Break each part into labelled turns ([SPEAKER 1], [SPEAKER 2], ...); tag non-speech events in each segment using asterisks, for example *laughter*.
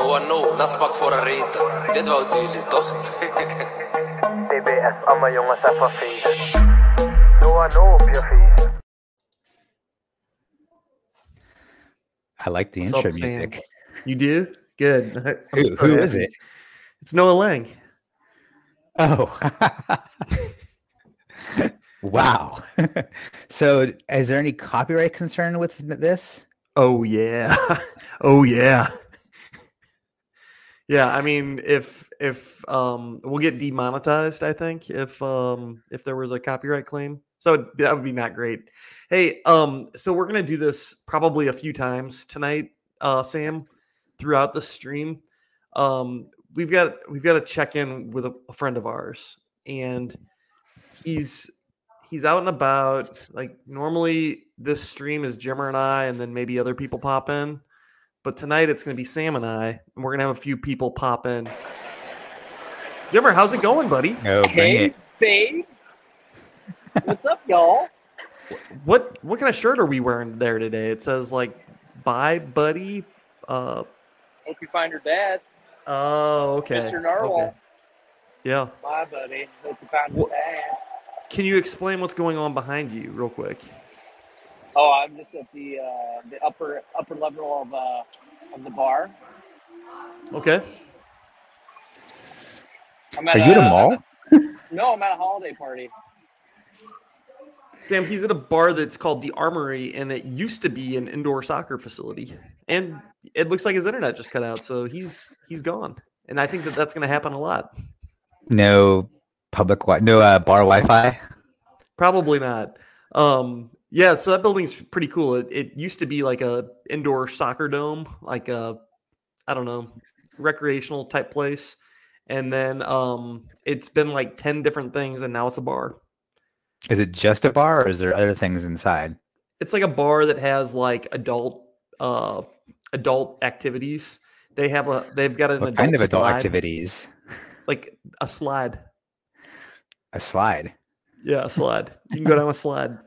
[SPEAKER 1] هو النوم نصبك فور الريدة تدفع وديلي طخ oh.
[SPEAKER 2] TBS, allemaal jongens
[SPEAKER 3] Oh,
[SPEAKER 2] en van feest. Noah, no op je feest.
[SPEAKER 4] I like the
[SPEAKER 3] It's all
[SPEAKER 4] intro
[SPEAKER 3] the same.
[SPEAKER 4] music.
[SPEAKER 3] You do?
[SPEAKER 4] *laughs*
[SPEAKER 3] Good. I'm
[SPEAKER 4] Who, who
[SPEAKER 3] sorry.
[SPEAKER 4] is it?
[SPEAKER 3] It's Noah Lang.
[SPEAKER 4] Oh. *laughs* wow. *laughs* so, is there any copyright concern with this?
[SPEAKER 3] Oh yeah. *laughs* oh yeah. Yeah, I mean if if um we'll get demonetized, I think, if um if there was a copyright claim. So that would be not great. Hey, um so we're going to do this probably a few times tonight, uh Sam, throughout the stream. Um we've got we've got to check in with a, a friend of ours and he's he's out and about. Like normally, this stream is Jimmer and I, and then maybe other people pop in. But tonight it's going to be Sam and I, and we're going to have a few people pop in. Jimmer, how's it going, buddy?
[SPEAKER 4] No, bring
[SPEAKER 5] Hey,
[SPEAKER 4] it.
[SPEAKER 5] babes. What's up, y'all?
[SPEAKER 3] What what kind of shirt are we wearing there today? It says like "Bye, buddy." Uh
[SPEAKER 5] Hope you find your dad,
[SPEAKER 3] oh, okay.
[SPEAKER 5] Mr. Narwhal.
[SPEAKER 3] okay. Yeah.
[SPEAKER 5] Bye, buddy. Hope you find
[SPEAKER 3] Wh-
[SPEAKER 5] your dad.
[SPEAKER 3] Can you explain what's going on behind you, real quick?
[SPEAKER 5] Oh, I'm just at the uh, the upper upper level of uh, of the bar.
[SPEAKER 3] Okay.
[SPEAKER 5] I'm
[SPEAKER 4] Are you at a
[SPEAKER 5] I'm
[SPEAKER 4] mall?
[SPEAKER 5] no, I'm at a holiday party.
[SPEAKER 3] Sam, he's at a bar that's called the Armory, and it used to be an indoor soccer facility. And it looks like his internet just cut out, so he's he's gone. And I think that that's going to happen a lot.
[SPEAKER 4] No public wi- no uh, bar Wi-Fi.
[SPEAKER 3] Probably not. Um, yeah, so that building's pretty cool. It, it used to be like a indoor soccer dome, like a I don't know, recreational type place. And then um, it's been like ten different things, and now it's a bar.
[SPEAKER 4] Is it just a bar, or is there other things inside?
[SPEAKER 3] it's like a bar that has like adult uh adult activities they have a they've got an
[SPEAKER 4] What
[SPEAKER 3] adult
[SPEAKER 4] kind of adult
[SPEAKER 3] slide,
[SPEAKER 4] activities?
[SPEAKER 3] like a slide
[SPEAKER 4] A slide.
[SPEAKER 3] yeah a slide you can go down a slide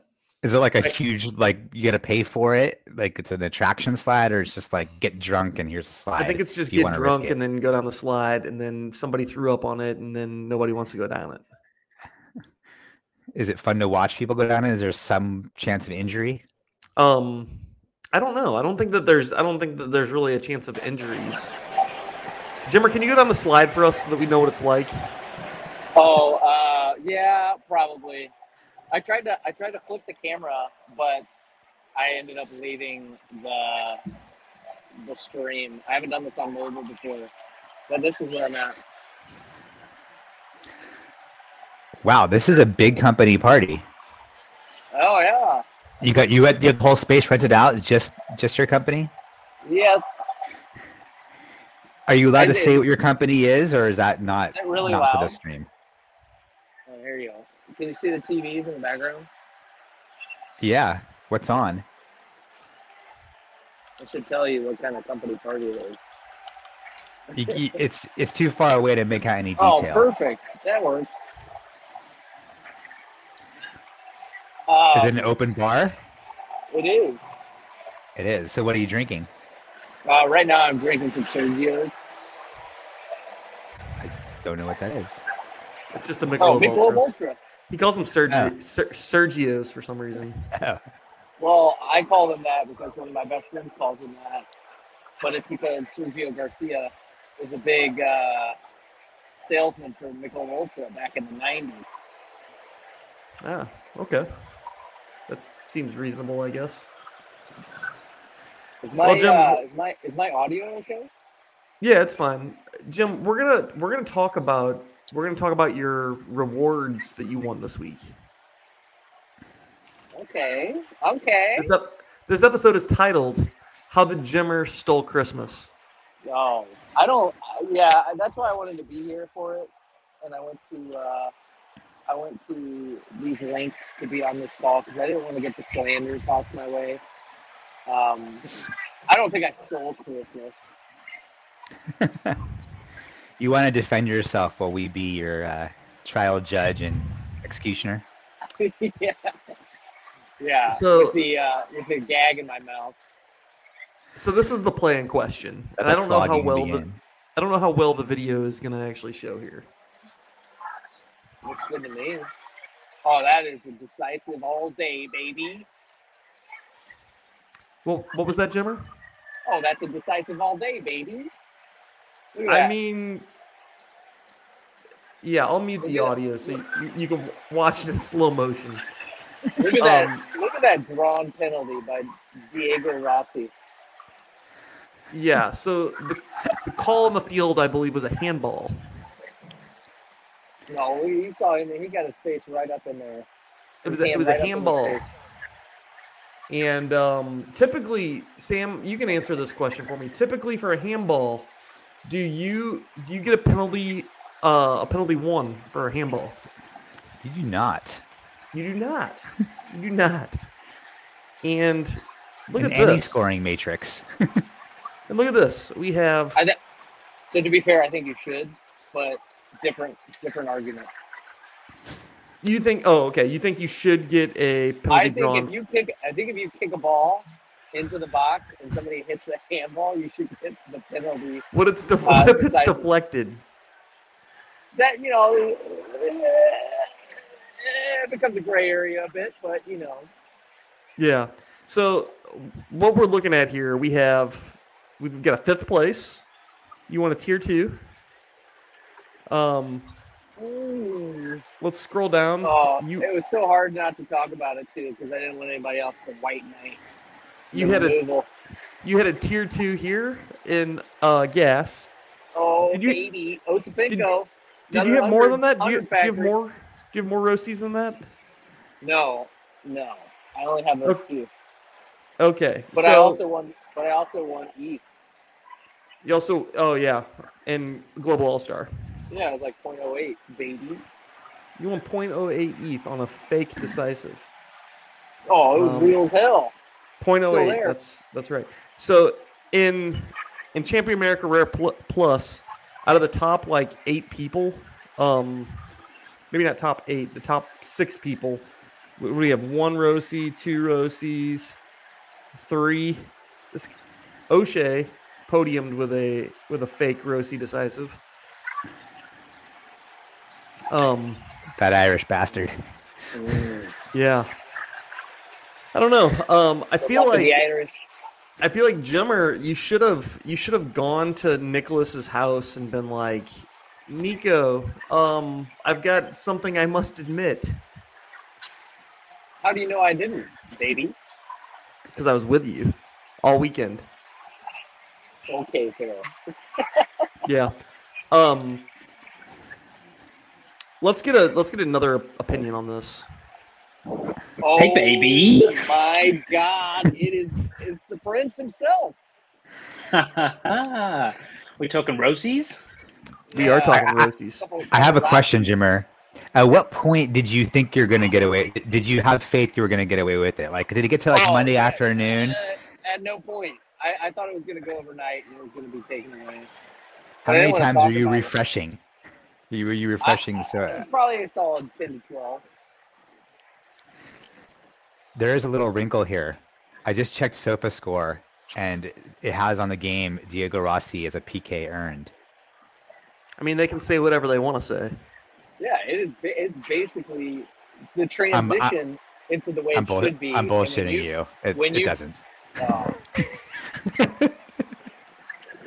[SPEAKER 4] Is it like a huge like you got to pay for it? Like it's an attraction slide, or it's just like get drunk and here's a slide.
[SPEAKER 3] i think it's just
[SPEAKER 4] You
[SPEAKER 3] get
[SPEAKER 4] wanna risk
[SPEAKER 3] drunk
[SPEAKER 4] it.
[SPEAKER 3] and then go down the slide and then somebody threw up on it and then nobody wants to go down it
[SPEAKER 4] Is it fun to watch people go down? And is there some chance of injury?
[SPEAKER 3] um i don't know i don't think that there's i don't think that there's really a chance of injuries jimmer can you go down the slide for us so that we know what it's like
[SPEAKER 5] Oh, uh, yeah, probably. I tried to I tried to flip the camera, but I ended up leaving the the stream. I haven't done this on mobile before, but this is where I'm at.
[SPEAKER 4] Wow, this is a big company party.
[SPEAKER 5] Oh yeah.
[SPEAKER 4] You got you had you had the whole space rented out. It's Just just your company.
[SPEAKER 5] Yeah,
[SPEAKER 4] Are you allowed
[SPEAKER 5] I
[SPEAKER 4] to
[SPEAKER 5] did.
[SPEAKER 4] say what your company is, or is that not
[SPEAKER 5] is it really
[SPEAKER 4] not for
[SPEAKER 5] loud?
[SPEAKER 4] the stream?
[SPEAKER 5] Oh, here you go. Can you see the TVs in the background?
[SPEAKER 4] Yeah, what's on?
[SPEAKER 5] It should tell you what kind of company party it is.
[SPEAKER 4] You,
[SPEAKER 3] *laughs*
[SPEAKER 4] you- it's it's too far away to make out any
[SPEAKER 5] Oh,
[SPEAKER 4] detail.
[SPEAKER 5] perfect. That works. Uh,
[SPEAKER 4] Is it an open bar?
[SPEAKER 5] it is.
[SPEAKER 4] It is. So what are you drinking?
[SPEAKER 5] Uh, right now, I'm drinking some Sergio's.
[SPEAKER 4] Don't know what that is.
[SPEAKER 3] it's just a Michelob,
[SPEAKER 5] Oh, Big Globe
[SPEAKER 3] Ultra.
[SPEAKER 5] Ultra.
[SPEAKER 3] he calls them Sergio,
[SPEAKER 4] Yeah.
[SPEAKER 3] Ser- sergios for some reason
[SPEAKER 5] Well, I call them that because one of my best friends calls them that. But it's because Sergio Garcia was a big uh, salesman for Michelob Ultra back in the 90s.
[SPEAKER 3] Ah, okay. That seems reasonable, I guess.
[SPEAKER 5] Is my,
[SPEAKER 3] Well, Jim,
[SPEAKER 5] uh, is my, is my audio okay?
[SPEAKER 3] Yeah, it's fine. Jim, we're gonna we're gonna talk about we're gonna talk about your rewards that you won this week.
[SPEAKER 5] Okay. Okay.
[SPEAKER 3] This up this episode is titled "How the Jimmer Stole Christmas."
[SPEAKER 5] Oh, I don't. I- Yeah, I- that's why I wanted to be here for it, and I went to uh, I went to these lengths to be on this call because I didn't want to get the slander tossed my way. Um, I don't think I stole Christmas. *laughs*
[SPEAKER 4] You want to defend yourself while we be your uh, trial judge and executioner.
[SPEAKER 5] yeah, yeah.
[SPEAKER 3] So-
[SPEAKER 5] with the uh, with the gag in my mouth.
[SPEAKER 3] so this is the play in question, and I don't know how well the, I don't know how well the video is going to actually show here.
[SPEAKER 5] Looks good to me. Oh, that is a decisive all day, baby.
[SPEAKER 3] Well, what was that, Jimmer?
[SPEAKER 5] Oh, that's a decisive all day, baby. Look at
[SPEAKER 3] I
[SPEAKER 5] that.
[SPEAKER 3] mean, yeah, I'll mute the
[SPEAKER 5] Look at-
[SPEAKER 3] audio so you, you can watch it in slow motion.
[SPEAKER 5] look at that!
[SPEAKER 3] um,
[SPEAKER 5] look at that drawn penalty by Diego Rossi.
[SPEAKER 3] Yeah, so the, the call on the field, I believe, was a handball.
[SPEAKER 5] No, he he saw him and he got his face right up in there.
[SPEAKER 3] It was
[SPEAKER 5] His
[SPEAKER 3] a, it
[SPEAKER 5] hand
[SPEAKER 3] was a
[SPEAKER 5] right up in his
[SPEAKER 3] handball.
[SPEAKER 5] face.
[SPEAKER 3] And um, typically, Sam, you can answer this question for me. Typically, for a handball, do you do you get a penalty uh, a penalty one for a handball?
[SPEAKER 4] You do not.
[SPEAKER 3] You do
[SPEAKER 4] *laughs*
[SPEAKER 3] not. you do not. And look
[SPEAKER 4] in
[SPEAKER 3] at
[SPEAKER 4] any
[SPEAKER 3] this.
[SPEAKER 4] scoring matrix.
[SPEAKER 3] And look at this. We have
[SPEAKER 5] I- So to be fair, I think you should, but different different argument.
[SPEAKER 3] You think? Oh, okay. You think you should get a penalty
[SPEAKER 5] I think
[SPEAKER 3] drawn?
[SPEAKER 5] if you kick, I think if you kick a ball into the box and somebody hits the handball, you should get the penalty.
[SPEAKER 3] what it's def- *laughs*
[SPEAKER 5] uh,
[SPEAKER 3] what if it's
[SPEAKER 5] decisive.
[SPEAKER 3] deflected?
[SPEAKER 5] That you know, it becomes a gray area a bit, but you know,
[SPEAKER 3] Yeah. So what we're looking at here, we have we've got a fifth place. You want a tier two? Um,
[SPEAKER 5] Ooh.
[SPEAKER 3] let's scroll down.
[SPEAKER 5] oh,
[SPEAKER 3] you
[SPEAKER 5] it was so hard not to talk about it too because I didn't want anybody else to white knight.
[SPEAKER 3] you
[SPEAKER 5] the
[SPEAKER 3] had a
[SPEAKER 5] removal.
[SPEAKER 3] you had a tier two here in uh gas.
[SPEAKER 5] oh
[SPEAKER 3] did you-
[SPEAKER 5] baby Osipenko.
[SPEAKER 3] Did you
[SPEAKER 5] Another
[SPEAKER 3] have more
[SPEAKER 5] under-
[SPEAKER 3] than that? Do you,
[SPEAKER 5] under
[SPEAKER 3] do you have
[SPEAKER 5] factory.
[SPEAKER 3] more? Do you have more Rosies than that?
[SPEAKER 5] No, no, I only have those two.
[SPEAKER 3] Okay.
[SPEAKER 5] But I
[SPEAKER 3] so-
[SPEAKER 5] also won. But I also won E.
[SPEAKER 3] you also oh yeah, and global all star.
[SPEAKER 5] Yeah, it was like 0.08, baby.
[SPEAKER 3] You oh won 0.08 ETH E on a fake decisive.
[SPEAKER 5] Oh, it was
[SPEAKER 3] Um,
[SPEAKER 5] real as hell. Still
[SPEAKER 3] 0.08.
[SPEAKER 5] there.
[SPEAKER 3] That's that's right. So in in Champion America Rare Pl- Plus, out of the top like eight people, um, maybe not top eight, the top six people, we- we have one Rosie, two Rosies, three. This O'Shea podiumed with a with a fake Rosie decisive. Um.
[SPEAKER 4] That Irish bastard.
[SPEAKER 3] Yeah. I don't know. Um, I
[SPEAKER 5] The
[SPEAKER 3] feel
[SPEAKER 5] luck of the
[SPEAKER 3] like
[SPEAKER 5] Irish.
[SPEAKER 3] I feel like Jimmer, you should have you should have gone to Nicholas's house and been like, Nico, um, I've got something I must admit
[SPEAKER 5] How do you know I didn't, baby?
[SPEAKER 3] because I was with you all weekend.
[SPEAKER 5] Okay, fair.
[SPEAKER 3] Yeah. Um, let's get a let's get another opinion on this.
[SPEAKER 5] Oh,
[SPEAKER 6] baby.
[SPEAKER 5] My God, it is. It's the prince himself.
[SPEAKER 6] *laughs* we talking Rosies?
[SPEAKER 3] We are talking roasties.
[SPEAKER 4] I have a question, Jimmer. At what point did you think you're gonna get away? Did you have faith you were gonna get away with it? Like, did it get to like
[SPEAKER 5] Oh,
[SPEAKER 4] Monday
[SPEAKER 5] yeah.
[SPEAKER 4] afternoon?
[SPEAKER 5] Uh, at no point. I, I thought it was going to go overnight and it was going to be taken away.
[SPEAKER 4] How
[SPEAKER 5] I
[SPEAKER 4] many
[SPEAKER 5] didn't wanna
[SPEAKER 4] times
[SPEAKER 5] talk
[SPEAKER 4] were you
[SPEAKER 5] about it.
[SPEAKER 4] refreshing? You were you refreshing? So
[SPEAKER 5] It
[SPEAKER 4] uh,
[SPEAKER 5] was probably a solid 10 to 12.
[SPEAKER 4] there is a little wrinkle here. I just checked SofaScore, and it has on the game Diego Rossi as a PK earned.
[SPEAKER 3] I mean, they can say whatever they want to say.
[SPEAKER 5] Yeah, it is. ba- It's basically the
[SPEAKER 4] I'm- I-
[SPEAKER 5] transition into the way
[SPEAKER 4] I'm,
[SPEAKER 5] it
[SPEAKER 4] bull-
[SPEAKER 5] should be.
[SPEAKER 4] I'm
[SPEAKER 5] and when
[SPEAKER 4] bullshitting
[SPEAKER 5] *laughs* you-
[SPEAKER 4] you. It,
[SPEAKER 5] when
[SPEAKER 4] it
[SPEAKER 5] you-
[SPEAKER 4] doesn't.
[SPEAKER 5] Oh.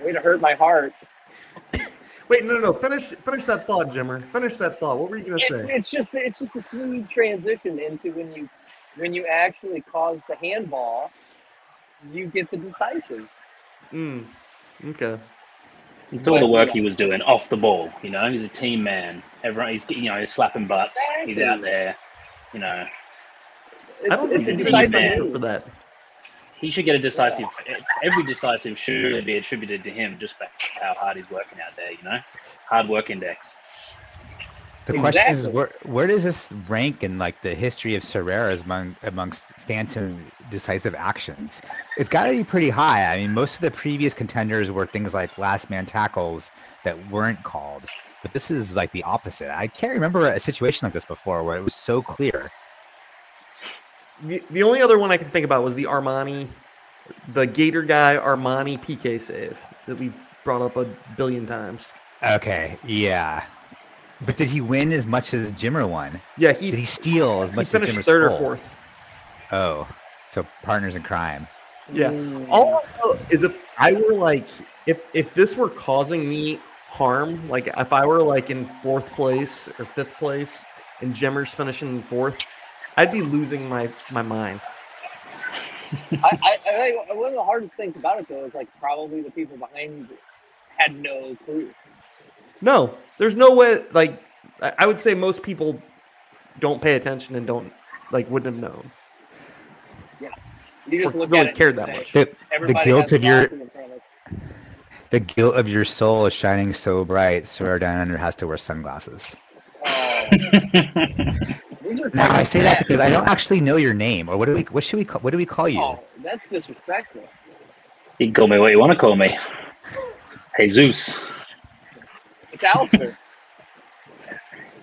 [SPEAKER 5] way to hurt my heart.
[SPEAKER 3] Wait, no, no, no. Finish finish that thought, Jimmer. Finish that thought. What were you gonna
[SPEAKER 5] It's, it's just the- it's just a smooth transition into when you when you actually cause the handball, you get the decisive.
[SPEAKER 3] Mm. Okay.
[SPEAKER 6] It's all the work he was doing off the ball. You know, he's a team man. Everyone, he's you know, he's slapping butts. He's out there. You know,
[SPEAKER 5] It's, it's a
[SPEAKER 6] think
[SPEAKER 3] he's
[SPEAKER 6] it's
[SPEAKER 5] decisive.
[SPEAKER 6] decisive
[SPEAKER 5] move.
[SPEAKER 3] for that.
[SPEAKER 6] he should get a decisive. Every decisive should really be attributed to him, just for how hard he's working out there. You know, hard work index.
[SPEAKER 4] The question is,
[SPEAKER 5] Exactly.
[SPEAKER 4] where where does this rank in like the history of Serreras among amongst phantom decisive actions? It's got to be pretty high. I mean, most of the previous contenders were things like last man tackles that weren't called, but this is like the opposite. I can't remember a situation like this before where it was so clear.
[SPEAKER 3] The, the only other one I can think about was the Armani the Gator guy Armani PK save that we've brought up a billion times.
[SPEAKER 4] Okay, yeah. But did he win as much as Jimmer won?
[SPEAKER 3] Yeah, he,
[SPEAKER 4] Did he steal as
[SPEAKER 3] he
[SPEAKER 4] much as Jimmer
[SPEAKER 3] finished third or
[SPEAKER 4] stole?
[SPEAKER 3] fourth.
[SPEAKER 4] Oh, so partners in crime.
[SPEAKER 3] Yeah.
[SPEAKER 5] Mm.
[SPEAKER 3] All I know is if I were like, if if this were causing me harm, like if I were like in fourth place or fifth place, and Jemmer's finishing in fourth, I'd be losing my my mind.
[SPEAKER 5] I, I, I think one of the hardest things about it though is like probably the people behind you had no clue.
[SPEAKER 3] No, there's no way. Like I I would say most people don't pay attention and don't like wouldn't have known.
[SPEAKER 5] You just
[SPEAKER 3] Or
[SPEAKER 5] look
[SPEAKER 3] really
[SPEAKER 5] at it
[SPEAKER 3] cared
[SPEAKER 5] and
[SPEAKER 3] that
[SPEAKER 5] say,
[SPEAKER 3] much.
[SPEAKER 4] The, the
[SPEAKER 5] "Everybody
[SPEAKER 4] guilt
[SPEAKER 5] has
[SPEAKER 4] of your
[SPEAKER 5] balls in the front of us."
[SPEAKER 4] the guilt of your soul is shining so bright, Swear Down Under has to wear sunglasses.
[SPEAKER 5] Oh.
[SPEAKER 4] *laughs*
[SPEAKER 5] These are
[SPEAKER 4] Now I say that
[SPEAKER 5] fucking
[SPEAKER 4] because I don't actually know your name, or what do we what should we call, what do we call you?
[SPEAKER 5] Oh, that's disrespectful.
[SPEAKER 6] You can call me what you want to call me. Jesus.
[SPEAKER 5] It's Alistair.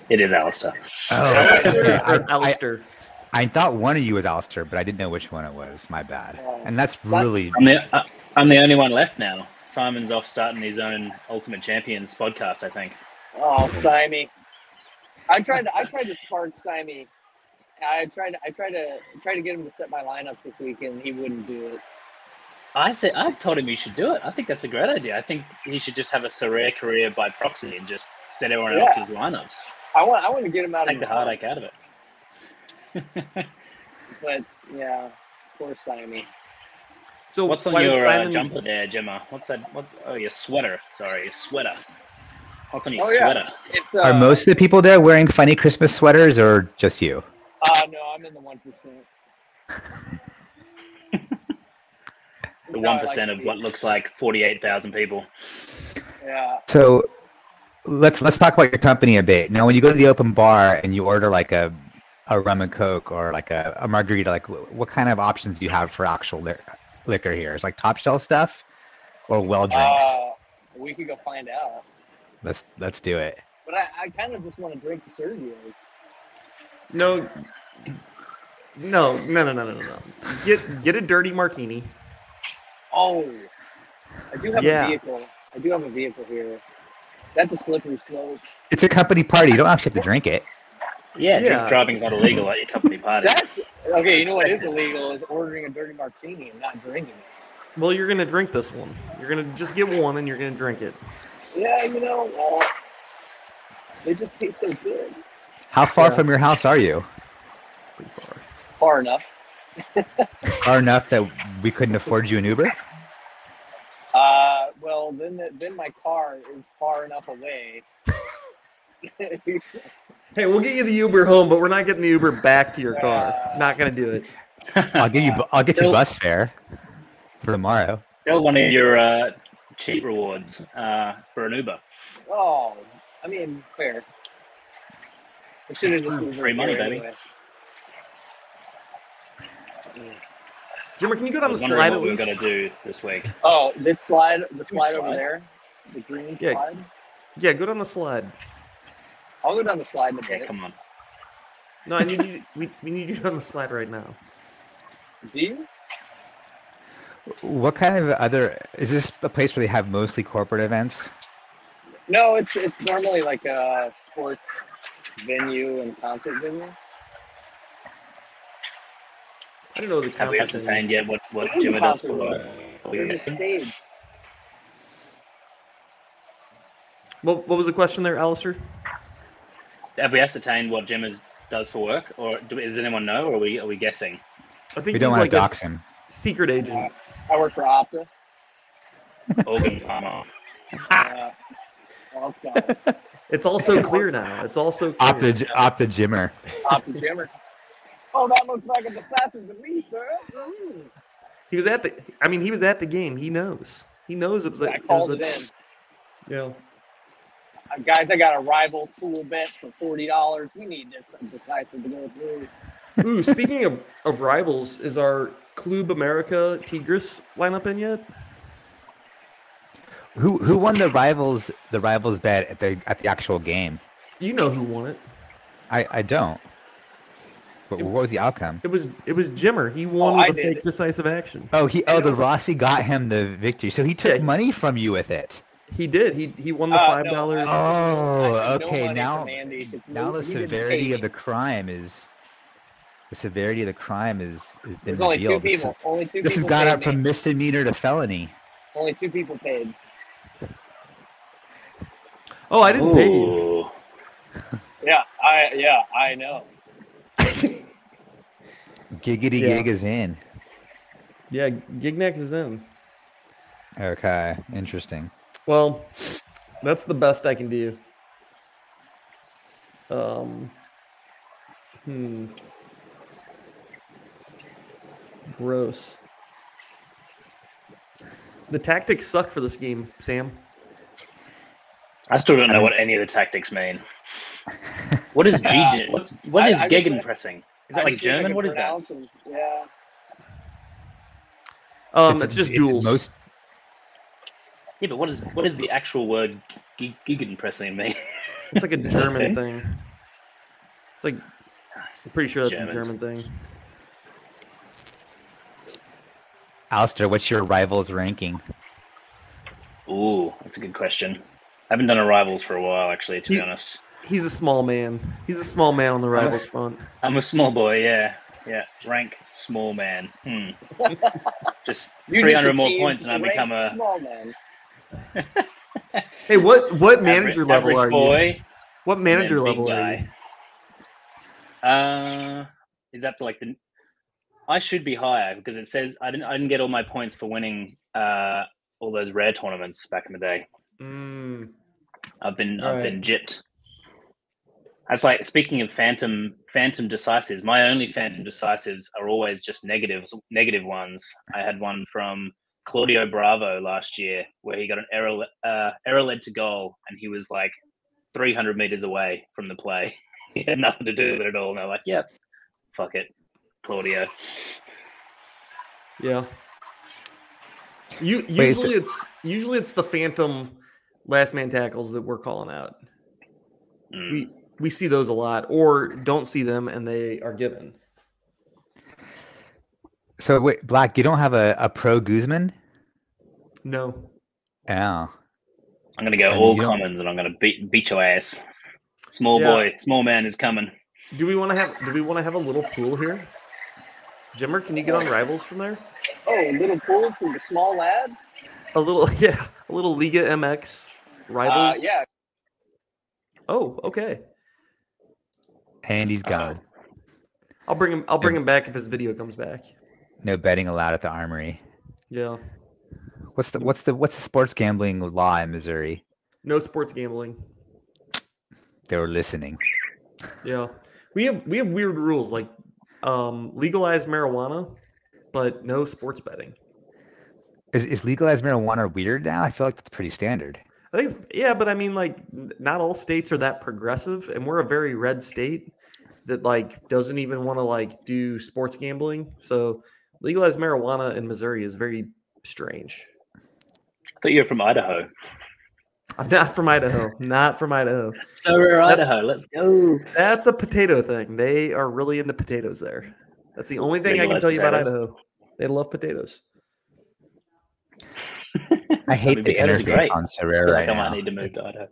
[SPEAKER 6] It is Alistair.
[SPEAKER 4] Oh,
[SPEAKER 3] *laughs*
[SPEAKER 4] *laughs* okay. I,
[SPEAKER 3] Or
[SPEAKER 4] I,
[SPEAKER 3] Alistair.
[SPEAKER 4] I thought one of you was Alistair, but I didn't know which one it was. My bad.
[SPEAKER 5] Oh.
[SPEAKER 4] And that's
[SPEAKER 5] Son-
[SPEAKER 4] really
[SPEAKER 6] I'm the, I- I'm the only one left now. Simon's off starting his own Ultimate Champions podcast, I think.
[SPEAKER 5] Oh, Simey. I tried to I tried to spark Simey. I tried I tried to try to get him to set my lineups this week and he wouldn't do it.
[SPEAKER 6] I said I told him you should do it. I think that's a great idea. I think he should just have a Sarare career by proxy and just set everyone
[SPEAKER 5] Yeah.
[SPEAKER 6] else's lineups.
[SPEAKER 5] I want I want to get him out
[SPEAKER 6] Take
[SPEAKER 5] of
[SPEAKER 6] the heartache out of it.
[SPEAKER 5] but yeah, poor Simey.
[SPEAKER 3] So
[SPEAKER 6] What's on
[SPEAKER 3] why did
[SPEAKER 6] your uh,
[SPEAKER 3] Simon-
[SPEAKER 6] jumper there, Gemma? What's that? What's oh your sweater? Sorry, your sweater. What's on your
[SPEAKER 5] Oh, yeah.
[SPEAKER 6] sweater?
[SPEAKER 5] It's uh,
[SPEAKER 4] are most of the people there wearing funny Christmas sweaters or just you?
[SPEAKER 5] uh no, I'm in the one percent.
[SPEAKER 6] *laughs* The one percent of what looks like forty-eight thousand people.
[SPEAKER 5] Yeah.
[SPEAKER 4] So let's let's talk about your company a bit. Now, when you go to the open bar and you order like a a rum and coke or like a, a margarita, like wh- what kind of options do you have for actual li- liquor here? It's like top shelf stuff or well drinks.
[SPEAKER 5] Uh, we could go find out.
[SPEAKER 4] let's let's do it.
[SPEAKER 5] But I, I kind of just want to drink the Sergio's.
[SPEAKER 3] No, no, no, no, no, no, no, no. Get get a dirty martini.
[SPEAKER 5] Oh, I do have
[SPEAKER 3] Yeah.
[SPEAKER 5] a vehicle. I do have a vehicle here. That's a slippery slope.
[SPEAKER 4] It's a company party. You don't actually have to drink it.
[SPEAKER 6] Yeah,
[SPEAKER 3] Yeah.
[SPEAKER 6] drink driving's not illegal at your
[SPEAKER 5] *laughs*
[SPEAKER 6] company party.
[SPEAKER 5] That's okay. You know what
[SPEAKER 6] *laughs*
[SPEAKER 5] is illegal is ordering a dirty martini and not drinking it.
[SPEAKER 3] Well, you're gonna drink this one. You're gonna just get one and you're gonna drink it.
[SPEAKER 5] Yeah, you know, well, they just taste so good.
[SPEAKER 4] How far
[SPEAKER 3] Yeah.
[SPEAKER 4] from your house are you?
[SPEAKER 3] Pretty far.
[SPEAKER 5] Far enough.
[SPEAKER 4] Far enough that we couldn't afford you an Uber?
[SPEAKER 5] Uh, well, then the, then my car is far enough away. *laughs*
[SPEAKER 3] Hey, we'll get you the Uber home, but we're not getting the Uber back to your car. Not gonna do it.
[SPEAKER 4] I'll give you. bu-
[SPEAKER 3] *laughs*
[SPEAKER 4] I'll get you
[SPEAKER 6] It'll-
[SPEAKER 4] bus fare for tomorrow.
[SPEAKER 6] Sell one of your uh, cheap rewards uh, for an Uber.
[SPEAKER 5] oh, I mean, fair. I should have just
[SPEAKER 6] Mm,
[SPEAKER 5] Ubered
[SPEAKER 6] free money,
[SPEAKER 5] here
[SPEAKER 6] baby.
[SPEAKER 5] anyway.
[SPEAKER 3] Jimmer, can you go
[SPEAKER 6] I
[SPEAKER 3] down the
[SPEAKER 6] was
[SPEAKER 3] slide at
[SPEAKER 6] wondering what we were
[SPEAKER 3] least?
[SPEAKER 6] going to do this week.
[SPEAKER 5] Oh, this slide, the slide over
[SPEAKER 6] slide?
[SPEAKER 5] there, the green
[SPEAKER 3] Yeah.
[SPEAKER 5] slide.
[SPEAKER 3] Yeah, go down the slide.
[SPEAKER 5] I'll go down the slide in a
[SPEAKER 6] Yeah,
[SPEAKER 5] minute.
[SPEAKER 6] come on.
[SPEAKER 3] No, I need you. We, we need you on the slide right now.
[SPEAKER 5] Do you?
[SPEAKER 4] What kind of other? Is this a place where they have mostly corporate events?
[SPEAKER 5] No, it's it's normally like a sports venue and concert venue.
[SPEAKER 3] I don't know the
[SPEAKER 6] Have we
[SPEAKER 3] concept in-
[SPEAKER 6] ascertained yet what, what
[SPEAKER 5] It is
[SPEAKER 6] Jimmy does for
[SPEAKER 5] possible.
[SPEAKER 6] work? Are we
[SPEAKER 5] There's a
[SPEAKER 6] guessing?
[SPEAKER 5] stage.
[SPEAKER 3] What, what was the question there, Alistair?
[SPEAKER 6] Have we ascertained what Jim is, does for work, or do, does anyone know, or are we, are we guessing?
[SPEAKER 3] I think
[SPEAKER 4] We don't
[SPEAKER 3] he's
[SPEAKER 4] want
[SPEAKER 3] like
[SPEAKER 4] to
[SPEAKER 3] a
[SPEAKER 4] dox
[SPEAKER 3] s-
[SPEAKER 4] him.
[SPEAKER 3] secret agent.
[SPEAKER 5] I work for Opta. *laughs*
[SPEAKER 6] Organ farmer.
[SPEAKER 5] Uh, *laughs* well, it's gone.
[SPEAKER 3] It's also clear now. It's also clear.
[SPEAKER 4] Opta, J- Opta Jimmer.
[SPEAKER 5] Opta
[SPEAKER 6] *laughs*
[SPEAKER 5] Jimmer. Oh, that looks like a disaster to me, sir. Mm.
[SPEAKER 3] He was at the. I mean, he was at the game. He knows. He knows it was. a-
[SPEAKER 5] I called it
[SPEAKER 3] was a-
[SPEAKER 5] in.
[SPEAKER 3] Yeah.
[SPEAKER 5] Uh, guys, I got a rivals pool bet for forty dollars. We need this decisive to go through.
[SPEAKER 3] Ooh, speaking of, of rivals, is our Club America Tigris lineup in yet?
[SPEAKER 4] Who who won the rivals the rivals bet at the at the actual game?
[SPEAKER 3] You know who won it.
[SPEAKER 4] I I don't. What, what was the outcome?
[SPEAKER 3] It was it was Jimmer. He won
[SPEAKER 5] Oh, I
[SPEAKER 3] with a
[SPEAKER 5] did.
[SPEAKER 3] fake decisive action.
[SPEAKER 4] Oh, he. Oh, the Rossi got him the victory, so he took
[SPEAKER 3] Yeah.
[SPEAKER 4] money from you with it.
[SPEAKER 3] He did. He he won the
[SPEAKER 5] Uh,
[SPEAKER 3] five
[SPEAKER 5] no,
[SPEAKER 3] dollars.
[SPEAKER 5] I-
[SPEAKER 4] Oh,
[SPEAKER 5] I have no
[SPEAKER 4] okay.
[SPEAKER 5] money
[SPEAKER 4] Now,
[SPEAKER 5] from Andy 'cause
[SPEAKER 4] now
[SPEAKER 5] he-
[SPEAKER 4] the
[SPEAKER 5] he didn't pay
[SPEAKER 4] severity of
[SPEAKER 5] me.
[SPEAKER 4] the crime is the severity of the crime is has been revealed.
[SPEAKER 5] There's only two
[SPEAKER 4] This is-
[SPEAKER 5] people.
[SPEAKER 3] *laughs*
[SPEAKER 5] Only two
[SPEAKER 4] This has
[SPEAKER 5] people
[SPEAKER 4] gone
[SPEAKER 5] paid
[SPEAKER 4] up
[SPEAKER 5] me.
[SPEAKER 4] from misdemeanor to felony.
[SPEAKER 5] Only two people paid.
[SPEAKER 3] oh, I didn't pay you.
[SPEAKER 6] Ooh.
[SPEAKER 5] Yeah, I yeah, I know.
[SPEAKER 4] Giggity
[SPEAKER 3] Yeah.
[SPEAKER 4] gig is in.
[SPEAKER 3] Yeah, Gignax is in.
[SPEAKER 4] Okay, interesting.
[SPEAKER 3] Well, that's the best I can do. Um. Hmm. Gross. The tactics suck for this game, Sam.
[SPEAKER 6] I still don't
[SPEAKER 5] Um,
[SPEAKER 6] know what any of the
[SPEAKER 5] *laughs*
[SPEAKER 6] tactics mean. What is
[SPEAKER 5] Yeah.
[SPEAKER 6] Gegen? What's what
[SPEAKER 5] Ah, I-
[SPEAKER 6] is
[SPEAKER 5] I just
[SPEAKER 6] Gegenpressing?
[SPEAKER 5] went-
[SPEAKER 6] pressing? Is
[SPEAKER 5] I
[SPEAKER 6] that like
[SPEAKER 5] just wish I
[SPEAKER 6] German?
[SPEAKER 5] could
[SPEAKER 6] What is that?
[SPEAKER 5] pronounce 'em. Yeah.
[SPEAKER 3] Um, it's,
[SPEAKER 4] a-
[SPEAKER 3] just duels.
[SPEAKER 4] Most,
[SPEAKER 6] Yeah, but what is what is the actual word G- pressing mean? *laughs*
[SPEAKER 3] It's *laughs* like a German
[SPEAKER 6] Okay.
[SPEAKER 3] thing. It's like I'm pretty sure that's
[SPEAKER 6] Germans.
[SPEAKER 3] a German thing.
[SPEAKER 4] Alistair, what's your rival's ranking?
[SPEAKER 6] Ooh, that's a good question. I haven't done a rivals for a while, actually. To be
[SPEAKER 3] He-
[SPEAKER 6] honest,
[SPEAKER 3] He's a small man. He's a small man on the rivals front.
[SPEAKER 6] I'm a small boy. Yeah, yeah. Rank small man.
[SPEAKER 5] *laughs*
[SPEAKER 6] Hmm. Just
[SPEAKER 5] You just
[SPEAKER 6] 300 more
[SPEAKER 5] achieved
[SPEAKER 6] points, and I
[SPEAKER 5] rank
[SPEAKER 6] become a
[SPEAKER 5] small man.
[SPEAKER 3] Hey, what what manager
[SPEAKER 6] average-
[SPEAKER 3] level are
[SPEAKER 6] average
[SPEAKER 3] you?
[SPEAKER 6] boy,
[SPEAKER 3] What
[SPEAKER 6] and then
[SPEAKER 3] manager
[SPEAKER 6] big
[SPEAKER 3] level are you?
[SPEAKER 6] guy. Uh, is that like the? I should be higher because it says I didn't. I didn't get all my points for winning uh, all those rare tournaments back in the day.
[SPEAKER 3] Mm,
[SPEAKER 6] I've been I've
[SPEAKER 3] Right.
[SPEAKER 6] been gypped. That's like speaking of phantom phantom decisives. My only
[SPEAKER 3] Mm.
[SPEAKER 6] phantom decisives are always just negatives, negative ones. I had one from Claudio Bravo last year where he got an error le- uh, error led to goal, and he was like 300 meters away from the play. *laughs* he had nothing to do with it at all. And they're like, "Yep, fuck it, Claudio."
[SPEAKER 3] yeah. You
[SPEAKER 4] Wait, is
[SPEAKER 3] usually it's usually it's the phantom last man tackles that we're calling out.
[SPEAKER 6] Mm.
[SPEAKER 3] We we see those a lot, or don't see them and they are given.
[SPEAKER 4] So wait, Black, you don't have a, a pro Guzman?
[SPEAKER 3] No.
[SPEAKER 4] Oh.
[SPEAKER 6] I'm gonna go
[SPEAKER 4] And
[SPEAKER 6] all
[SPEAKER 4] you-
[SPEAKER 6] commons, and I'm gonna beat beat your ass. Small
[SPEAKER 3] Yeah.
[SPEAKER 6] boy, small man is coming.
[SPEAKER 3] Do we want to have do we want to have a little pool here? Jimmer, can you get on rivals from there?
[SPEAKER 5] Oh, little pool from the small lad.
[SPEAKER 3] A little, *laughs* yeah, a little Liga MX
[SPEAKER 5] Uh,
[SPEAKER 3] rivals.
[SPEAKER 5] yeah,
[SPEAKER 3] Oh, okay.
[SPEAKER 4] Andy's gone.
[SPEAKER 3] I'll bring him. I'll bring him back if his video comes back.
[SPEAKER 4] No betting allowed at the armory.
[SPEAKER 3] Yeah.
[SPEAKER 4] What's the what's the what's the sports gambling law in Missouri?
[SPEAKER 3] No sports gambling.
[SPEAKER 4] They were listening.
[SPEAKER 3] Yeah. We have we have weird rules like um legalize marijuana, but no sports betting.
[SPEAKER 4] Is, is legalized marijuana weird now? I feel like that's pretty standard.
[SPEAKER 3] I think it's yeah, but I mean like n- not all states are that progressive and we're a very red state that like doesn't even want to like do sports gambling. So legalize marijuana in Missouri is very strange. *laughs*
[SPEAKER 6] I thought you were from Idaho.
[SPEAKER 3] I'm not from Idaho. Not from Idaho.
[SPEAKER 6] So we're
[SPEAKER 3] That's-
[SPEAKER 6] Idaho. Let's go.
[SPEAKER 3] That's a potato thing. They are really into potatoes there. That's the only thing I can
[SPEAKER 6] Legalized
[SPEAKER 3] tell you about
[SPEAKER 6] potatoes.
[SPEAKER 3] Idaho. They love potatoes.
[SPEAKER 4] I hate
[SPEAKER 6] mean,
[SPEAKER 4] the
[SPEAKER 6] potatoes are
[SPEAKER 4] interface
[SPEAKER 6] great.
[SPEAKER 4] on
[SPEAKER 6] I
[SPEAKER 4] Serrera
[SPEAKER 6] feel
[SPEAKER 4] right
[SPEAKER 6] like I
[SPEAKER 4] now.
[SPEAKER 6] might need to move to Idaho.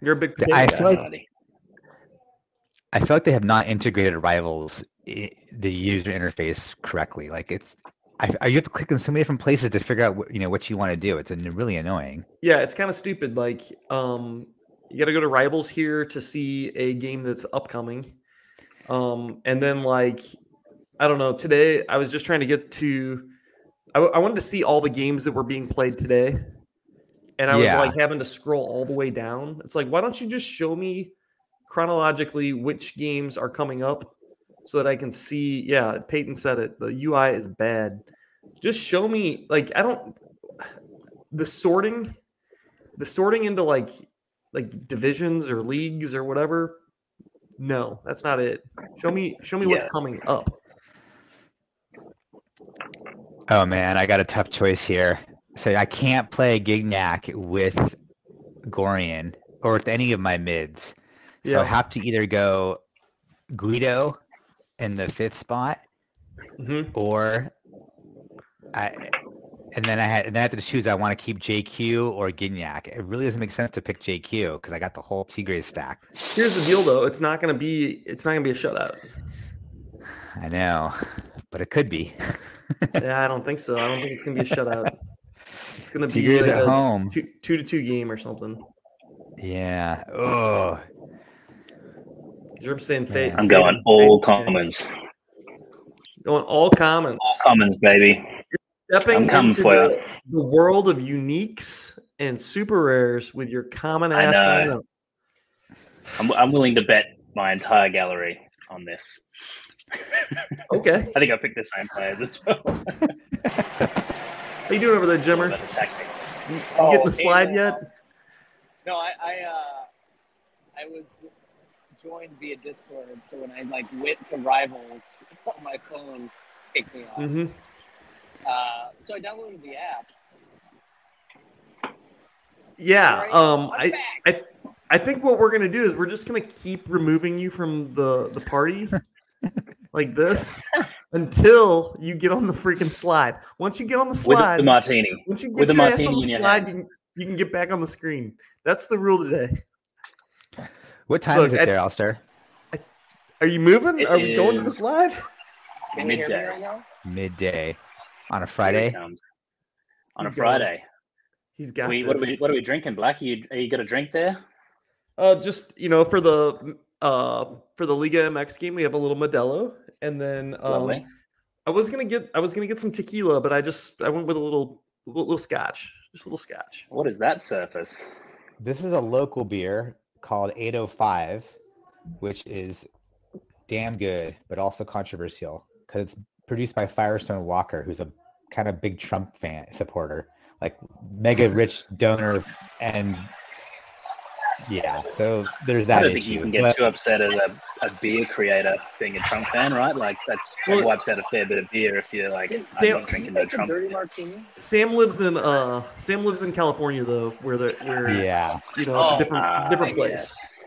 [SPEAKER 3] You're a big
[SPEAKER 4] The-
[SPEAKER 3] potato
[SPEAKER 4] I
[SPEAKER 3] guy.
[SPEAKER 4] feel like-
[SPEAKER 6] Alrighty.
[SPEAKER 4] I feel like they have not integrated rivals i- the user interface correctly. Like it's, I, I- you have to click in so many different places to figure out what you know what you want to do. It's an- really annoying.
[SPEAKER 3] yeah, it's kind of stupid. Like, um, you got to go to Rivals here to see a game that's upcoming. Um, and then like, I don't know. Today I was just trying to get to. I, w- I wanted to see all the games that were being played today, and I
[SPEAKER 4] Yeah.
[SPEAKER 3] was like having to scroll all the way down. It's like, why don't you just show me chronologically which games are coming up so that I can see? Yeah, Peyton said it. The UI is bad. Just show me. Like, I don't. The sorting, the sorting into like like divisions or leagues or whatever. No, that's not it. Show me, show me
[SPEAKER 6] Yeah.
[SPEAKER 3] what's coming up.
[SPEAKER 4] Oh man, I got a tough choice here. So I can't play Gignac with Gorian or with any of my mids. So I
[SPEAKER 3] Yeah.
[SPEAKER 4] have to either go Guido in the fifth spot,
[SPEAKER 3] Mhm.
[SPEAKER 4] or I, and then I had and then I had to choose. I want to keep JQ or Gignac. It really doesn't make sense to pick JQ because I got the whole Tigres stack.
[SPEAKER 3] Here's the deal, though. It's not going to be. It's not going to be a shutout.
[SPEAKER 4] I know, but it could be.
[SPEAKER 3] yeah, I don't think so. I don't think it's going to be a shutout. It's going to be
[SPEAKER 4] Tigres
[SPEAKER 3] like
[SPEAKER 4] at
[SPEAKER 3] a
[SPEAKER 4] home.
[SPEAKER 3] two, two to two game or something.
[SPEAKER 4] Yeah. Oh,
[SPEAKER 3] You're saying fade.
[SPEAKER 4] Yeah.
[SPEAKER 6] I'm
[SPEAKER 3] fade-
[SPEAKER 6] going all
[SPEAKER 3] fade- yeah.
[SPEAKER 6] commons.
[SPEAKER 3] Going all commons.
[SPEAKER 6] All commons, baby.
[SPEAKER 3] Stepping
[SPEAKER 6] I'm coming
[SPEAKER 3] into
[SPEAKER 6] for ya.
[SPEAKER 3] the, the world of uniques and super rares with your common
[SPEAKER 6] I
[SPEAKER 3] ass.
[SPEAKER 6] know.
[SPEAKER 3] lineup.
[SPEAKER 6] I'm, I'm willing to bet my entire gallery on this.
[SPEAKER 3] Okay.
[SPEAKER 6] I think I picked the same players as well.
[SPEAKER 3] How you doing over there, Jimmer?
[SPEAKER 6] About the tactics.
[SPEAKER 3] You, you
[SPEAKER 5] Oh,
[SPEAKER 3] getting the slide
[SPEAKER 5] hey,
[SPEAKER 3] yet?
[SPEAKER 5] No, I I, uh, I was joined via Discord, so when I like went to Rivals, *laughs* my phone kicked me off.
[SPEAKER 3] Mm-hmm.
[SPEAKER 5] Uh, so I downloaded the app.
[SPEAKER 3] Yeah.
[SPEAKER 5] Right?
[SPEAKER 3] Um.
[SPEAKER 5] I'm
[SPEAKER 3] I
[SPEAKER 5] back.
[SPEAKER 3] I I think what we're gonna do is we're just gonna keep removing you from the the party like this until you get on the freaking slide. Once you get on the
[SPEAKER 6] With
[SPEAKER 3] slide,
[SPEAKER 6] the martini.
[SPEAKER 3] once you get
[SPEAKER 6] with a
[SPEAKER 3] your ass on the
[SPEAKER 6] martini in your
[SPEAKER 3] slide, you can, you can get back on the screen. That's the rule today.
[SPEAKER 4] what time
[SPEAKER 3] Look,
[SPEAKER 4] is
[SPEAKER 3] I-
[SPEAKER 4] it there, Alistair?
[SPEAKER 3] Are you moving?
[SPEAKER 6] It
[SPEAKER 3] Are we going to the
[SPEAKER 6] is-
[SPEAKER 3] slide?
[SPEAKER 5] Can you hear me
[SPEAKER 6] Midday.
[SPEAKER 5] right now?
[SPEAKER 4] Midday on a
[SPEAKER 6] Here it
[SPEAKER 4] Friday.
[SPEAKER 6] comes. On a
[SPEAKER 3] He's going.
[SPEAKER 6] Friday.
[SPEAKER 3] He's got
[SPEAKER 6] We,
[SPEAKER 3] this.
[SPEAKER 6] what, are we, what are we drinking, Black? Are you, are you got a drink there?
[SPEAKER 3] Uh, just you know, for the uh for the Liga MX game, we have a little Modelo, and then um,
[SPEAKER 6] Lovely.
[SPEAKER 3] I was gonna get I was gonna get some tequila, but I just I went with a little little, little scotch, just a little scotch.
[SPEAKER 6] What is that surface?
[SPEAKER 4] This is a local beer called 805, which is damn good, but also controversial because it's produced by Firestone Walker, who's a kind of big Trump fan supporter, like mega rich donor, and yeah. So there's
[SPEAKER 6] I
[SPEAKER 4] that
[SPEAKER 6] don't
[SPEAKER 4] issue.
[SPEAKER 6] think you can get
[SPEAKER 4] but-
[SPEAKER 6] too upset at a, a beer creator being a Trump fan, right? Like that's that
[SPEAKER 3] Well-
[SPEAKER 6] wipes out a fair bit of beer if you're like I'm
[SPEAKER 3] They-
[SPEAKER 6] not
[SPEAKER 5] Can you
[SPEAKER 6] drinking no
[SPEAKER 5] make a
[SPEAKER 6] Trump.
[SPEAKER 5] dirty martini?
[SPEAKER 3] Sam lives in uh Sam lives in California though, where the where
[SPEAKER 4] yeah,
[SPEAKER 3] you know it's
[SPEAKER 5] Oh,
[SPEAKER 3] a different
[SPEAKER 6] Ah,
[SPEAKER 3] different place.
[SPEAKER 6] yes.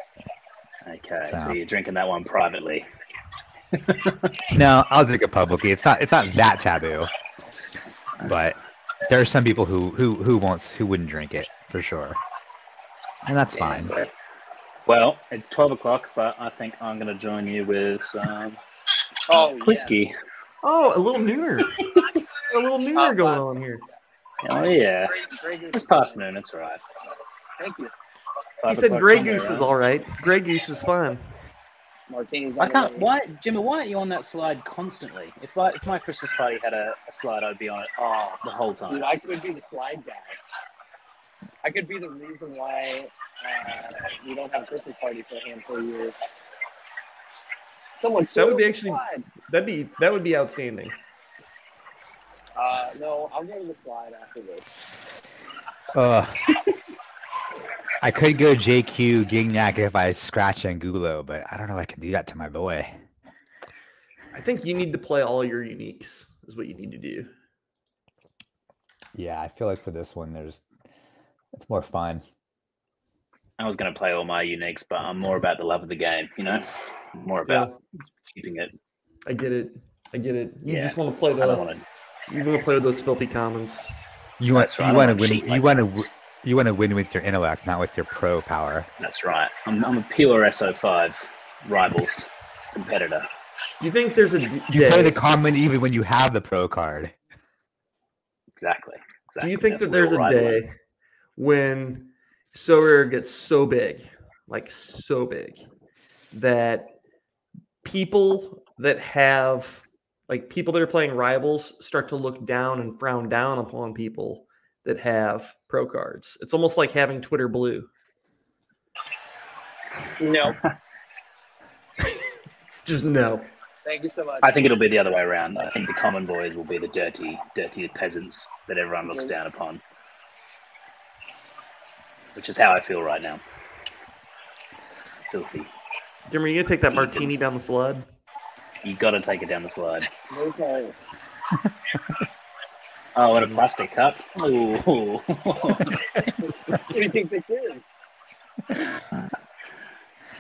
[SPEAKER 6] Okay, so
[SPEAKER 4] So-
[SPEAKER 6] you're drinking that one privately.
[SPEAKER 4] no, I'll drink it publicly. It's not. It's not that taboo, but there are some people who who who wants who wouldn't drink it for sure, and that's
[SPEAKER 6] Yeah,
[SPEAKER 4] fine.
[SPEAKER 6] but- Well, it's twelve o'clock, but I think I'm going to join you with some
[SPEAKER 5] Oh, yes.
[SPEAKER 6] whiskey.
[SPEAKER 3] Oh, a little nooner, a
[SPEAKER 6] *laughs*
[SPEAKER 3] little nooner
[SPEAKER 5] Uh,
[SPEAKER 3] going
[SPEAKER 5] uh,
[SPEAKER 3] on here.
[SPEAKER 6] Oh yeah,
[SPEAKER 5] Grey, Grey Goose.
[SPEAKER 6] it's past noon. It's all right.
[SPEAKER 5] Thank you.
[SPEAKER 3] He
[SPEAKER 6] Five
[SPEAKER 3] said
[SPEAKER 6] o'clock
[SPEAKER 3] Grey
[SPEAKER 6] somewhere
[SPEAKER 3] Goose is
[SPEAKER 6] around.
[SPEAKER 3] all right. Grey Goose is fine.
[SPEAKER 5] Martini's.
[SPEAKER 6] I
[SPEAKER 5] on the
[SPEAKER 6] can't.
[SPEAKER 5] way.
[SPEAKER 6] Why, Jimmy? Why aren't you on that slide constantly? If I, if my Christmas party had a, a slide, I'd be on it oh, the whole time.
[SPEAKER 5] Dude, I could be the slide guy. I could be the reason why uh, we don't have a Christmas party for a handful of years. Someone
[SPEAKER 3] That would
[SPEAKER 5] sue
[SPEAKER 3] be
[SPEAKER 5] the
[SPEAKER 3] actually-
[SPEAKER 5] slide.
[SPEAKER 3] That'd be that would be outstanding.
[SPEAKER 5] Uh, no, I'll go to the slide after this.
[SPEAKER 4] Uh, I could go JQ Gignac if I scratch Angulo, but I don't know if I can do that to my boy.
[SPEAKER 3] I think you need to play all your uniques is what you need to do.
[SPEAKER 4] Yeah, I feel like for this one, there's it's more fun.
[SPEAKER 6] I was going to play all my uniques, but I'm more about the love of the game. You know, more about keeping it.
[SPEAKER 3] I get it. I get it. You
[SPEAKER 6] Yeah.
[SPEAKER 3] just want to play
[SPEAKER 6] I don't
[SPEAKER 3] the
[SPEAKER 6] want to.
[SPEAKER 3] you want to play with those filthy commons.
[SPEAKER 4] You want
[SPEAKER 6] That's right, I
[SPEAKER 4] you
[SPEAKER 6] don't
[SPEAKER 4] want to
[SPEAKER 6] wanna
[SPEAKER 4] win.
[SPEAKER 6] cheat
[SPEAKER 4] You
[SPEAKER 6] like
[SPEAKER 4] want to you want to win with your intellect, not with your pro power.
[SPEAKER 6] That's right. I'm, I'm a pure SO5 rivals competitor.
[SPEAKER 3] You think there's a d-
[SPEAKER 4] You play the
[SPEAKER 3] day?
[SPEAKER 4] common even when you have the pro card.
[SPEAKER 6] Exactly.
[SPEAKER 3] Do
[SPEAKER 6] Exactly.
[SPEAKER 3] you think
[SPEAKER 6] That's
[SPEAKER 3] that
[SPEAKER 6] real
[SPEAKER 3] there's a
[SPEAKER 6] rivalry.
[SPEAKER 3] day when so rare gets so big, like so big, that people that have like people that are playing rivals start to look down and frown down upon people that have pro cards. It's almost like having Twitter blue.
[SPEAKER 5] No,
[SPEAKER 3] Just no.
[SPEAKER 5] thank you so much.
[SPEAKER 6] I think it'll be the other way around. I think the common boys will be the dirty, dirty peasants that everyone looks down upon, which is how I feel right now. Filthy.
[SPEAKER 3] Jim, are you gonna take that martini down the slide?
[SPEAKER 6] You got to take it down the slide.
[SPEAKER 5] Okay.
[SPEAKER 6] Oh, and a plastic cup. Ooh. *laughs*
[SPEAKER 5] What do you think this is?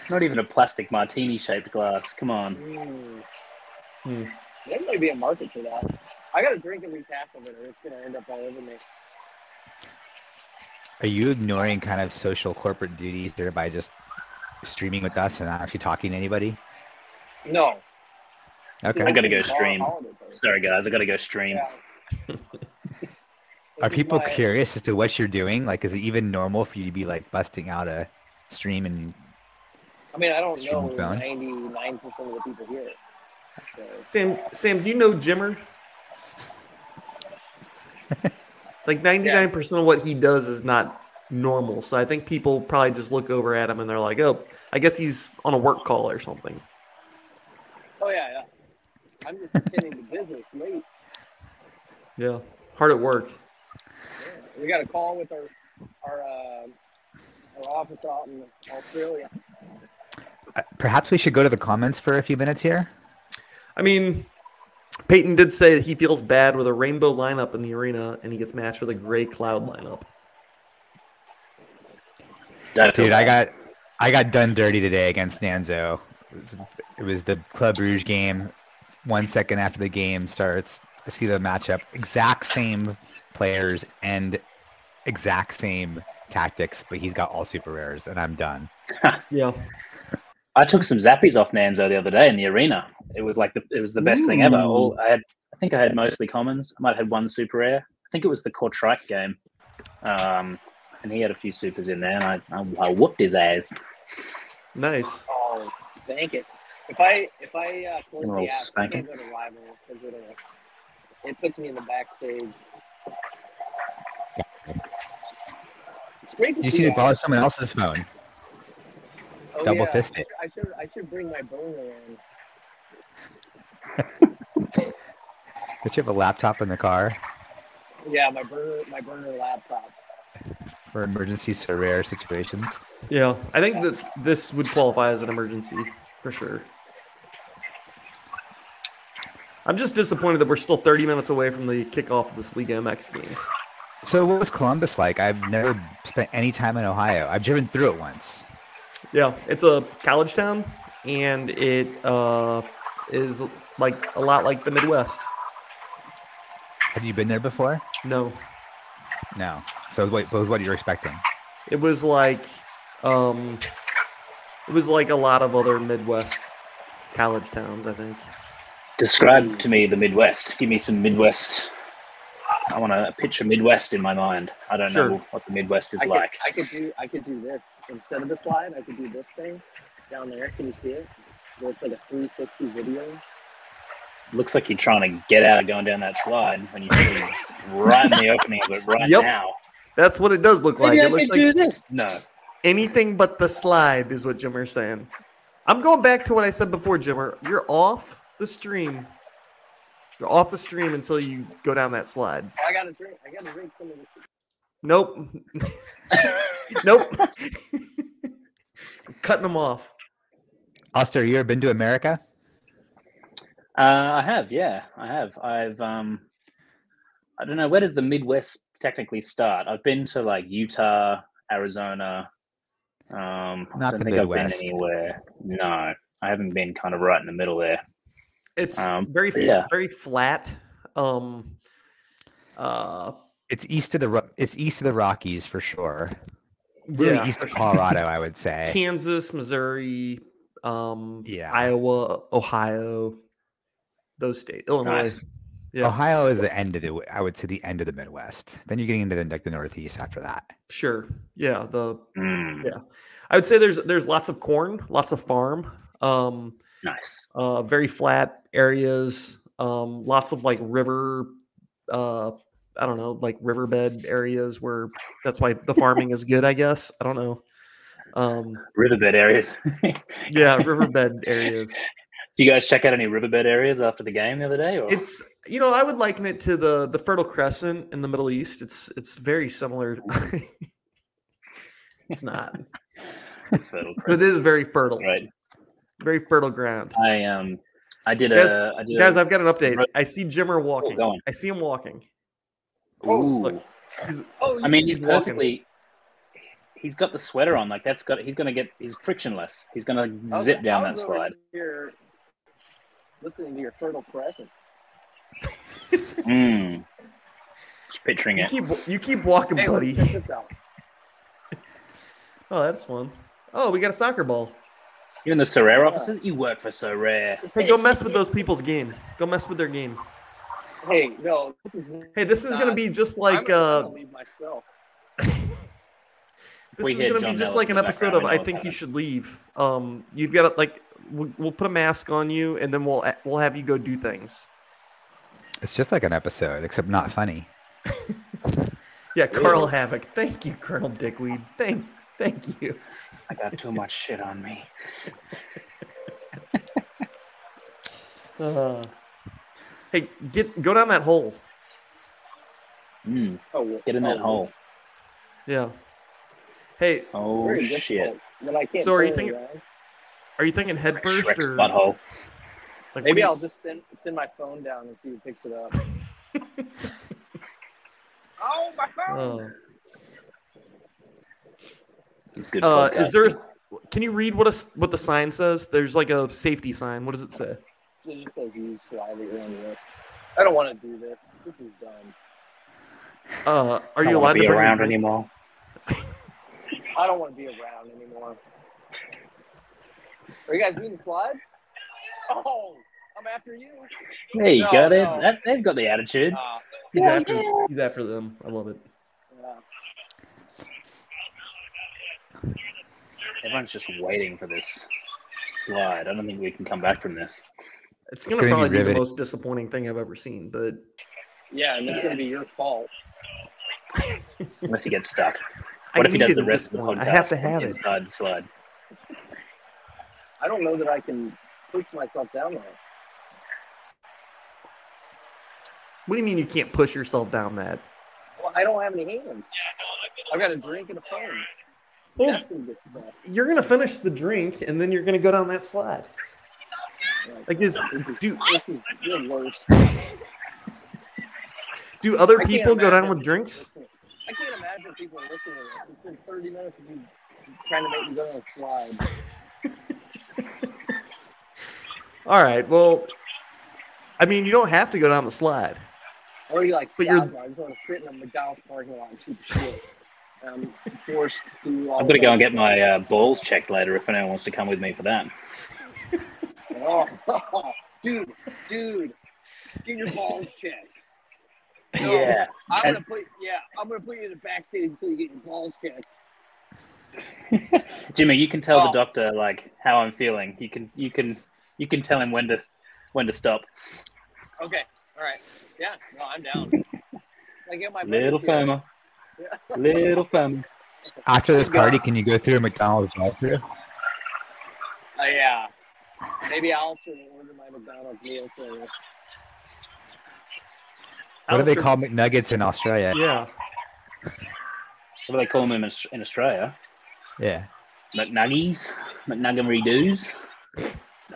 [SPEAKER 6] Not even a plastic martini shaped glass. Come on.
[SPEAKER 5] Mm.
[SPEAKER 3] Hmm.
[SPEAKER 5] There might be a market for that. I got to drink at least half of it, or it's going to end up all over me.
[SPEAKER 4] Are you ignoring kind of social corporate duties there by just streaming with us and not actually talking to anybody?
[SPEAKER 5] No.
[SPEAKER 4] Okay.
[SPEAKER 6] I gotta go
[SPEAKER 5] It's a
[SPEAKER 6] stream.
[SPEAKER 5] holiday, though.
[SPEAKER 6] Sorry guys, I gotta go stream.
[SPEAKER 5] Yeah.
[SPEAKER 4] *laughs* Are
[SPEAKER 5] This is
[SPEAKER 4] people
[SPEAKER 5] my-
[SPEAKER 4] curious as to what you're doing? Like, is it even normal for you to be like busting out a stream? And
[SPEAKER 5] I mean, I don't know
[SPEAKER 4] Streaming phone?
[SPEAKER 5] 99% of the people here. So,
[SPEAKER 3] Sam, Sam, do you know *laughs* Jimmer? like ninety nine percent of what he does is not normal. So I think people probably just look over at him and they're like, "Oh, I guess he's on a work call or something."
[SPEAKER 5] oh, yeah, yeah. I'm just attending to business late.
[SPEAKER 3] Yeah, hard at work.
[SPEAKER 5] Yeah. We got a call with our our, uh, our office out in Australia.
[SPEAKER 4] uh, perhaps we should go to the comments for a few minutes here.
[SPEAKER 3] I mean, Peyton did say that he feels bad with a rainbow lineup in the arena, and he gets matched with a gray cloud lineup.
[SPEAKER 6] Don't feel
[SPEAKER 4] Dude, I
[SPEAKER 6] bad.
[SPEAKER 4] got I got done dirty today against Nanzo. It was, it was the Club Rouge game. One second after the game starts, I see the matchup. Exact same players and exact same tactics, but he's got all super rares, and I'm done.
[SPEAKER 3] Yeah,
[SPEAKER 6] I took some zappies off Nanzo the other day in the arena. It was like the, it was the best thing ever. All I had, I think I had mostly commons. I might have had one super rare. I think it was the Courtrike game, um, and he had a few supers in there, and I, I, I whooped his ass.
[SPEAKER 3] nice.
[SPEAKER 5] Oh, spank it! If I if I uh, close
[SPEAKER 6] Little
[SPEAKER 5] the app, I
[SPEAKER 6] spanking.
[SPEAKER 5] can't go to rival 'cause it'll it puts me in the backstage. It's great to
[SPEAKER 4] You
[SPEAKER 5] see.
[SPEAKER 4] see the
[SPEAKER 5] that.
[SPEAKER 4] ball is someone else's phone.
[SPEAKER 5] Oh,
[SPEAKER 4] double
[SPEAKER 5] yeah.
[SPEAKER 4] fist it.
[SPEAKER 5] I should I should bring my burner in.
[SPEAKER 4] Did you have a laptop in the car
[SPEAKER 5] Yeah, my burner my burner laptop.
[SPEAKER 4] for emergency rare situations?
[SPEAKER 3] Yeah, I think that this would qualify as an emergency for sure. I'm just disappointed that we're still 30 minutes away from the kickoff of this League MX game.
[SPEAKER 4] So what was Columbus like? I've never spent any time in Ohio. I've driven through it once.
[SPEAKER 3] Yeah, it's a college town, and it uh, is like a lot like the Midwest.
[SPEAKER 4] Have you been there before?
[SPEAKER 3] No,
[SPEAKER 4] No. So it was what, it was what you were expecting.
[SPEAKER 3] it was like um, it was like a lot of other Midwest college towns. I think.
[SPEAKER 6] Describe to me the Midwest. Give me some Midwest. I want to picture Midwest in my mind. I don't
[SPEAKER 3] Sure.
[SPEAKER 6] know what the Midwest is
[SPEAKER 5] I
[SPEAKER 6] like.
[SPEAKER 5] could, I could do I could do this instead of the slide. I could do this thing down there. Can you see it? Where it's like a 360 video.
[SPEAKER 6] Looks like you're trying to get out of going down that slide when you're right in the opening of it right
[SPEAKER 3] Yep.
[SPEAKER 6] now.
[SPEAKER 3] That's what it does look like.
[SPEAKER 6] Maybe
[SPEAKER 3] it
[SPEAKER 6] I
[SPEAKER 3] looks
[SPEAKER 6] could
[SPEAKER 3] like
[SPEAKER 6] do this. No.
[SPEAKER 3] Anything but the slide is what Jimmer's saying. I'm going back to what I said before, Jimmer. You're off the stream. You're off the stream until you go down that slide.
[SPEAKER 5] I gotta drink. I gotta drink some of this.
[SPEAKER 3] Nope. *laughs* nope. *laughs* Cutting them off.
[SPEAKER 4] Oster, you ever been to America?
[SPEAKER 6] Uh, I have, yeah, I have. I've, um, I don't know, where does the Midwest technically start? I've been to like Utah, Arizona. Um, I
[SPEAKER 4] Not
[SPEAKER 6] don't
[SPEAKER 4] the
[SPEAKER 6] think I've
[SPEAKER 4] Midwest.
[SPEAKER 6] been anywhere. No, I haven't been kind of right in the middle there.
[SPEAKER 3] It's
[SPEAKER 6] Um,
[SPEAKER 3] very fl-
[SPEAKER 6] yeah.
[SPEAKER 3] very flat. Um uh
[SPEAKER 4] It's east of the Ro- it's east of the Rockies for sure. Really
[SPEAKER 3] yeah,
[SPEAKER 4] east of Colorado, I would say.
[SPEAKER 3] Kansas, Missouri, um
[SPEAKER 4] Yeah.
[SPEAKER 3] Iowa, Ohio, those states. Illinois.
[SPEAKER 6] Nice.
[SPEAKER 3] Yeah.
[SPEAKER 4] Ohio is the end of the I would say the end of the Midwest. Then you're getting into the, like the Northeast after that.
[SPEAKER 3] Sure. Yeah, the
[SPEAKER 6] Mm,
[SPEAKER 3] Yeah. I would say there's there's lots of corn, lots of farm, um,
[SPEAKER 6] Nice.
[SPEAKER 3] uh, very flat areas, um, lots of like river, uh, I don't know, like riverbed areas where that's why the farming is good, I guess. I don't know. Um,
[SPEAKER 6] Riverbed areas. *laughs* Do
[SPEAKER 3] yeah,
[SPEAKER 6] *laughs*
[SPEAKER 3] riverbed areas.
[SPEAKER 6] you guys check out any riverbed areas after the game the other day? *laughs* Or?
[SPEAKER 3] It's you know I would liken it to the the Fertile Crescent in the Middle East. It's it's very similar. *laughs* it's not,
[SPEAKER 6] Fertile
[SPEAKER 3] but it
[SPEAKER 6] Crescent,
[SPEAKER 3] is very fertile,
[SPEAKER 6] Right.
[SPEAKER 3] very fertile ground.
[SPEAKER 6] I um, I did
[SPEAKER 3] Guys-
[SPEAKER 6] a, I did
[SPEAKER 3] Guys,
[SPEAKER 6] a,
[SPEAKER 3] I've got an update.
[SPEAKER 6] Right. Oh,
[SPEAKER 3] I see Jimmer walking.
[SPEAKER 6] go on.
[SPEAKER 3] I see him walking.
[SPEAKER 5] oh,
[SPEAKER 6] ooh.
[SPEAKER 3] look. He's-
[SPEAKER 5] Oh,
[SPEAKER 6] I mean, he's
[SPEAKER 3] He's walking.
[SPEAKER 6] perfectly. He's got the sweater on. Like that's got. He's gonna get. He's frictionless. He's gonna
[SPEAKER 5] I was-
[SPEAKER 6] zip down
[SPEAKER 5] I
[SPEAKER 6] that
[SPEAKER 5] was over
[SPEAKER 6] slide.
[SPEAKER 5] Here, listening to your fertile crescent.
[SPEAKER 6] Mm. Just picturing
[SPEAKER 3] You
[SPEAKER 6] it.
[SPEAKER 3] keep you keep walking,
[SPEAKER 5] Hey, let's check
[SPEAKER 3] buddy.
[SPEAKER 5] this out.
[SPEAKER 3] Oh, that's fun. Oh, we got a soccer ball.
[SPEAKER 6] You in the Sorare offices? You work for Sorare.
[SPEAKER 3] Hey, go mess with those people's game. Go mess with their game.
[SPEAKER 5] Hey, no, this is
[SPEAKER 3] Hey, this is gonna be just like
[SPEAKER 5] I'm
[SPEAKER 3] uh,
[SPEAKER 5] gonna leave myself.
[SPEAKER 3] this
[SPEAKER 6] We
[SPEAKER 3] is
[SPEAKER 6] hear
[SPEAKER 3] gonna be
[SPEAKER 6] John Ellis
[SPEAKER 3] just like
[SPEAKER 6] in
[SPEAKER 3] an
[SPEAKER 6] the
[SPEAKER 3] episode
[SPEAKER 6] background,
[SPEAKER 3] of
[SPEAKER 6] we know
[SPEAKER 3] I
[SPEAKER 6] what's
[SPEAKER 3] think you
[SPEAKER 6] happening.
[SPEAKER 3] should leave. Um, you've got to like we'll, we'll put a mask on you, and then we'll we'll have you go do things.
[SPEAKER 4] It's just like an episode, except not funny.
[SPEAKER 3] Yeah, Carl Havoc. Thank you, Colonel Dickweed. Thank thank you.
[SPEAKER 6] I got too much shit on me.
[SPEAKER 3] Uh, hey, get go down that hole.
[SPEAKER 6] Mm.
[SPEAKER 5] Oh, well,
[SPEAKER 6] Get in that
[SPEAKER 5] oh,
[SPEAKER 6] hole.
[SPEAKER 3] Yeah. Hey,
[SPEAKER 6] Oh
[SPEAKER 5] very
[SPEAKER 6] shit!
[SPEAKER 5] difficult, But I can't
[SPEAKER 3] So are you
[SPEAKER 5] turn
[SPEAKER 3] thinking-
[SPEAKER 5] around.
[SPEAKER 3] are you thinking head first
[SPEAKER 6] Shrek's
[SPEAKER 3] or
[SPEAKER 6] butthole.
[SPEAKER 3] Like,
[SPEAKER 5] Maybe I'll
[SPEAKER 3] what
[SPEAKER 5] just send send my phone down and see who picks it up. oh, my
[SPEAKER 3] do
[SPEAKER 5] phone!
[SPEAKER 3] you-
[SPEAKER 6] This is good.
[SPEAKER 3] Uh, uh, is
[SPEAKER 6] podcasting.
[SPEAKER 3] there? a- Can you read what a s what the sign says? There's like a safety sign. What does it say?
[SPEAKER 5] It just says use slightly around the risk. I don't want to do this. This is dumb.
[SPEAKER 3] Uh, are
[SPEAKER 6] I
[SPEAKER 3] you
[SPEAKER 6] don't
[SPEAKER 3] allowed to
[SPEAKER 6] wanna be
[SPEAKER 3] bring your
[SPEAKER 6] around
[SPEAKER 3] drink?
[SPEAKER 6] anymore?
[SPEAKER 5] I don't want to be around anymore. Are you guys reading the slide? Oh, I'm after you.
[SPEAKER 6] There you
[SPEAKER 5] No,
[SPEAKER 6] go. There's,
[SPEAKER 5] no.
[SPEAKER 6] that, they've got the attitude.
[SPEAKER 5] Ah,
[SPEAKER 3] He's after. He's after them. I love it.
[SPEAKER 5] yeah.
[SPEAKER 6] Everyone's just waiting for this slide. I don't think we can come back from this.
[SPEAKER 3] It's gonna
[SPEAKER 4] gonna be
[SPEAKER 3] probably be, the
[SPEAKER 4] riveting.
[SPEAKER 3] most disappointing thing I've ever seen. But
[SPEAKER 5] yeah, and it's going to be your fault.
[SPEAKER 6] Unless he gets stuck.
[SPEAKER 3] I
[SPEAKER 6] What if he does
[SPEAKER 3] needed
[SPEAKER 6] the rest of
[SPEAKER 3] this
[SPEAKER 6] the
[SPEAKER 3] one.
[SPEAKER 6] podcast?
[SPEAKER 3] I have to have it.
[SPEAKER 6] inside the slide.
[SPEAKER 5] I don't know that I can push myself down there.
[SPEAKER 3] What do you mean you can't push yourself down that?
[SPEAKER 5] Well, I don't have any hands. I've got a drink and a phone.
[SPEAKER 3] Well,
[SPEAKER 5] That's some good stuff.
[SPEAKER 3] you're gonna finish the drink and then you're gonna go down that slide.
[SPEAKER 5] Like,
[SPEAKER 3] Like, is
[SPEAKER 5] this is
[SPEAKER 3] do
[SPEAKER 5] this is the worst.
[SPEAKER 3] do other
[SPEAKER 5] I can't
[SPEAKER 3] people go down
[SPEAKER 5] imagine
[SPEAKER 3] with
[SPEAKER 5] people
[SPEAKER 3] drinks?
[SPEAKER 5] listening. I can't imagine people listening to this. It's been 30 minutes of you trying to make me go on a slide.
[SPEAKER 3] All right. Well, I mean, you don't have to go down the slide.
[SPEAKER 5] Or you like,
[SPEAKER 3] But you're-
[SPEAKER 5] "Stop, man. I just want to sit in a McDonald's parking lot and shoot the shit. I'm forced to.
[SPEAKER 6] I'm gonna go and get my uh, balls checked later if anyone wants to come with me for
[SPEAKER 3] *laughs*
[SPEAKER 6] that.
[SPEAKER 5] Oh, *laughs* dude, dude, get your balls checked. No,
[SPEAKER 6] Yeah.
[SPEAKER 5] I'm
[SPEAKER 6] And-
[SPEAKER 5] gonna put. Yeah, I'm gonna put you in the backstage until you get your balls checked.
[SPEAKER 6] Jimmy, you can tell
[SPEAKER 5] Oh.
[SPEAKER 6] the doctor like how I'm feeling. You can you can you can tell him when to when to stop.
[SPEAKER 5] Okay, all right. Yeah, no, I'm down.
[SPEAKER 6] *laughs*
[SPEAKER 5] I get my
[SPEAKER 6] Little
[SPEAKER 5] bonus here.
[SPEAKER 6] firmer. Little firmer.
[SPEAKER 4] After this party, can you go through a McDonald's drive-thru?
[SPEAKER 5] Oh yeah. Maybe I'll also order my McDonald's meal for you.
[SPEAKER 4] What do they
[SPEAKER 3] Alistair-
[SPEAKER 4] call McNuggets in Australia?
[SPEAKER 3] Yeah.
[SPEAKER 6] What do they call them in, Aus- in Australia?
[SPEAKER 4] Yeah.
[SPEAKER 6] McNuggies? McNuggery doos? No,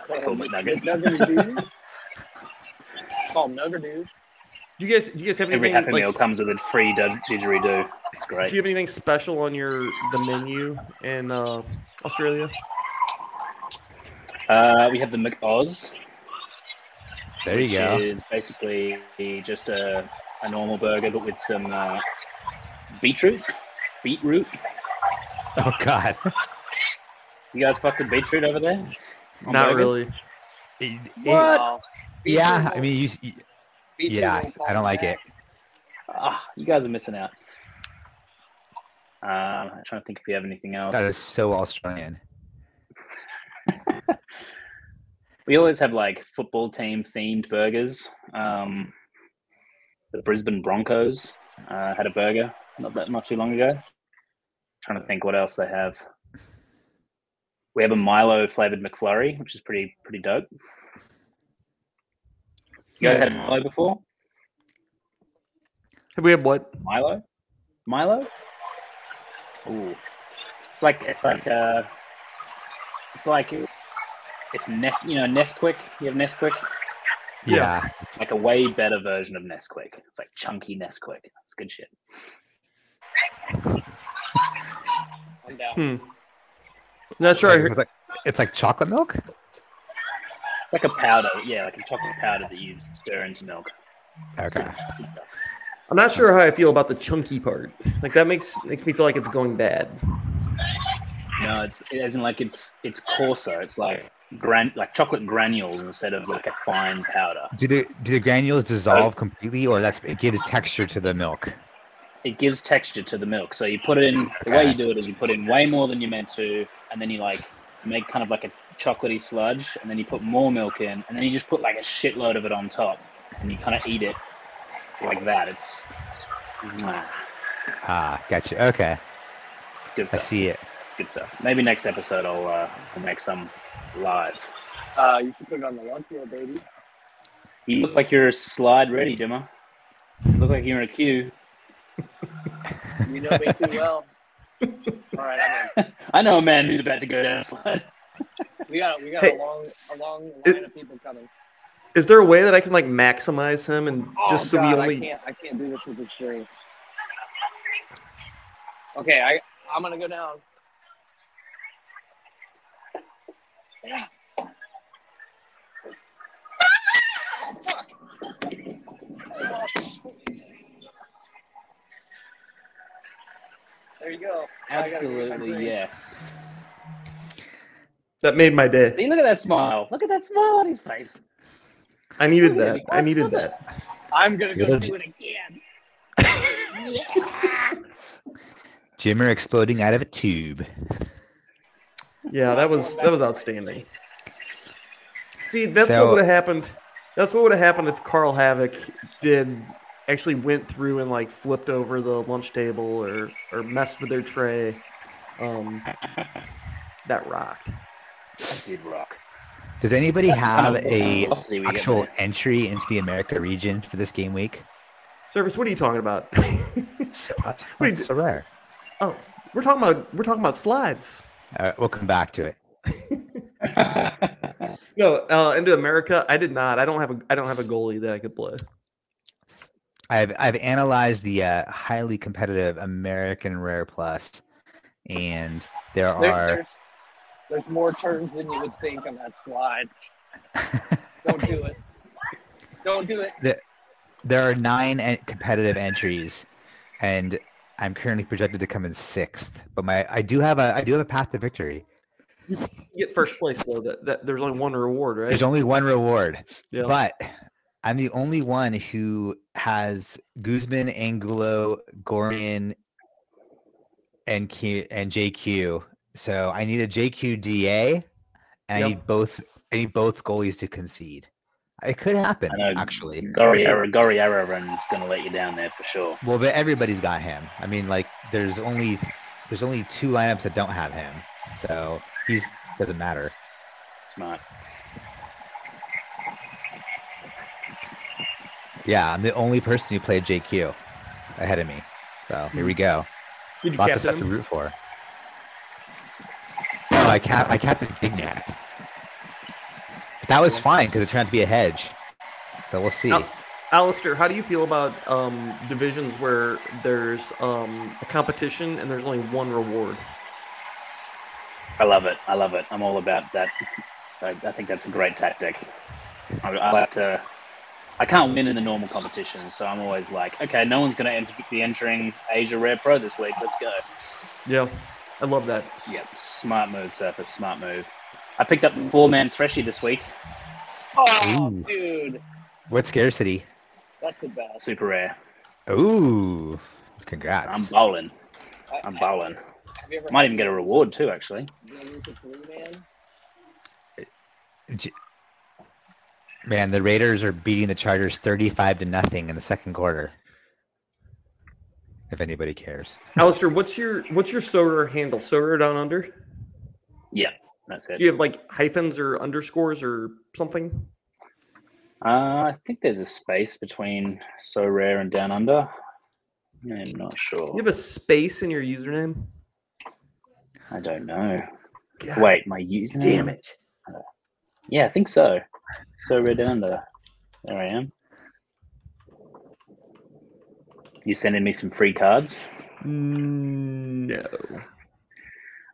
[SPEAKER 6] they call them
[SPEAKER 5] It's
[SPEAKER 6] McNuggets.
[SPEAKER 4] *laughs*
[SPEAKER 5] Nugger Dudes. Call them Nugger Dudes.
[SPEAKER 3] Do you guys? Do you guys have
[SPEAKER 6] Every
[SPEAKER 3] anything?
[SPEAKER 6] Happy
[SPEAKER 3] like,
[SPEAKER 6] Meal comes with a free did- didgeridoo. It's
[SPEAKER 3] do
[SPEAKER 6] great.
[SPEAKER 3] you have anything special on your the menu in uh, Australia?
[SPEAKER 6] Uh, we have the McOz,
[SPEAKER 4] There you
[SPEAKER 6] which
[SPEAKER 4] go.
[SPEAKER 6] is basically just a, a normal burger but with some uh, beetroot. Beetroot.
[SPEAKER 4] *laughs* Oh God.
[SPEAKER 6] You guys fuck with beetroot over there? On
[SPEAKER 3] Not
[SPEAKER 6] burgers?
[SPEAKER 3] really.
[SPEAKER 4] It- it-
[SPEAKER 6] What?
[SPEAKER 5] Oh, beef
[SPEAKER 4] yeah.
[SPEAKER 5] noodle-
[SPEAKER 4] I mean, you, you-
[SPEAKER 5] beef
[SPEAKER 4] yeah.
[SPEAKER 5] noodle,
[SPEAKER 4] I don't like it.
[SPEAKER 6] Ah, you guys are missing out. Uh, I'm trying to think if we have anything else.
[SPEAKER 4] That is so Australian.
[SPEAKER 6] We always have like football team themed burgers. Um, the Brisbane Broncos uh, had a burger not that not too long ago. Trying to think what else they have. We have a Milo flavored McFlurry, which is pretty pretty dope. You guys had a Milo before?
[SPEAKER 3] Have we had what?
[SPEAKER 6] Milo? Milo? Ooh. It's like it's like uh it's like if Nest you know Nesquik, you have Nesquik?
[SPEAKER 4] Yeah.
[SPEAKER 3] Yeah.
[SPEAKER 6] Like a way better version of Nesquik. It's like chunky Nesquik. It's good shit.
[SPEAKER 5] I'm down.
[SPEAKER 3] Hmm. Not sure. I
[SPEAKER 4] Like,
[SPEAKER 3] heard.
[SPEAKER 4] it's, like, it's like chocolate milk.
[SPEAKER 6] like a powder, yeah, like a chocolate powder that you stir into milk.
[SPEAKER 4] Okay.
[SPEAKER 6] Good stuff.
[SPEAKER 3] I'm not sure how I feel about the chunky part. Like that makes makes me feel like it's going bad.
[SPEAKER 6] No, it's it isn't like it's it's coarser. It's like gran like chocolate granules instead of like a fine powder.
[SPEAKER 4] Do the do the granules dissolve completely, or that's it gives texture to the milk?
[SPEAKER 6] It gives texture to the milk. So you put it in the way you do it is you put in way more than you're meant to, and then you like make kind of like a chocolatey sludge, and then you put more milk in, and then you just put like a shitload of it on top, and you kind of eat it like that. It's it's, mwah.
[SPEAKER 4] Ah, gotcha. Okay,
[SPEAKER 6] it's good
[SPEAKER 4] I
[SPEAKER 6] stuff.
[SPEAKER 4] see it.
[SPEAKER 6] Good stuff. Maybe next episode I'll uh, I'll make some live.
[SPEAKER 5] Uh, you should put it on the lunch roll, baby.
[SPEAKER 6] You look like you're slide ready, Dimmer. You look like you're in a queue.
[SPEAKER 5] You know me too
[SPEAKER 4] *laughs*
[SPEAKER 5] well. All right, I'm in.
[SPEAKER 6] I know a man who's about to go down a slide.
[SPEAKER 5] We got we got
[SPEAKER 3] Hey.
[SPEAKER 5] a long a long line
[SPEAKER 3] It-
[SPEAKER 5] of people coming.
[SPEAKER 3] Is there a way that I can like maximize him and
[SPEAKER 5] Oh,
[SPEAKER 3] just so
[SPEAKER 5] God,
[SPEAKER 3] we
[SPEAKER 5] I
[SPEAKER 3] only?
[SPEAKER 5] can't I can't do this with this drink. Okay, I I'm gonna go down. There you go. I gotta go get my
[SPEAKER 6] Absolutely,
[SPEAKER 5] drink.
[SPEAKER 6] yes.
[SPEAKER 3] That made my day.
[SPEAKER 6] See, look at that smile. Look at that smile on his face.
[SPEAKER 3] I needed that. I needed that.
[SPEAKER 5] I'm gonna go
[SPEAKER 4] You're
[SPEAKER 5] do
[SPEAKER 4] the-
[SPEAKER 5] it again.
[SPEAKER 4] Jimmer exploding out of a tube.
[SPEAKER 3] Yeah, that was that was outstanding. See, that's
[SPEAKER 4] So-
[SPEAKER 3] what would have happened. That's what would have happened if Carl Havoc did actually went through and like flipped over the lunch table or or messed with their tray. Um, that rocked.
[SPEAKER 6] That did rock.
[SPEAKER 4] Does anybody have a
[SPEAKER 6] I'll see Um, we get
[SPEAKER 4] actual
[SPEAKER 6] there.
[SPEAKER 4] entry into the America region for this game week?
[SPEAKER 3] Service, what are you talking about? *laughs*
[SPEAKER 4] So, that's
[SPEAKER 3] Wait,
[SPEAKER 4] so rare.
[SPEAKER 3] oh, we're talking about we're talking about slides.
[SPEAKER 4] All right, we'll come back to it.
[SPEAKER 6] *laughs*
[SPEAKER 3] No, uh, into America, I did not. I don't have a I don't have a goalie that I could play.
[SPEAKER 4] I've I've analyzed the uh, highly competitive American Rare Plus, and there
[SPEAKER 5] There-
[SPEAKER 4] are
[SPEAKER 5] there's, there's more turns than you would think on that
[SPEAKER 6] *laughs*
[SPEAKER 5] slide. Don't do it. Don't do it.
[SPEAKER 4] there are nine en- competitive entries, and I'm currently projected to come in sixth. But my I do have a I do have a path to victory.
[SPEAKER 3] You get first place though. That, that there's only one reward, right?
[SPEAKER 4] There's only one reward,
[SPEAKER 3] Yeah.
[SPEAKER 4] but I'm the only one who has Guzman, Angulo, Gorian, and Q and JQ. So I need a JQ DA, and I
[SPEAKER 3] Yep.
[SPEAKER 4] need both. I need both goalies to concede. It could happen,
[SPEAKER 6] I know.
[SPEAKER 4] actually.
[SPEAKER 6] Goriara Goriara run's gonna let you down there for sure.
[SPEAKER 4] Well, but everybody's got him. I mean, like there's only there's only two lineups that don't have him, so he's doesn't matter.
[SPEAKER 6] Smart.
[SPEAKER 4] Yeah, I'm the only person who played JQ ahead of me. So here we go.
[SPEAKER 3] Did you
[SPEAKER 4] Lots of
[SPEAKER 3] captain
[SPEAKER 4] stuff to
[SPEAKER 3] him?
[SPEAKER 4] root for. No, I cap I capped the Gignac. But that was fine because it turned out to be a hedge. So we'll see.
[SPEAKER 3] Al- Alistair, how do you feel about um, divisions where there's um, a competition and there's only one reward?
[SPEAKER 6] I love it. I love it. I'm all about that. I, I think that's a great tactic. I, I like to. I can't win in the normal competition, so I'm always like, okay, no one's going to enter, be entering Asia Rare Pro this week. Let's go.
[SPEAKER 3] Yeah, I love that.
[SPEAKER 6] Yep, smart move, Surface. Smart move. I picked up four man Threshy this week.
[SPEAKER 5] Oh,
[SPEAKER 4] Ooh.
[SPEAKER 5] dude,
[SPEAKER 4] What scarcity?
[SPEAKER 5] that's the best.
[SPEAKER 6] Super rare.
[SPEAKER 4] Ooh.
[SPEAKER 6] I'm
[SPEAKER 4] Congrats.
[SPEAKER 6] bowling.
[SPEAKER 5] I,
[SPEAKER 6] I'm bowling.
[SPEAKER 5] Have you ever
[SPEAKER 6] Might even get a reward too, actually.
[SPEAKER 5] man?
[SPEAKER 4] Man, the Raiders are beating the Chargers thirty five to nothing in the second quarter. If anybody cares.
[SPEAKER 3] Alistair, what's your what's your Sorer handle? Sorer down under? Do
[SPEAKER 6] That's it.
[SPEAKER 3] you have like hyphens or underscores or something?
[SPEAKER 6] Uh, I think there's a space between so rare and down under. I'm not sure.
[SPEAKER 3] You have a space in your username?
[SPEAKER 6] I don't know.
[SPEAKER 3] God
[SPEAKER 6] Wait, my username.
[SPEAKER 3] damn it!
[SPEAKER 6] Yeah, I think so. So Redondo. There I am. You sending
[SPEAKER 3] Mm,
[SPEAKER 6] me some free cards?
[SPEAKER 3] No.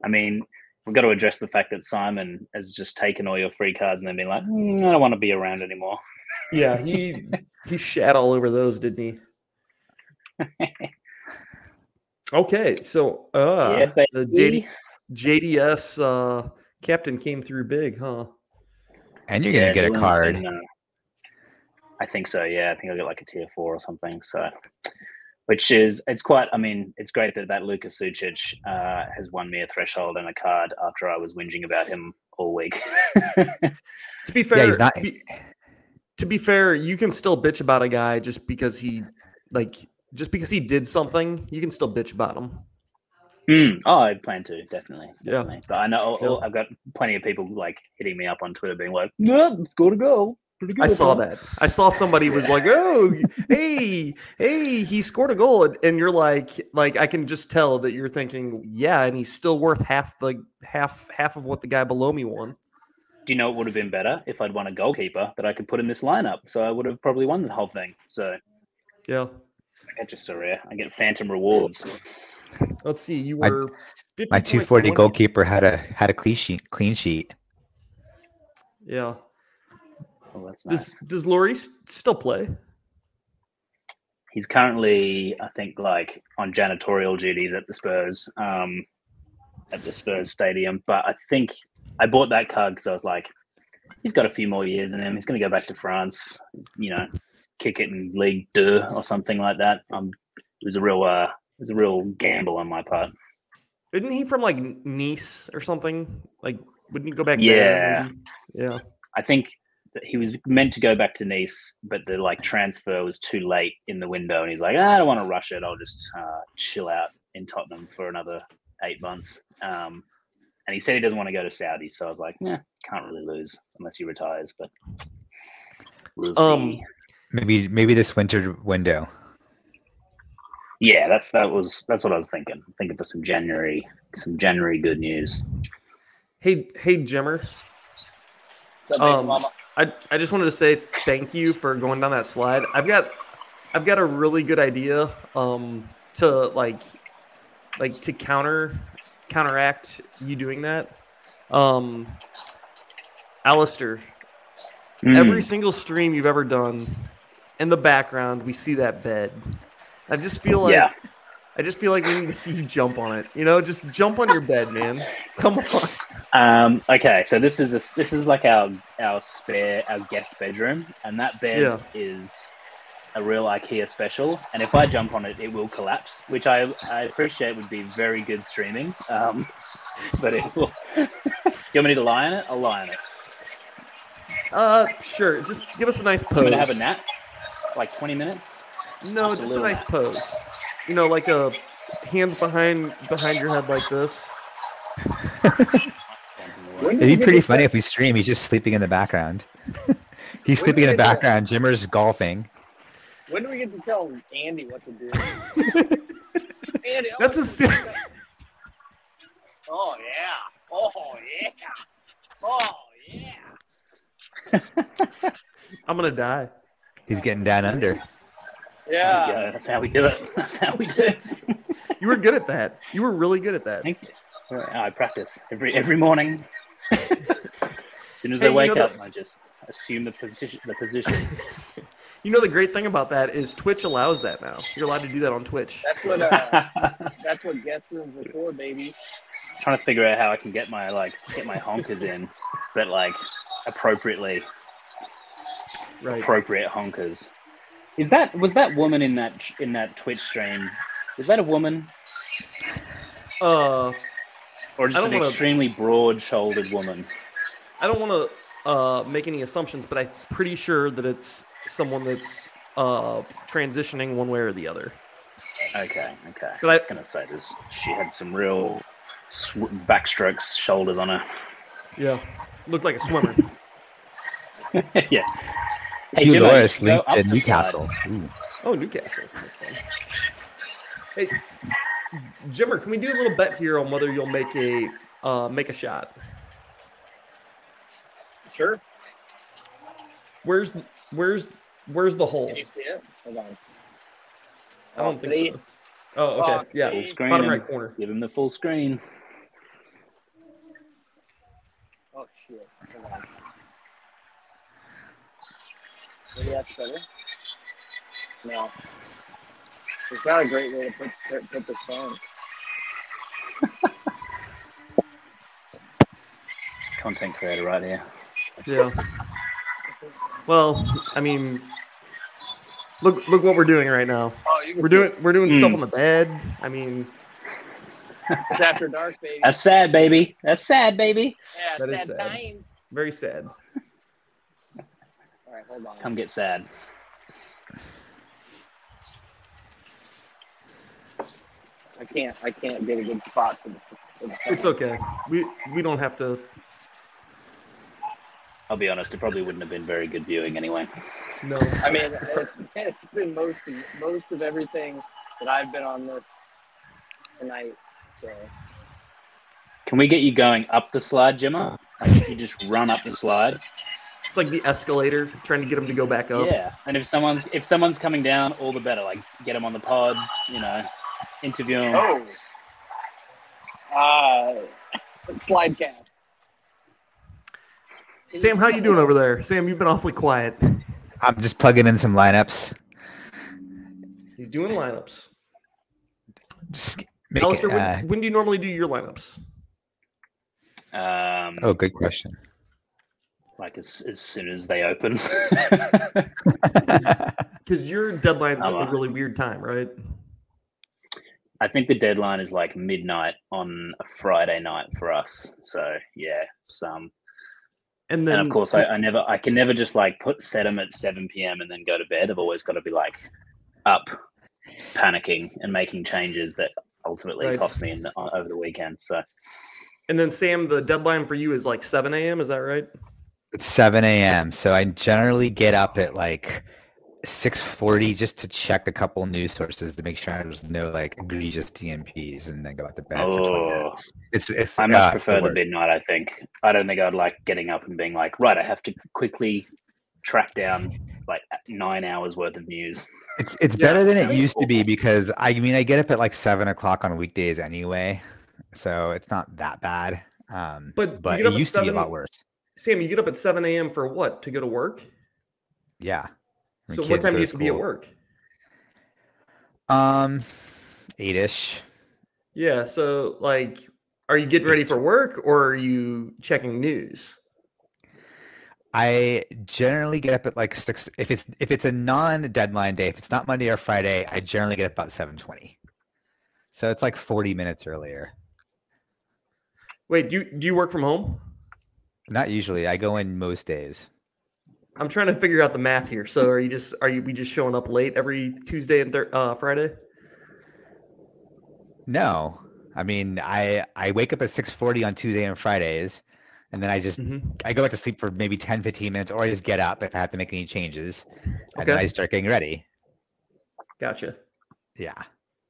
[SPEAKER 6] I mean, we've got to address the fact that Simon has just taken all your free cards and then been like, "Mm, I don't want to be around anymore.
[SPEAKER 3] *laughs* Yeah, he he shat all over those, didn't he? okay, so uh
[SPEAKER 6] yeah,
[SPEAKER 3] the JD,
[SPEAKER 6] baby.
[SPEAKER 3] JDS uh captain came through big, huh?
[SPEAKER 4] And you're gonna
[SPEAKER 6] Yeah,
[SPEAKER 4] get a
[SPEAKER 6] Dylan's
[SPEAKER 4] card.
[SPEAKER 6] been, uh, I think so. Yeah, I think I got like a tier four or something. So, which is it's quite. I mean, it's great that that Lucas Sucic uh, has won me a threshold and a card after I was whinging about him all week. *laughs*
[SPEAKER 3] To be fair,
[SPEAKER 4] Yeah, he's not-
[SPEAKER 3] be- to be fair, you can still bitch about a guy just because he like just because he did something, you can still bitch about him.
[SPEAKER 6] Mm, Oh, I plan to definitely,
[SPEAKER 3] Yeah.
[SPEAKER 6] definitely. But I know
[SPEAKER 3] Yeah.
[SPEAKER 6] I've got plenty of people like hitting me up on Twitter, being like, "No, scored a goal." Pretty good
[SPEAKER 3] I saw
[SPEAKER 6] huh?"
[SPEAKER 3] that. I saw somebody was like, "Oh, hey, hey, he scored a goal," and- and you're like, like I can just tell that you're thinking, yeah, and he's still worth half the half half of what the guy below me won.
[SPEAKER 6] Do you know it would have been better if I'd won a goalkeeper that I could put in this lineup? So I would have probably won the whole thing. So
[SPEAKER 3] Yeah.
[SPEAKER 6] I get just so rare. I get phantom rewards.
[SPEAKER 3] Let's see. You
[SPEAKER 4] My-
[SPEAKER 3] were
[SPEAKER 4] My
[SPEAKER 3] 50
[SPEAKER 4] two
[SPEAKER 3] points
[SPEAKER 4] forty
[SPEAKER 3] to one-
[SPEAKER 4] goalkeeper had a had a clean sheet clean sheet.
[SPEAKER 3] Yeah.
[SPEAKER 6] Oh, that's nice.
[SPEAKER 3] Does does Laurie s- still play?
[SPEAKER 6] He's currently, I think, like on janitorial duties at the Spurs, um, at the Spurs stadium. But I think I bought that card because I was like, he's got a few more years in him. He's going to go back to France, you know, kick it in League Two or something like that. Um, it was a real, uh, it was a real gamble on my part.
[SPEAKER 3] Isn't he from like N- Nice or something? Like, wouldn't he go back?
[SPEAKER 6] Yeah.
[SPEAKER 3] There? wouldn't he? Yeah.
[SPEAKER 6] I think that he was meant to go back to Nice, but the like transfer was too late in the window, and he's like, "Ah, I don't want to rush it. I'll just uh, chill out in Tottenham for another eight months. Um, and he said he doesn't want to go to Saudi, so I was like, nah, can't really lose unless he retires. But we'll
[SPEAKER 3] Um,
[SPEAKER 6] see.
[SPEAKER 4] Maybe maybe this winter window.
[SPEAKER 6] Yeah, that's that was that's what I was thinking. Thinking for some January, some January good news.
[SPEAKER 3] Hey, hey, Jimmer.
[SPEAKER 5] It's a big
[SPEAKER 3] Um,
[SPEAKER 5] mama.
[SPEAKER 3] I, I just wanted to say thank you for going down that slide. I've got I've got a really good idea um to like like to counter counteract you doing that. Um Alistair,
[SPEAKER 6] Hmm.
[SPEAKER 3] every single stream you've ever done in the background we see that bed. I just feel like
[SPEAKER 6] Yeah.
[SPEAKER 3] I just feel like we need to see you jump on it. You know, just jump on your bed, man. Come on.
[SPEAKER 6] Um, okay, so this is a, this is like our our spare our guest bedroom, and that bed
[SPEAKER 3] Yeah.
[SPEAKER 6] is a real IKEA special. And if I jump on it, it will collapse, which I I appreciate would be very good streaming. Um, *laughs* but it will. *laughs* Do you want me to lie on it? I'll lie on it.
[SPEAKER 3] Uh sure, just give us a nice
[SPEAKER 6] I'm
[SPEAKER 3] pose.
[SPEAKER 6] gonna have a nap, like twenty minutes.
[SPEAKER 3] No,
[SPEAKER 6] Just a
[SPEAKER 3] just a
[SPEAKER 6] little
[SPEAKER 3] nice
[SPEAKER 6] nap.
[SPEAKER 3] pose. You know, like a hands behind behind your head like this.
[SPEAKER 6] Sounds in the way.
[SPEAKER 5] When did
[SPEAKER 4] It'd
[SPEAKER 5] you
[SPEAKER 4] be pretty
[SPEAKER 5] get
[SPEAKER 4] funny if we stream. He's just sleeping in the background. He's sleeping
[SPEAKER 5] Wait,
[SPEAKER 4] in the
[SPEAKER 5] wait, wait.
[SPEAKER 4] background. Jimmer's golfing.
[SPEAKER 5] to- When do we get to tell Andy what
[SPEAKER 3] *laughs*
[SPEAKER 5] to do? Andy, I
[SPEAKER 3] That's
[SPEAKER 5] want
[SPEAKER 3] a
[SPEAKER 5] you to-
[SPEAKER 3] ser- *laughs*
[SPEAKER 5] Oh yeah. Oh yeah. Oh yeah.
[SPEAKER 3] I'm gonna die.
[SPEAKER 4] He's getting down under.
[SPEAKER 6] There we
[SPEAKER 5] Yeah.
[SPEAKER 6] go. That's how we do it. *laughs* That's how we do it.
[SPEAKER 3] You were good at that. You were really good at that.
[SPEAKER 6] Thank you. I practice every every morning. *laughs* as soon as
[SPEAKER 3] Hey,
[SPEAKER 6] I
[SPEAKER 3] you
[SPEAKER 6] wake
[SPEAKER 3] know
[SPEAKER 6] up,
[SPEAKER 3] that-
[SPEAKER 6] I just assume the position. The position. *laughs*
[SPEAKER 3] You know the great thing about that is Twitch allows that now. You're allowed to do that on Twitch.
[SPEAKER 5] That's what
[SPEAKER 6] *laughs*
[SPEAKER 5] uh, that's what guest rooms are for, baby.
[SPEAKER 6] Trying to figure out how I can get my like get my honkers in, but like appropriately
[SPEAKER 3] Right.
[SPEAKER 6] appropriate honkers. Is that was that woman in that in that Twitch stream? Is that a woman
[SPEAKER 3] Uh I
[SPEAKER 6] or just
[SPEAKER 3] don't
[SPEAKER 6] an
[SPEAKER 3] wanna-
[SPEAKER 6] extremely broad-shouldered woman?
[SPEAKER 3] I don't wanna uh make any assumptions, but I'm pretty sure that it's someone that's uh transitioning one way or the other.
[SPEAKER 6] Okay, okay.
[SPEAKER 3] But I-
[SPEAKER 6] I was gonna say this. She had some real sw- backstrokes, shoulders on her.
[SPEAKER 3] Yeah. Looked like a swimmer.
[SPEAKER 4] *laughs*
[SPEAKER 6] yeah.
[SPEAKER 4] Hugh
[SPEAKER 6] Jimbo, you
[SPEAKER 4] Loris
[SPEAKER 6] should go
[SPEAKER 4] linked
[SPEAKER 6] up
[SPEAKER 4] to
[SPEAKER 6] the
[SPEAKER 4] Newcastle. Ooh.
[SPEAKER 3] Oh, Newcastle. That's fun. Hey, Jimmer, can we do a little bet here on whether you'll make a uh, make a shot?
[SPEAKER 5] Sure.
[SPEAKER 3] Where's where's where's the hole?
[SPEAKER 5] Can you see it? Hold on.
[SPEAKER 3] I don't think so.
[SPEAKER 5] please.
[SPEAKER 3] Oh,
[SPEAKER 5] Oh,
[SPEAKER 3] okay, yeah,
[SPEAKER 5] please.
[SPEAKER 6] Full screen
[SPEAKER 3] bottom
[SPEAKER 6] him.
[SPEAKER 3] right corner.
[SPEAKER 6] Give him the full screen.
[SPEAKER 5] Oh shit. Hold on. Maybe that's better. No. It's not a great way to put put, put this phone.
[SPEAKER 6] Content creator right here.
[SPEAKER 3] Yeah. Well, I mean, look look what we're doing right now.
[SPEAKER 5] Oh, you can
[SPEAKER 3] We're
[SPEAKER 5] see
[SPEAKER 3] doing we're doing stuff
[SPEAKER 6] Hmm.
[SPEAKER 3] on the bed. I mean,
[SPEAKER 5] it. It's after dark, baby.
[SPEAKER 6] That's sad, baby. That's sad, baby.
[SPEAKER 5] yeah,
[SPEAKER 3] that is
[SPEAKER 5] sad,
[SPEAKER 3] sad.
[SPEAKER 5] times.
[SPEAKER 3] very sad.
[SPEAKER 5] All right, hold on.
[SPEAKER 6] Come get sad.
[SPEAKER 5] I can't. I can't get a good spot for the. For the
[SPEAKER 3] It's
[SPEAKER 5] phone.
[SPEAKER 3] okay. We we don't have to.
[SPEAKER 6] I'll be honest, it probably wouldn't have been very good viewing anyway.
[SPEAKER 3] No.
[SPEAKER 5] I mean, it's it's been most of, most of everything that I've been on this tonight. So
[SPEAKER 6] Can we get you going up the slide, Gemma? Like you just run up the slide.
[SPEAKER 3] It's like the escalator, trying to get him to go back up.
[SPEAKER 6] Yeah. And if someone's if someone's coming down, all the better. Like get them on the pod, you know, interview 'em.
[SPEAKER 5] oh, uh, slidecast.
[SPEAKER 3] Sam, how you doing over there? Sam, you've been awfully quiet.
[SPEAKER 4] I'm just plugging in some lineups.
[SPEAKER 3] He's doing lineups.
[SPEAKER 4] Just make it,
[SPEAKER 3] Alistair,
[SPEAKER 4] uh,
[SPEAKER 3] when, when do you normally do your lineups?
[SPEAKER 6] Um,
[SPEAKER 4] oh, good question.
[SPEAKER 6] like as, as soon as they open. *laughs*
[SPEAKER 3] Because your deadline's
[SPEAKER 6] I'm
[SPEAKER 3] at a
[SPEAKER 6] on.
[SPEAKER 3] really weird time, right?
[SPEAKER 6] I think the deadline is like midnight on a Friday night for us. So yeah, it's um
[SPEAKER 3] And then
[SPEAKER 6] and of course I, I never I can never just like put set them at seven PM and then go to bed. I've always got to be like up panicking and making changes that ultimately
[SPEAKER 3] Right.
[SPEAKER 6] cost me in the, o- over the weekend. So
[SPEAKER 3] and then Sam, the deadline for you is like 7 a.m. Is that right?
[SPEAKER 4] It's 7 a.m. So I generally get up at like 6:40 just to check a couple news sources to make sure there's no like egregious DMPs, and then go back to bed. for 20
[SPEAKER 6] oh,
[SPEAKER 4] minutes. It's, it's
[SPEAKER 6] I much
[SPEAKER 4] uh,
[SPEAKER 6] prefer the
[SPEAKER 4] worst.
[SPEAKER 6] midnight, I think. I don't think I'd like getting up and being like, right, I have to quickly track down like nine hours worth of news.
[SPEAKER 4] It's, it's
[SPEAKER 3] Yeah,
[SPEAKER 4] better than
[SPEAKER 3] yeah.
[SPEAKER 4] it used to be because I mean I get up at like seven o'clock on weekdays anyway, so it's not that bad. Um,
[SPEAKER 3] But you
[SPEAKER 4] but,
[SPEAKER 3] get up
[SPEAKER 4] it
[SPEAKER 3] at
[SPEAKER 4] used to be a
[SPEAKER 3] 7
[SPEAKER 4] lot worse.
[SPEAKER 3] Sam, you get up at 7 a.m. for what? To go to work?
[SPEAKER 4] Yeah. My
[SPEAKER 3] So what
[SPEAKER 4] kids
[SPEAKER 3] time
[SPEAKER 4] go
[SPEAKER 3] do you have to be at
[SPEAKER 4] school.
[SPEAKER 3] work?
[SPEAKER 4] Um, eight ish.
[SPEAKER 3] Yeah. So like, are you getting ready for work or are you checking news?
[SPEAKER 4] I generally get up at like six. If it's if it's a non-deadline day, if it's not Monday or Friday, I generally get up about seven twenty. So it's like forty minutes earlier.
[SPEAKER 3] Wait, do you, do you work from home?
[SPEAKER 4] Not usually. I go in most days.
[SPEAKER 3] I'm trying to figure out the math here. So are you just are you we just showing up late every Tuesday and thir- uh, Friday?
[SPEAKER 4] No, I mean I I wake up at six forty on Tuesday and Fridays, and then I just
[SPEAKER 3] Mm-hmm.
[SPEAKER 4] I go back to sleep for maybe 10, 15 minutes, or I just get up if I have to make any changes, and then
[SPEAKER 3] Okay.
[SPEAKER 4] I start getting ready.
[SPEAKER 3] Gotcha.
[SPEAKER 4] Yeah,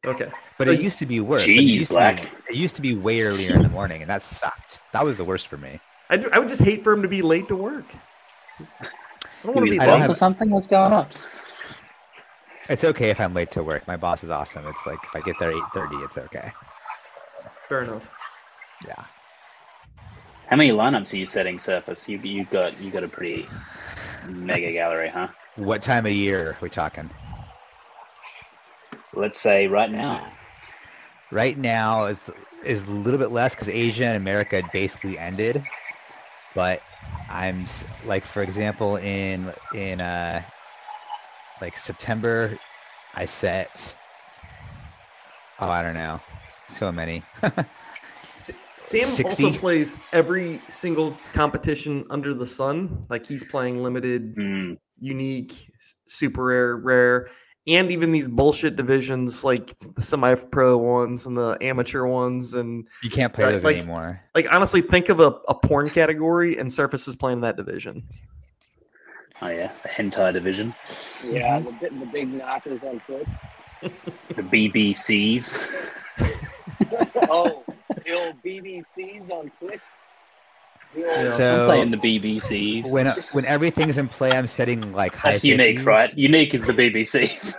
[SPEAKER 3] Okay.
[SPEAKER 4] but
[SPEAKER 3] So
[SPEAKER 4] it
[SPEAKER 3] you-
[SPEAKER 4] used to be worse. I mean, it used
[SPEAKER 6] Jeez,
[SPEAKER 4] to be-
[SPEAKER 6] Black.
[SPEAKER 4] it used to be way earlier in the morning, and that sucked. That was the worst for me.
[SPEAKER 3] I, do, I would just hate for him to be late to work. I don't want to
[SPEAKER 6] Give
[SPEAKER 3] be
[SPEAKER 6] me
[SPEAKER 4] I don't
[SPEAKER 6] a boss
[SPEAKER 3] late.
[SPEAKER 4] have-
[SPEAKER 6] or something? What's going on?
[SPEAKER 4] It's okay if I'm late to work. My boss is awesome. It's like if I get there at eight thirty, it's okay.
[SPEAKER 3] Fair enough.
[SPEAKER 4] Yeah.
[SPEAKER 6] How many lineups are you setting, Surface? You you got you got a pretty mega gallery, huh?
[SPEAKER 4] What time of year are we talking?
[SPEAKER 6] Let's say right now.
[SPEAKER 4] Right now is is a little bit less because Asia and America basically ended, but I'm s- like for example in in uh like September, I set oh I don't know so many.
[SPEAKER 3] S- Sam
[SPEAKER 4] 60.
[SPEAKER 3] also plays every single competition under the sun. Like he's playing limited,
[SPEAKER 6] Hmm.
[SPEAKER 3] unique, s- super rare, rare, and even these bullshit divisions like the semi-pro ones and the amateur ones. And
[SPEAKER 4] You can't play
[SPEAKER 3] Right,
[SPEAKER 4] those
[SPEAKER 3] like-
[SPEAKER 4] anymore.
[SPEAKER 3] like honestly, think of a, a porn category, and Surface is playing that division.
[SPEAKER 6] Oh yeah, the hentai division,
[SPEAKER 5] Yeah, the the, the big knockers on
[SPEAKER 3] *laughs*
[SPEAKER 5] Twitch.
[SPEAKER 6] the BBCs.
[SPEAKER 5] oh, the old BBCs on Twitch. The old-
[SPEAKER 3] Yeah.
[SPEAKER 6] *laughs* I'm playing
[SPEAKER 4] So
[SPEAKER 6] the BBCs.
[SPEAKER 4] when when everything's in play, I'm setting like high.
[SPEAKER 6] That's unique,
[SPEAKER 4] 50s.
[SPEAKER 6] right? Unique is the BBCs.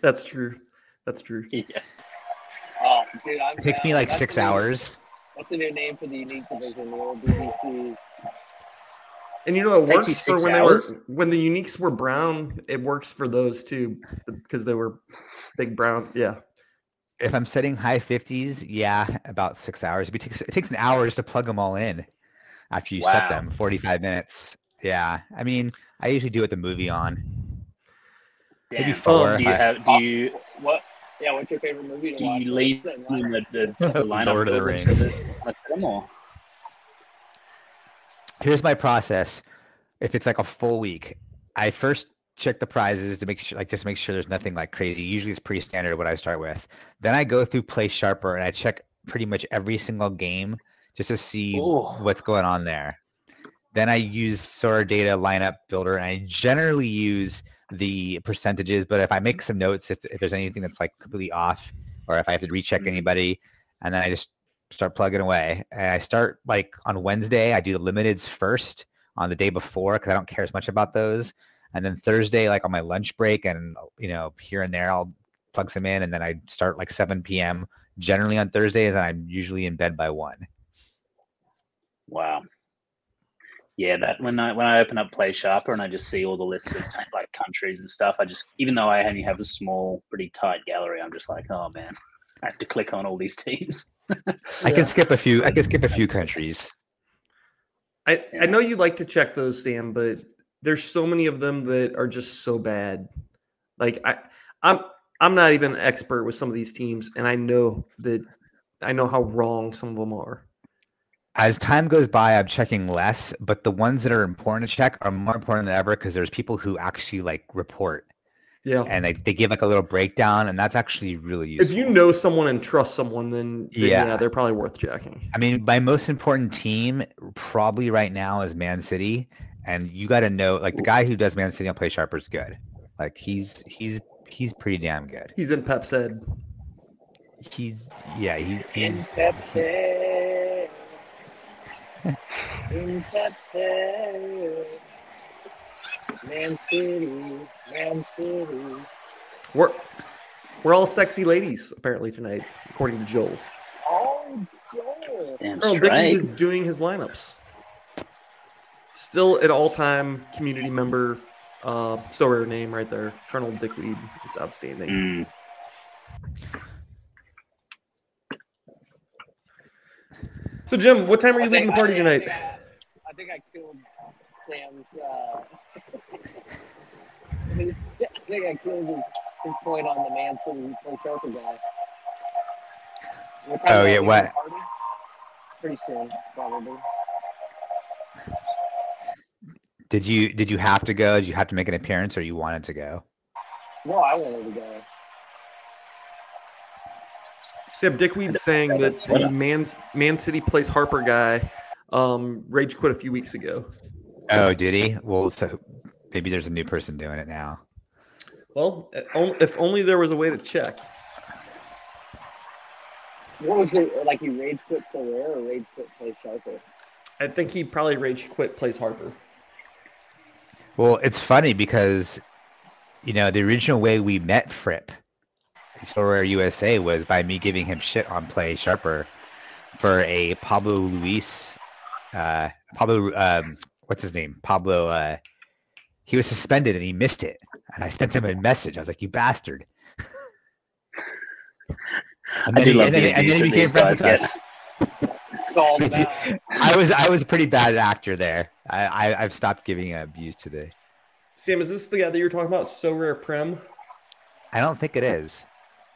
[SPEAKER 3] That's true. That's true.
[SPEAKER 6] *laughs* yeah.
[SPEAKER 5] Oh, dude, I'm
[SPEAKER 4] It takes me
[SPEAKER 5] down.
[SPEAKER 4] like
[SPEAKER 5] That's
[SPEAKER 4] six
[SPEAKER 5] me.
[SPEAKER 4] hours.
[SPEAKER 5] That's the new name for the unique division, the old BBCs.
[SPEAKER 3] And you know it
[SPEAKER 6] Takes you
[SPEAKER 3] works for
[SPEAKER 6] six
[SPEAKER 3] when
[SPEAKER 6] hours.
[SPEAKER 3] they were when the uniques were brown. It works for those too because they were big brown. Yeah,
[SPEAKER 4] If I'm setting high 50s, yeah, about six hours. It takes, it takes an hour just to plug them all in after you set
[SPEAKER 6] Wow.
[SPEAKER 4] them, 45 minutes. Yeah. I mean, I usually do it the movie on. Maybe
[SPEAKER 6] Damn.
[SPEAKER 4] four.
[SPEAKER 6] do you have? Do you
[SPEAKER 5] What? Yeah, what's your favorite movie to
[SPEAKER 6] do
[SPEAKER 5] watch?
[SPEAKER 6] you leave
[SPEAKER 5] What's
[SPEAKER 6] the,
[SPEAKER 5] that line?
[SPEAKER 6] the,
[SPEAKER 4] *laughs*
[SPEAKER 6] the lineup
[SPEAKER 4] Lord of the
[SPEAKER 6] open
[SPEAKER 4] Rings.
[SPEAKER 6] so that- I said them all?
[SPEAKER 4] Here's my process. If it's like a full week, I first check the prizes to make sure, like, just make sure there's nothing like crazy. Usually it's pretty standard what I start with. Then I go through Play Sharper and I check pretty much every single game just to see
[SPEAKER 6] Ooh.
[SPEAKER 4] what's going on there. Then I use Sora Data Lineup Builder, and I generally use the percentages. But if I make some notes, if, if there's anything that's like completely off, or if I have to recheck anybody, and then I just start plugging away. And I start like on Wednesday, I do the limiteds first on the day before because I don't care as much about those. And then Thursday, like on my lunch break, and you know here and there, I'll plug some in, and then I start like 7 p.m. generally on Thursdays, and I'm usually in bed by one.
[SPEAKER 6] Wow. Yeah, that when I when I open up Play Sharper and I just see all the lists of t- like countries and stuff, I just even though I only have a small, pretty tight gallery, I'm just like, oh man, I have to click on all these *laughs* teams.
[SPEAKER 4] I can skip a few. I can skip a few countries.
[SPEAKER 3] I
[SPEAKER 6] Yeah.
[SPEAKER 3] I know you like to check those, Sam, but there's so many of them that are just so bad. Like I I'm I'm not even an expert with some of these teams, and I know that I know how wrong some of them are.
[SPEAKER 4] As time goes by, I'm checking less, but the ones that are important to check are more important than ever because there's people who actually like report
[SPEAKER 3] Yeah.
[SPEAKER 4] and they, they give like a little breakdown, and that's actually really useful.
[SPEAKER 3] Oh. if you know someone and trust someone, then, then yeah.
[SPEAKER 4] Yeah.
[SPEAKER 3] they're probably worth checking.
[SPEAKER 4] I mean, my most important team probably right now is Man City, and you got to know like the guy who does Man City on Play Sharper is good. Like he's he's he's pretty damn good.
[SPEAKER 3] He's in Pep's head.
[SPEAKER 4] He's yeah he,
[SPEAKER 5] In
[SPEAKER 4] he's
[SPEAKER 5] Pepsi. In Pepsi. Man City. Man City.
[SPEAKER 3] We're we're all sexy ladies apparently tonight, according to Joel.
[SPEAKER 5] Oh, good.
[SPEAKER 6] Damn
[SPEAKER 3] Earl
[SPEAKER 6] straight.
[SPEAKER 3] Dickey Oh, is doing his lineups. Still an all-time community member. Uh, so rare name right there, Colonel Dickweed. It's outstanding.
[SPEAKER 6] Mm.
[SPEAKER 3] So Jim, what time are you
[SPEAKER 5] I
[SPEAKER 3] leaving
[SPEAKER 5] think-
[SPEAKER 3] the party
[SPEAKER 5] I
[SPEAKER 3] tonight?
[SPEAKER 5] think- I think I killed Sam's. Uh, *laughs* I think I killed his, his point on the man City play Sharper guy. What time
[SPEAKER 4] Oh,
[SPEAKER 5] are
[SPEAKER 4] yeah,
[SPEAKER 5] we
[SPEAKER 4] what?
[SPEAKER 5] having a party? Pretty soon, probably.
[SPEAKER 4] Did you did you have to go? Did you have to make an appearance, or you wanted to go?
[SPEAKER 5] No, I wanted to go.
[SPEAKER 3] Sam Dickweed's saying that the Man Man City plays Harper guy um, rage quit a few weeks ago.
[SPEAKER 4] Oh, did he? Well, so maybe there's a new person doing it now.
[SPEAKER 3] Well, eh, on- if only there was a way to check.
[SPEAKER 5] What was the like? You rage quit Solaire or rage quit play Sharper?
[SPEAKER 3] I think he probably rage quit plays Harper.
[SPEAKER 4] Well, it's funny because you know the original way we met Fripp, Sorare USA, was by me giving him shit on Play Sharper for a Pablo Luis, uh, Pablo, um, what's his name? Pablo. Uh, he was suspended and he missed it, and I sent him a message. I was like, "You
[SPEAKER 6] *laughs*
[SPEAKER 4] bastard." And
[SPEAKER 6] I
[SPEAKER 4] then
[SPEAKER 6] do
[SPEAKER 4] he-
[SPEAKER 6] love
[SPEAKER 4] and then-
[SPEAKER 6] the
[SPEAKER 4] and then
[SPEAKER 6] abuse
[SPEAKER 4] he
[SPEAKER 6] that
[SPEAKER 4] became
[SPEAKER 6] these
[SPEAKER 4] friends
[SPEAKER 6] guys
[SPEAKER 4] with
[SPEAKER 6] get.
[SPEAKER 4] us.
[SPEAKER 5] Stalled him out.
[SPEAKER 4] *laughs* I was I was a pretty bad actor there. I, I I've stopped giving abuse today.
[SPEAKER 3] Sam, is this the guy that you're talking about? So rare Prem.
[SPEAKER 4] I don't think it is.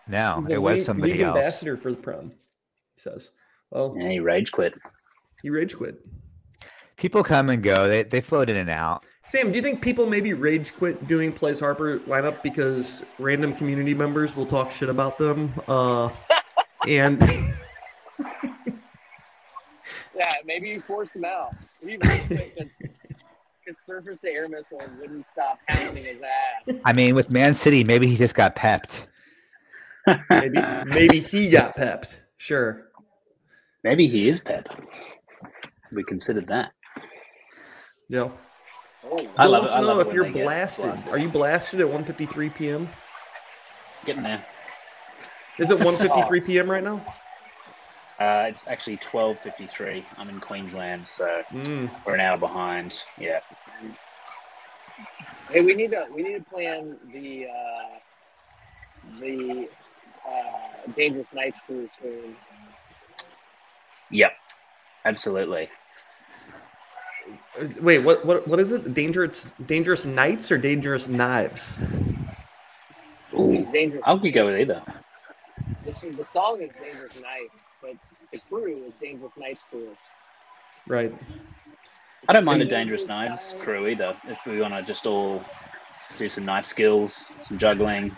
[SPEAKER 4] No,
[SPEAKER 3] He's the
[SPEAKER 4] Um, it
[SPEAKER 3] league-
[SPEAKER 4] was somebody
[SPEAKER 3] league
[SPEAKER 4] else.
[SPEAKER 3] ambassador for the Prem. He says, "Well,
[SPEAKER 6] Yeah, he rage quit.
[SPEAKER 3] he rage quit."
[SPEAKER 4] People come and go. They they float in and out.
[SPEAKER 3] Sam, do you think people maybe rage quit doing plays Harper lineup because random community members will talk shit about them? Uh,
[SPEAKER 6] *laughs*
[SPEAKER 3] and
[SPEAKER 5] Yeah, maybe you forced him out. He rage quit because surface to air missile wouldn't stop pounding his ass.
[SPEAKER 4] I mean, with Man City, maybe he just got pepped.
[SPEAKER 3] maybe maybe he got pepped. Sure.
[SPEAKER 6] Maybe he is Pep. We considered that.
[SPEAKER 3] Yeah.
[SPEAKER 5] Oh,
[SPEAKER 6] I
[SPEAKER 3] Let
[SPEAKER 6] love it.
[SPEAKER 3] us
[SPEAKER 6] I
[SPEAKER 3] know
[SPEAKER 6] love it
[SPEAKER 3] if
[SPEAKER 6] when
[SPEAKER 3] you're
[SPEAKER 6] they get
[SPEAKER 3] blasted.
[SPEAKER 6] blasted.
[SPEAKER 3] Are you blasted at 1:53 p.m.?
[SPEAKER 6] Getting there. *laughs* Oh.
[SPEAKER 3] Is it 1:53 p.m. right now?
[SPEAKER 6] I Uh, it's actually twelve fifty three. I'm in Queensland, so
[SPEAKER 3] Mm.
[SPEAKER 6] we're an hour behind. Yeah.
[SPEAKER 5] Hey, we need to we need to plan the uh, the uh, dangerous nights crew soon.
[SPEAKER 6] Yep. Absolutely.
[SPEAKER 3] Is- Wait, what? What? What is it? Dangerous, dangerous knights or dangerous knives?
[SPEAKER 5] It's
[SPEAKER 6] Ooh.
[SPEAKER 5] dangerous.
[SPEAKER 6] I could go with either.
[SPEAKER 5] This is, the song is dangerous night, but the crew is dangerous nights crew.
[SPEAKER 3] Right.
[SPEAKER 6] I don't mind a dangerous knives crew either. If we want to just all do some knife skills, some juggling,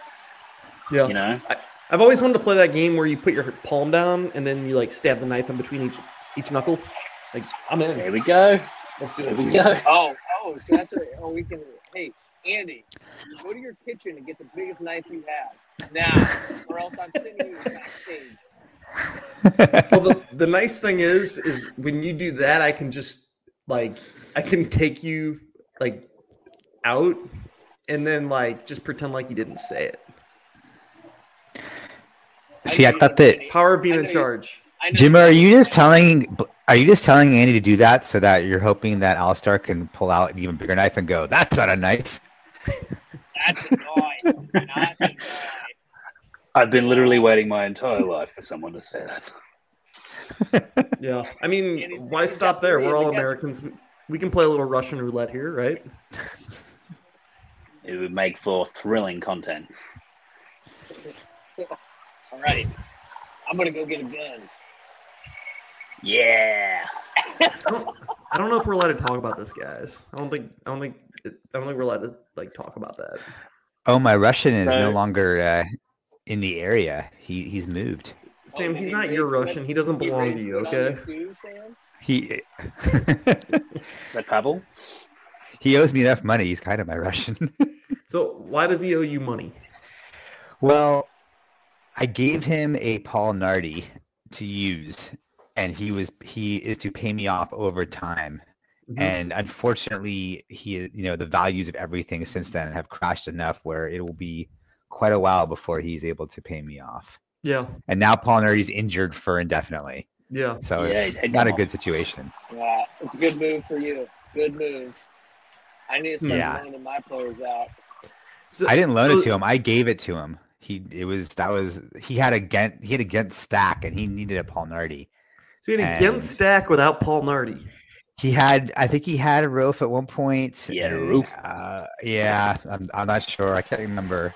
[SPEAKER 3] Yeah.
[SPEAKER 6] you know.
[SPEAKER 3] I've always wanted to play that game where you put your palm down and then you like stab the knife in between each each knuckle. Like I'm
[SPEAKER 6] Here
[SPEAKER 3] in.
[SPEAKER 6] we go.
[SPEAKER 3] Let's do
[SPEAKER 6] Here we
[SPEAKER 3] it.
[SPEAKER 6] go.
[SPEAKER 5] Oh, oh, so that's what, oh, we can. Hey, Andy, go to your kitchen and get the biggest knife you have now, or else I'm sending you backstage.
[SPEAKER 3] *laughs* Well, the, the nice thing is, is when you do that, I can just like I can take you like out and then like just pretend like you didn't say it.
[SPEAKER 4] See, I thought that
[SPEAKER 3] Power being
[SPEAKER 5] I
[SPEAKER 3] in
[SPEAKER 5] know you-
[SPEAKER 3] charge.
[SPEAKER 5] I know-
[SPEAKER 4] Jim, are you just telling? Are you just telling Andy to do that so that you're hoping that Alistair can pull out an even bigger knife and go, "That's not a knife."
[SPEAKER 5] That's a guy. That's a guy.
[SPEAKER 6] I've been literally waiting my entire life for someone to say that.
[SPEAKER 3] Yeah. I
[SPEAKER 5] And he's-
[SPEAKER 3] mean, why
[SPEAKER 5] he's got
[SPEAKER 3] stop there?
[SPEAKER 5] three
[SPEAKER 3] We're
[SPEAKER 5] as a
[SPEAKER 3] all
[SPEAKER 5] guest.
[SPEAKER 3] Americans. We, we can play a little Russian roulette here, right?
[SPEAKER 6] It would make for thrilling content.
[SPEAKER 5] All right, I'm gonna go get a gun.
[SPEAKER 6] Yeah.
[SPEAKER 3] I don't, I don't know if we're allowed to talk about this, guys. I don't think I don't think I don't think we're allowed to like talk about that.
[SPEAKER 4] Oh, my Russian is no
[SPEAKER 6] Right.
[SPEAKER 4] longer uh, in the area. He he's moved.
[SPEAKER 3] Sam,
[SPEAKER 5] did
[SPEAKER 3] he's
[SPEAKER 5] he
[SPEAKER 3] not your
[SPEAKER 5] raise you up?
[SPEAKER 3] Russian. He doesn't
[SPEAKER 5] He
[SPEAKER 3] belong
[SPEAKER 5] raised
[SPEAKER 3] to you,
[SPEAKER 5] it on
[SPEAKER 3] okay?
[SPEAKER 5] too, Sam?
[SPEAKER 4] He *laughs*
[SPEAKER 6] That Pavel?
[SPEAKER 4] he owes me enough money. He's kind of my Russian. *laughs*
[SPEAKER 3] So why does he owe you money?
[SPEAKER 4] well, I gave him a Paul Nardi to use, and he was he is to pay me off over time.
[SPEAKER 6] Mm-hmm.
[SPEAKER 3] Mhm.
[SPEAKER 4] and unfortunately he you know the values of everything since then have crashed enough where it will be quite a while before he's able to pay me off
[SPEAKER 3] Yeah,
[SPEAKER 4] and now Polinari's indefinitely for indefinitely
[SPEAKER 3] yeah.
[SPEAKER 4] so
[SPEAKER 6] Yeah, he's
[SPEAKER 4] it's
[SPEAKER 6] head
[SPEAKER 4] not a
[SPEAKER 6] gone
[SPEAKER 4] good
[SPEAKER 6] off.
[SPEAKER 4] situation
[SPEAKER 5] Yeah, it's a good move for you. Good move. I need to start
[SPEAKER 4] Yeah.
[SPEAKER 5] loaning my players out.
[SPEAKER 3] So,
[SPEAKER 4] i didn't loan
[SPEAKER 3] so-
[SPEAKER 4] it to him i gave it to him he it was that was he had a gent he had a gent stack and he needed a Polinardi.
[SPEAKER 3] So you had a Gent
[SPEAKER 4] and-
[SPEAKER 3] stack without Paul Nardi.
[SPEAKER 4] he had i think he had a roof at one point
[SPEAKER 6] He had a
[SPEAKER 4] and,
[SPEAKER 6] roof.
[SPEAKER 4] uh, yeah I'm, I'm not sure i can't remember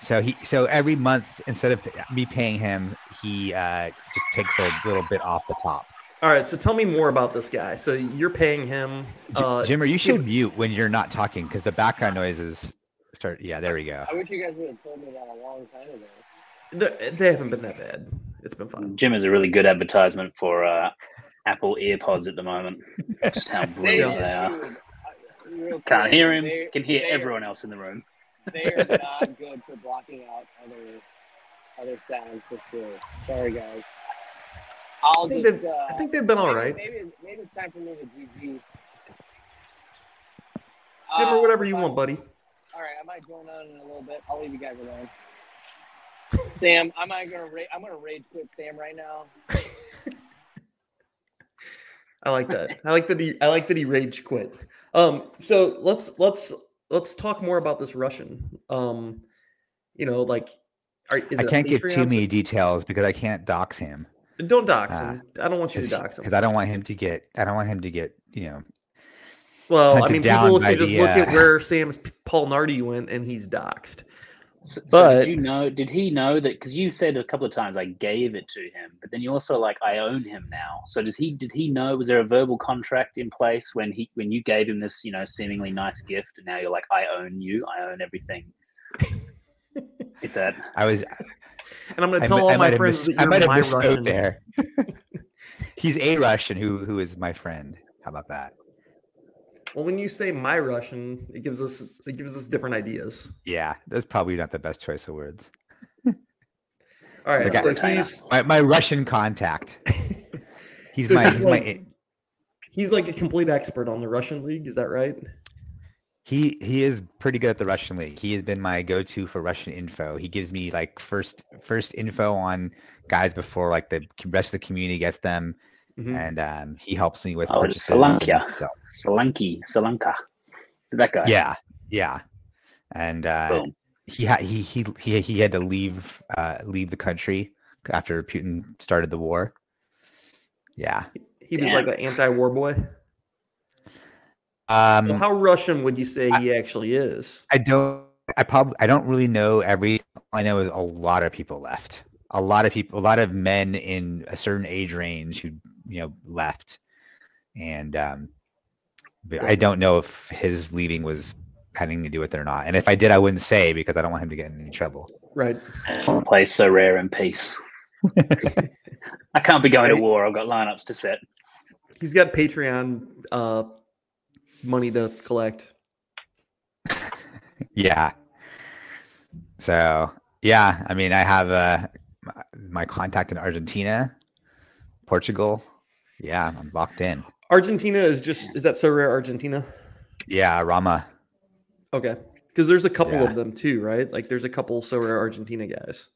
[SPEAKER 4] so he so every month instead of me paying him he uh just takes a little bit off the top
[SPEAKER 3] All right, so tell me more about this guy. So you're paying him.
[SPEAKER 4] J-
[SPEAKER 3] Uh,
[SPEAKER 4] jimmer you
[SPEAKER 3] he-
[SPEAKER 4] should mute when you're not talking because the background noises start yeah there we go
[SPEAKER 5] I wish you guys would have told me that a long time ago.
[SPEAKER 3] they, they haven't been that bad. It's been fun.
[SPEAKER 6] Jim is a really good advertisement for uh, Apple earpods at the moment. Just how
[SPEAKER 5] They,
[SPEAKER 6] brilliant they are.
[SPEAKER 5] dude, I- real
[SPEAKER 6] Can't
[SPEAKER 5] quick,
[SPEAKER 6] hear him.
[SPEAKER 5] they're-
[SPEAKER 6] Can hear
[SPEAKER 5] they're-
[SPEAKER 6] everyone else in the room.
[SPEAKER 5] They are not good for blocking out other other sounds for sure. Sorry, guys. I'll
[SPEAKER 3] I think,
[SPEAKER 5] just.
[SPEAKER 3] they've,
[SPEAKER 5] uh,
[SPEAKER 3] I think they've been all
[SPEAKER 5] maybe-
[SPEAKER 3] right.
[SPEAKER 5] Maybe, it's- maybe it's time for me to GG.
[SPEAKER 3] Jim,
[SPEAKER 5] Uh,
[SPEAKER 3] or whatever you
[SPEAKER 5] but-
[SPEAKER 3] want, buddy.
[SPEAKER 5] All right, I might join on in a little bit. I'll leave you guys alone. Sam, I'm not gonna ra- I'm gonna rage quit Sam right now.
[SPEAKER 3] I like that. I like that. He, I like that he rage quit. Um, so let's let's let's talk more about this Russian. Um, you know, like, are, is
[SPEAKER 4] i
[SPEAKER 3] it a
[SPEAKER 4] can't give too
[SPEAKER 3] Patreon
[SPEAKER 4] many details because i can't dox him
[SPEAKER 3] sub- Don't dox
[SPEAKER 4] Ah,
[SPEAKER 3] him. I don't want you to dox
[SPEAKER 4] because
[SPEAKER 3] him.
[SPEAKER 4] i don't want him to get i don't want him to get you know
[SPEAKER 3] Well, I
[SPEAKER 4] hunted
[SPEAKER 3] mean,
[SPEAKER 4] down
[SPEAKER 3] people, if
[SPEAKER 4] by
[SPEAKER 3] you just
[SPEAKER 4] the,
[SPEAKER 3] look at
[SPEAKER 4] uh,
[SPEAKER 3] where Sam's p- Paul Nardi went, and he's doxed.
[SPEAKER 6] So, so
[SPEAKER 3] But-
[SPEAKER 6] did you know? Did he know that? Because you said a couple of times I gave it to him, but then you also like I own him now. So does he? Did he know? Was there a verbal contract in place when he when you gave him this you know seemingly nice gift, and now you're like I own you, I own everything. Is that
[SPEAKER 4] i was
[SPEAKER 3] And I'm going
[SPEAKER 4] I
[SPEAKER 3] to tell
[SPEAKER 4] mi-
[SPEAKER 3] all
[SPEAKER 4] I
[SPEAKER 3] my
[SPEAKER 4] might have
[SPEAKER 3] friends
[SPEAKER 4] mis-
[SPEAKER 3] that
[SPEAKER 4] I
[SPEAKER 3] you're
[SPEAKER 4] might have
[SPEAKER 3] my
[SPEAKER 4] misspoke
[SPEAKER 3] Russian. *laughs*
[SPEAKER 4] there. *laughs* He's a Russian who who is my friend. How about that?
[SPEAKER 3] Well, when you say my Russian, it gives us it gives us different ideas.
[SPEAKER 4] Yeah, that's probably not the best choice of words.
[SPEAKER 3] All right,
[SPEAKER 4] Okay.
[SPEAKER 3] so he's
[SPEAKER 4] My, my
[SPEAKER 3] *laughs*
[SPEAKER 4] Russian contact. He's
[SPEAKER 3] so
[SPEAKER 4] my
[SPEAKER 3] he's
[SPEAKER 4] he's
[SPEAKER 3] like
[SPEAKER 4] my
[SPEAKER 3] he's like a complete expert on the Russian league. Is that right?
[SPEAKER 4] He he is pretty good at the Russian league. He has been my go-to for Russian info. He gives me like first first info on guys before like the rest of the community gets them,
[SPEAKER 3] Mhm.
[SPEAKER 4] and um, he helps me with.
[SPEAKER 6] Oh,
[SPEAKER 4] purchases
[SPEAKER 6] Solankia.
[SPEAKER 4] and stuff.
[SPEAKER 6] Solanke, Solanka. Is it that guy?
[SPEAKER 4] Yeah, yeah, and uh,
[SPEAKER 6] Boom.
[SPEAKER 4] he had he he he he had to leave uh, leave the country after Putin started the war. Yeah.
[SPEAKER 3] He was
[SPEAKER 6] Damn.
[SPEAKER 3] like an anti-war boy.
[SPEAKER 4] Um,
[SPEAKER 3] Well, how Russian would you say he actually is?
[SPEAKER 4] I don't. I probably. I don't really know every. all I know is a lot of people left. A lot of people. A lot of men in a certain age range who you know left, and um, but I don't know if his leaving was had anything to do with it or not. And if I did, I wouldn't say because I don't want him to get in any trouble.
[SPEAKER 3] Right.
[SPEAKER 6] And plays so rare in peace. I can't be going to war. I've got lineups to set. *laughs*
[SPEAKER 3] He's got Patreon uh, money to collect.
[SPEAKER 4] Yeah. So yeah, I mean, I have uh, my- my contact in Argentina, Portugal. Yeah, I'm locked in.
[SPEAKER 3] Argentina is just is that so rare Argentina?
[SPEAKER 4] Yeah, Rama.
[SPEAKER 3] Okay. Because there's a couple
[SPEAKER 4] Yeah.
[SPEAKER 3] of them too, right? Like there's a couple so rare Argentina guys.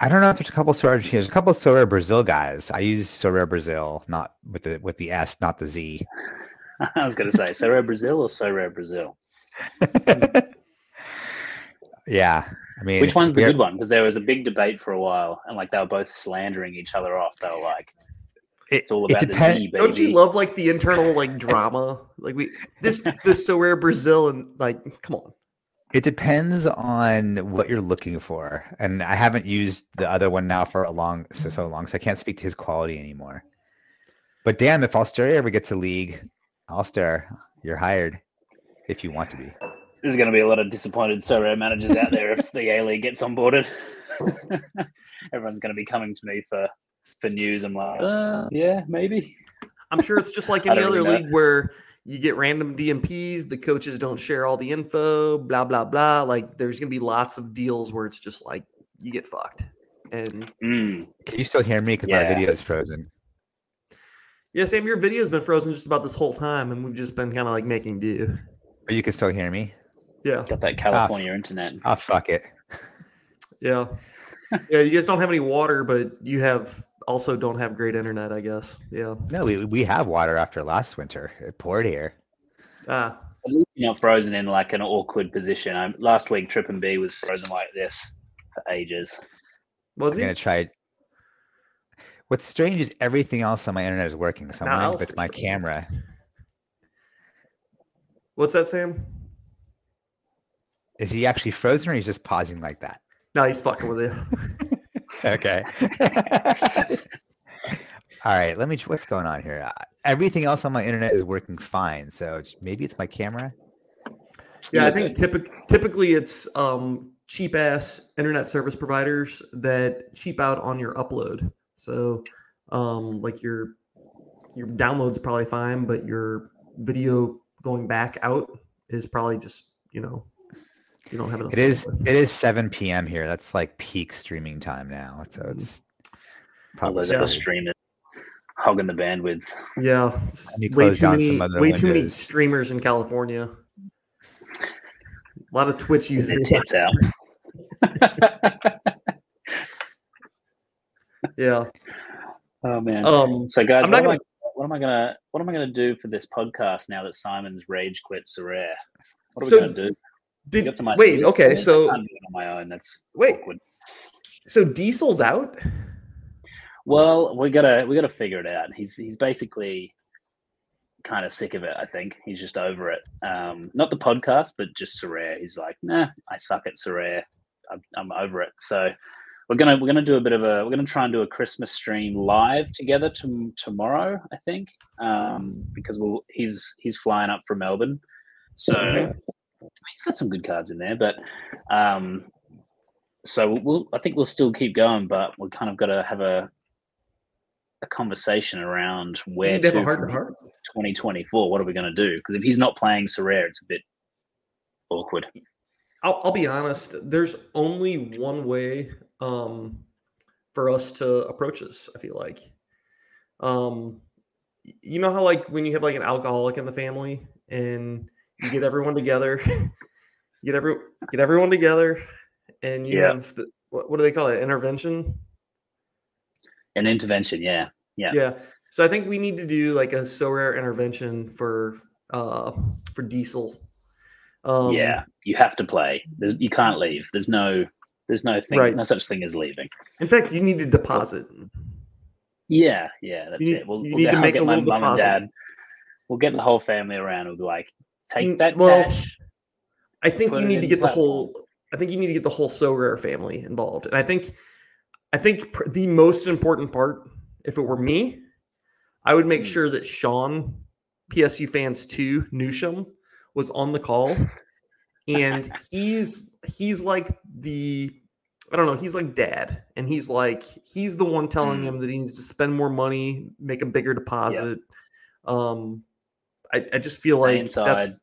[SPEAKER 4] I don't know if there's a couple Sorare. There's a couple Sorare Brazil guys. I use Sorare Brazil, not with the with the S, not the Z.
[SPEAKER 6] I was going to say, so rare Brazil or so rare Brazil?
[SPEAKER 4] yeah, I mean,
[SPEAKER 6] Which one's the
[SPEAKER 4] we're-
[SPEAKER 6] good one? Because there was a big debate for a while, and like they were both slandering each other off. They were like,
[SPEAKER 4] It,
[SPEAKER 6] "It's all
[SPEAKER 4] it
[SPEAKER 6] about the
[SPEAKER 4] depend-
[SPEAKER 6] Z, baby."
[SPEAKER 3] Don't you love like the
[SPEAKER 6] *laughs*
[SPEAKER 3] internal like drama? Like we this this so rare Brazil and like come on.
[SPEAKER 4] It depends on what you're looking for, and I haven't used the other one now for a long so, so long, so I can't speak to his quality anymore. But damn, if Australia ever gets a league, Ulster, you're hired if you want to be.
[SPEAKER 6] There's going to be a lot of disappointed so rare managers out there if the A League gets onboarded. *laughs* Everyone's going to be coming to me for for news. I'm like, uh, yeah, maybe.
[SPEAKER 3] I'm sure it's just like
[SPEAKER 6] *laughs* I
[SPEAKER 3] any
[SPEAKER 6] don't
[SPEAKER 3] other
[SPEAKER 6] really know.
[SPEAKER 3] league where you get random DMPs, the coaches don't share all the info, blah blah blah. Like there's gonna be lots of deals where it's just like you get fucked. And
[SPEAKER 6] Mm.
[SPEAKER 4] Can you still hear me? Because my
[SPEAKER 6] Yeah.
[SPEAKER 4] video is frozen.
[SPEAKER 3] yeah, Sam, your video's been frozen just about this whole time, and we've just been kind of like making do.
[SPEAKER 4] But you can still hear me.
[SPEAKER 3] Yeah,
[SPEAKER 6] Got
[SPEAKER 4] Ah.
[SPEAKER 6] that California internet.
[SPEAKER 4] Oh fuck it.
[SPEAKER 3] yeah, yeah. You guys don't have any water, but you have also don't have great internet, I guess. Yeah.
[SPEAKER 4] No, we we have water after last winter. It poured here.
[SPEAKER 3] Ah,
[SPEAKER 6] At least you're not frozen in like an awkward position. I, last week, Trip and B was frozen like this for ages.
[SPEAKER 3] was
[SPEAKER 4] I'm
[SPEAKER 3] he?
[SPEAKER 4] gonna try. it. What's strange is everything else on my internet is working. So I'm
[SPEAKER 3] Now
[SPEAKER 4] wondering if
[SPEAKER 3] else
[SPEAKER 4] it's
[SPEAKER 3] is
[SPEAKER 4] my
[SPEAKER 3] frozen.
[SPEAKER 4] camera.
[SPEAKER 3] What's that, Sam?
[SPEAKER 4] Is he actually frozen or he's just pausing like that?
[SPEAKER 3] No, he's fucking with
[SPEAKER 4] *laughs*
[SPEAKER 3] you.
[SPEAKER 4] Okay. All right. Let me. ch- What's going on here? Uh, Everything else on my internet is working fine. So it's- maybe it's my camera.
[SPEAKER 3] Yeah, I
[SPEAKER 6] Yeah,
[SPEAKER 3] think typic- typically it's um, cheap ass internet service providers that cheap out on your upload. So, um, like your your download's probably fine, but your video going back out is probably just you know you don't have enough.
[SPEAKER 4] It is.
[SPEAKER 3] bandwidth.
[SPEAKER 4] It is 7 p.m. here. That's like peak streaming time now. So it's
[SPEAKER 6] All
[SPEAKER 4] probably
[SPEAKER 6] those other streamers hogging the bandwidth.
[SPEAKER 3] Yeah, it's
[SPEAKER 4] And he
[SPEAKER 3] way
[SPEAKER 4] closed
[SPEAKER 3] too
[SPEAKER 4] down
[SPEAKER 3] many
[SPEAKER 4] some other
[SPEAKER 3] way too many
[SPEAKER 4] windows.
[SPEAKER 3] streamers in California. A lot of Twitch
[SPEAKER 4] *laughs*
[SPEAKER 6] Their
[SPEAKER 3] users.
[SPEAKER 6] tits out.
[SPEAKER 3] Yeah.
[SPEAKER 6] oh man.
[SPEAKER 3] Um.
[SPEAKER 6] so guys,
[SPEAKER 3] I'm not
[SPEAKER 6] what, am I, what am I gonna what am I gonna do for this podcast now that Simon's rage quit Sorare? What are
[SPEAKER 3] So,
[SPEAKER 6] we gonna do? You
[SPEAKER 3] Did,
[SPEAKER 6] got some
[SPEAKER 3] wait.
[SPEAKER 6] ideas for
[SPEAKER 3] Okay.
[SPEAKER 6] this? I
[SPEAKER 3] So
[SPEAKER 6] can't do it on my own, that's
[SPEAKER 3] wait.
[SPEAKER 6] awkward.
[SPEAKER 3] So Diesel's out.
[SPEAKER 6] Well, we gotta we gotta figure it out. He's he's basically kind of sick of it. I think he's just over it. Um, not the podcast, but just Sorare. He's like, nah, I suck at Sorare. I'm, I'm over it. So we're gonna we're gonna do a bit of a we're gonna try and do a Christmas stream live together to, tomorrow. I think um, because we'll he's he's flying up from Melbourne, so
[SPEAKER 3] Mhm.
[SPEAKER 6] he's got some good cards in there, but. Um, so we'll, I think we'll still keep going, but we kind of got to have a a conversation around
[SPEAKER 3] We
[SPEAKER 6] where
[SPEAKER 3] need to have a
[SPEAKER 6] to
[SPEAKER 3] heart
[SPEAKER 6] from
[SPEAKER 3] to heart.
[SPEAKER 6] 2024. What are we going to do? Because if he's not playing Sorare, it's a bit awkward.
[SPEAKER 3] I'll, I'll be honest. There's only one way um, for us to approach this. I feel like, um, y- you know how like when you have like an alcoholic in the family and You get everyone together. *laughs* get every get everyone together, and you
[SPEAKER 6] Yeah.
[SPEAKER 3] have the, what, what do they call it? Intervention.
[SPEAKER 6] An intervention, yeah. Yeah.
[SPEAKER 3] yeah. So I think we need to do like a so rare intervention for uh for diesel. Um,
[SPEAKER 6] yeah. You have to play. There's, you can't leave. There's no there's no thing
[SPEAKER 3] Right.
[SPEAKER 6] no such thing as leaving.
[SPEAKER 3] In fact, you need to deposit.
[SPEAKER 6] Yeah, yeah, that's
[SPEAKER 3] need-
[SPEAKER 6] it. We'll,
[SPEAKER 3] you
[SPEAKER 6] we'll
[SPEAKER 3] need
[SPEAKER 6] get,
[SPEAKER 3] to
[SPEAKER 6] I'll
[SPEAKER 3] make
[SPEAKER 6] get
[SPEAKER 3] a
[SPEAKER 6] my
[SPEAKER 3] little
[SPEAKER 6] mum and
[SPEAKER 3] deposit.
[SPEAKER 6] dad. We'll get the whole family around. We'll be like,
[SPEAKER 3] Mm,
[SPEAKER 6] take that
[SPEAKER 3] well,
[SPEAKER 6] cash.
[SPEAKER 3] I think
[SPEAKER 6] Put
[SPEAKER 3] you
[SPEAKER 6] it
[SPEAKER 3] need
[SPEAKER 6] in
[SPEAKER 3] to get the
[SPEAKER 6] platform.
[SPEAKER 3] whole. I think you need to get the whole so rare family involved, and I think, I think pr- the most important part, if it were me, I would make
[SPEAKER 6] Hmm.
[SPEAKER 3] sure that Sean, PSU fans two, Newsham, was on the call, and
[SPEAKER 6] *laughs*
[SPEAKER 3] he's he's like the, I don't know, he's like dad, and he's like he's the one telling
[SPEAKER 6] Hmm.
[SPEAKER 3] him that he needs to spend more money, make a bigger deposit. Um, I, I just feel
[SPEAKER 6] Stay
[SPEAKER 3] like that's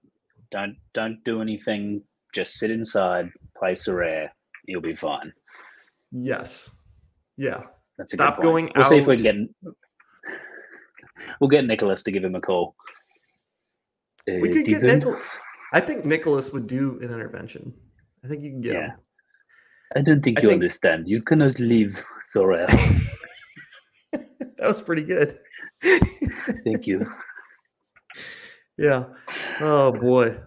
[SPEAKER 6] Don't don't do anything. Just sit inside, play Sorare. You'll be fine.
[SPEAKER 3] yes, yeah.
[SPEAKER 6] That's a
[SPEAKER 3] Stop
[SPEAKER 6] good
[SPEAKER 3] going
[SPEAKER 6] point. We'll see if we
[SPEAKER 3] out.
[SPEAKER 6] can get. We'll get Nicholas to give him a call.
[SPEAKER 3] We could
[SPEAKER 6] Uh,
[SPEAKER 3] get
[SPEAKER 6] Diesel?
[SPEAKER 3] Nichol- I think Nicholas would do an intervention. I think you can get him.
[SPEAKER 6] I don't think
[SPEAKER 3] I
[SPEAKER 6] you
[SPEAKER 3] think-
[SPEAKER 6] understand. You cannot leave Sorare.
[SPEAKER 3] *laughs* That was pretty good.
[SPEAKER 6] Thank you.
[SPEAKER 3] yeah. Oh boy.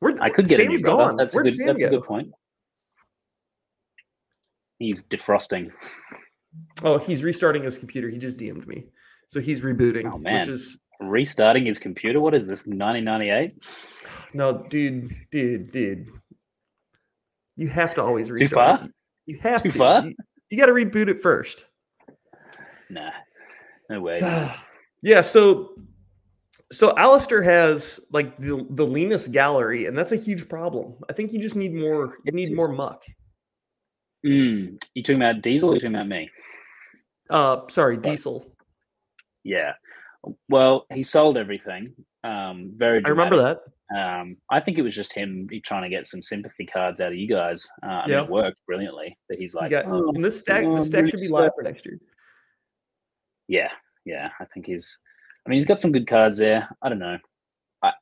[SPEAKER 3] Where
[SPEAKER 6] I could get
[SPEAKER 3] Sam's
[SPEAKER 6] a new brother.
[SPEAKER 3] gone.
[SPEAKER 6] That's a
[SPEAKER 3] Where'd
[SPEAKER 6] good.
[SPEAKER 3] Sam
[SPEAKER 6] That's a
[SPEAKER 3] go?
[SPEAKER 6] good point. He's defrosting.
[SPEAKER 3] Oh, he's restarting his computer. He just DM'd me. So he's rebooting,
[SPEAKER 6] Oh,
[SPEAKER 3] which
[SPEAKER 6] man.
[SPEAKER 3] is
[SPEAKER 6] restarting his computer. What is this? 1998?
[SPEAKER 3] no, dude, dude, dude. You have to always restart.
[SPEAKER 6] far?
[SPEAKER 3] it. You have
[SPEAKER 6] Too
[SPEAKER 3] to.
[SPEAKER 6] far?
[SPEAKER 3] You, you got to reboot it first.
[SPEAKER 6] Nah,
[SPEAKER 3] *sighs*
[SPEAKER 6] no way.
[SPEAKER 3] yeah, so so Alistair has like the the leanest gallery, and that's a huge problem. I think you just need more you need more muck.
[SPEAKER 6] Mm. You talking about Diesel? Or you talking about me?
[SPEAKER 3] Uh sorry, diesel.
[SPEAKER 6] Yeah. Well, he sold everything. Um, very.
[SPEAKER 3] I remember
[SPEAKER 6] dramatic.
[SPEAKER 3] that.
[SPEAKER 6] Um, I think it was just him he- trying to get some sympathy cards out of you guys. Uh, I mean,
[SPEAKER 3] Yeah.
[SPEAKER 6] it worked brilliantly. That he's
[SPEAKER 3] You
[SPEAKER 6] like,
[SPEAKER 3] got-
[SPEAKER 6] "Oh,
[SPEAKER 3] and this stack
[SPEAKER 6] oh,
[SPEAKER 3] this stack
[SPEAKER 6] I'm
[SPEAKER 3] should be
[SPEAKER 6] really
[SPEAKER 3] live for next year.
[SPEAKER 6] yeah, yeah. I think he's. I mean, he's got some good cards there. I don't know. I,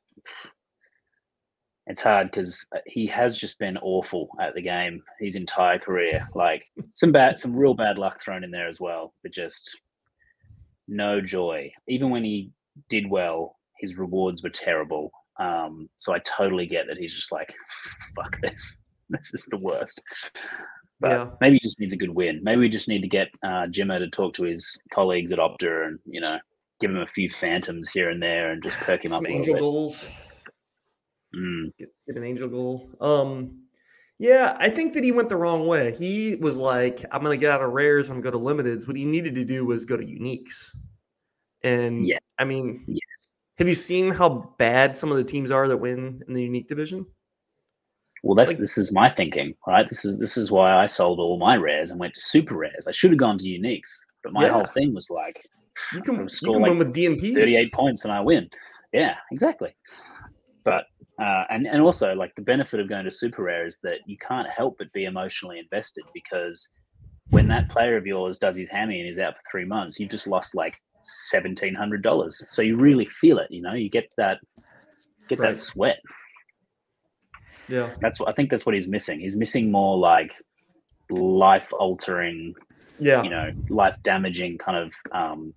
[SPEAKER 6] it's hard because he has just been awful at the game his entire career. Like some bad, some real bad luck thrown in there as well, but just no joy. Even when he did well, his rewards were terrible. Um, so I totally get that he's just like, *laughs* fuck this. *laughs* This is the worst. But
[SPEAKER 3] Yeah.
[SPEAKER 6] maybe he just needs a good win. Maybe we just need to get uh, Jimmo to talk to his colleagues at Opta and, you know, give him a few phantoms here and there and just perk him up
[SPEAKER 3] Some
[SPEAKER 6] a little
[SPEAKER 3] angel
[SPEAKER 6] bit.
[SPEAKER 3] goals.
[SPEAKER 6] Mm,
[SPEAKER 3] Get, get an angel goal. Um yeah, I think that he went the wrong way. He was like, I'm gonna get out of rares, I'm gonna go to limiteds. What he needed to do was go to uniques. And
[SPEAKER 6] Yeah.
[SPEAKER 3] I mean,
[SPEAKER 6] yes.
[SPEAKER 3] Have you seen how bad some of the teams are that win in the unique division?
[SPEAKER 6] Well, that's
[SPEAKER 3] Like-
[SPEAKER 6] this is my thinking, right? This is this is why I sold all my rares and went to super rares. I should have gone to uniques, but my whole
[SPEAKER 3] Yeah.
[SPEAKER 6] thing was like
[SPEAKER 3] You can,
[SPEAKER 6] From
[SPEAKER 3] you
[SPEAKER 6] score,
[SPEAKER 3] can
[SPEAKER 6] like,
[SPEAKER 3] win with DMPs.
[SPEAKER 6] 38 points and I win. Yeah, exactly. But uh, and and also like the benefit of going to super rare is that you can't help but be emotionally invested because when that player of yours does his hammy and is out for three months, you've just lost like seventeen hundred dollars. So you really feel it. You know, you get that get
[SPEAKER 3] Right.
[SPEAKER 6] that sweat.
[SPEAKER 3] Yeah.
[SPEAKER 6] That's what I think. That's what he's missing. He's missing more like life altering
[SPEAKER 3] Yeah.
[SPEAKER 6] you know life damaging kind of um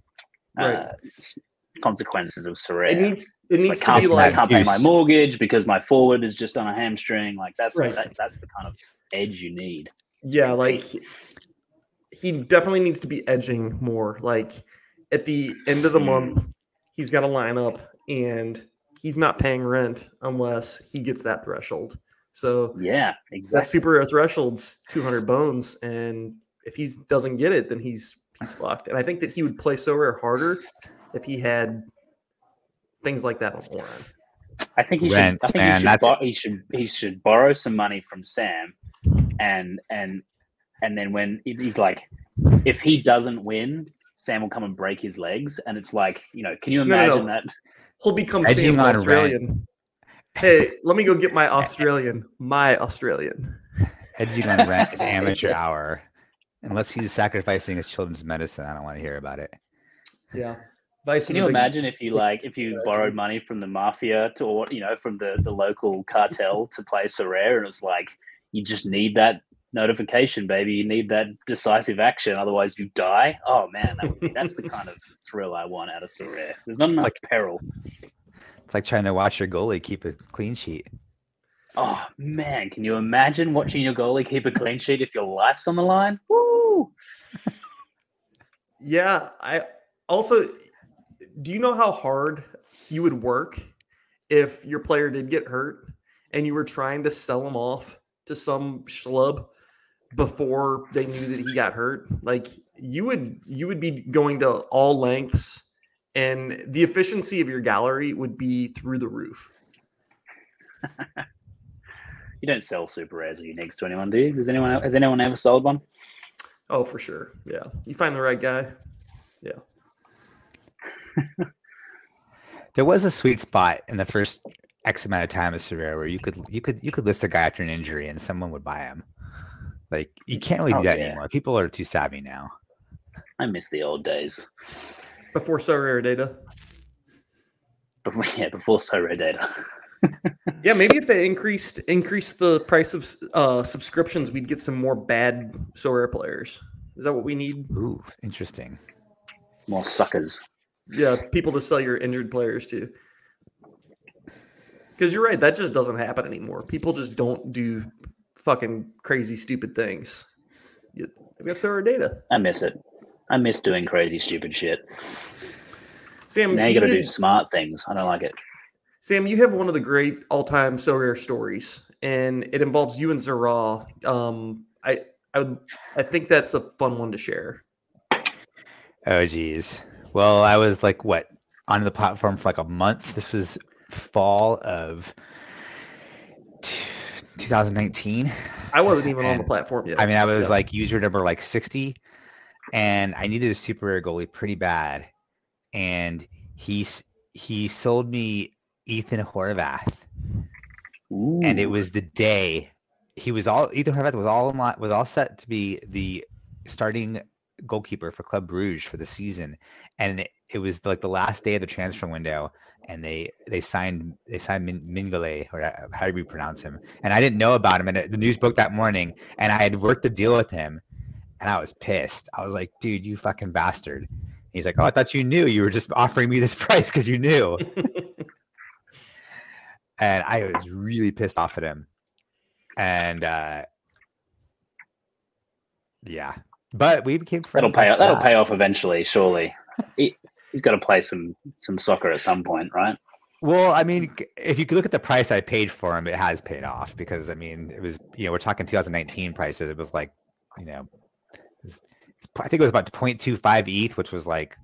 [SPEAKER 3] Right.
[SPEAKER 6] uh, s- consequences of surrender.
[SPEAKER 3] it needs it
[SPEAKER 6] like,
[SPEAKER 3] needs to
[SPEAKER 6] can't,
[SPEAKER 3] be
[SPEAKER 6] I
[SPEAKER 3] like
[SPEAKER 6] can't pay my
[SPEAKER 4] Yes.
[SPEAKER 6] mortgage because my forward is just on a hamstring. Like that's
[SPEAKER 3] Right.
[SPEAKER 6] that, that's the kind of edge you need.
[SPEAKER 3] yeah, like he definitely needs to be edging more. Like at the end of the
[SPEAKER 6] Mm.
[SPEAKER 3] month, he's got a lineup and he's not paying rent unless he gets that threshold. So
[SPEAKER 6] Yeah,
[SPEAKER 3] that
[SPEAKER 6] exactly.
[SPEAKER 3] super rare threshold's 200 bones and if he doesn't get it then he's he's fucked and i think that he would play so rare harder if he had things like that on the line
[SPEAKER 6] I think he
[SPEAKER 4] Rent,
[SPEAKER 6] should. I think
[SPEAKER 4] man,
[SPEAKER 6] he, should
[SPEAKER 4] that's-
[SPEAKER 6] bor- he should. He should borrow some money from Sam, and and and then when he- he's like, if he doesn't win, Sam will come and break his legs, and it's like, you know, can you
[SPEAKER 3] No, no, no.
[SPEAKER 6] imagine that?
[SPEAKER 3] he'll become
[SPEAKER 4] Edging
[SPEAKER 3] Sam
[SPEAKER 4] on rent.
[SPEAKER 3] australian hey let me go get my australian my australian
[SPEAKER 4] Edging on rent is amateur hour. Unless he's sacrificing his children's medicine, I don't want to hear about it.
[SPEAKER 3] yeah Vice
[SPEAKER 6] Can
[SPEAKER 3] is a
[SPEAKER 6] you
[SPEAKER 3] big- *laughs*
[SPEAKER 6] imagine if you like if you borrowed money from the mafia to or you know from the the local cartel to play Sorare and it's like you just need that notification, baby. You need that decisive action, otherwise you die. Oh man, that would be, that's the kind of thrill I want out of Sorare. There's not enough peril.
[SPEAKER 4] It's like trying to watch your goalie keep a clean sheet.
[SPEAKER 6] Oh man, can you imagine watching your goalie keep a clean sheet if your life's on the line? Woo!
[SPEAKER 3] Yeah, I also do you know how hard you would work if your player did get hurt and you were trying to sell him off to some schlub before they knew that he got hurt? Like you would you would be going to all lengths and the efficiency of your gallery would be through the roof.
[SPEAKER 6] You don't sell super rares or uniques to anyone, do you? Does anyone has anyone ever sold one?
[SPEAKER 3] Oh, for sure. Yeah. You find the right guy.
[SPEAKER 4] There was a sweet spot in the first X amount of time of Serrera where you could you could you could list a guy after an injury and someone would buy him. Like you can't really do
[SPEAKER 6] Oh,
[SPEAKER 4] that
[SPEAKER 6] yeah.
[SPEAKER 4] anymore. People are too savvy now.
[SPEAKER 6] I miss the old days.
[SPEAKER 3] Before so rare data.
[SPEAKER 6] Before, *laughs* yeah, before so rare data.
[SPEAKER 3] Yeah, maybe if they increased increased the price of uh, subscriptions, we'd get some more bad Sora players. Is that what we need?
[SPEAKER 4] Ooh, interesting.
[SPEAKER 6] More suckers.
[SPEAKER 3] Yeah, people to sell your injured players to. Because you're right, that just doesn't happen anymore. People just don't do fucking crazy, stupid things. Yeah, We got Sora data.
[SPEAKER 6] I miss it. I miss doing crazy, stupid shit.
[SPEAKER 3] Sam,
[SPEAKER 6] Now you
[SPEAKER 3] you
[SPEAKER 6] got to do
[SPEAKER 3] did-
[SPEAKER 6] smart things. I don't like it.
[SPEAKER 3] Sam, you have one of the great all-time so rare stories, and it involves you and Zara. Um, I, I, would, I think that's a fun one to share.
[SPEAKER 4] Oh geez. Well, I was like what on the platform for like a month. This was fall of t- 2019.
[SPEAKER 3] I wasn't even on the
[SPEAKER 4] And-
[SPEAKER 3] platform yet.
[SPEAKER 4] I mean, I was
[SPEAKER 3] Yeah.
[SPEAKER 4] like user number like 60, and I needed a super rare goalie pretty bad, and he s- he sold me Ethan Horvath,
[SPEAKER 6] Ooh.
[SPEAKER 4] and it was the day he was all Ethan Horvath was all in li- was all set to be the starting goalkeeper for Club Bruges for the season, and it, it was like the last day of the transfer window. And they they signed they signed Min- Mingale or uh, how do we pronounce him? And I didn't know about him. And it- the news broke that morning, and I had worked a deal with him, and I was pissed. I was like, dude, you fucking bastard. He's like, oh, I thought you knew. You were just offering me this *laughs* price because you
[SPEAKER 6] *laughs*
[SPEAKER 4] knew. and I was really pissed off at him. And uh, yeah, but we became friends.
[SPEAKER 6] that'll pay.
[SPEAKER 4] after
[SPEAKER 6] That'll
[SPEAKER 4] that.
[SPEAKER 6] pay off eventually, surely. He, he's got to play some some soccer at some point, right? *laughs*
[SPEAKER 4] Well, I mean, c- if you could look at the price I paid for him, it has paid off because I mean, it was you know we're talking 2019 prices. It was like, you know, it was- it's pro- I think it was about 0.25 ETH, E which was like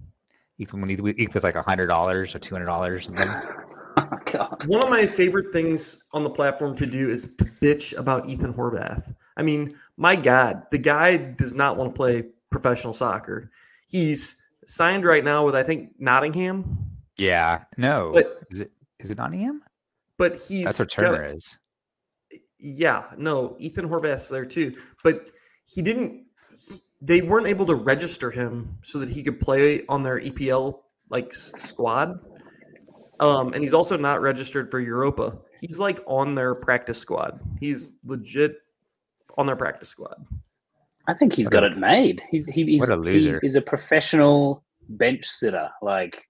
[SPEAKER 4] ETH when ETH ETH was like hundred dollars or two hundred dollars.
[SPEAKER 3] *laughs*
[SPEAKER 6] God.
[SPEAKER 3] One of my favorite things on the platform to do is to bitch about Ethan Horvath. I mean, my God, the guy does not want to play professional soccer. He's signed right now with I think Nottingham,
[SPEAKER 4] Yeah, no,
[SPEAKER 3] But-
[SPEAKER 4] is it is it Nottingham?
[SPEAKER 3] but he's
[SPEAKER 4] Oh. That's where
[SPEAKER 3] got-
[SPEAKER 4] Turner is.
[SPEAKER 3] Yeah, no, Ethan Horvath's there too, but he didn't. he- They weren't able to register him so that he could play on their EPL like s- squad. Um, and he's also not registered for Europa. He's like on their practice squad. He's legit on their practice squad.
[SPEAKER 6] I think he's
[SPEAKER 4] What
[SPEAKER 6] got
[SPEAKER 4] a-
[SPEAKER 6] it made. He's he, he's
[SPEAKER 4] what a
[SPEAKER 6] he
[SPEAKER 4] loser.
[SPEAKER 6] is a professional bench sitter. Like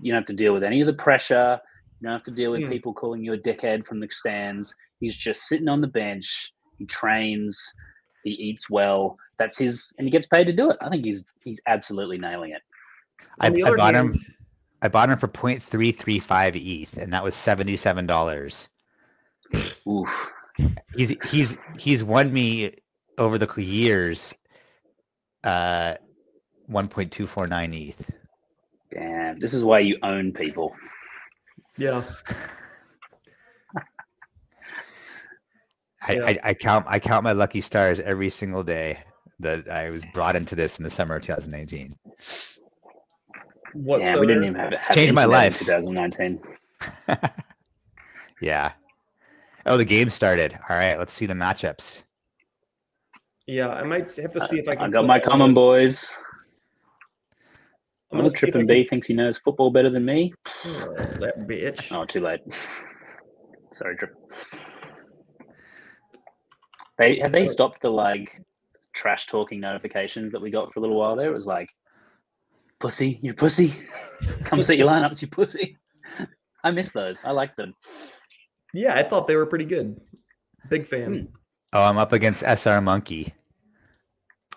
[SPEAKER 6] you don't have to deal with any of the pressure. You don't have to deal with
[SPEAKER 3] Hmm.
[SPEAKER 6] people calling you a dickhead from the stands. He's just sitting on the bench. He trains. He eats well. That's his, and he gets paid to do it. I think he's he's absolutely nailing it.
[SPEAKER 4] I,
[SPEAKER 3] On the
[SPEAKER 4] I
[SPEAKER 3] other
[SPEAKER 4] bought him.
[SPEAKER 3] hand-
[SPEAKER 4] I bought him for 0.335 ETH, E and that was seventy-seven dollars.
[SPEAKER 6] Oof.
[SPEAKER 4] he's he's he's won me over the years uh 1.249 eth
[SPEAKER 6] Damn, this is why you own people.
[SPEAKER 3] Yeah,
[SPEAKER 4] I,
[SPEAKER 3] Yeah.
[SPEAKER 4] I i count i count my lucky stars every single day that i was brought into this in the summer of 2019
[SPEAKER 3] what?
[SPEAKER 6] yeah, we didn't even have it.
[SPEAKER 4] changed my life.
[SPEAKER 6] 2019.
[SPEAKER 4] yeah oh the game started all right let's see the matchups
[SPEAKER 3] yeah, I might have to see if I can.
[SPEAKER 6] I got
[SPEAKER 3] put
[SPEAKER 6] my
[SPEAKER 3] all
[SPEAKER 6] common
[SPEAKER 3] the-
[SPEAKER 6] boys.
[SPEAKER 7] I'm
[SPEAKER 6] Well,
[SPEAKER 7] gonna see if I
[SPEAKER 6] Trippin'
[SPEAKER 7] can-
[SPEAKER 6] B thinks he knows football better than me.
[SPEAKER 3] Oh, that bitch.
[SPEAKER 6] Oh, too late. *laughs* Sorry, Trip. They have they stopped the like trash talking notifications that we got for a little while there. It was like, pussy, you pussy, *laughs* come set your lineups, you pussy. *laughs* I miss those. I like them.
[SPEAKER 7] Yeah, I thought they were pretty good. Big fan.
[SPEAKER 4] Oh, I'm up against SR Monkey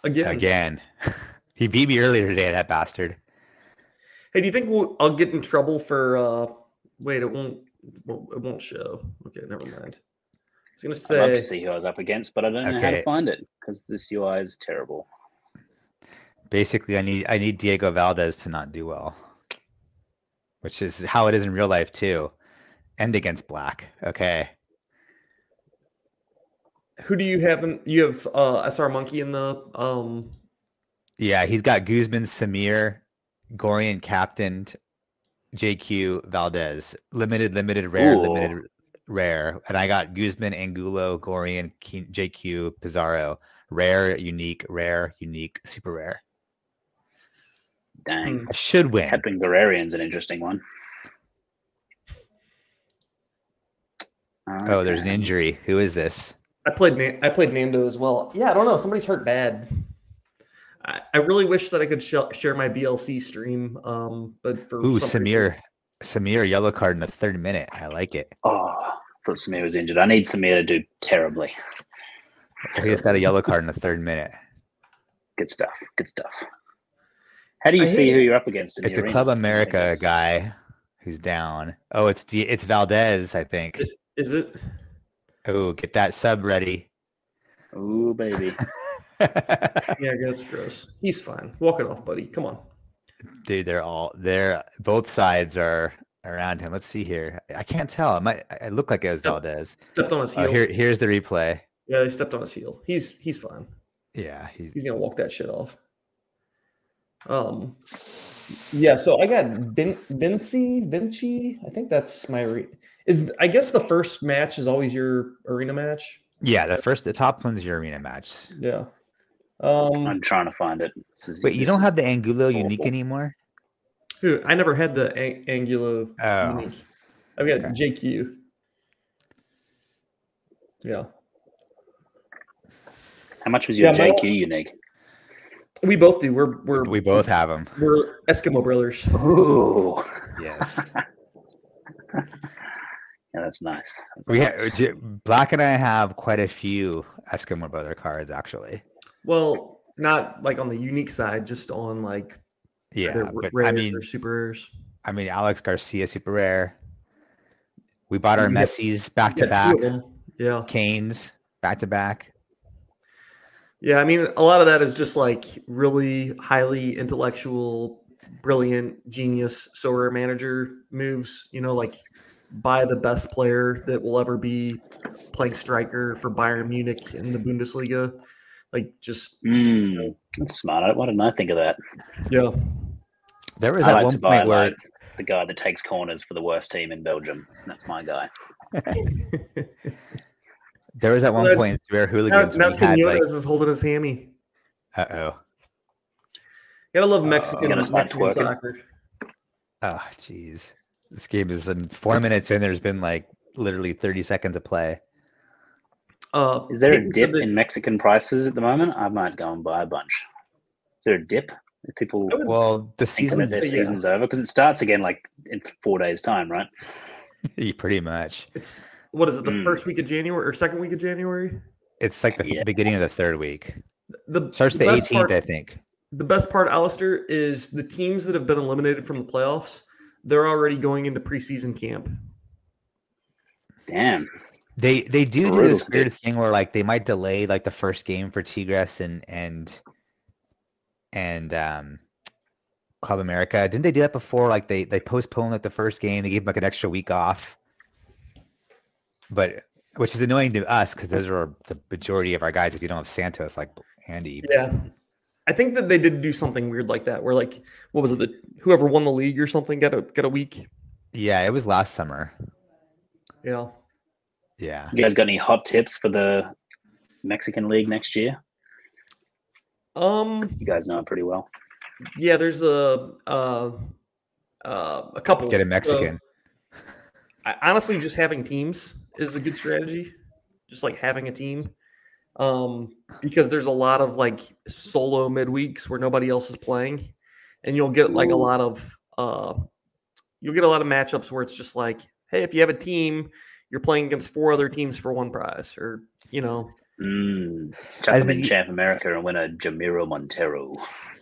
[SPEAKER 6] Hmm.
[SPEAKER 7] Again.
[SPEAKER 4] again. *laughs* he beat me earlier today, that bastard.
[SPEAKER 3] Hey, do you think we'll, I'll get in trouble for? uh Wait, it won't. It won't it won't show. Okay, never mind. I was gonna
[SPEAKER 6] I'd love
[SPEAKER 3] say.
[SPEAKER 6] to see who I was up against, but I don't know how
[SPEAKER 4] Okay.
[SPEAKER 6] to find it because this UI is terrible.
[SPEAKER 4] Basically, I need I need Diego Valdez to not do well, which is how it is in real life too, and against Black. Okay,
[SPEAKER 3] Who do you have? In, you have uh, SR Monkey in the. um
[SPEAKER 4] yeah, he's got Guzman, Samir, Gorian captained, JQ Valdez, limited, limited, rare, limited,
[SPEAKER 6] Ooh.
[SPEAKER 4] r- rare, and I got Guzman, Angulo, Gorian, Keen, JQ, Pizarro, rare, unique, rare, unique, super rare.
[SPEAKER 6] Dang,
[SPEAKER 4] I should win.
[SPEAKER 6] Captain Guerrerian's an interesting one.
[SPEAKER 4] Oh, there's an
[SPEAKER 6] Okay.
[SPEAKER 4] injury. Who is this?
[SPEAKER 3] I played. Na- I played Nando as well. Yeah, I don't know. Somebody's hurt bad. I, I really wish that I could sh- share my VLC stream, um, but for
[SPEAKER 4] Ooh,
[SPEAKER 3] some reason-
[SPEAKER 4] Samir. Samir, yellow card in the third minute. I like it.
[SPEAKER 6] Oh, I thought Samir was injured. I need Samir to do terribly.
[SPEAKER 4] He just got a yellow card in the third minute.
[SPEAKER 6] Good stuff. Good stuff. How do you
[SPEAKER 3] I
[SPEAKER 6] see
[SPEAKER 3] hate
[SPEAKER 6] who you're up against? In
[SPEAKER 4] It's
[SPEAKER 6] the
[SPEAKER 4] a
[SPEAKER 6] arena?
[SPEAKER 4] Club
[SPEAKER 6] I think
[SPEAKER 4] America
[SPEAKER 6] that's-
[SPEAKER 4] guy who's down. Oh, it's D- it's Valdez, I think.
[SPEAKER 3] Is it?
[SPEAKER 4] Oh, get that sub ready.
[SPEAKER 6] Ooh, baby.
[SPEAKER 4] *laughs*
[SPEAKER 3] Yeah, that's gross. He's fine. Walk it off, buddy. Come on.
[SPEAKER 4] Dude, they're all they're both sides are around him. Let's see here. I can't tell. I might I look like it was
[SPEAKER 3] Step-
[SPEAKER 4] Valdez.
[SPEAKER 3] Stepped on his heel.
[SPEAKER 4] Oh, here here's the replay.
[SPEAKER 3] Yeah, they stepped on his heel. He's he's fine.
[SPEAKER 4] Yeah, he's
[SPEAKER 3] He's gonna walk that shit off. Um. Yeah, so I got Vin- Vinci, Vinci. I think that's my. Re- is I guess the first match is always your arena match.
[SPEAKER 4] yeah, the first the top one's your arena match.
[SPEAKER 3] Yeah. Um.
[SPEAKER 6] I'm trying to find it. This is-
[SPEAKER 4] Wait, you
[SPEAKER 6] this
[SPEAKER 4] don't have
[SPEAKER 6] is-
[SPEAKER 4] the Angulo unique
[SPEAKER 6] awful.
[SPEAKER 4] anymore?
[SPEAKER 3] Who? I never had the ang- Angulo.
[SPEAKER 4] Oh.
[SPEAKER 3] unique. I've got
[SPEAKER 4] Okay.
[SPEAKER 3] JQ. Yeah.
[SPEAKER 6] How much was your
[SPEAKER 3] Yeah, my-
[SPEAKER 6] JQ unique?
[SPEAKER 3] We both do. We're we're
[SPEAKER 4] We both have them.
[SPEAKER 3] we're Eskimo brothers.
[SPEAKER 6] Ooh.
[SPEAKER 4] Yes.
[SPEAKER 6] Yeah, that's nice. That's *laughs*
[SPEAKER 4] we
[SPEAKER 6] nice.
[SPEAKER 4] have Black and I have quite a few Eskimo brother cards actually.
[SPEAKER 3] Well, not like on the unique side, just on like
[SPEAKER 4] Yeah,
[SPEAKER 3] their
[SPEAKER 4] but
[SPEAKER 3] rares
[SPEAKER 4] I mean,
[SPEAKER 3] or super rares.
[SPEAKER 4] I mean Alex Garcia super rare. We bought our
[SPEAKER 3] You got-
[SPEAKER 4] Messies back to
[SPEAKER 3] Yeah,
[SPEAKER 4] back,
[SPEAKER 3] two of 'em. Yeah.
[SPEAKER 4] Canes back to back.
[SPEAKER 3] Yeah, I mean, a lot of that is just like really highly intellectual, brilliant, genius Sora manager moves. You know, like buy the best player that will ever be playing striker for Bayern Munich in the Bundesliga. Like, just
[SPEAKER 6] Mm, that's smart. I- Why didn't I think of that?
[SPEAKER 3] *laughs* yeah,
[SPEAKER 4] There was
[SPEAKER 6] I
[SPEAKER 4] at
[SPEAKER 6] like to
[SPEAKER 4] one
[SPEAKER 6] buy
[SPEAKER 4] point where
[SPEAKER 6] like the guy that takes corners for the worst team in Belgium. That's my guy.
[SPEAKER 4] there was at one
[SPEAKER 3] Well,
[SPEAKER 4] point where
[SPEAKER 3] now,
[SPEAKER 4] hooligans
[SPEAKER 3] now
[SPEAKER 4] we had
[SPEAKER 3] Quinones
[SPEAKER 4] like
[SPEAKER 3] is holding his hammy.
[SPEAKER 4] uh oh
[SPEAKER 3] Gotta love
[SPEAKER 4] Uh,
[SPEAKER 3] Mexican,
[SPEAKER 6] gotta start
[SPEAKER 3] Mexican
[SPEAKER 6] twerking.
[SPEAKER 3] soccer.
[SPEAKER 4] oh jeez this game is in four minutes and there's been like literally thirty seconds of play.
[SPEAKER 3] Uh,
[SPEAKER 6] Is there a
[SPEAKER 3] Peyton said
[SPEAKER 6] dip
[SPEAKER 3] that-
[SPEAKER 6] in Mexican prices at the moment? I might go and buy a bunch. Is there a dip? Are people
[SPEAKER 3] I would-
[SPEAKER 4] Well, the
[SPEAKER 6] thinking that
[SPEAKER 4] season's
[SPEAKER 6] their
[SPEAKER 3] yeah.
[SPEAKER 6] season's over because it starts again like in four days' time, right?
[SPEAKER 4] *laughs* pretty much.
[SPEAKER 3] It's what is it? The
[SPEAKER 6] Mm.
[SPEAKER 3] first week of January or second week of January?
[SPEAKER 4] It's like the
[SPEAKER 6] Yeah.
[SPEAKER 4] beginning of the third week.
[SPEAKER 3] The
[SPEAKER 4] Starts the
[SPEAKER 3] best
[SPEAKER 4] 18th,
[SPEAKER 3] part-
[SPEAKER 4] I think.
[SPEAKER 3] the best part, Alistair, is the teams that have been eliminated from the playoffs. They're already going into preseason camp.
[SPEAKER 6] Damn.
[SPEAKER 4] They they do do
[SPEAKER 6] Brutal
[SPEAKER 4] this weird thing where like they might delay like the first game for Tigres and and and um Club America. Didn't they do that before? Like they they postponed like the first game. They gave them like an extra week off. But which is annoying to us because those are the majority of our guys. If you don't have Santos like handy,
[SPEAKER 3] Yeah. I think that they did do something weird like that, where like what was it? The, whoever won the league or something got a got a week.
[SPEAKER 4] yeah, it was last summer.
[SPEAKER 3] Yeah.
[SPEAKER 4] Yeah,
[SPEAKER 6] You guys got any hot tips for the Mexican League next year?
[SPEAKER 3] Um.
[SPEAKER 6] You guys know it pretty well.
[SPEAKER 7] yeah, there's a uh, uh, a
[SPEAKER 3] Oh,
[SPEAKER 7] couple.
[SPEAKER 4] Get a
[SPEAKER 7] So,
[SPEAKER 4] Mexican.
[SPEAKER 7] I-
[SPEAKER 3] honestly just having teams is a good strategy just like having a team um because there's a lot of like solo midweeks where nobody else is playing and you'll get like a lot of uh you'll get a lot of matchups where it's just like hey if you have a team you're playing against four other teams for one prize or you know
[SPEAKER 6] Mm,
[SPEAKER 4] As
[SPEAKER 6] chuck them in
[SPEAKER 4] the-
[SPEAKER 6] Champ America and win a Jamiro Montero.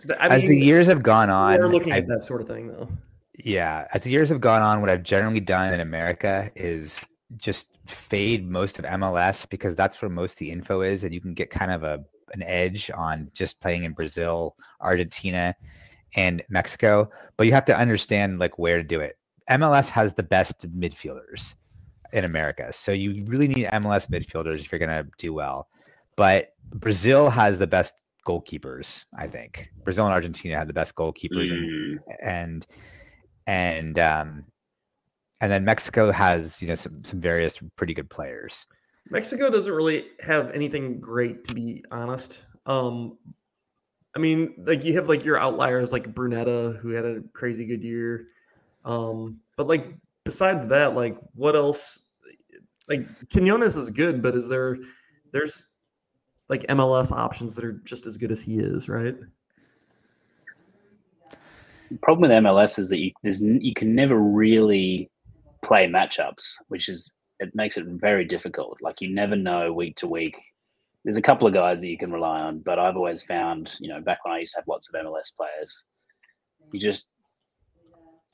[SPEAKER 3] th- i
[SPEAKER 4] As the
[SPEAKER 3] mean
[SPEAKER 4] years have gone on,
[SPEAKER 3] we're looking
[SPEAKER 4] I-
[SPEAKER 3] at that sort of thing though
[SPEAKER 4] Yeah, as the years have gone on, what I've generally done in America is just fade most of MLS because that's where most of the info is, and you can get kind of a an edge on just playing in Brazil, Argentina, and Mexico. But you have to understand like where to do it. MLS has the best midfielders in America, so you really need MLS midfielders if you're gonna do well. But Brazil has the best goalkeepers, I think. Brazil and Argentina have the best goalkeepers in
[SPEAKER 6] Mm,
[SPEAKER 4] and and um and then Mexico has you know some some various pretty good players.
[SPEAKER 3] Mexico doesn't really have anything great, to be honest. Um, I mean, like you have like your outliers, like Brunetta, who had a crazy good year. Um, but like besides that, like what else? Like Quinones is good, but is there there's like MLS options that are just as good as he is, right?
[SPEAKER 6] problem with MLS is that you there's n- you can never really play matchups, which is it makes it very difficult. Like you never know week to week. There's a couple of guys that you can rely on, but I've always found, you know, back when I used to have lots of MLS players, you just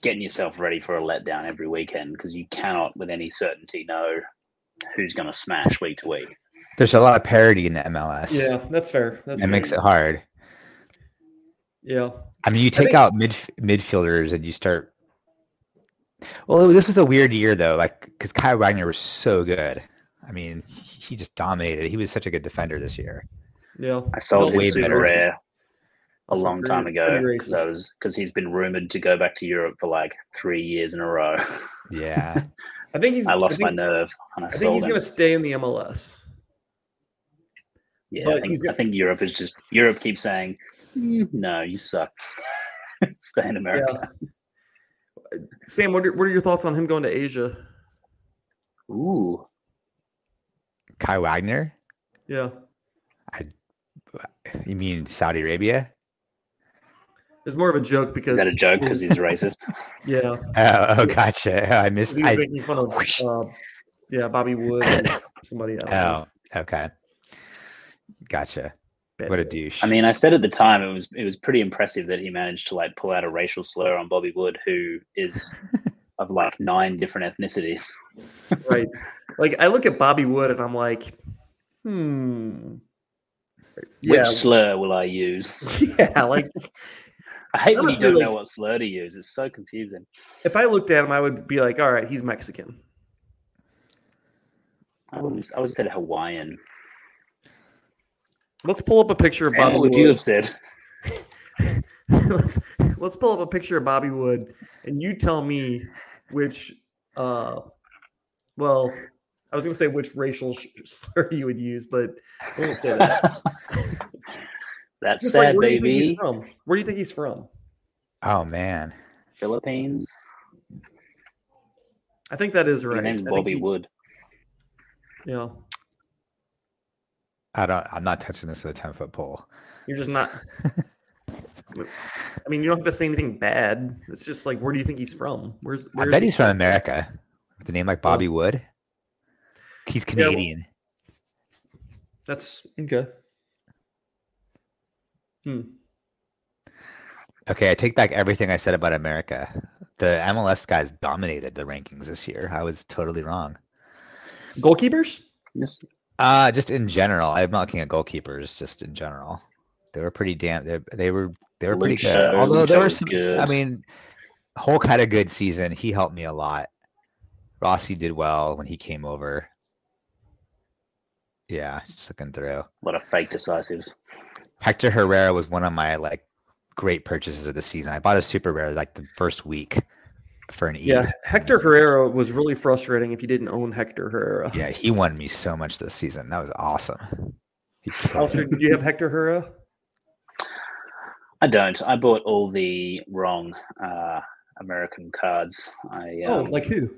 [SPEAKER 6] getting yourself ready for a letdown every weekend because you cannot with any certainty know who's going to smash week to week.
[SPEAKER 4] There's a lot of parity in the MLS.
[SPEAKER 7] Yeah, that's fair. That's
[SPEAKER 4] That
[SPEAKER 7] fair.
[SPEAKER 4] makes it hard.
[SPEAKER 7] yeah.
[SPEAKER 4] I mean, you take
[SPEAKER 7] think-
[SPEAKER 4] out mid midfielders and you start. Well, this was a weird year though, like because Kai Wagner was so good. I mean, he just dominated. He was such a good defender this year.
[SPEAKER 3] Yeah.
[SPEAKER 6] I sold
[SPEAKER 4] Well, way
[SPEAKER 6] his super
[SPEAKER 4] better.
[SPEAKER 6] rare a
[SPEAKER 3] Also
[SPEAKER 6] long
[SPEAKER 3] pretty-
[SPEAKER 6] time ago
[SPEAKER 3] pretty
[SPEAKER 6] because I
[SPEAKER 3] racist.
[SPEAKER 6] was because he's been rumored to go back to Europe for like three years in a row.
[SPEAKER 4] Yeah,
[SPEAKER 7] I think he's.
[SPEAKER 6] I lost
[SPEAKER 7] think,
[SPEAKER 6] my nerve and I,
[SPEAKER 3] I think
[SPEAKER 6] sold
[SPEAKER 3] he's
[SPEAKER 6] him.
[SPEAKER 3] gonna stay in the MLS.
[SPEAKER 6] yeah,
[SPEAKER 3] but
[SPEAKER 6] I think,
[SPEAKER 3] he's gonna-
[SPEAKER 6] I think Europe is just Europe keeps saying, "Mm, "No, you suck. *laughs* Stay in America."
[SPEAKER 3] Sam, what are, what are your thoughts on him going to Asia?
[SPEAKER 6] Ooh,
[SPEAKER 4] Kai Wagner.
[SPEAKER 3] Yeah.
[SPEAKER 4] You mean Saudi Arabia?
[SPEAKER 3] It's more of a joke
[SPEAKER 6] is
[SPEAKER 3] because
[SPEAKER 6] that a joke? Because he's racist.
[SPEAKER 3] *laughs* yeah.
[SPEAKER 4] Oh, *laughs* oh gotcha. I
[SPEAKER 3] Because
[SPEAKER 4] missed.
[SPEAKER 3] He was
[SPEAKER 4] I,
[SPEAKER 3] making fun of, uh, yeah, Bobby Wood, and somebody else. *laughs*
[SPEAKER 4] oh, okay. Gotcha.
[SPEAKER 3] Bad
[SPEAKER 4] What a
[SPEAKER 3] joke.
[SPEAKER 4] douche.
[SPEAKER 6] I mean, I said at the time it was it was pretty impressive that he managed to like pull out a racial slur on Bobby Wood, who is of like nine different ethnicities.
[SPEAKER 3] *laughs* right? Like I look at Bobby Wood and I'm like, hmm, yeah,
[SPEAKER 6] Which slur will I use?
[SPEAKER 3] *laughs* yeah. Like
[SPEAKER 6] I hate when you
[SPEAKER 3] Honestly,
[SPEAKER 6] don't
[SPEAKER 3] like-
[SPEAKER 6] know what slur to use. It's so confusing.
[SPEAKER 3] if I looked at him, I would be like, all right, he's Mexican.
[SPEAKER 6] I would I would have said Hawaiian.
[SPEAKER 3] Let's pull up a picture of
[SPEAKER 6] Sam,
[SPEAKER 3] Bobby
[SPEAKER 6] what would you
[SPEAKER 3] Wood.
[SPEAKER 6] have said?
[SPEAKER 3] *laughs* let's let's pull up a picture of Bobby Wood, and you tell me which, uh, well, I was gonna say which racial sh- slur you would use, but I won't say that.
[SPEAKER 6] That's
[SPEAKER 3] Just
[SPEAKER 6] sad,
[SPEAKER 3] like, where do you think
[SPEAKER 6] baby.
[SPEAKER 3] he's from? Where do you think he's from?
[SPEAKER 4] oh man.
[SPEAKER 6] Philippines.
[SPEAKER 3] I think that is right.
[SPEAKER 6] His name's
[SPEAKER 3] I think
[SPEAKER 6] Bobby
[SPEAKER 3] he-
[SPEAKER 6] Wood.
[SPEAKER 3] Yeah,
[SPEAKER 4] I don't I'm not touching this with a 10 foot pole.
[SPEAKER 3] you're just not. I mean, you don't have to say anything bad. It's just like, where do you think he's from? Where's?
[SPEAKER 4] I
[SPEAKER 3] where's
[SPEAKER 4] bet
[SPEAKER 3] he
[SPEAKER 4] he's from America. With a name like Bobby Wood. He's
[SPEAKER 3] well-
[SPEAKER 4] Canadian.
[SPEAKER 3] That's okay. Hmm.
[SPEAKER 4] Okay, I take back everything I said about America. The MLS guys dominated the rankings this year. I was totally wrong.
[SPEAKER 3] Goalkeepers?
[SPEAKER 6] This-
[SPEAKER 4] Uh just in general. I'm not looking at goalkeepers, just in general. They were pretty damn they, they were they were pretty
[SPEAKER 6] Lucho-
[SPEAKER 4] good. Although there
[SPEAKER 6] Lucho
[SPEAKER 4] were
[SPEAKER 6] was
[SPEAKER 4] some I
[SPEAKER 6] good.
[SPEAKER 4] mean Hulk had a good season. He helped me a lot. Rossi did well when he came over. Yeah, just looking through.
[SPEAKER 6] a lot of fake decisives.
[SPEAKER 4] Hector Herrera was one of my like great purchases of the season. I bought a super rare like the first week for an E.
[SPEAKER 3] Yeah, Hector Herrera was really frustrating if you didn't own Hector Herrera.
[SPEAKER 4] Yeah, he won me so much this season. That was awesome. He killed it.
[SPEAKER 3] Alistair, did you have Hector Herrera?
[SPEAKER 6] I don't. I bought all the wrong uh, American cards. I
[SPEAKER 7] Oh,
[SPEAKER 6] um,
[SPEAKER 7] like who?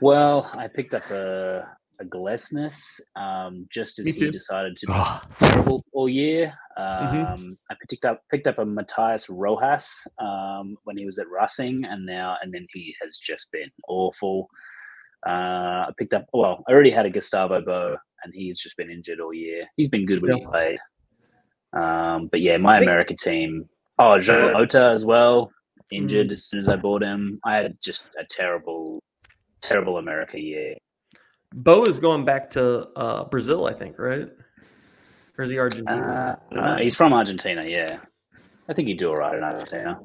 [SPEAKER 6] well, I picked up a a Glesness um, just as
[SPEAKER 7] Me
[SPEAKER 6] he
[SPEAKER 7] too.
[SPEAKER 6] decided to be
[SPEAKER 4] Oh,
[SPEAKER 6] terrible all year. Um,
[SPEAKER 7] Mhm.
[SPEAKER 6] I picked up picked up a Matthias Rojas um, when he was at Racing, and now and then he has just been awful. Uh, I picked up well, I already had a Gustavo Bo, and he's just been injured all year. He's been good when he played, um, but yeah, my
[SPEAKER 7] I think-
[SPEAKER 6] America team. Oh, Joe Ota as well, injured
[SPEAKER 7] Mm.
[SPEAKER 6] as soon as I bought him. I had just a terrible, terrible America year.
[SPEAKER 3] Bo is going back to uh, Brazil, I think, right? Or is he Argentina?
[SPEAKER 6] Uh, no, he's from Argentina, yeah. I think he'd do all right in Argentina.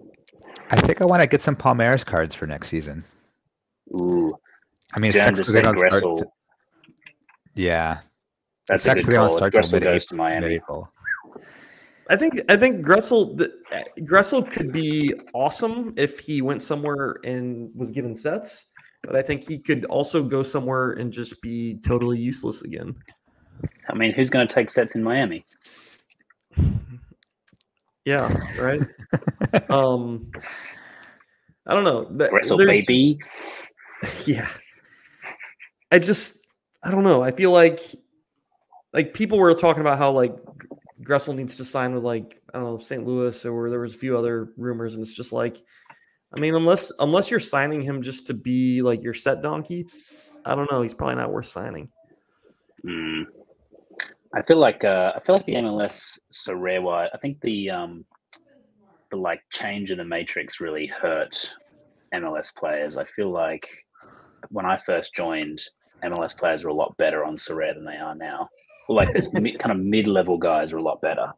[SPEAKER 4] I think I want to get some Palmeiras cards for next season.
[SPEAKER 6] Ooh,
[SPEAKER 4] I mean, it
[SPEAKER 6] Jan
[SPEAKER 4] sucks because
[SPEAKER 6] just
[SPEAKER 4] they
[SPEAKER 6] said
[SPEAKER 4] don't start
[SPEAKER 6] Gressel.
[SPEAKER 4] t- yeah,
[SPEAKER 6] That's
[SPEAKER 4] it
[SPEAKER 6] a
[SPEAKER 4] sucks
[SPEAKER 6] good
[SPEAKER 4] that they don't
[SPEAKER 6] call. If
[SPEAKER 4] start till
[SPEAKER 6] Gressel goes
[SPEAKER 4] mid-April.
[SPEAKER 6] to Miami.
[SPEAKER 4] mid-April.
[SPEAKER 3] I think I think Gressel th- uh, Gressel could be awesome if he went somewhere and was given sets, but I think he could also go somewhere and just be totally useless again.
[SPEAKER 6] I mean, who's going to take sets in Miami?
[SPEAKER 3] Yeah, right.
[SPEAKER 6] *laughs*
[SPEAKER 3] um, I don't know. Th-
[SPEAKER 6] Gressel,
[SPEAKER 3] there's-
[SPEAKER 6] baby.
[SPEAKER 3] *laughs* yeah i just i don't know i feel like like people were talking about how like gressel needs to sign with like i don't know st louis or there was a few other rumors and it's just like i mean unless unless you're signing him just to be like your set donkey i don't know he's probably not worth signing
[SPEAKER 6] Hmm. I feel like uh, I feel like the MLS so rare. Why I think the um, the like change in the matrix really hurt MLS players. I feel like when I first joined, MLS players were a lot better on Sorare than they are now. Like those mid, kind of mid-level guys are a lot better.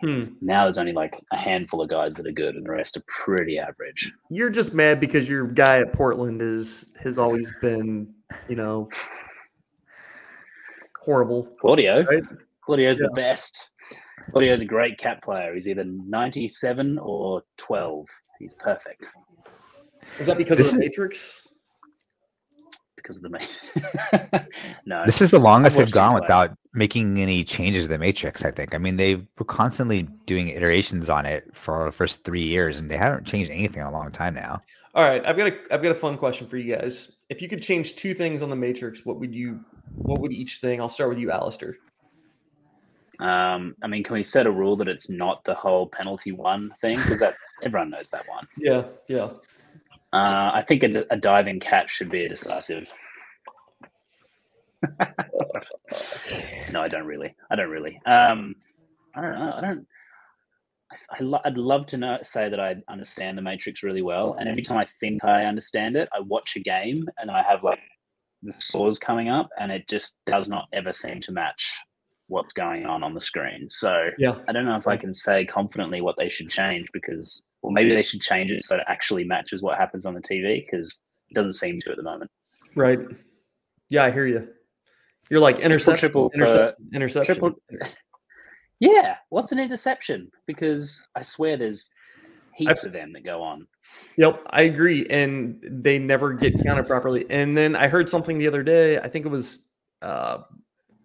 [SPEAKER 3] hmm
[SPEAKER 6] Now there's only like a handful of guys that are good, and the rest are pretty average.
[SPEAKER 3] you're just mad because your guy at portland is has always been you know horrible
[SPEAKER 6] Claudio,
[SPEAKER 3] Right?
[SPEAKER 6] Claudio's the best. Claudio's a great cat player. He's either 97 or 12. He's perfect
[SPEAKER 7] Is that because
[SPEAKER 4] This
[SPEAKER 7] of
[SPEAKER 4] is-
[SPEAKER 7] the Matrix?
[SPEAKER 6] because of the main. *laughs* no,
[SPEAKER 4] This is the longest
[SPEAKER 6] watched
[SPEAKER 4] they've
[SPEAKER 6] him
[SPEAKER 4] gone
[SPEAKER 6] play.
[SPEAKER 4] without making any changes to the Matrix. I think. I mean, they were constantly doing iterations on it for the first three years, and they haven't changed anything in a long time now.
[SPEAKER 3] All right, I've got a I've got a fun question for you guys. If you could change two things on the Matrix, what would you what would each thing? I'll start with you, Alistair.
[SPEAKER 6] um, I mean, can we set a rule that it's not the whole penalty one thing? Because that's everyone knows that one.
[SPEAKER 3] Yeah, yeah.
[SPEAKER 6] Uh, I think a, a diving catch should be a decisive. *laughs* no, I don't really. I don't really. Um, I don't know. I don't. I, I lo- I'd love to know, say that I understand the Matrix really well, and every time I think I understand it, I watch a game and I have like the scores coming up, and it just does not ever seem to match what's going on on the screen. So
[SPEAKER 3] Yeah.
[SPEAKER 6] I don't know if I can say confidently what they should change because, well, maybe they should change it so it actually matches what happens on the TV because it doesn't seem to at the moment.
[SPEAKER 3] Right. Yeah, I hear you. You're like interception,
[SPEAKER 6] triple for-
[SPEAKER 3] interception, interception.
[SPEAKER 6] triple- Yeah, what's an interception? Because I swear there's heaps of them that go on.
[SPEAKER 3] Yep, I agree. And they never get counted properly. And then I heard something the other day. I think it was, uh,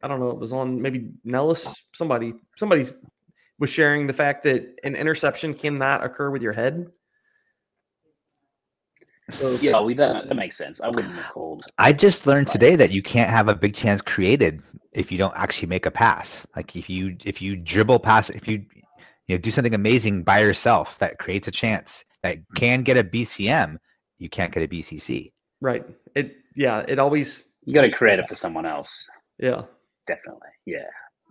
[SPEAKER 3] I don't know, it was on maybe Nellis. Somebody, somebody was sharing the fact that an interception cannot occur with your head. So,
[SPEAKER 6] Yeah, we, that, that makes sense. I wouldn't have called.
[SPEAKER 4] I just learned
[SPEAKER 6] Right.
[SPEAKER 4] today that you can't have a big chance created if you don't actually make a pass. Like if you if you dribble pass, if you you know, do something amazing by yourself that creates a chance that can get a BCM, you can't get a BCC.
[SPEAKER 3] Right. It. Yeah. It always.
[SPEAKER 6] You got to create it for someone else,
[SPEAKER 3] Yeah.
[SPEAKER 6] definitely. Yeah.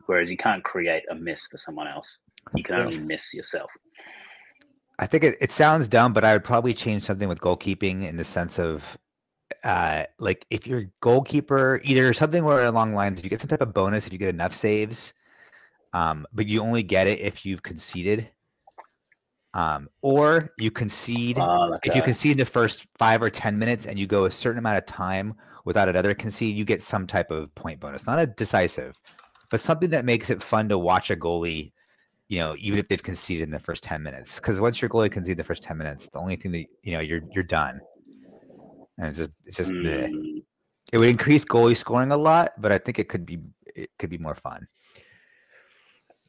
[SPEAKER 6] Whereas you can't create a miss for someone else, you can
[SPEAKER 3] Yeah.
[SPEAKER 6] only miss yourself.
[SPEAKER 4] I think it, it sounds dumb, but I would probably change something with goalkeeping in the sense of uh like if your goalkeeper either something where along the lines if you get some type of bonus if you get enough saves um but you only get it if you've conceded um or you concede
[SPEAKER 6] Ah,
[SPEAKER 4] if you
[SPEAKER 6] okay.
[SPEAKER 4] concede in the first five or ten minutes and you go a certain amount of time without another concede, you get some type of point bonus. Not a decisive, but something that makes it fun to watch a goalie, you know, even if they've conceded in the first ten minutes. Because once your goalie concedes the first ten minutes, the only thing that you know you're you're done. And it's just it's just bleh.
[SPEAKER 6] Mm,
[SPEAKER 4] it would increase goalie scoring a lot, but I think it could be it could be more fun.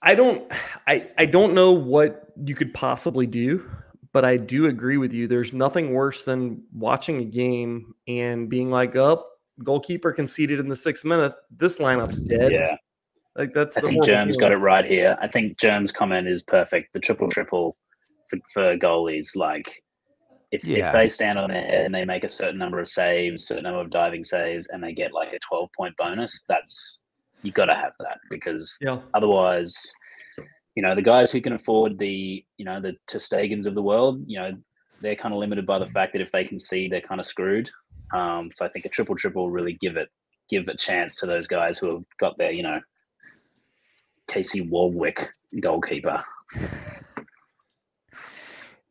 [SPEAKER 3] I don't I I don't know what you could possibly do, but I do agree with you. There's nothing worse than watching a game and being like, "Up, oh, goalkeeper conceded in the sixth minute. This lineup's dead."
[SPEAKER 6] Yeah,
[SPEAKER 3] like that's.
[SPEAKER 6] I think Germ's got it right here. I think Germ's comment is perfect. The triple triple for, for goalies, like if,
[SPEAKER 4] Yeah.
[SPEAKER 6] if they stand on their head and they make a certain number of saves, certain number of diving saves, and they get like a twelve point bonus, that's you got to have that because
[SPEAKER 3] Yeah,
[SPEAKER 6] otherwise you know the guys who can afford the you know the Testagans of the world you know they're kind of limited by the fact that if they can see they're kind of screwed um, so i think a triple triple will really give it give a chance to those guys who have got their you know casey warwick goalkeeper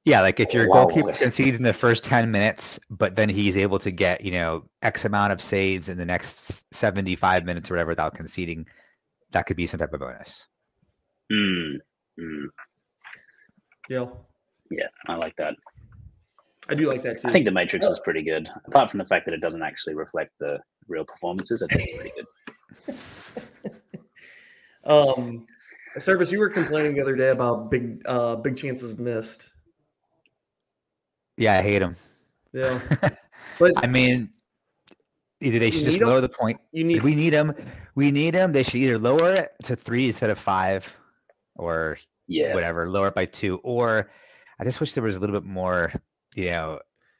[SPEAKER 4] Yeah, like if your
[SPEAKER 6] Wow.
[SPEAKER 4] goalkeeper concedes in the first 10 minutes, but then he's able to get, you know, X amount of saves in the next 75 minutes or whatever without conceding, that could be some type of bonus.
[SPEAKER 6] mm, mm,
[SPEAKER 3] yeah,
[SPEAKER 6] yeah i like that
[SPEAKER 3] I do like that too.
[SPEAKER 6] i think the matrix is pretty good apart from the fact that it doesn't actually reflect the real performances i think it's pretty good
[SPEAKER 3] Um, Service, you were complaining the other day about big uh big chances missed.
[SPEAKER 4] Yeah, I hate him. *laughs*
[SPEAKER 3] Yeah,
[SPEAKER 4] I mean, either they
[SPEAKER 3] You
[SPEAKER 4] should
[SPEAKER 3] need
[SPEAKER 4] just
[SPEAKER 3] 'em?
[SPEAKER 4] lower the point.
[SPEAKER 3] you
[SPEAKER 4] If
[SPEAKER 3] need.
[SPEAKER 4] we need him, we need him. They should either lower it to three instead of five or
[SPEAKER 6] yeah
[SPEAKER 4] whatever, lower it by two. Or I just wish there was a little bit more, you know,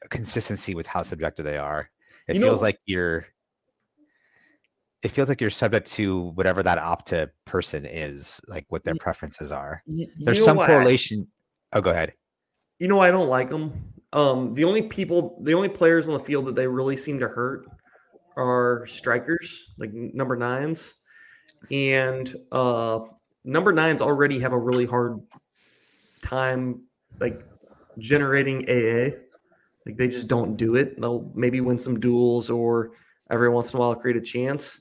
[SPEAKER 4] consistency with how subjective they are. It
[SPEAKER 3] You know-
[SPEAKER 4] feels like you're it feels like you're subject to whatever that opta person is, like what their
[SPEAKER 3] Y-
[SPEAKER 4] preferences are.
[SPEAKER 3] you- you
[SPEAKER 4] There's
[SPEAKER 3] know
[SPEAKER 4] some
[SPEAKER 3] what I-
[SPEAKER 4] correlation. Oh, go ahead.
[SPEAKER 3] you know, I don't like them. Um, the only people, the only players on the field that they really seem to hurt are strikers, like n- number nines, and uh, number nines already have a really hard time like generating AA. Like they just don't do it. They'll maybe win some duels or every once in a while create a chance,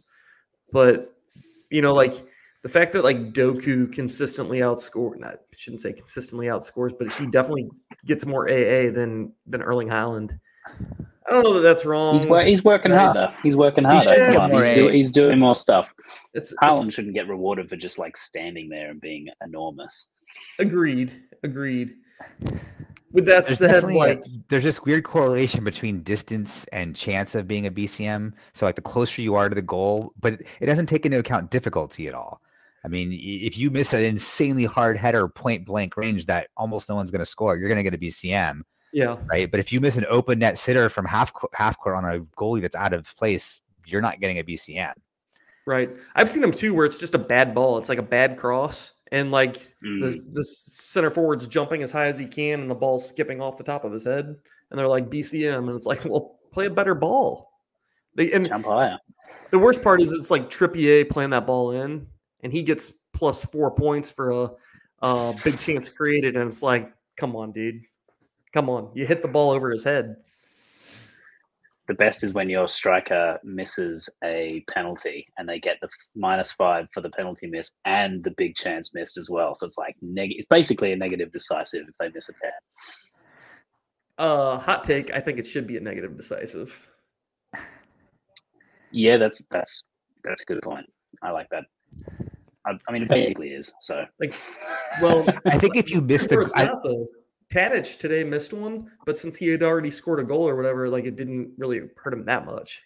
[SPEAKER 3] but you know, like the fact that like Doku consistently outscores, not shouldn't say consistently outscores, but he definitely gets more AA than than Erling Haaland. I don't know that that's wrong.
[SPEAKER 6] He's, wor- he's working
[SPEAKER 3] Mm. Right.
[SPEAKER 6] harder. He's working
[SPEAKER 4] He
[SPEAKER 6] harder.
[SPEAKER 4] should
[SPEAKER 6] Come on,
[SPEAKER 4] more
[SPEAKER 6] he's, do-
[SPEAKER 4] A.
[SPEAKER 6] he's doing more stuff.
[SPEAKER 3] it's, it's-
[SPEAKER 6] Haaland shouldn't get rewarded for just like standing there and being enormous.
[SPEAKER 3] agreed, agreed. With that said,
[SPEAKER 4] definitely a-
[SPEAKER 3] like
[SPEAKER 4] there's this weird correlation between distance and chance of being a BCM. So like the closer you are to the goal, but it doesn't take into account difficulty at all. I mean, i- if you miss an insanely hard header point blank range that almost no one's going to score, you're going to get a BCM,
[SPEAKER 3] yeah,
[SPEAKER 4] right? But if you miss an open net sitter from half co- half court on a goalie that's out of place, you're not getting a BCM.
[SPEAKER 3] right. I've seen him too, where it's just a bad ball. It's like a bad cross, and like
[SPEAKER 6] Mm.
[SPEAKER 3] the the center forward's jumping as high as he can, and the ball's skipping off the top of his head, and they're like BCM, and it's like, well, play a better ball. They and
[SPEAKER 6] Jump higher.
[SPEAKER 3] The worst part is it's like Trippier playing that ball in, and he gets plus four points for a, a big chance created, and it's like, come on, dude, come on, you hit the ball over his head.
[SPEAKER 6] The best is when your striker misses a penalty and they get the f- minus five for the penalty miss and the big chance missed as well. So it's like negative. It's basically a negative decisive if they miss a pair.
[SPEAKER 3] Uh, hot take. I think it should be a negative decisive.
[SPEAKER 6] Yeah, that's that's that's a good point. I like that. I, I mean, it basically is. So
[SPEAKER 3] Well,
[SPEAKER 4] I think if you miss
[SPEAKER 3] remember
[SPEAKER 4] the,
[SPEAKER 3] it's
[SPEAKER 4] I,
[SPEAKER 3] not though. Tadic today missed one, but since he had already scored a goal or whatever, like it didn't really hurt him that much.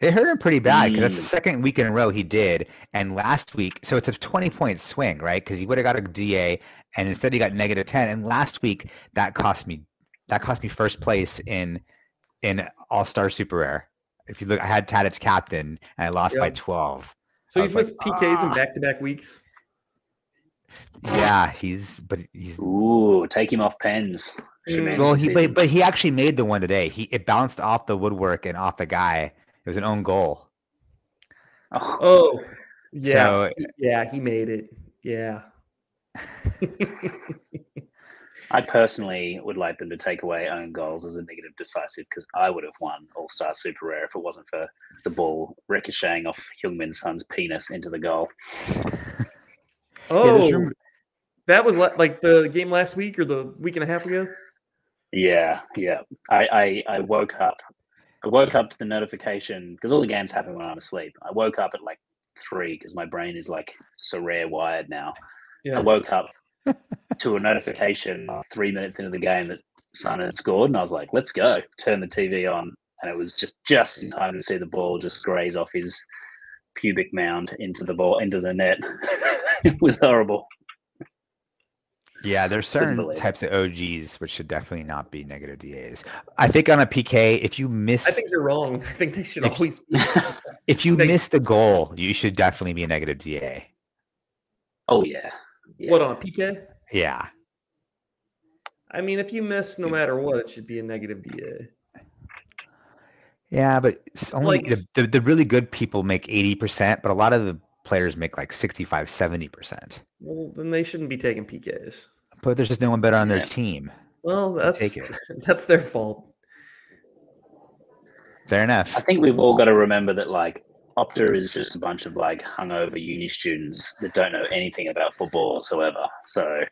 [SPEAKER 4] It hurt him pretty bad because that's the
[SPEAKER 6] Mm.
[SPEAKER 4] second week in a row he did. And last week, so it's a 20 point swing, right? Because he would have got a DA and instead he got negative 10. And last week, that cost me, that cost me first place in, in All Star Super Rare. If you look, I had Tadic captain and I lost by
[SPEAKER 3] Yeah.
[SPEAKER 4] 12.
[SPEAKER 3] So
[SPEAKER 4] I
[SPEAKER 3] he's
[SPEAKER 4] was
[SPEAKER 3] missed
[SPEAKER 4] like,
[SPEAKER 3] PKs in
[SPEAKER 4] "Ah."
[SPEAKER 3] back-to-back weeks.
[SPEAKER 4] Yeah, he's, but he's,
[SPEAKER 6] ooh, take him off pens. Szymanski
[SPEAKER 4] well, he,
[SPEAKER 6] season.
[SPEAKER 4] but, but he actually made the one today. He, it bounced off the woodwork and off the guy. It was an own goal.
[SPEAKER 6] Oh.
[SPEAKER 3] Oh, yeah,
[SPEAKER 4] So-
[SPEAKER 3] he- yeah, he made it. Yeah.
[SPEAKER 6] I personally would like them to take away own goals as a negative decisive because I would have won All Star Super Rare if it wasn't for the ball ricocheting off Heung-Min Sun's penis into the goal.
[SPEAKER 4] Yeah,
[SPEAKER 3] Oh,
[SPEAKER 4] there's rumor-
[SPEAKER 3] That was la- like the game last week or the week and a half ago.
[SPEAKER 6] Yeah, yeah. I, I, I woke up. I woke up to the notification because all the games happen when I'm asleep. I woke up at like three because my brain is like Sorare wired now. I
[SPEAKER 3] Yeah.
[SPEAKER 6] woke up to a notification three minutes into the game that Sun had scored, and I was like, "Let's go!" Turn the TV on, and it was just just in time to see the ball just graze off his pubic mound into the ball into the net. *laughs* it was horrible.
[SPEAKER 4] Yeah, there's certain
[SPEAKER 6] believe it.
[SPEAKER 4] types of OGs which should definitely not be negative DAs. I think on a PK, if you miss
[SPEAKER 3] I think you're wrong. *laughs* I think they should
[SPEAKER 4] If-
[SPEAKER 3] always.
[SPEAKER 4] *laughs*
[SPEAKER 3] Be
[SPEAKER 4] if you
[SPEAKER 3] they-
[SPEAKER 4] miss the goal, you should definitely be a negative DA.
[SPEAKER 6] Oh yeah, yeah.
[SPEAKER 3] What on a PK?
[SPEAKER 4] Yeah.
[SPEAKER 3] I mean, if you miss, no matter what, it should be a negative DA.
[SPEAKER 4] Yeah, but it's only
[SPEAKER 3] Like-
[SPEAKER 4] the, the, the really good people make 80%, but a lot of the players make like 65, 70%.
[SPEAKER 3] Well, then they shouldn't be taking PKs.
[SPEAKER 4] But there's just no one better on their
[SPEAKER 6] Yeah.
[SPEAKER 4] team.
[SPEAKER 3] Well,
[SPEAKER 4] to
[SPEAKER 3] that's
[SPEAKER 4] take it.
[SPEAKER 3] *laughs* that's their fault.
[SPEAKER 4] Fair enough.
[SPEAKER 6] I think we've all got to remember that like Opta is just a bunch of like hungover uni students that don't know anything about football whatsoever. So,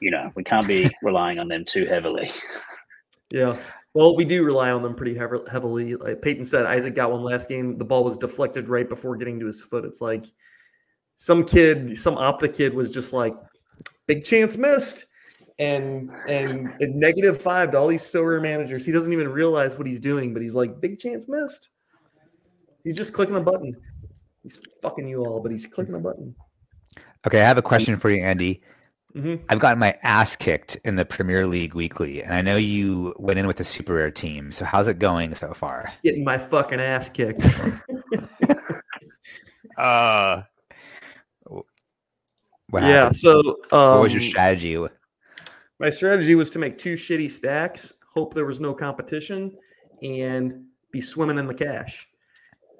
[SPEAKER 6] you know, we
[SPEAKER 4] *laughs*
[SPEAKER 6] can't be relying on them too heavily.
[SPEAKER 3] Yeah. Well, we do rely on them pretty heav- heavily. Like Peyton said, Isaac got one last game. The ball was deflected right before getting to his foot. It's like some kid, some opta kid, was just like, "Big chance missed," and and a negative five to all these sober managers. He doesn't even realize what he's doing, but he's like, "Big chance missed." He's just clicking a button. He's fucking you all, but he's clicking a button.
[SPEAKER 4] Okay, I have a question for you, Andy.
[SPEAKER 3] Mhm.
[SPEAKER 4] I've gotten my ass kicked in the Premier League weekly, and I know you went in with the super rare team. So how's it going so far?
[SPEAKER 3] Getting my fucking ass kicked.
[SPEAKER 4] Uh, what
[SPEAKER 8] yeah.
[SPEAKER 4] happened?
[SPEAKER 8] So um,
[SPEAKER 4] what was your strategy?
[SPEAKER 3] My strategy was to make two shitty stacks, hope there was no competition, and be swimming in the cash.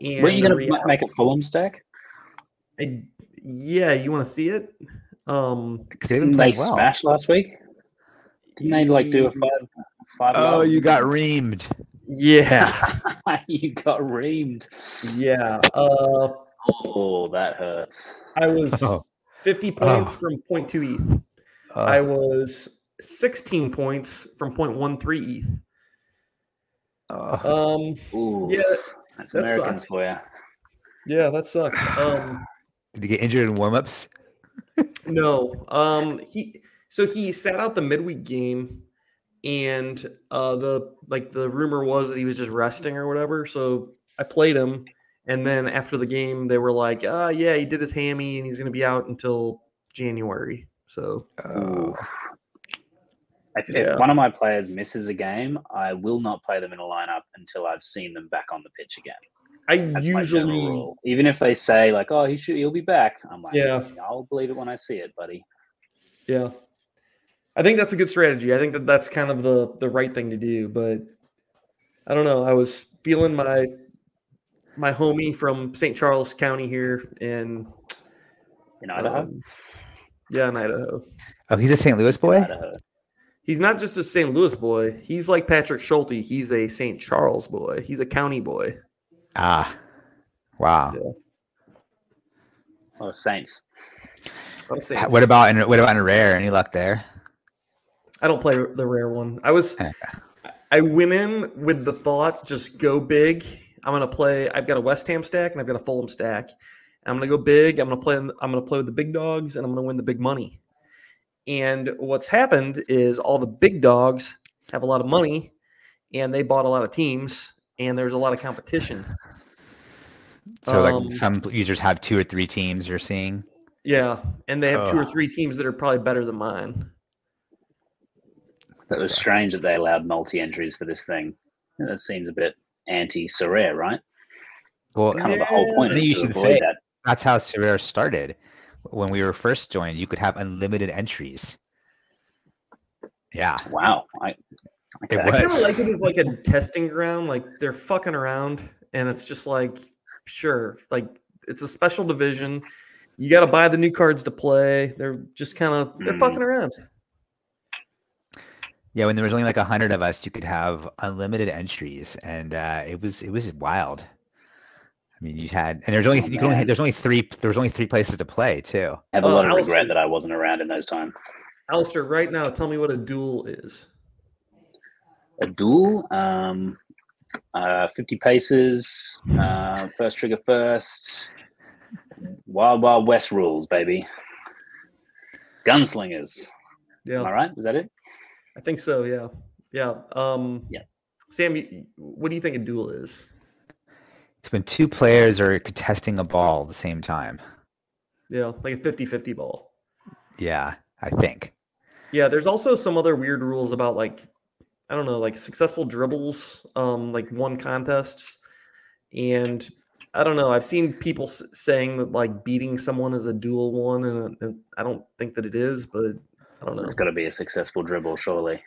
[SPEAKER 3] And
[SPEAKER 6] Were you
[SPEAKER 3] the
[SPEAKER 6] going
[SPEAKER 3] rea-
[SPEAKER 6] to make a Fulham stack?
[SPEAKER 3] I- yeah, you want to see it? Um,
[SPEAKER 4] Because they
[SPEAKER 6] Didn't
[SPEAKER 4] didn't
[SPEAKER 6] they
[SPEAKER 4] play well.
[SPEAKER 6] smash last week? Didn't they like do a
[SPEAKER 3] ye-
[SPEAKER 6] five? five
[SPEAKER 4] Oh,
[SPEAKER 6] love?
[SPEAKER 4] you
[SPEAKER 6] *laughs*
[SPEAKER 4] got reamed.
[SPEAKER 3] *laughs* Yeah,
[SPEAKER 6] you got reamed.
[SPEAKER 3] *laughs*
[SPEAKER 4] Mm.
[SPEAKER 3] yeah. Uh,
[SPEAKER 6] Oh, that hurts.
[SPEAKER 3] I was
[SPEAKER 4] Oh.
[SPEAKER 3] 50 points from point two ETH.
[SPEAKER 4] Oh,
[SPEAKER 3] I was 16 points from point one three ETH.
[SPEAKER 4] oh.
[SPEAKER 3] Um,
[SPEAKER 6] Ooh,
[SPEAKER 3] yeah,
[SPEAKER 6] that's
[SPEAKER 3] that
[SPEAKER 6] Americans
[SPEAKER 3] sucked.
[SPEAKER 6] for you.
[SPEAKER 3] yeah, that sucked. Um,
[SPEAKER 4] Did you get injured in warm-ups?
[SPEAKER 3] No. Um he so he sat out the midweek game and uh the like the rumor was that he was just resting or whatever. So I played him and then after the game they were like, "Uh yeah, he did his hammy and he's going to be out until January." So
[SPEAKER 4] Oh.
[SPEAKER 6] Uh, If,
[SPEAKER 3] Yeah.
[SPEAKER 6] if one of my players misses a game, I will not play them in a lineup until I've seen them back on the pitch again.
[SPEAKER 3] I
[SPEAKER 6] That's my general
[SPEAKER 3] usually
[SPEAKER 6] rule. even if they say like, "Oh, he should, he'll be back," I'm like,
[SPEAKER 3] Yeah.
[SPEAKER 6] I'll believe it when I see it, buddy."
[SPEAKER 3] yeah. I think that's a good strategy. I think that that's kind of the the right thing to do, but I don't know. I was feeling my my homie from St. Charles County here and
[SPEAKER 6] In
[SPEAKER 4] Uh,
[SPEAKER 6] Idaho,
[SPEAKER 3] Um, yeah, in Idaho.
[SPEAKER 4] Oh, he's a St. Louis boy?
[SPEAKER 6] Idaho.
[SPEAKER 3] He's not just a St. Louis boy. He's like Patrick Schulte. He's a St. Charles boy. He's a county boy.
[SPEAKER 4] Ah. Wow.
[SPEAKER 6] Oh, Saints.
[SPEAKER 3] I'll say
[SPEAKER 4] Ha-
[SPEAKER 3] it's-
[SPEAKER 4] What about in, what about in rare? Any luck there?
[SPEAKER 3] I don't play the rare one. I
[SPEAKER 4] *laughs*
[SPEAKER 3] was.
[SPEAKER 4] Okay.
[SPEAKER 3] I went in with the thought, just go big. I'm gonna play. I've got a West Ham stack and I've got a Fulham stack. I'm gonna go big. I'm gonna play. I'm gonna play with the big dogs and I'm gonna win the big money. And what's happened is all the big dogs have a lot of money, and they bought a lot of teams, and there's a lot of competition.
[SPEAKER 4] So
[SPEAKER 3] Um,
[SPEAKER 4] like some users have two or three teams you're seeing.
[SPEAKER 3] Yeah, and they have two or
[SPEAKER 4] Ugh.
[SPEAKER 3] three teams that are probably better than mine.
[SPEAKER 6] It was strange that they allowed multi entries for this thing. That seems a bit anti Serere, right?
[SPEAKER 4] Well,
[SPEAKER 6] Kind of the whole point
[SPEAKER 4] I
[SPEAKER 6] is
[SPEAKER 4] think you
[SPEAKER 6] to
[SPEAKER 4] should
[SPEAKER 6] avoid
[SPEAKER 4] say-
[SPEAKER 6] that.
[SPEAKER 4] that's how Serrera started. When we were first joined, you could have unlimited entries. Yeah.
[SPEAKER 6] Wow. I, okay.
[SPEAKER 3] I
[SPEAKER 4] was-
[SPEAKER 3] kind of like it as like a testing ground. Like they're fucking around, and it's just like, sure, like it's a special division. You got to buy the new cards to play. They're just kind of they're
[SPEAKER 6] Mm.
[SPEAKER 3] fucking around.
[SPEAKER 4] Yeah, when there was only like a hundred of us, you could have unlimited entries, and uh, it was it was wild. I mean, you had, and there's only
[SPEAKER 6] Oh,
[SPEAKER 4] you can only
[SPEAKER 6] man.
[SPEAKER 4] there's only three there's only three places to play too.
[SPEAKER 6] I have a
[SPEAKER 3] Uh,
[SPEAKER 6] lot of
[SPEAKER 3] I was-
[SPEAKER 6] regret that I wasn't around in those times.
[SPEAKER 3] Alistair, right now, tell me what a duel is.
[SPEAKER 6] A duel, um, uh, 50 paces, uh, first trigger first. Wild Wild West rules, baby. gunslingers.
[SPEAKER 3] Yeah.
[SPEAKER 6] Am I right? Is that it?
[SPEAKER 3] I think so. Yeah. Yeah. Um,
[SPEAKER 6] Yeah.
[SPEAKER 3] Sam, you, what do you think a duel is?
[SPEAKER 4] It's when two players are contesting a ball at the same time.
[SPEAKER 3] Yeah. Like a 50 50 ball.
[SPEAKER 4] Yeah, I think.
[SPEAKER 3] Yeah. There's also some other weird rules about like, I don't know, like successful dribbles, um, like one contests. And I don't know. I've seen people s- saying that like beating someone is a duel one. And, uh, and I don't think that it is, but I don't know.
[SPEAKER 6] It's got to be a successful dribble, surely.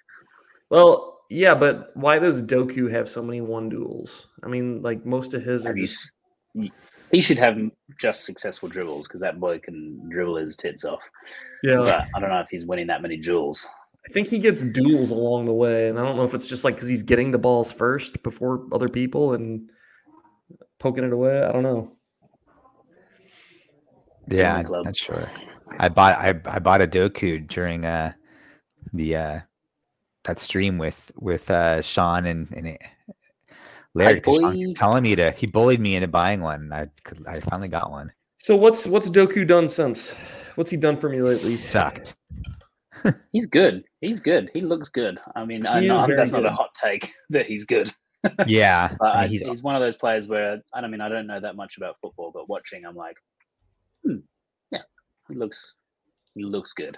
[SPEAKER 3] Well, yeah, but why does Doku have so many one duels? I mean, like most of his are
[SPEAKER 6] Have you,
[SPEAKER 3] just
[SPEAKER 6] s- y- he should have m- just successful dribbles because that boy can dribble his tits off.
[SPEAKER 3] yeah.
[SPEAKER 6] But I don't know if he's winning that many duels.
[SPEAKER 3] I think he gets duels along the way, and I don't know if it's just like because he's getting the balls first before other people and poking it away. I don't know.
[SPEAKER 4] Yeah,
[SPEAKER 6] Bowling club.
[SPEAKER 4] I'm not sure. I bought I, I bought a Doku during uh the uh that stream with with uh Sean and and it, Larry 'cause Sean
[SPEAKER 6] boy.
[SPEAKER 4] kept telling me to he bullied me into buying one. and I could, I finally got one.
[SPEAKER 3] So what's what's Doku done since? What's he done for me lately?
[SPEAKER 4] Sucked.
[SPEAKER 6] He's good. He's good. He looks good. I mean, I
[SPEAKER 3] He
[SPEAKER 6] know
[SPEAKER 3] is
[SPEAKER 6] I'm-
[SPEAKER 3] very
[SPEAKER 6] that's not
[SPEAKER 3] good.
[SPEAKER 6] a hot take *laughs* that he's good.
[SPEAKER 3] *laughs*
[SPEAKER 4] Yeah,
[SPEAKER 6] But
[SPEAKER 4] I
[SPEAKER 6] I,
[SPEAKER 4] mean,
[SPEAKER 6] he's,
[SPEAKER 4] he's
[SPEAKER 6] one of those players where I don't mean I don't know that much about football, but watching, I'm like, hmm, yeah, he looks, he looks good.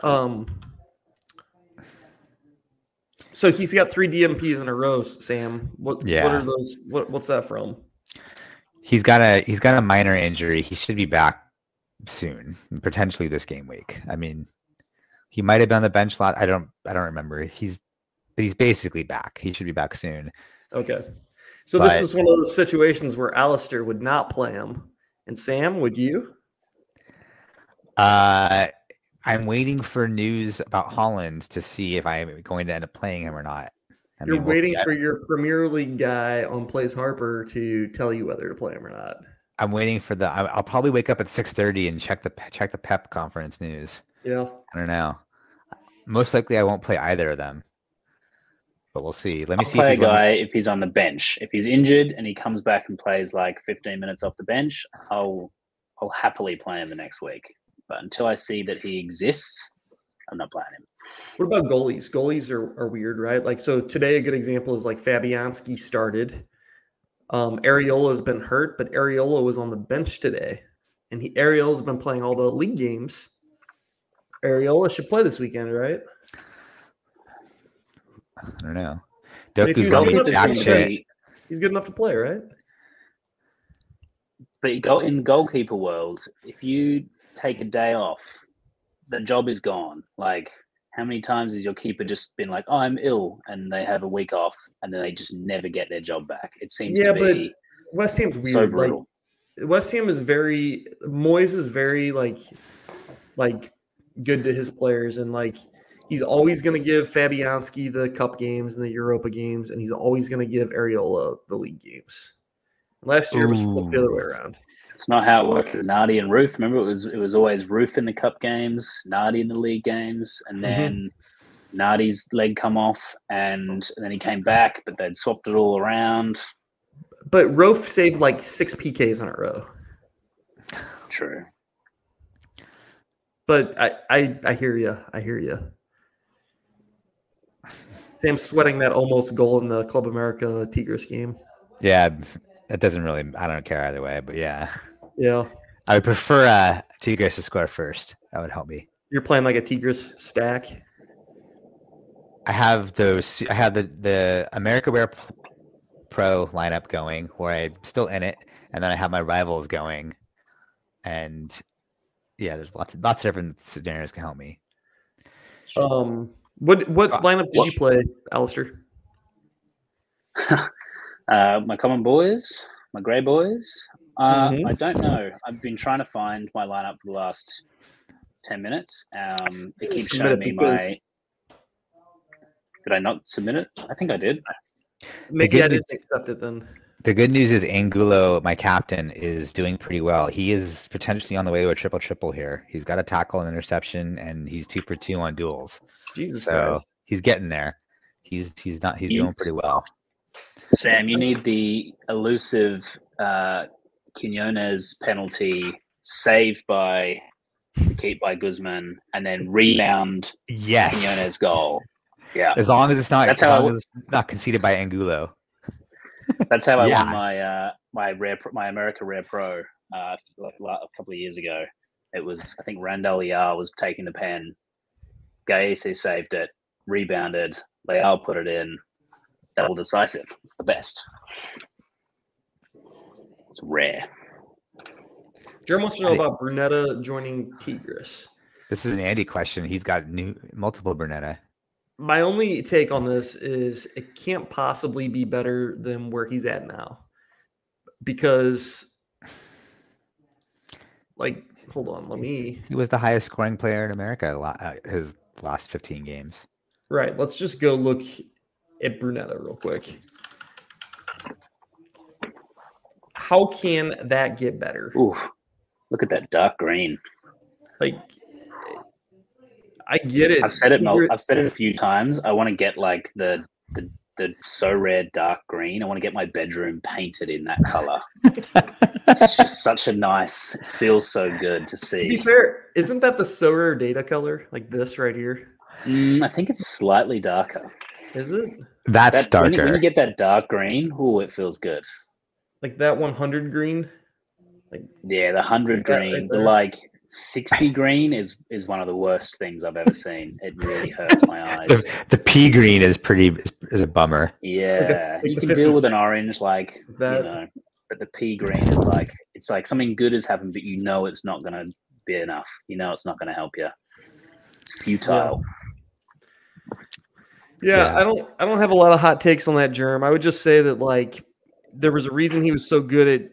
[SPEAKER 3] Um. So he's got three DMPs in a row, Sam. What what
[SPEAKER 4] Yeah.
[SPEAKER 3] are those? What what's that from?
[SPEAKER 4] he's got a he's got a minor injury. He should be back soon, potentially this game week. I mean, he might have been on the bench a lot. I don't I don't remember. He's but he's basically back. He should be back soon.
[SPEAKER 3] Okay. So this
[SPEAKER 4] But-
[SPEAKER 3] is one of those situations where Alistair would not play him. And Sam, would you?
[SPEAKER 4] Uh, I'm waiting for news about Holland to see if I'm going to end up playing him or not. I
[SPEAKER 3] You're
[SPEAKER 4] mean, we'll-
[SPEAKER 3] waiting for your Premier League guy on Plays Harper to tell you whether to play him or not.
[SPEAKER 4] I'm waiting for the. I- I'll probably wake up at 6:30 and check the pe- check the Pep conference news.
[SPEAKER 3] Yeah.
[SPEAKER 4] I don't know. Most likely, I won't play either of them, but we'll see. Let me
[SPEAKER 6] I'll
[SPEAKER 4] see. if
[SPEAKER 6] play a
[SPEAKER 4] he's on the-
[SPEAKER 6] guy if he's on the bench. If he's injured and he comes back and plays like 15 minutes off the bench, I'll I'll happily play him the next week. But until I see that he exists, I'm not playing him.
[SPEAKER 3] What about goalies? Goalies are, are weird, right? Like, so today, a good example is like Fabianski started. Um, Ariola's been hurt, but Ariola was on the bench today. And he Ariola's been playing all the league games. Ariola should play this weekend, right?
[SPEAKER 4] I don't know.
[SPEAKER 3] But if
[SPEAKER 4] Doku's
[SPEAKER 3] he's
[SPEAKER 4] running
[SPEAKER 3] good
[SPEAKER 4] jack
[SPEAKER 3] enough to
[SPEAKER 4] shit.
[SPEAKER 3] play, he's good enough to play, right?
[SPEAKER 6] But go- in goalkeeper world, if you take a day off, the job is gone. Like how many times has your keeper just been like, oh, "I'm ill," and they have a week off, and then they just never get their job back? It seems
[SPEAKER 3] Yeah,
[SPEAKER 6] to
[SPEAKER 3] but
[SPEAKER 6] be
[SPEAKER 3] West Ham's weird.
[SPEAKER 6] so
[SPEAKER 3] like,
[SPEAKER 6] brutal.
[SPEAKER 3] West Ham is very Moyes is very like like good to his players and like he's always going to give Fabianski the cup games and the Europa games and he's always going to give Areola the league games. Last year was flipped the other way
[SPEAKER 4] Ooh.
[SPEAKER 3] around.
[SPEAKER 6] It's not how it worked with Nardi and Roof. Remember, it was it was always Roof in the cup games, Nardi in the league games, and
[SPEAKER 3] Mm-hmm.
[SPEAKER 6] then Nardi's leg come off, and, then he came back, but they'd swapped it all around.
[SPEAKER 3] But Rofe saved like 6 PKs in a row.
[SPEAKER 6] True.
[SPEAKER 3] But I I, I hear you. I hear you. Sam sweating that almost goal in the Club America Tigres game.
[SPEAKER 4] Yeah, that doesn't really. I don't care either way. But yeah,
[SPEAKER 3] Yeah.
[SPEAKER 4] I would prefer uh, Tigres to score first. That would help me.
[SPEAKER 3] You're playing like a Tigres stack.
[SPEAKER 4] I have those. I have the the America Wear P- Pro lineup going, where I'm still in it, and then I have my rivals going, and yeah, there's lots of lots of different scenarios can help me.
[SPEAKER 3] Um, what what
[SPEAKER 4] Uh,
[SPEAKER 3] lineup did
[SPEAKER 6] what-
[SPEAKER 3] you play, Alistair?
[SPEAKER 6] Uh, my common boys, my grey boys. Uh,
[SPEAKER 3] Mhm.
[SPEAKER 6] I don't know. I've been trying to find my lineup for the last ten minutes. Um, it keeps
[SPEAKER 3] Submit
[SPEAKER 6] showing
[SPEAKER 3] it
[SPEAKER 6] me
[SPEAKER 3] because-
[SPEAKER 6] my. Did I not submit it? I think I did.
[SPEAKER 3] Maybe I
[SPEAKER 4] good
[SPEAKER 3] didn't accept it then.
[SPEAKER 4] The good news is Angulo, my captain, is doing pretty well. He is potentially on the way to a triple triple here. He's got a tackle and interception, and he's two for two on duels.
[SPEAKER 3] Jesus
[SPEAKER 4] So
[SPEAKER 3] Christ.
[SPEAKER 4] he's getting there. He's he's not he's doing pretty well.
[SPEAKER 6] Sam, you need the elusive uh, Quinones penalty saved by the keep by Guzman, and then rebound
[SPEAKER 4] Yes.
[SPEAKER 6] Quinones goal. Yeah,
[SPEAKER 4] As long as it's not,
[SPEAKER 6] That's
[SPEAKER 4] as
[SPEAKER 6] how I
[SPEAKER 4] long
[SPEAKER 6] w-
[SPEAKER 4] as it's not conceded by Angulo.
[SPEAKER 6] that's how I
[SPEAKER 4] Yeah.
[SPEAKER 6] won my uh, my rare pro- my America Rare Pro uh, like la- a couple of years ago. It was I think Randall Yar was taking the pen. Gaese saved it, rebounded. Leal put it in. Double decisive. It's the best. It's rare.
[SPEAKER 3] Jerem wants to know about Brunetta joining Tigris.
[SPEAKER 4] This is an Andy question. He's got new multiple Bernetta.
[SPEAKER 3] My only take on this is it can't possibly be better than where he's at now. Because like hold on, let me
[SPEAKER 4] He was the highest scoring player in America la- uh, his last 15 games.
[SPEAKER 3] right, let's just go look at Brunetta real quick. How can that get better?
[SPEAKER 6] Ooh, look at that dark green.
[SPEAKER 3] Like I get it.
[SPEAKER 6] I've said it. mul-
[SPEAKER 3] Tigris-
[SPEAKER 6] I've said it a few times. I want to get like the the the so rare dark green. I want to get my bedroom painted in that color. it's
[SPEAKER 3] *laughs*
[SPEAKER 6] just such a nice. It feels so good to
[SPEAKER 3] To be
[SPEAKER 6] see.
[SPEAKER 3] fair, isn't that the so rare data color? Like this right here?
[SPEAKER 6] Mm, I think it's slightly darker.
[SPEAKER 3] Is it?
[SPEAKER 4] That's
[SPEAKER 6] That
[SPEAKER 4] darker.
[SPEAKER 6] When, you, when you get that dark green, oh, it feels good.
[SPEAKER 3] Like that 100 green?
[SPEAKER 6] Yeah, the hundred
[SPEAKER 3] That right
[SPEAKER 6] green, the
[SPEAKER 3] there.
[SPEAKER 6] like sixty green is is one of the worst things I've ever seen. It really hurts
[SPEAKER 3] *laughs*
[SPEAKER 6] my eyes.
[SPEAKER 4] the, the pea green is pretty is, is a bummer.
[SPEAKER 6] Yeah,
[SPEAKER 3] like
[SPEAKER 6] you
[SPEAKER 3] the
[SPEAKER 6] can deal with
[SPEAKER 3] 50
[SPEAKER 6] an orange, like you
[SPEAKER 3] That
[SPEAKER 6] know, but the pea green is like it's like something good has happened, but you know it's not going to be enough. You know it's not going to help you. It's futile.
[SPEAKER 3] yeah,
[SPEAKER 4] Yeah.
[SPEAKER 3] I don't I don't have a lot of hot takes on that germ. I would just say that like there was a reason he was so good at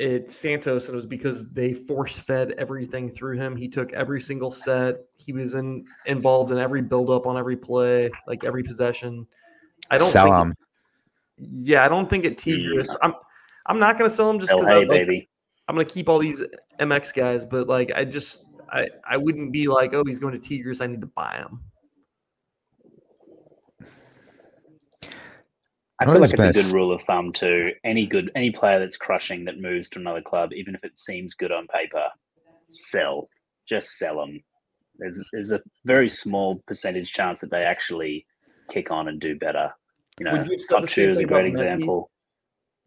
[SPEAKER 3] at Santos, and it was because they force fed everything through him. He took every single set. He was in involved in every build up on every play, like every possession. I don't
[SPEAKER 4] Sell
[SPEAKER 3] think
[SPEAKER 4] him.
[SPEAKER 3] yeah, I don't think at Tigris. I'm I'm not gonna sell him just
[SPEAKER 6] Oh,
[SPEAKER 3] because
[SPEAKER 6] hey,
[SPEAKER 3] I like
[SPEAKER 6] baby.
[SPEAKER 3] I'm gonna keep all these MX guys, but like I just I, I wouldn't be like, oh, he's going to Tigris, I need to buy him.
[SPEAKER 6] I
[SPEAKER 4] I don't
[SPEAKER 6] feel like
[SPEAKER 4] think
[SPEAKER 6] it's a
[SPEAKER 4] it's been a
[SPEAKER 6] good rule of thumb too. Any good, any player that's crushing that moves to another club, even if it seems good on paper, sell. Just sell them. There's there's a very small percentage chance that they actually kick on and do better. You
[SPEAKER 3] Would
[SPEAKER 6] know,
[SPEAKER 3] you have said the same
[SPEAKER 6] Topchu is a
[SPEAKER 3] thing about
[SPEAKER 6] great
[SPEAKER 3] Messi?
[SPEAKER 6] example.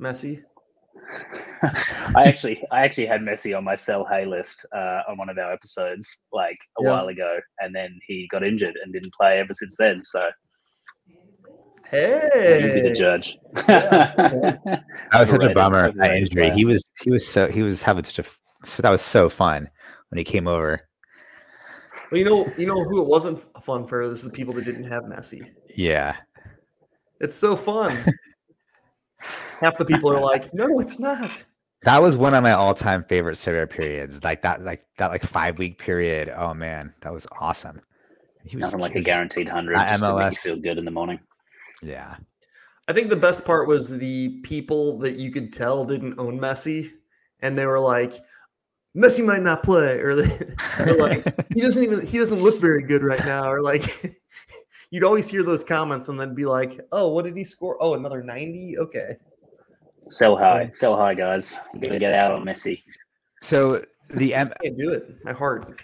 [SPEAKER 3] Messi.
[SPEAKER 6] I actually, I actually had Messi on my sell hay list uh, on one of our episodes like a
[SPEAKER 3] Yeah.
[SPEAKER 6] while ago, and then he got injured and didn't play ever since then. So you be
[SPEAKER 3] Hey,
[SPEAKER 6] the judge.
[SPEAKER 4] That was such a
[SPEAKER 6] Overrated-
[SPEAKER 4] bummer. That
[SPEAKER 6] overrated
[SPEAKER 4] injury.
[SPEAKER 6] player.
[SPEAKER 4] He was he was so he was having such a so that was so fun when he came over.
[SPEAKER 3] well, you know, you know who it wasn't f- fun for. This is the people that didn't have Messi.
[SPEAKER 4] Yeah.
[SPEAKER 3] It's so
[SPEAKER 6] *laughs*
[SPEAKER 3] fun. Half the people are like, no, it's not.
[SPEAKER 4] That was one of my all-time favorite Surveyor periods. Like that like that like 5-week period. Oh man, that was awesome. He was
[SPEAKER 6] *laughs* Nothing like
[SPEAKER 4] he
[SPEAKER 6] a
[SPEAKER 4] was-
[SPEAKER 6] guaranteed hundred
[SPEAKER 4] At
[SPEAKER 6] just to make you
[SPEAKER 4] MLS.
[SPEAKER 6] feel good in the morning.
[SPEAKER 4] Yeah.
[SPEAKER 3] I think the best part was the people that you could tell didn't own Messi, and they were like, Messi might not play, or *laughs* they, they're like, he doesn't even he doesn't look very good right now or like *laughs* you'd always hear those comments and then be like oh what did he score oh another 90 okay
[SPEAKER 6] Sell high, sell high, guys. You gotta get out on Messi.
[SPEAKER 4] *laughs* So the M-
[SPEAKER 3] can't do it my heart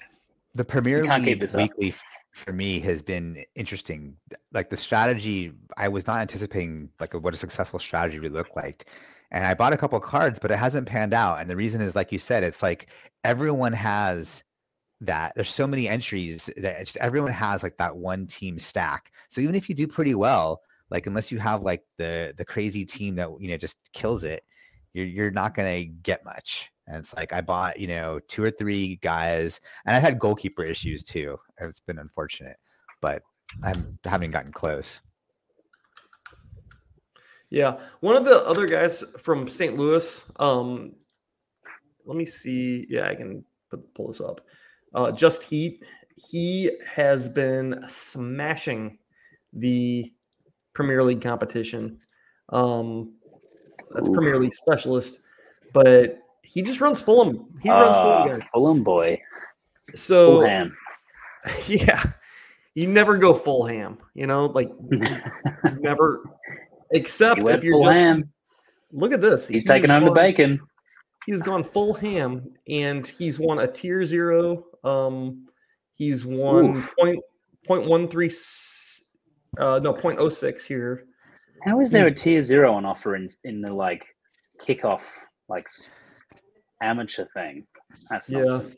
[SPEAKER 4] the Premier
[SPEAKER 6] can't keep
[SPEAKER 4] League
[SPEAKER 6] this up.
[SPEAKER 4] weekly f- for me has been interesting. Like the strategy, I was not anticipating like what a successful strategy would look like. And I bought a couple cards, but it hasn't panned out. And the reason is, like you said, it's like everyone has that. There's so many entries that it's just everyone has like that one team stack. So even if you do pretty well, like unless you have like the the crazy team that you know just kills it, you're you're not gonna get much. And it's like I bought you know two or three guys and I've had goalkeeper issues too. It's been unfortunate, but I haven't gotten close.
[SPEAKER 3] yeah one of the other guys from st louis um let me see yeah i can put, pull this up uh just heat he has been smashing the premier league competition um that's
[SPEAKER 6] Ooh.
[SPEAKER 3] premier league specialist but he just runs Fulham. He runs Fulham.
[SPEAKER 6] Ah,
[SPEAKER 3] guys.
[SPEAKER 6] Fulham boy,
[SPEAKER 3] So
[SPEAKER 6] full ham.
[SPEAKER 3] *laughs* yeah, you never go full ham. You know, like never, except
[SPEAKER 6] He
[SPEAKER 3] if
[SPEAKER 6] went
[SPEAKER 3] you're
[SPEAKER 6] full
[SPEAKER 3] just.
[SPEAKER 6] ham.
[SPEAKER 3] Look at this.
[SPEAKER 6] He's
[SPEAKER 3] he just
[SPEAKER 6] taking home the
[SPEAKER 3] won-
[SPEAKER 6] bacon.
[SPEAKER 3] he's gone full ham and he's won a tier zero. Um, he's won Oof. point point one three, uh, no point oh six here.
[SPEAKER 6] How is there he's, a tier zero on offer in in the like kickoff like amateur thing? That's yeah. Nonsense.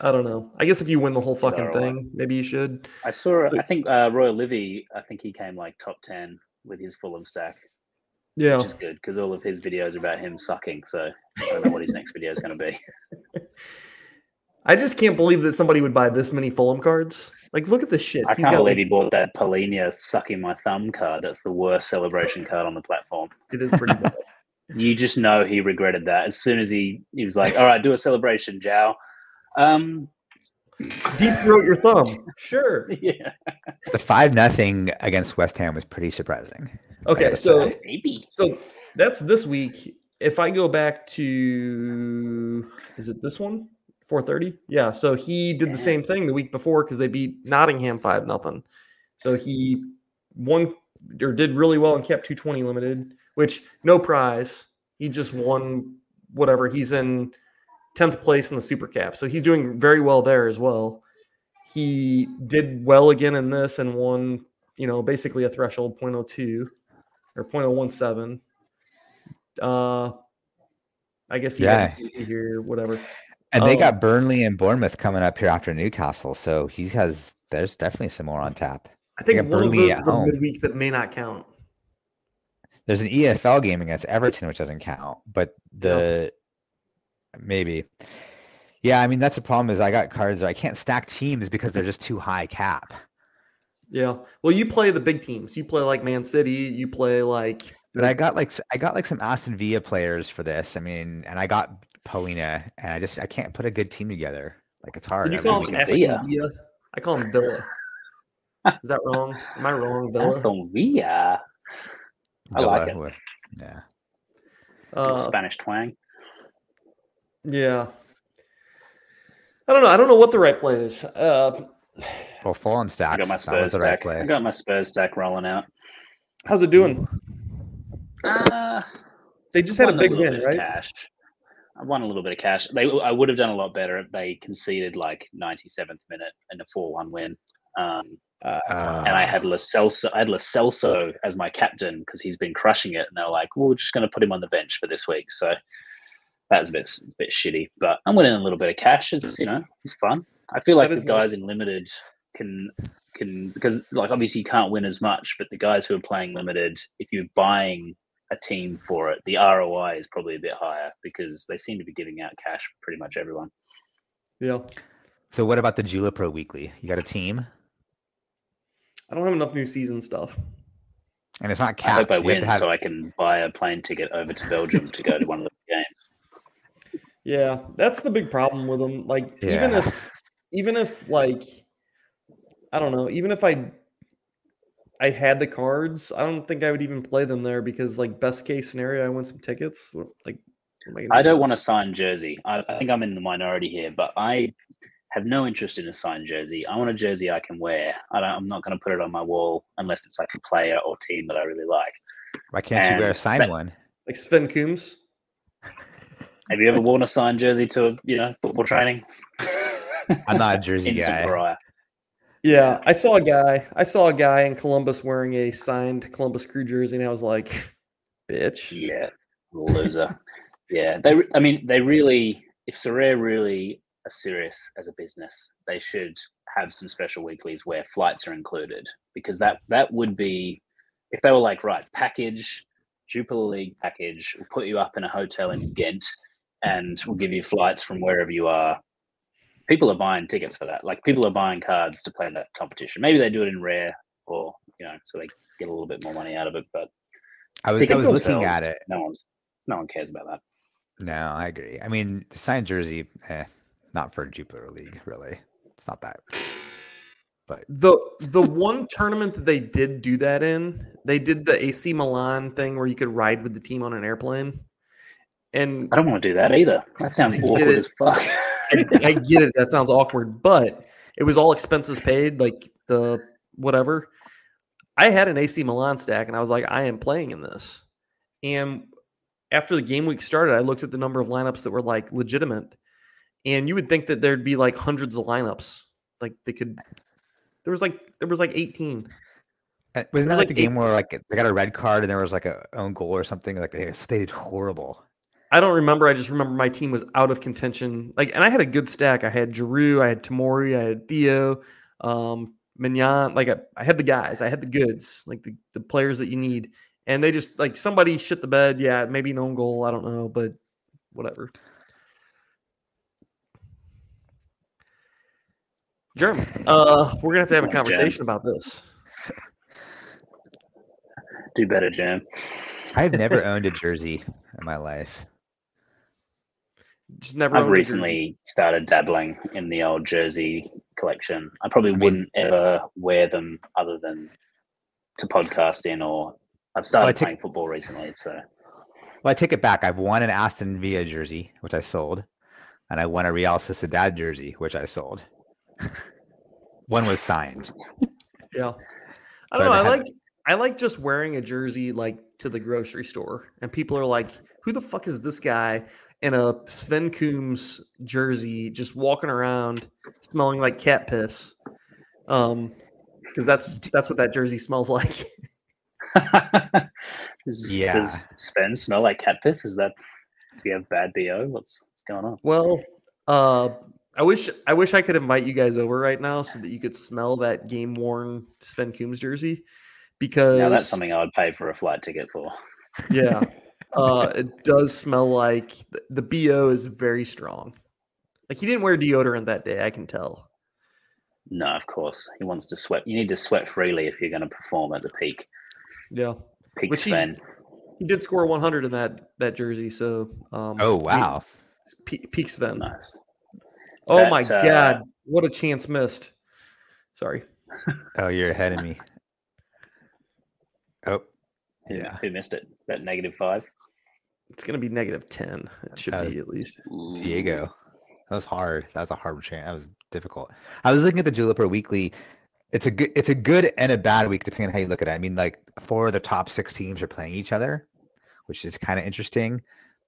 [SPEAKER 3] I don't know. I guess if you win the whole fucking thing, maybe you should.
[SPEAKER 6] I saw. I think uh, Royal Livy. I think he came like top ten with his Fulham stack.
[SPEAKER 3] Yeah,
[SPEAKER 6] which is good because all of his videos about him sucking. So I don't know what his next video is going to *laughs* be.
[SPEAKER 3] I just can't believe that somebody would buy this many Fulham cards. Like, look at this shit.
[SPEAKER 6] I He's can't believe like... he bought that Polinia sucking my thumb card. That's the worst celebration card on the platform.
[SPEAKER 3] It is pretty bad.
[SPEAKER 6] you just know he regretted that as soon as he he was like, "All right, do a celebration, Jao." Um, *laughs*
[SPEAKER 3] Deep throat your thumb. Sure.
[SPEAKER 6] Yeah.
[SPEAKER 4] The five nothing against West Ham was pretty surprising.
[SPEAKER 3] Okay, so maybe so that's this week. If I go back to is it this one? 430? Yeah. So he did yeah. the same thing the week before because they beat Nottingham five nothing. So he won or did really well and kept 220 limited, which no prize. He just won whatever. He's in 10th place in the super cap. So he's doing very well there as well. He did well again in this and won, you know, basically a threshold 0.02 or 0.017. Uh, I guess he
[SPEAKER 4] yeah.
[SPEAKER 3] here, whatever.
[SPEAKER 4] And um, they got Burnley and Bournemouth coming up here after Newcastle. So he has, there's definitely some more on tap.
[SPEAKER 3] I think one Burnley of those is a midweek that may not count.
[SPEAKER 4] There's an EFL game against Everton, which doesn't count, but the. No maybe. Yeah, I mean that's the problem is I got cards I can't stack teams because they're just too high cap.
[SPEAKER 3] Yeah. Well, you play the big teams. You play like Man City. You play like.
[SPEAKER 4] But I got like I got like some Aston Villa players for this. I mean, and I got Paulina, and I just I can't put a good team together. Like it's hard.
[SPEAKER 3] Did you call I mean, him Aston Villa? Villa? I call him Villa. Is that wrong? Am I wrong, Villa?
[SPEAKER 6] Aston Villa. I like Villa, it.
[SPEAKER 4] With, yeah.
[SPEAKER 6] Uh, Spanish twang.
[SPEAKER 3] Yeah. I don't know. I don't know what the right play is. Uh,
[SPEAKER 4] well, Fulham stack. I
[SPEAKER 6] got my Spurs stack. Right I got my Spurs stack rolling out.
[SPEAKER 3] How's it doing?
[SPEAKER 6] Uh,
[SPEAKER 3] they just had a big a win, right?
[SPEAKER 6] Cash. I won a little bit of cash. They, I would have done a lot better if they conceded like 97th minute and a 4-1 win. Um, uh, and I had Lacelso, I had Lacelso as my captain because he's been crushing it. And they're like, well, we're just going to put him on the bench for this week. So that's a bit a bit shitty. But I'm winning a little bit of cash. It's you know it's fun. I feel like the guys Mm-hmm. nice. in limited can can because like obviously you can't win as much, but the guys who are playing limited, if you're buying a team for it, the ROI is probably a bit higher because they seem to be giving out cash for pretty much everyone.
[SPEAKER 3] Yeah.
[SPEAKER 4] So what about the Jula Pro Weekly? You got a team?
[SPEAKER 3] I don't have enough new season stuff.
[SPEAKER 4] And it's not capped.
[SPEAKER 6] I hope I win have... so I can buy a plane ticket over to Belgium to go to one of the games.
[SPEAKER 3] Yeah, that's the big problem with them. Like yeah. even if even if like I don't know, even if I I had the cards, I don't think I would even play them there because like best case scenario I win some tickets. Like
[SPEAKER 6] I, I don't want to sign jersey. I, I, think I'm in the minority here, but I have no interest in a signed jersey. I want a jersey I can wear. I don't, I'm not going to put it on my wall unless it's like a player or team that I really like.
[SPEAKER 4] Why can't and, you wear a signed but, one?
[SPEAKER 3] Like Sven Coombs.
[SPEAKER 6] Have you ever worn a signed jersey to a you know football training?
[SPEAKER 4] I'm not a jersey guy. Pariah.
[SPEAKER 3] Yeah, I saw a guy. I saw a guy in Columbus wearing a signed Columbus Crew jersey, and I was like, *laughs* "Bitch."
[SPEAKER 6] Yeah, loser. yeah, they. I mean, they really. If Sorare really are serious as a business, they should have some special weeklies where flights are included, because that that would be, if they were like, right, package. Jupiler League package. We'll put you up in a hotel in Ghent and we'll give you flights from wherever you are. People are buying tickets for that. Like people are buying cards to play that competition. Maybe they do it in rare or you know, so they get a little bit more money out of it. But
[SPEAKER 4] I was, I was looking at it.
[SPEAKER 6] No one's no one cares about that.
[SPEAKER 4] No, I agree. I mean, the signed jersey, eh, not for Jupiter League, really. It's not that. But
[SPEAKER 3] the the one tournament that they did do that in, they did the AC Milan thing where you could ride with the team on an airplane. And
[SPEAKER 6] I don't want to do that either. That sounds *laughs* I awkward as fuck.
[SPEAKER 3] I, I, get it. That sounds awkward, but it was all expenses paid, like the whatever. I had an AC Milan stack, and I was like, I am playing in this. And after the game week started, I looked at the number of lineups that were like legitimate, and you would think that there'd be like hundreds of lineups. Like they could, there was like there was like eighteen.
[SPEAKER 4] Uh, Wasn't that like, like the game where like they got a red card and there was like a own goal or something? Like they stayed horrible.
[SPEAKER 3] I don't remember. I just remember my team was out of contention. Like, and I had a good stack. I had Giroux, I had Tamori, I had Theo, um, Mignon. Like, I, I had the guys. I had the goods. Like the, the players that you need. And they just like somebody shit the bed. Yeah, maybe an own goal. I don't know, but whatever. Jeremy, uh, we're gonna have to have a conversation about this.
[SPEAKER 6] Do better, Jam.
[SPEAKER 4] I've never owned a jersey in my life.
[SPEAKER 3] Just never.
[SPEAKER 6] I've recently started dabbling in the old jersey collection. I probably I mean, wouldn't ever wear them other than to podcast in, or I've started well, playing take, football recently. So, *laughs*
[SPEAKER 4] well, I take it back. I've won an Aston Villa jersey, which I sold, and I won a Real Sociedad jersey, which I sold. *laughs* One was signed.
[SPEAKER 3] Yeah, I don't so know. I, I like. I like just wearing a jersey like to the grocery store, and people are like, "Who the fuck is this guy in a Sven Coombs jersey, just walking around, smelling like cat piss?" Um, because that's that's what that jersey smells *laughs* like.
[SPEAKER 6] does, yeah. Does Sven smell like cat piss? Is that does he have bad bo? What's what's going on?
[SPEAKER 3] Well, uh, I wish I wish I could invite you guys over right now so that you could smell that game worn Sven Coombs jersey because
[SPEAKER 6] now that's something I would pay for a flight ticket for.
[SPEAKER 3] *laughs* Yeah, uh, it does smell like the, the bo is very strong. Like he didn't wear deodorant that day, I can tell.
[SPEAKER 6] No, of course he wants to sweat. You need to sweat freely if you're going to perform at the peak.
[SPEAKER 3] Yeah,
[SPEAKER 6] peak Which Sven.
[SPEAKER 3] He, he, did score 100 in that that jersey. So. Um,
[SPEAKER 4] oh wow.
[SPEAKER 3] Pe- peak Sven.
[SPEAKER 6] Nice.
[SPEAKER 3] Oh that, my uh, god! What a chance missed. Sorry.
[SPEAKER 4] Oh, you're ahead of me. Oh,
[SPEAKER 6] yeah. Who missed it? That negative five.
[SPEAKER 3] It's gonna be negative ten. It should uh, be at least.
[SPEAKER 4] Diego, that was hard. That was a hard chance. That was difficult. I was looking at the Juliper Weekly. It's a good. It's a good and a bad week depending on how you look at it. I mean, like four of the top six teams are playing each other, which is kind of interesting.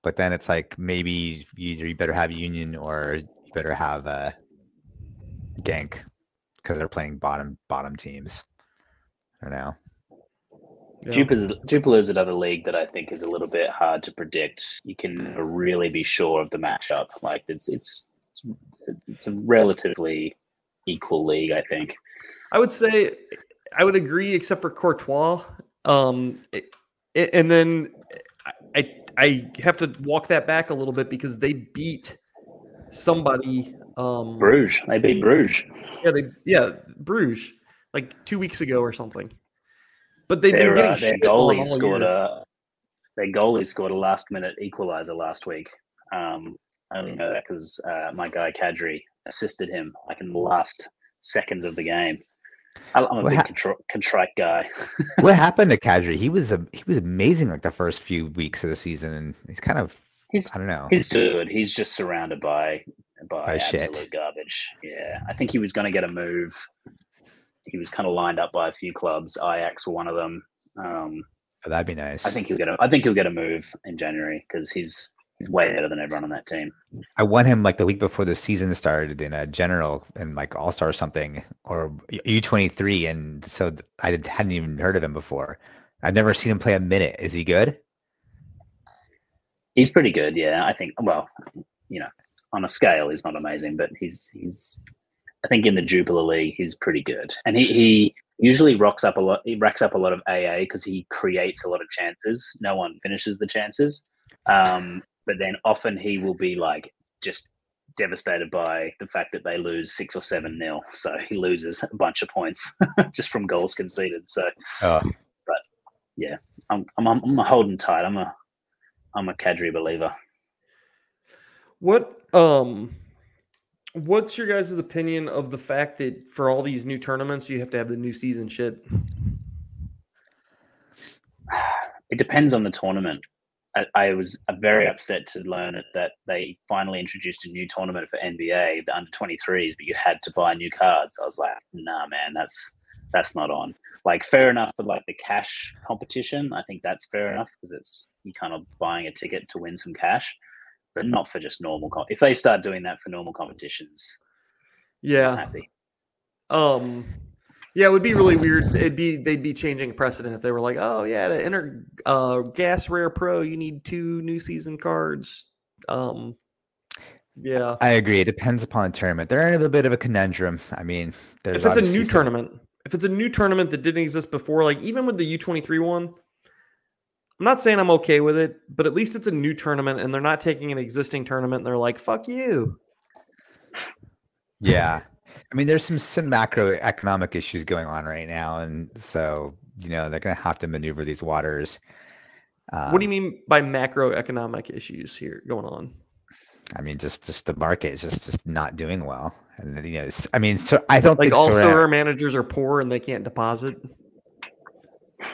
[SPEAKER 4] But then it's like maybe either you better have Union or you better have uh, Gank because they're playing bottom bottom teams. I don't
[SPEAKER 6] *laughs*
[SPEAKER 4] know.
[SPEAKER 6] Yeah. Jupiter's, Jupiter's another league that I think is a little bit hard to predict. You can really be sure of the matchup. Like it's it's it's a relatively equal league, I think.
[SPEAKER 3] I would say I would agree, except for Courtois. Um, it, it, and then I I have to walk that back a little bit because they beat somebody. Um,
[SPEAKER 6] Bruges. They beat Bruges.
[SPEAKER 3] Yeah, they yeah Bruges like two weeks ago or something. But they
[SPEAKER 6] their,
[SPEAKER 3] uh,
[SPEAKER 6] their goalie scored year. a their goalie scored a last minute equalizer last week. Um, I only know that because uh, my guy Kadri assisted him like in the last seconds of the game. I'm a what big ha- contri- contrite guy. *laughs*
[SPEAKER 4] what happened to Kadri? He was a, he was amazing like the first few weeks of the season, and he's kind of
[SPEAKER 6] he's,
[SPEAKER 4] I don't know.
[SPEAKER 6] He's good. He's just surrounded by by, by absolute shit. garbage. Yeah, I think he was going to get a move he was kind of lined up by a few clubs. Ajax were one of them. Um,
[SPEAKER 4] oh, that'd be nice.
[SPEAKER 6] I think he'll get a. I think he'll get a move in January because he's he's way better than everyone on that team.
[SPEAKER 4] I won him like the week before the season started in a general and like All Star something or U twenty three, and so I hadn't even heard of him before. I've never seen him play a minute. Is he good?
[SPEAKER 6] He's pretty good. Yeah, I think. Well, you know, on a scale, he's not amazing, but he's he's I think in the Jubilee League, he's pretty good, and he, he usually rocks up a lot. He racks up a lot of AA because he creates a lot of chances. No one finishes the chances, um, but then often he will be like just devastated by the fact that they lose six or seven nil. So he loses a bunch of points *laughs* just from goals conceded. So,
[SPEAKER 4] uh,
[SPEAKER 6] but yeah, I'm, I'm I'm holding tight. I'm a I'm a Kadri believer.
[SPEAKER 3] What um What's your guys' opinion of the fact that for all these new tournaments, you have to have the new season shit?
[SPEAKER 6] It depends on the tournament. I, I, was very upset to learn that they finally introduced a new tournament for NBA, the under 23s, but you had to buy new cards. I was like, nah, man, that's that's not on. Like fair enough for like the cash competition. I think that's fair enough because it's you kind of buying a ticket to win some cash, but not for just normal. Com- if they start doing that for normal competitions,
[SPEAKER 3] Yeah.
[SPEAKER 6] I'm happy.
[SPEAKER 3] Um, yeah, it would be really weird. It'd be they'd be changing precedent if they were like, oh yeah, to enter uh, Gas Rare Pro, you need two new season cards. Um, yeah,
[SPEAKER 4] I agree. It depends upon the tournament. They're in a little bit of a conundrum. I mean,
[SPEAKER 3] if
[SPEAKER 4] there's
[SPEAKER 3] it's a
[SPEAKER 4] obviously
[SPEAKER 3] new
[SPEAKER 4] some-
[SPEAKER 3] tournament, if it's a new tournament that didn't exist before, like even with the U twenty three one, I'm not saying I'm okay with it, but at least it's a new tournament and they're not taking an existing tournament and they're like, fuck you.
[SPEAKER 4] Yeah. I mean, there's some, some macroeconomic issues going on right now. And so, you know, they're going to have to maneuver these waters. Um,
[SPEAKER 3] what do you mean by macroeconomic issues here going on?
[SPEAKER 4] I mean, just, just the market is just, just not doing well. And, then, you know, it's- I mean, so I don't
[SPEAKER 3] Like
[SPEAKER 4] think
[SPEAKER 3] all
[SPEAKER 4] Sorare-
[SPEAKER 3] server managers are poor and they can't deposit.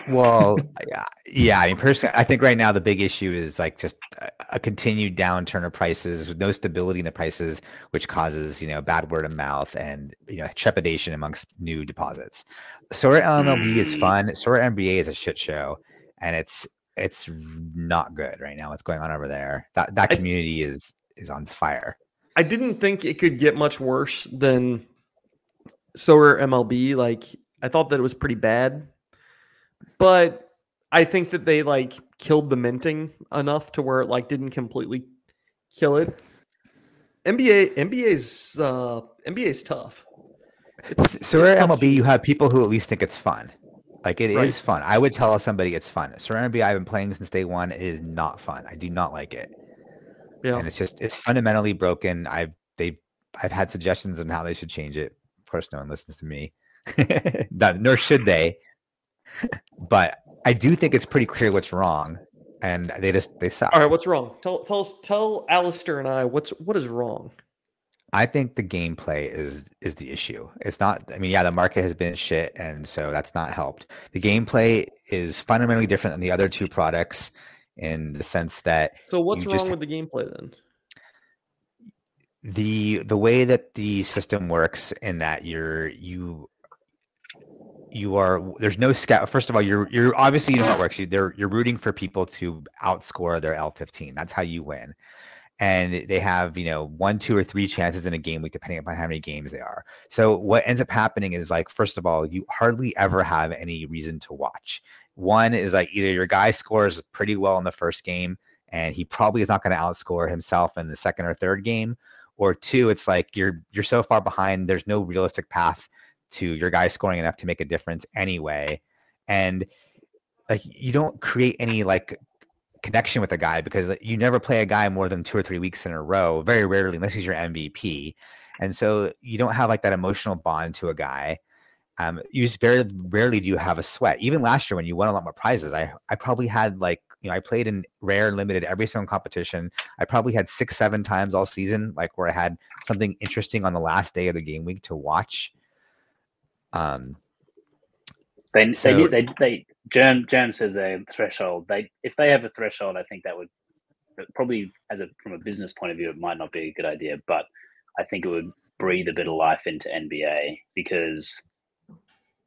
[SPEAKER 4] Well, yeah, yeah. I mean, personally, I think right now the big issue is like just a- a continued downturn of prices with no stability in the prices, which causes you know bad word of mouth and you know trepidation amongst new deposits. Sora MLB is
[SPEAKER 6] Mm.
[SPEAKER 4] fun. Sora NBA is a shit show, and it's it's not good right now. What's going on over there? That that
[SPEAKER 3] I-
[SPEAKER 4] community is is on fire.
[SPEAKER 3] I didn't think it could get much worse than Sower MLB. Like I thought that it was pretty bad, but I think that they like killed the minting enough to where it like didn't completely kill it. NBA NBA's uh, NBA's tough. It's,
[SPEAKER 4] Sora
[SPEAKER 3] it's tough
[SPEAKER 4] MLB, you
[SPEAKER 3] season.
[SPEAKER 4] have people who at least think it's fun. Like it is
[SPEAKER 3] Right.
[SPEAKER 4] fun. I would tell somebody it's fun. Sora MLB, I've been playing since day one. It is not fun. I do not like it.
[SPEAKER 3] Yeah.
[SPEAKER 4] And it's just it's fundamentally broken. I've they I've had suggestions on how they should change it. Of course, no one listens to me. *laughs* Not- Nor should they. but I do think it's pretty clear what's wrong, and they just they suck.
[SPEAKER 3] All right, what's wrong? Tell tell us tell Alistair and I what's what is wrong.
[SPEAKER 4] I think the gameplay is is the issue. It's not. I mean, yeah, the market has been shit, and so that's not helped. The gameplay is fundamentally different than the other two products, in the sense that
[SPEAKER 3] So what's
[SPEAKER 4] You
[SPEAKER 3] wrong
[SPEAKER 4] just-
[SPEAKER 3] with the gameplay then?
[SPEAKER 4] the the way that the system works in that you're you you are there's no scout first of all you're you're obviously you know how it works you they're you're rooting for people to outscore their l15 that's how you win and they have you know one two or three chances in a game week depending upon how many games they are so what ends up happening is like first of all you hardly ever have any reason to watch one is like either your guy scores pretty well in the first game and he probably is not going to outscore himself in the second or third game or two it's like you're you're so far behind there's no realistic path to your guy scoring enough to make a difference anyway and like you don't create any like connection with a guy because like, you never play a guy more than two or three weeks in a row very rarely unless he's your mvp and so you don't have like that emotional bond to a guy um, you just very rarely do you have a sweat. Even last year when you won a lot more prizes, I I probably had like you know I played in rare and limited every single competition. I probably had six seven times all season, like where I had something interesting on the last day of the game week to watch. Um,
[SPEAKER 6] They,
[SPEAKER 4] So-
[SPEAKER 6] they, they, they Germ Germ says they threshold. They if they have a threshold, I think that would that probably as a from a business point of view, it might not be a good idea. But I think it would breathe a bit of life into NBA because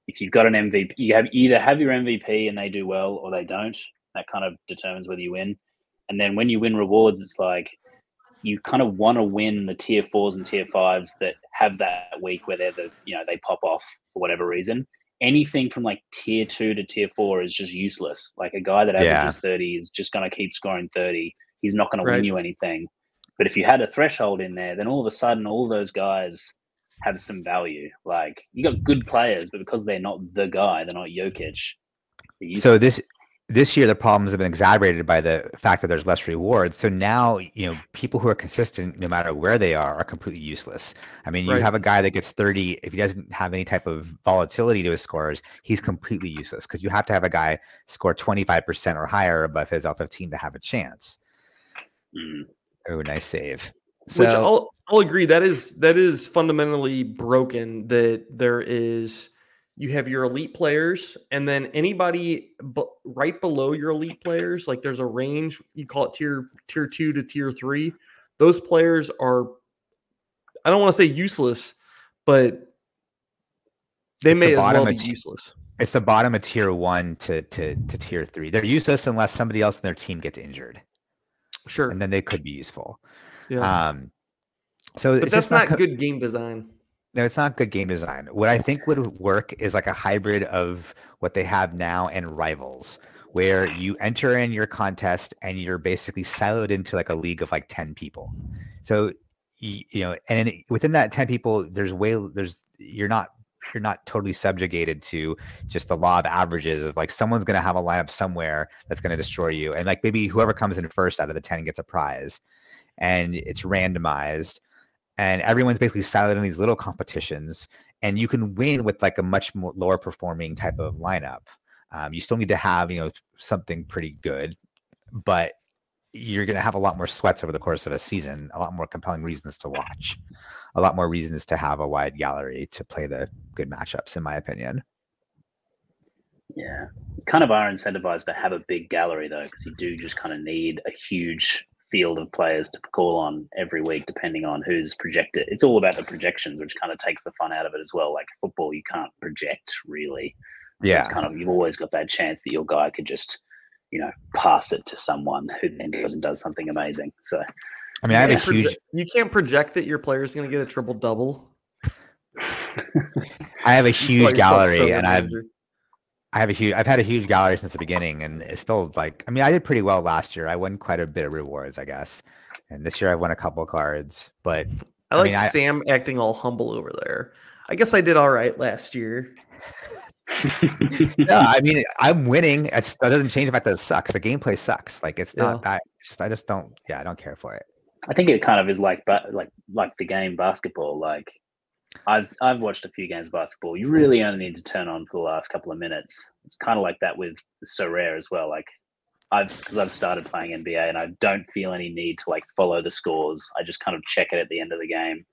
[SPEAKER 6] if you've got an MVP, you have you either have your MVP and they do well or they don't. That kind of determines whether you win. And then when you win rewards, it's like you kind of want to win the tier fours and tier fives that have that week where they're the you know they pop off for whatever reason anything from like tier two to tier four is just useless. Like a guy that
[SPEAKER 4] Yeah.
[SPEAKER 6] averages 30 is just going to keep scoring 30. He's not going to
[SPEAKER 3] Right.
[SPEAKER 6] win you anything. But if you had a threshold in there, then all of a sudden all those guys have some value. Like you got good players, but because they're not the guy, they're not Jokic. they're
[SPEAKER 4] so
[SPEAKER 6] useless.
[SPEAKER 4] this this year the problems have been exaggerated by the fact that there's less rewards. So now you know people who are consistent, no matter where they are, are completely useless. I mean,
[SPEAKER 3] Right.
[SPEAKER 4] you have a guy that gets 30 if he doesn't have any type of volatility to his scores, he's completely useless because you have to have a guy score 25% or higher above his L15 to have a chance.
[SPEAKER 6] Mm.
[SPEAKER 4] Oh, nice save.
[SPEAKER 3] Which
[SPEAKER 4] So-
[SPEAKER 3] I'll I'll agree that is that is fundamentally broken that there is you have your elite players and then anybody b- right below your elite players like there's a range you call it tier tier 2 to tier 3 those players are I don't want to say useless but They
[SPEAKER 4] It's the
[SPEAKER 3] may as well
[SPEAKER 4] bottom
[SPEAKER 3] be
[SPEAKER 4] of-
[SPEAKER 3] useless.
[SPEAKER 4] It's the bottom of tier one to, to, to tier three. They're useless unless somebody else in their team gets injured,
[SPEAKER 3] Sure.
[SPEAKER 4] and then they could be useful.
[SPEAKER 3] Yeah.
[SPEAKER 4] Um, so
[SPEAKER 3] but
[SPEAKER 4] it's
[SPEAKER 3] that's
[SPEAKER 4] just
[SPEAKER 3] not
[SPEAKER 4] not, co-
[SPEAKER 3] good game design.
[SPEAKER 4] No, it's not good game design. What I think would work is like a hybrid of what they have now and rivals, where you enter in your contest and you're basically siloed into like a league of like ten people. So y- you know, and then within that ten people, there's way there's you're not you're not totally subjugated to just the law of averages of like someone's gonna have a lineup somewhere that's gonna destroy you, and like maybe whoever comes in first out of the ten gets a prize, and it's randomized and everyone's basically siloed in these little competitions and you can win with like a much more lower performing type of lineup um, you still need to have you know something pretty good but you're going to have a lot more sweats over the course of a season a lot more compelling reasons to watch a lot more reasons to have a wide gallery to play the good matchups in my opinion
[SPEAKER 6] Yeah. Kind of are incentivized to have a big gallery though, because you do just kind of need a huge field of players to call on every week, depending on who's projected. It's all about the projections, which kind of takes the fun out of it as well. Like football, you can't project really. So
[SPEAKER 4] yeah
[SPEAKER 6] It's kind of you've always got that chance that your guy could just, you know, pass it to someone who then goes and does something amazing. So
[SPEAKER 4] i mean i have a
[SPEAKER 3] You can't
[SPEAKER 4] huge
[SPEAKER 3] proje- you can't project that your player's going to get a triple double.
[SPEAKER 4] i have a huge gallery and i've I have a huge. I've had a huge gallery since the beginning, and it's still like. I mean, I did pretty well last year. I won quite a bit of rewards, I guess. And this year, I won a couple cards. But
[SPEAKER 3] I
[SPEAKER 4] I
[SPEAKER 3] like
[SPEAKER 4] mean, I-
[SPEAKER 3] Sam acting all humble over there. I guess I did all right last year.
[SPEAKER 4] no, I mean, I'm winning. It's, that doesn't change the fact that it sucks. The gameplay sucks. Like it's not that. It's just, I just don't. Yeah, I don't care for it.
[SPEAKER 6] I think it kind of is like but like like the game basketball. Like I've I've watched a few games of basketball. You really only need to turn on for the last couple of minutes. It's kind of like that with Sorare as well. Like I've because I've started playing NBA and I don't feel any need to like follow the scores. I just kind of check it at the end of the game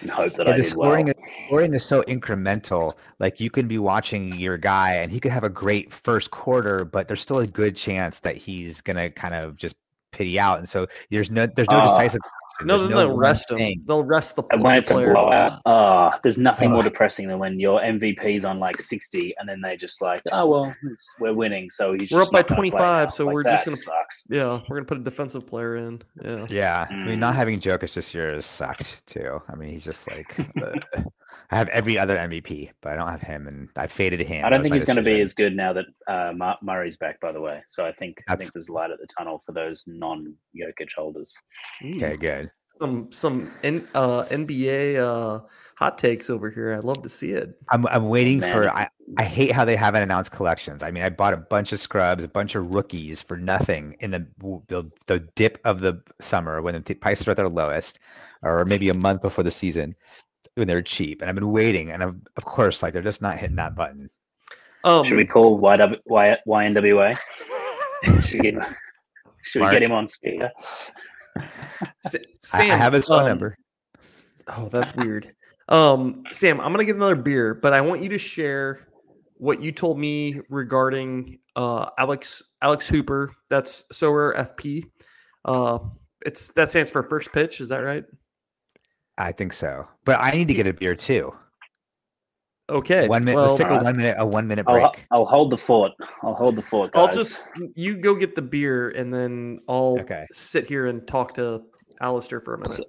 [SPEAKER 6] and hope that
[SPEAKER 4] Yeah,
[SPEAKER 6] I
[SPEAKER 4] the
[SPEAKER 6] did well.
[SPEAKER 4] scoring, is, scoring is so incremental. Like you can be watching your guy, and he could have a great first quarter, but there's still a good chance that he's gonna kind of just pity out. And so there's no there's no
[SPEAKER 6] Ah.
[SPEAKER 4] decisive.
[SPEAKER 3] No,
[SPEAKER 4] there's
[SPEAKER 3] then they'll
[SPEAKER 4] one
[SPEAKER 3] rest
[SPEAKER 4] thing.
[SPEAKER 3] him. They'll rest the
[SPEAKER 6] And when
[SPEAKER 3] the
[SPEAKER 6] it's a
[SPEAKER 3] player.
[SPEAKER 6] blowout, ah, there's nothing more
[SPEAKER 4] Ugh.
[SPEAKER 6] depressing than when your MVP's on like 60 and then they just like, oh well, it's, we're winning, so he's
[SPEAKER 3] We're
[SPEAKER 6] just
[SPEAKER 3] up by
[SPEAKER 6] not gonna play
[SPEAKER 3] 25,
[SPEAKER 6] now."
[SPEAKER 3] so
[SPEAKER 6] Like,
[SPEAKER 3] we're just
[SPEAKER 6] that
[SPEAKER 3] gonna-
[SPEAKER 6] sucks.
[SPEAKER 3] Yeah, we're gonna put a defensive player in. Yeah.
[SPEAKER 4] Yeah, I mean,
[SPEAKER 6] Mm.
[SPEAKER 4] not having Jokic this year has sucked too. I mean, he's just like ugh. *laughs* I have every other MVP, but I don't have him, and I faded him. That
[SPEAKER 6] I don't
[SPEAKER 4] was
[SPEAKER 6] think
[SPEAKER 4] my
[SPEAKER 6] he's going to be
[SPEAKER 4] decision.
[SPEAKER 6] as good now that uh, Mar- Murray's back, by the way. So I think I
[SPEAKER 4] That's-
[SPEAKER 6] think there's light at the tunnel for those non-Jokic holders.
[SPEAKER 4] Okay,
[SPEAKER 6] Mm.
[SPEAKER 4] good.
[SPEAKER 3] Some some N, uh, NBA uh, hot takes over here. I'd love to see it.
[SPEAKER 4] I'm I'm waiting for.
[SPEAKER 6] Man.
[SPEAKER 4] I I hate how they haven't announced collections. I mean, I bought a bunch of scrubs, a bunch of rookies for nothing in the w- the, the dip of the summer when the prices are at their lowest, or maybe a month before the season when they're cheap. And I've been waiting, and I'm, of course, like they're just not hitting that button.
[SPEAKER 3] Um,
[SPEAKER 6] Should we call YW, y, YNWA?
[SPEAKER 4] *laughs*
[SPEAKER 6] should we get, should we
[SPEAKER 4] Mark.
[SPEAKER 6] get him on speaker?
[SPEAKER 3] S-
[SPEAKER 4] I, I
[SPEAKER 3] Sam,
[SPEAKER 4] have his phone
[SPEAKER 3] um,
[SPEAKER 4] number.
[SPEAKER 3] Oh, that's weird. Um, Sam, I'm gonna get another beer, but I want you to share what you told me regarding uh Alex Alex Hooper. That's SOAR FP. Uh, it's that stands for first pitch. Is that right?
[SPEAKER 4] I think so, but I need to get a beer too.
[SPEAKER 3] Okay.
[SPEAKER 4] One minute.
[SPEAKER 3] Well, uh,
[SPEAKER 4] let's take a
[SPEAKER 6] alright.
[SPEAKER 4] one minute. A one minute break.
[SPEAKER 6] I'll, I'll hold the fort. I'll hold the fort.
[SPEAKER 3] I'll
[SPEAKER 6] guys.
[SPEAKER 3] just you go get the beer and then I'll
[SPEAKER 4] Okay.
[SPEAKER 3] sit here and talk to Alistair for a minute.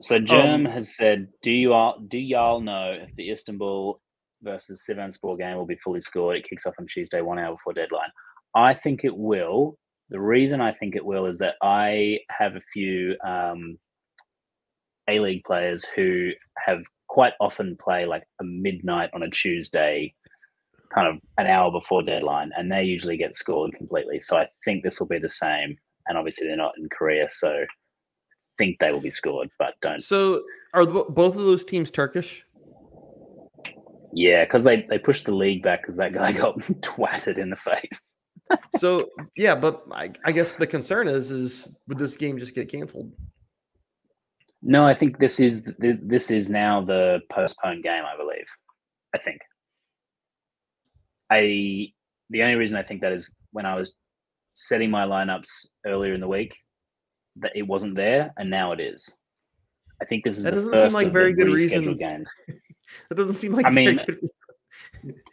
[SPEAKER 6] So Germ has said, "Do you all do y'all know if the Istanbul versus Sivasspor game will be fully scored? It kicks off on Tuesday, one hour before deadline. I think it will. The reason I think it will is that I have a few um, A League players who have quite often play like a midnight on a Tuesday." Kind of an hour before deadline, and they usually get scored completely. So I think this will be the same. And obviously, they're not in Korea, so think they will be scored, but don't.
[SPEAKER 3] So are the, both of those teams Turkish?
[SPEAKER 6] Yeah, because they, they pushed the league back because that guy *laughs* got twatted in the face.
[SPEAKER 3] So yeah, but I, I guess the concern is is would this game just get canceled?
[SPEAKER 6] No, I think this is th- this is now the postponed game. I believe. I think. I the only reason I think that is when I was setting my lineups earlier in the week that it wasn't there, and now it is. I think this is
[SPEAKER 3] That
[SPEAKER 6] the
[SPEAKER 3] doesn't seem
[SPEAKER 6] first
[SPEAKER 3] like
[SPEAKER 6] of the
[SPEAKER 3] very good
[SPEAKER 6] rescheduled
[SPEAKER 3] reason.
[SPEAKER 6] games.
[SPEAKER 3] That doesn't seem like
[SPEAKER 6] I
[SPEAKER 3] a very
[SPEAKER 6] mean,
[SPEAKER 3] good-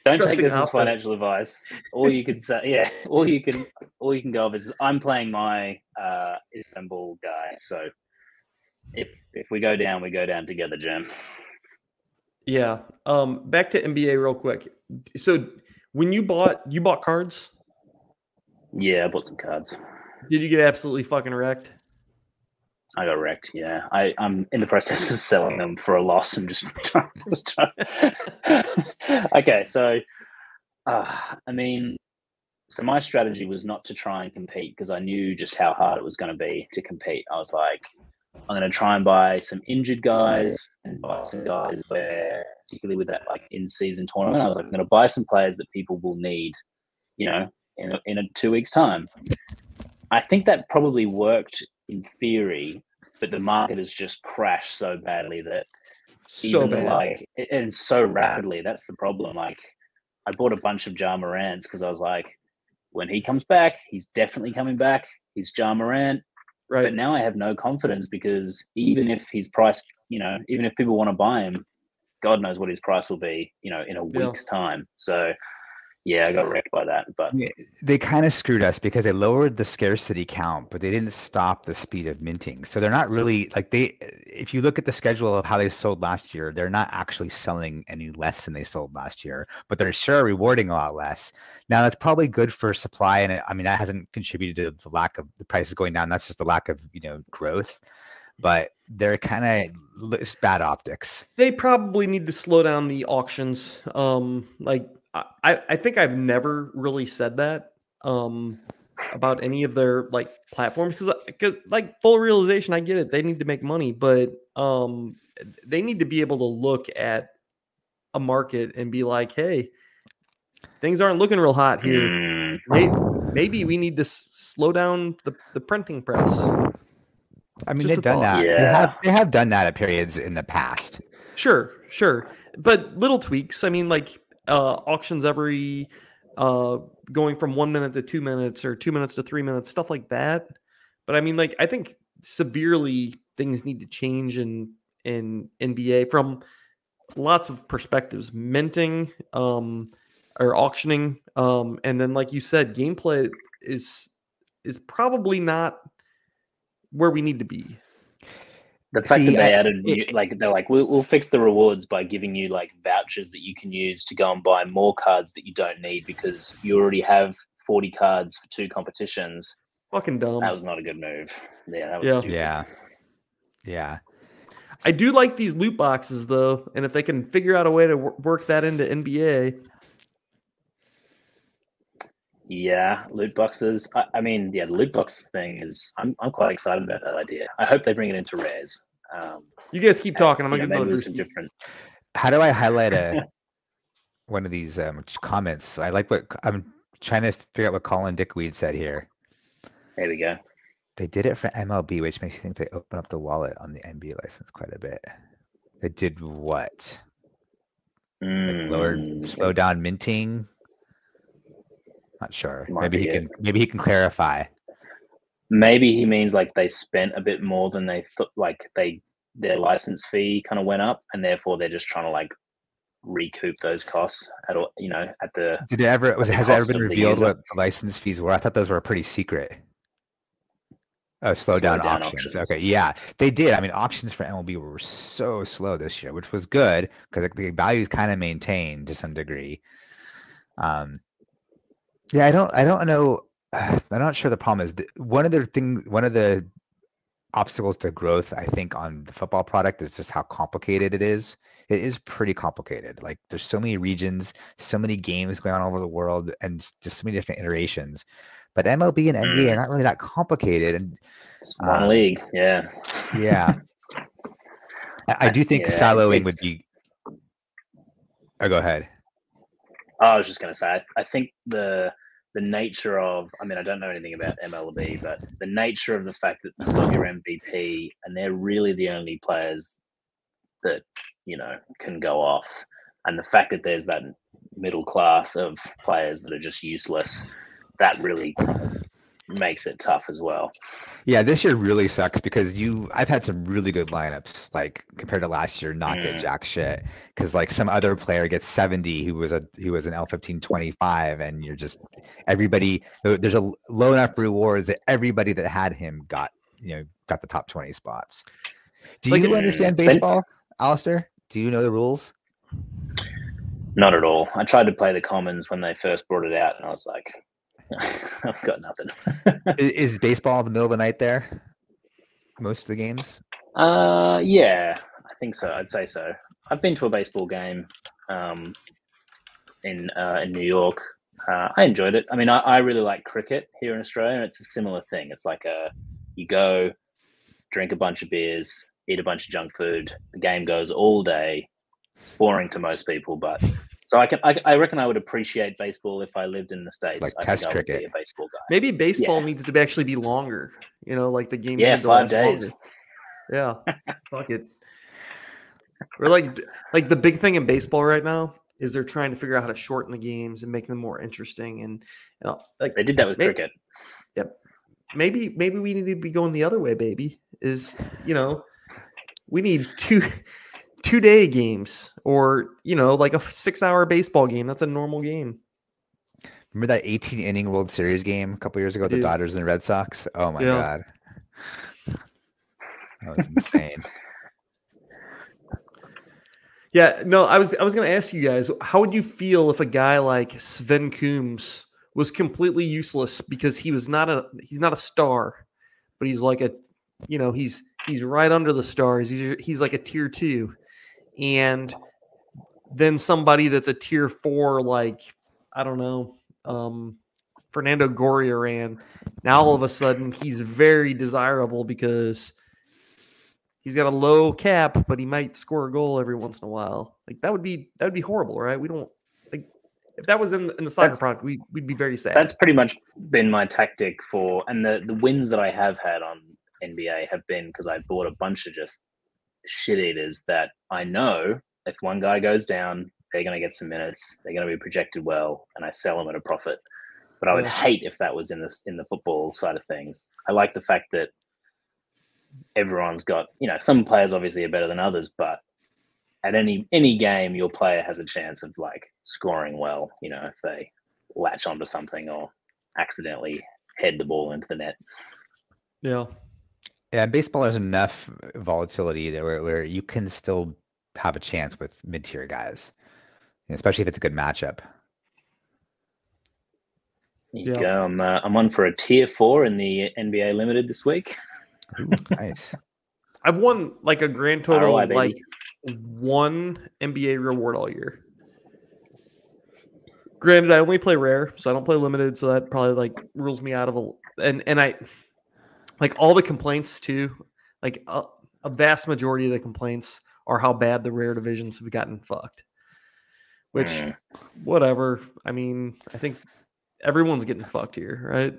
[SPEAKER 6] Don't take this as financial advice. All you can say, yeah, *laughs* all you can, all you can go of is I'm playing my uh, Istanbul guy. So if if we go down, we go down together, Jim.
[SPEAKER 3] Yeah. Um. Back to NBA real quick. So when you bought, you bought cards.
[SPEAKER 6] Yeah, I bought some cards.
[SPEAKER 3] Did you get absolutely fucking wrecked?
[SPEAKER 6] I got wrecked. Yeah, I, I'm in the process of selling them for a loss and just *laughs* trying. Just trying. *laughs* okay, so uh, I mean, so my strategy was not to try and compete because I knew just how hard it was going to be to compete. I was like, I'm going to try and buy some injured guys and buy some guys where, particularly with that like in season tournament, I was like, I'm going to buy some players that people will need, you know, in a, in a two weeks time. I think that probably worked in theory, but the market has just crashed so badly that
[SPEAKER 3] So
[SPEAKER 6] even
[SPEAKER 3] bad.
[SPEAKER 6] like and so rapidly. That's the problem. Like I bought a bunch of Ja Morants because I was like, when he comes back, he's definitely coming back. He's Ja Morant.
[SPEAKER 3] Right.
[SPEAKER 6] But now I have no confidence because even if he's priced, you know, even if people want to buy him, God knows what his price will be, you know, in a
[SPEAKER 3] Yeah.
[SPEAKER 6] week's time. So yeah, I got wrecked by that. But
[SPEAKER 4] They kind of screwed us because they lowered the scarcity count, but they didn't stop the speed of minting. So they're not really like they. If you look at the schedule of how they sold last year, they're not actually selling any less than they sold last year, but they're sure rewarding a lot less. Now that's probably good for supply, and it, I mean that hasn't contributed to the lack of the prices going down. That's just the lack of you know growth, but they're kind of it's bad optics.
[SPEAKER 3] they probably need to slow down the auctions. Um, like I, I- I think I've never really said that um about any of their like platforms because because like full realization, I get it. They need to make money, but um, they need to be able to look at a market and be like, hey, things aren't looking real hot here.
[SPEAKER 6] mm,
[SPEAKER 3] May- Maybe we need to s- slow down the, the printing press.
[SPEAKER 4] I mean
[SPEAKER 3] Just a
[SPEAKER 4] they've done
[SPEAKER 3] thought.
[SPEAKER 4] that. They
[SPEAKER 6] Yeah.
[SPEAKER 4] have they have done that at periods in the past.
[SPEAKER 3] Sure, sure. But little tweaks. I mean, like uh, auctions every uh, going from one minute to two minutes or two minutes to three minutes, stuff like that. But I mean, like I think severely things need to change in in NBA from lots of perspectives, minting um, or auctioning, um, and then like you said, gameplay is is probably not where we need to be.
[SPEAKER 6] the fact
[SPEAKER 4] See,
[SPEAKER 6] that they
[SPEAKER 4] I-
[SPEAKER 6] added new,
[SPEAKER 4] it-
[SPEAKER 6] like they're like we'll, we'll fix the rewards by giving you like vouchers that you can use to go and buy more cards that you don't need because you already have 40 cards for two competitions
[SPEAKER 3] Fucking dumb.
[SPEAKER 6] that was not a good move yeah that was
[SPEAKER 3] Yeah.
[SPEAKER 6] stupid.
[SPEAKER 4] Yeah. Yeah.
[SPEAKER 3] I do like these loot boxes though, and if they can figure out a way to wor- work that into NBA,
[SPEAKER 6] Yeah, loot boxes. I, I mean, yeah, the loot box thing is. I'm, I'm quite excited about that idea. I hope they bring it into rares. Um,
[SPEAKER 3] you guys keep talking. I'm
[SPEAKER 6] you
[SPEAKER 3] gonna
[SPEAKER 6] know,
[SPEAKER 3] get
[SPEAKER 6] maybe
[SPEAKER 3] another
[SPEAKER 6] there's some
[SPEAKER 3] whiskey.
[SPEAKER 6] different.
[SPEAKER 4] How do I highlight
[SPEAKER 6] *laughs*
[SPEAKER 4] a one of these um, comments? I like what I'm trying to figure out what Colin Dickweed said here.
[SPEAKER 6] There we go.
[SPEAKER 4] They did it for MLB, which makes me think they open up the wallet on the NBA license quite a bit. They did what? Like lowered,
[SPEAKER 6] Mm,
[SPEAKER 4] slow down minting. Not sure.
[SPEAKER 6] Might
[SPEAKER 4] maybe
[SPEAKER 6] be
[SPEAKER 4] he
[SPEAKER 6] it.
[SPEAKER 4] can. Maybe he can clarify.
[SPEAKER 6] Maybe he means like they spent a bit more than they thought. Like they their license fee kind of went up, and therefore they're just trying to like recoup those costs at all. You know, at the
[SPEAKER 4] Did it ever? Was,
[SPEAKER 6] the
[SPEAKER 4] has it ever
[SPEAKER 6] cost
[SPEAKER 4] been
[SPEAKER 6] of the
[SPEAKER 4] revealed
[SPEAKER 6] user.
[SPEAKER 4] what the license fees were? I thought those were pretty secret. Oh, slow, down,
[SPEAKER 6] down
[SPEAKER 4] auctions.
[SPEAKER 6] auctions.
[SPEAKER 4] Okay, yeah, they did. I mean, auctions for MLB were so slow this year, which was good because the value's kind of maintained to some degree. Um, yeah, I don't, I don't know. I'm not sure. The problem is th- one of the things, one of the obstacles to growth, I think, on the football product is just how complicated it is. It is pretty complicated. Like, there's so many regions, so many games going on all over the world, and s- just so many different iterations. But MLB and
[SPEAKER 6] Mm.
[SPEAKER 4] NBA are not really that complicated, and
[SPEAKER 6] it's one
[SPEAKER 4] Um,
[SPEAKER 6] league. Yeah,
[SPEAKER 4] yeah. I, I do think
[SPEAKER 6] Yeah, it's-
[SPEAKER 4] siloing would
[SPEAKER 6] it's-
[SPEAKER 4] be. Oh, go ahead.
[SPEAKER 6] I was just going to say, I, I think the the nature of, I mean, I don't know anything about MLB, but the nature of the fact that you've got your MVP and they're really the only players that you know can go off, and the fact that there's that middle class of players that are just useless, that really makes it tough as well.
[SPEAKER 4] Yeah, this year really sucks because you I've had some really good lineups like compared to last year not get
[SPEAKER 6] Mm.
[SPEAKER 4] jack shit cuz like some other player gets 70 who was a who was an L1525 and you're just everybody there- there's a low enough rewards that everybody that had him got you know got the top 20 spots. Do
[SPEAKER 9] Like,
[SPEAKER 4] you understand
[SPEAKER 6] then-
[SPEAKER 4] baseball, Alistair? Do you know the rules?
[SPEAKER 6] Not at all. I tried to play the commons when they first brought it out, and I was like, *laughs* I've got nothing.
[SPEAKER 4] I- Is baseball in the middle of the night there? Most of the games?
[SPEAKER 6] Uh, yeah, I think so. I'd say so. I've been to a baseball game, um, in uh, in New York. Uh, I enjoyed it. I mean, I, I really like cricket here in Australia. and It's a similar thing. It's like a you go, drink a bunch of beers, eat a bunch of junk food. The game goes all day. It's boring to most people, but so I can I, I reckon I would appreciate baseball if I lived in the states.
[SPEAKER 4] Like
[SPEAKER 6] I
[SPEAKER 4] test
[SPEAKER 6] I would be
[SPEAKER 4] cricket.
[SPEAKER 6] a baseball guy.
[SPEAKER 3] Maybe baseball
[SPEAKER 6] Yeah.
[SPEAKER 3] needs to be actually be longer. You know, like the game.
[SPEAKER 6] Yeah, five days.
[SPEAKER 3] Yeah.
[SPEAKER 6] *laughs*
[SPEAKER 3] Fuck it. We're like like the big thing in baseball right now is they're trying to figure out how to shorten the games and make them more interesting and, and all- like
[SPEAKER 6] They did that with
[SPEAKER 3] May-
[SPEAKER 6] cricket.
[SPEAKER 3] maybe maybe we need to be going the other way, baby. Is you know, we need two *laughs* two day games or you know, like a six hour baseball game. That's a normal game.
[SPEAKER 4] Remember that 18 inning World Series game a couple years ago, with the
[SPEAKER 3] Dude.
[SPEAKER 4] Dodgers and the Red Sox? Oh my
[SPEAKER 3] Yeah.
[SPEAKER 4] god, that was
[SPEAKER 3] *laughs*
[SPEAKER 4] insane.
[SPEAKER 3] Yeah, no, I was I was gonna ask you guys, how would you feel if a guy like Sven Coombs was completely useless because he was not a he's not a star, but he's like a you know, he's he's right under the stars. He's he's like a tier two. And then somebody that's a tier four, like I don't know, um Fernando Gorriaran, now all of a sudden he's very desirable because he's got a low cap, but he might score a goal every once in a while. Like that would be that would be horrible, right? We don't like if that was in, in the soccer
[SPEAKER 6] That's-
[SPEAKER 3] product, we we'd be very sad.
[SPEAKER 6] that's pretty much been my tactic for and the the wins that I have had on NBA have been because I bought a bunch of just shit eaters that I know if one guy goes down, they're going to get some minutes, they're going to be projected well, and I sell them at a profit. But I would
[SPEAKER 3] Yeah.
[SPEAKER 6] hate if that was in this in the football side of things. I like the fact that everyone's got you know some players obviously are better than others, but at any any game, your player has a chance of like scoring well. You know if they latch onto something or accidentally head the ball into the net.
[SPEAKER 3] yeah.
[SPEAKER 4] Yeah, in baseball there's enough volatility there where, where you can still have a chance with mid-tier guys, especially if it's a good matchup.
[SPEAKER 6] There
[SPEAKER 3] Yeah.
[SPEAKER 6] you go. I'm, uh, I'm on for a tier four in the NBA Limited this week.
[SPEAKER 4] Ooh,
[SPEAKER 3] *laughs*
[SPEAKER 4] nice.
[SPEAKER 3] I've won like a grand total
[SPEAKER 6] ROI,
[SPEAKER 3] of like one NBA reward all year. Granted, I only play rare, so I don't play limited, so that probably like rules me out of a and and I like all the complaints too. Like a, a vast majority of the complaints are how bad the rare divisions have gotten fucked. Which,
[SPEAKER 6] Mm.
[SPEAKER 3] whatever. I mean, I think everyone's getting fucked here, right?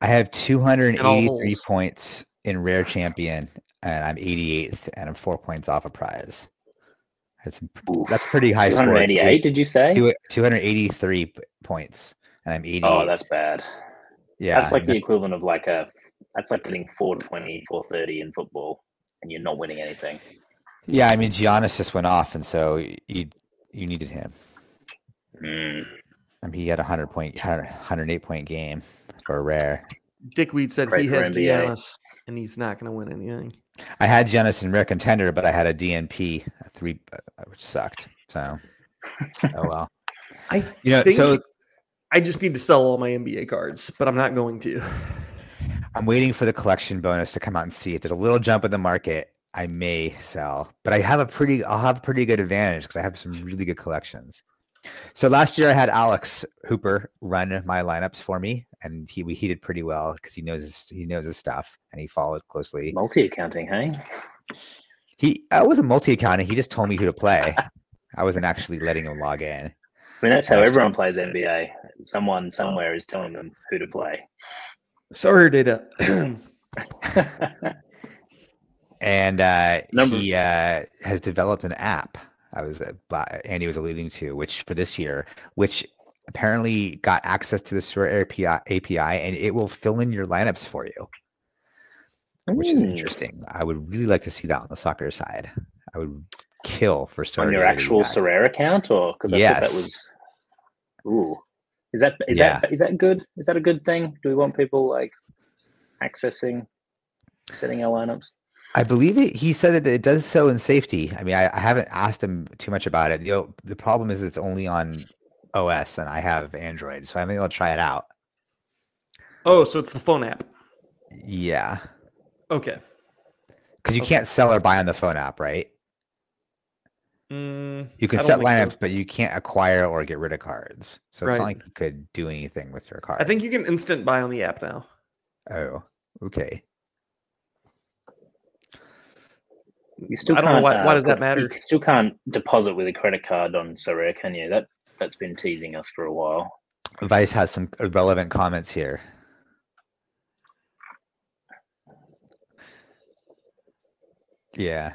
[SPEAKER 4] I have 283
[SPEAKER 3] holes.
[SPEAKER 4] points in rare champion, and I'm 88th, and I'm four points off a prize. That's a pr-
[SPEAKER 6] Oof.
[SPEAKER 4] that's pretty high score.
[SPEAKER 6] 288, did you say?
[SPEAKER 4] Two- 283 p- points, and I'm 88.
[SPEAKER 6] Oh, that's bad.
[SPEAKER 4] yeah,
[SPEAKER 6] that's like the equivalent of like a. That's like getting 420, 430 in football, and you're not winning anything.
[SPEAKER 4] Yeah, I mean Giannis just went off, and so y- you you needed him. Hmm.
[SPEAKER 6] Mm.
[SPEAKER 4] I mean, he had a hundred point, hundred eight point game for a rare.
[SPEAKER 3] Dickweed said
[SPEAKER 6] Great
[SPEAKER 3] he
[SPEAKER 6] for
[SPEAKER 3] has
[SPEAKER 6] NBA.
[SPEAKER 3] Giannis, and he's not going to win anything.
[SPEAKER 4] I had Giannis in rare contender, but I had a DNP a three, uh, which sucked. So, oh well.
[SPEAKER 3] I
[SPEAKER 4] you know,
[SPEAKER 3] think-
[SPEAKER 4] Uh, so
[SPEAKER 3] I just need to sell all my NBA cards, but I'm not going to.
[SPEAKER 4] I'm waiting for the collection bonus to come out and see if there's a little jump in the market. I may sell, but I have a pretty, I'll have a pretty good advantage because I have some really good collections. So last year I had Alex Hooper run my lineups for me, and he we he did pretty well because he knows his, he knows his stuff and he followed closely.
[SPEAKER 6] Multi accounting, hey?
[SPEAKER 4] He I wasn't multi accounting. He just told me who to play. I wasn't actually letting him log in.
[SPEAKER 6] I mean, that's how
[SPEAKER 4] Nice.
[SPEAKER 6] everyone plays NBA. Someone somewhere is telling them who to play.
[SPEAKER 3] Sorry, Data.
[SPEAKER 4] and uh,
[SPEAKER 6] Number-
[SPEAKER 4] he uh, has developed an app. I was uh, bu- Andy was alluding to, which for this year, which apparently got access to the Sora API, API and it will fill in your lineups for you, which is
[SPEAKER 6] Ooh.
[SPEAKER 4] interesting. I would really like to see that on the soccer side. I would kill for Sora.
[SPEAKER 6] on your
[SPEAKER 4] to be
[SPEAKER 6] actual
[SPEAKER 4] back.
[SPEAKER 6] Sorare account, or because I thought
[SPEAKER 4] Yes.
[SPEAKER 6] that was. Ooh, is that is that is that good? Is that a good thing? Do we want people like accessing, setting our lineups?
[SPEAKER 4] I believe it, he said that it does so in safety. I mean, I, I haven't asked him too much about it. You know, the problem is it's only on OS, and I have Android, so I think I'll try it out.
[SPEAKER 3] *clears throat* Oh, so it's the phone app.
[SPEAKER 4] Yeah,
[SPEAKER 3] Okay.
[SPEAKER 4] because you can't sell or buy on the phone app, right?
[SPEAKER 3] Mm,
[SPEAKER 4] You can
[SPEAKER 3] I don't
[SPEAKER 4] set
[SPEAKER 3] think
[SPEAKER 4] lineups, but you can't acquire or get rid of cards. So it's not
[SPEAKER 3] Right.
[SPEAKER 4] like you could do anything with your card.
[SPEAKER 3] I think you can instant buy on the app now.
[SPEAKER 4] Oh, okay.
[SPEAKER 6] You still
[SPEAKER 3] I don't know
[SPEAKER 6] can't,
[SPEAKER 3] why- why does that
[SPEAKER 6] put-
[SPEAKER 3] matter?
[SPEAKER 6] You still can't deposit with a credit card on Sorare, can you? That that's been teasing us for a while.
[SPEAKER 4] Vice has some relevant comments here. Yeah.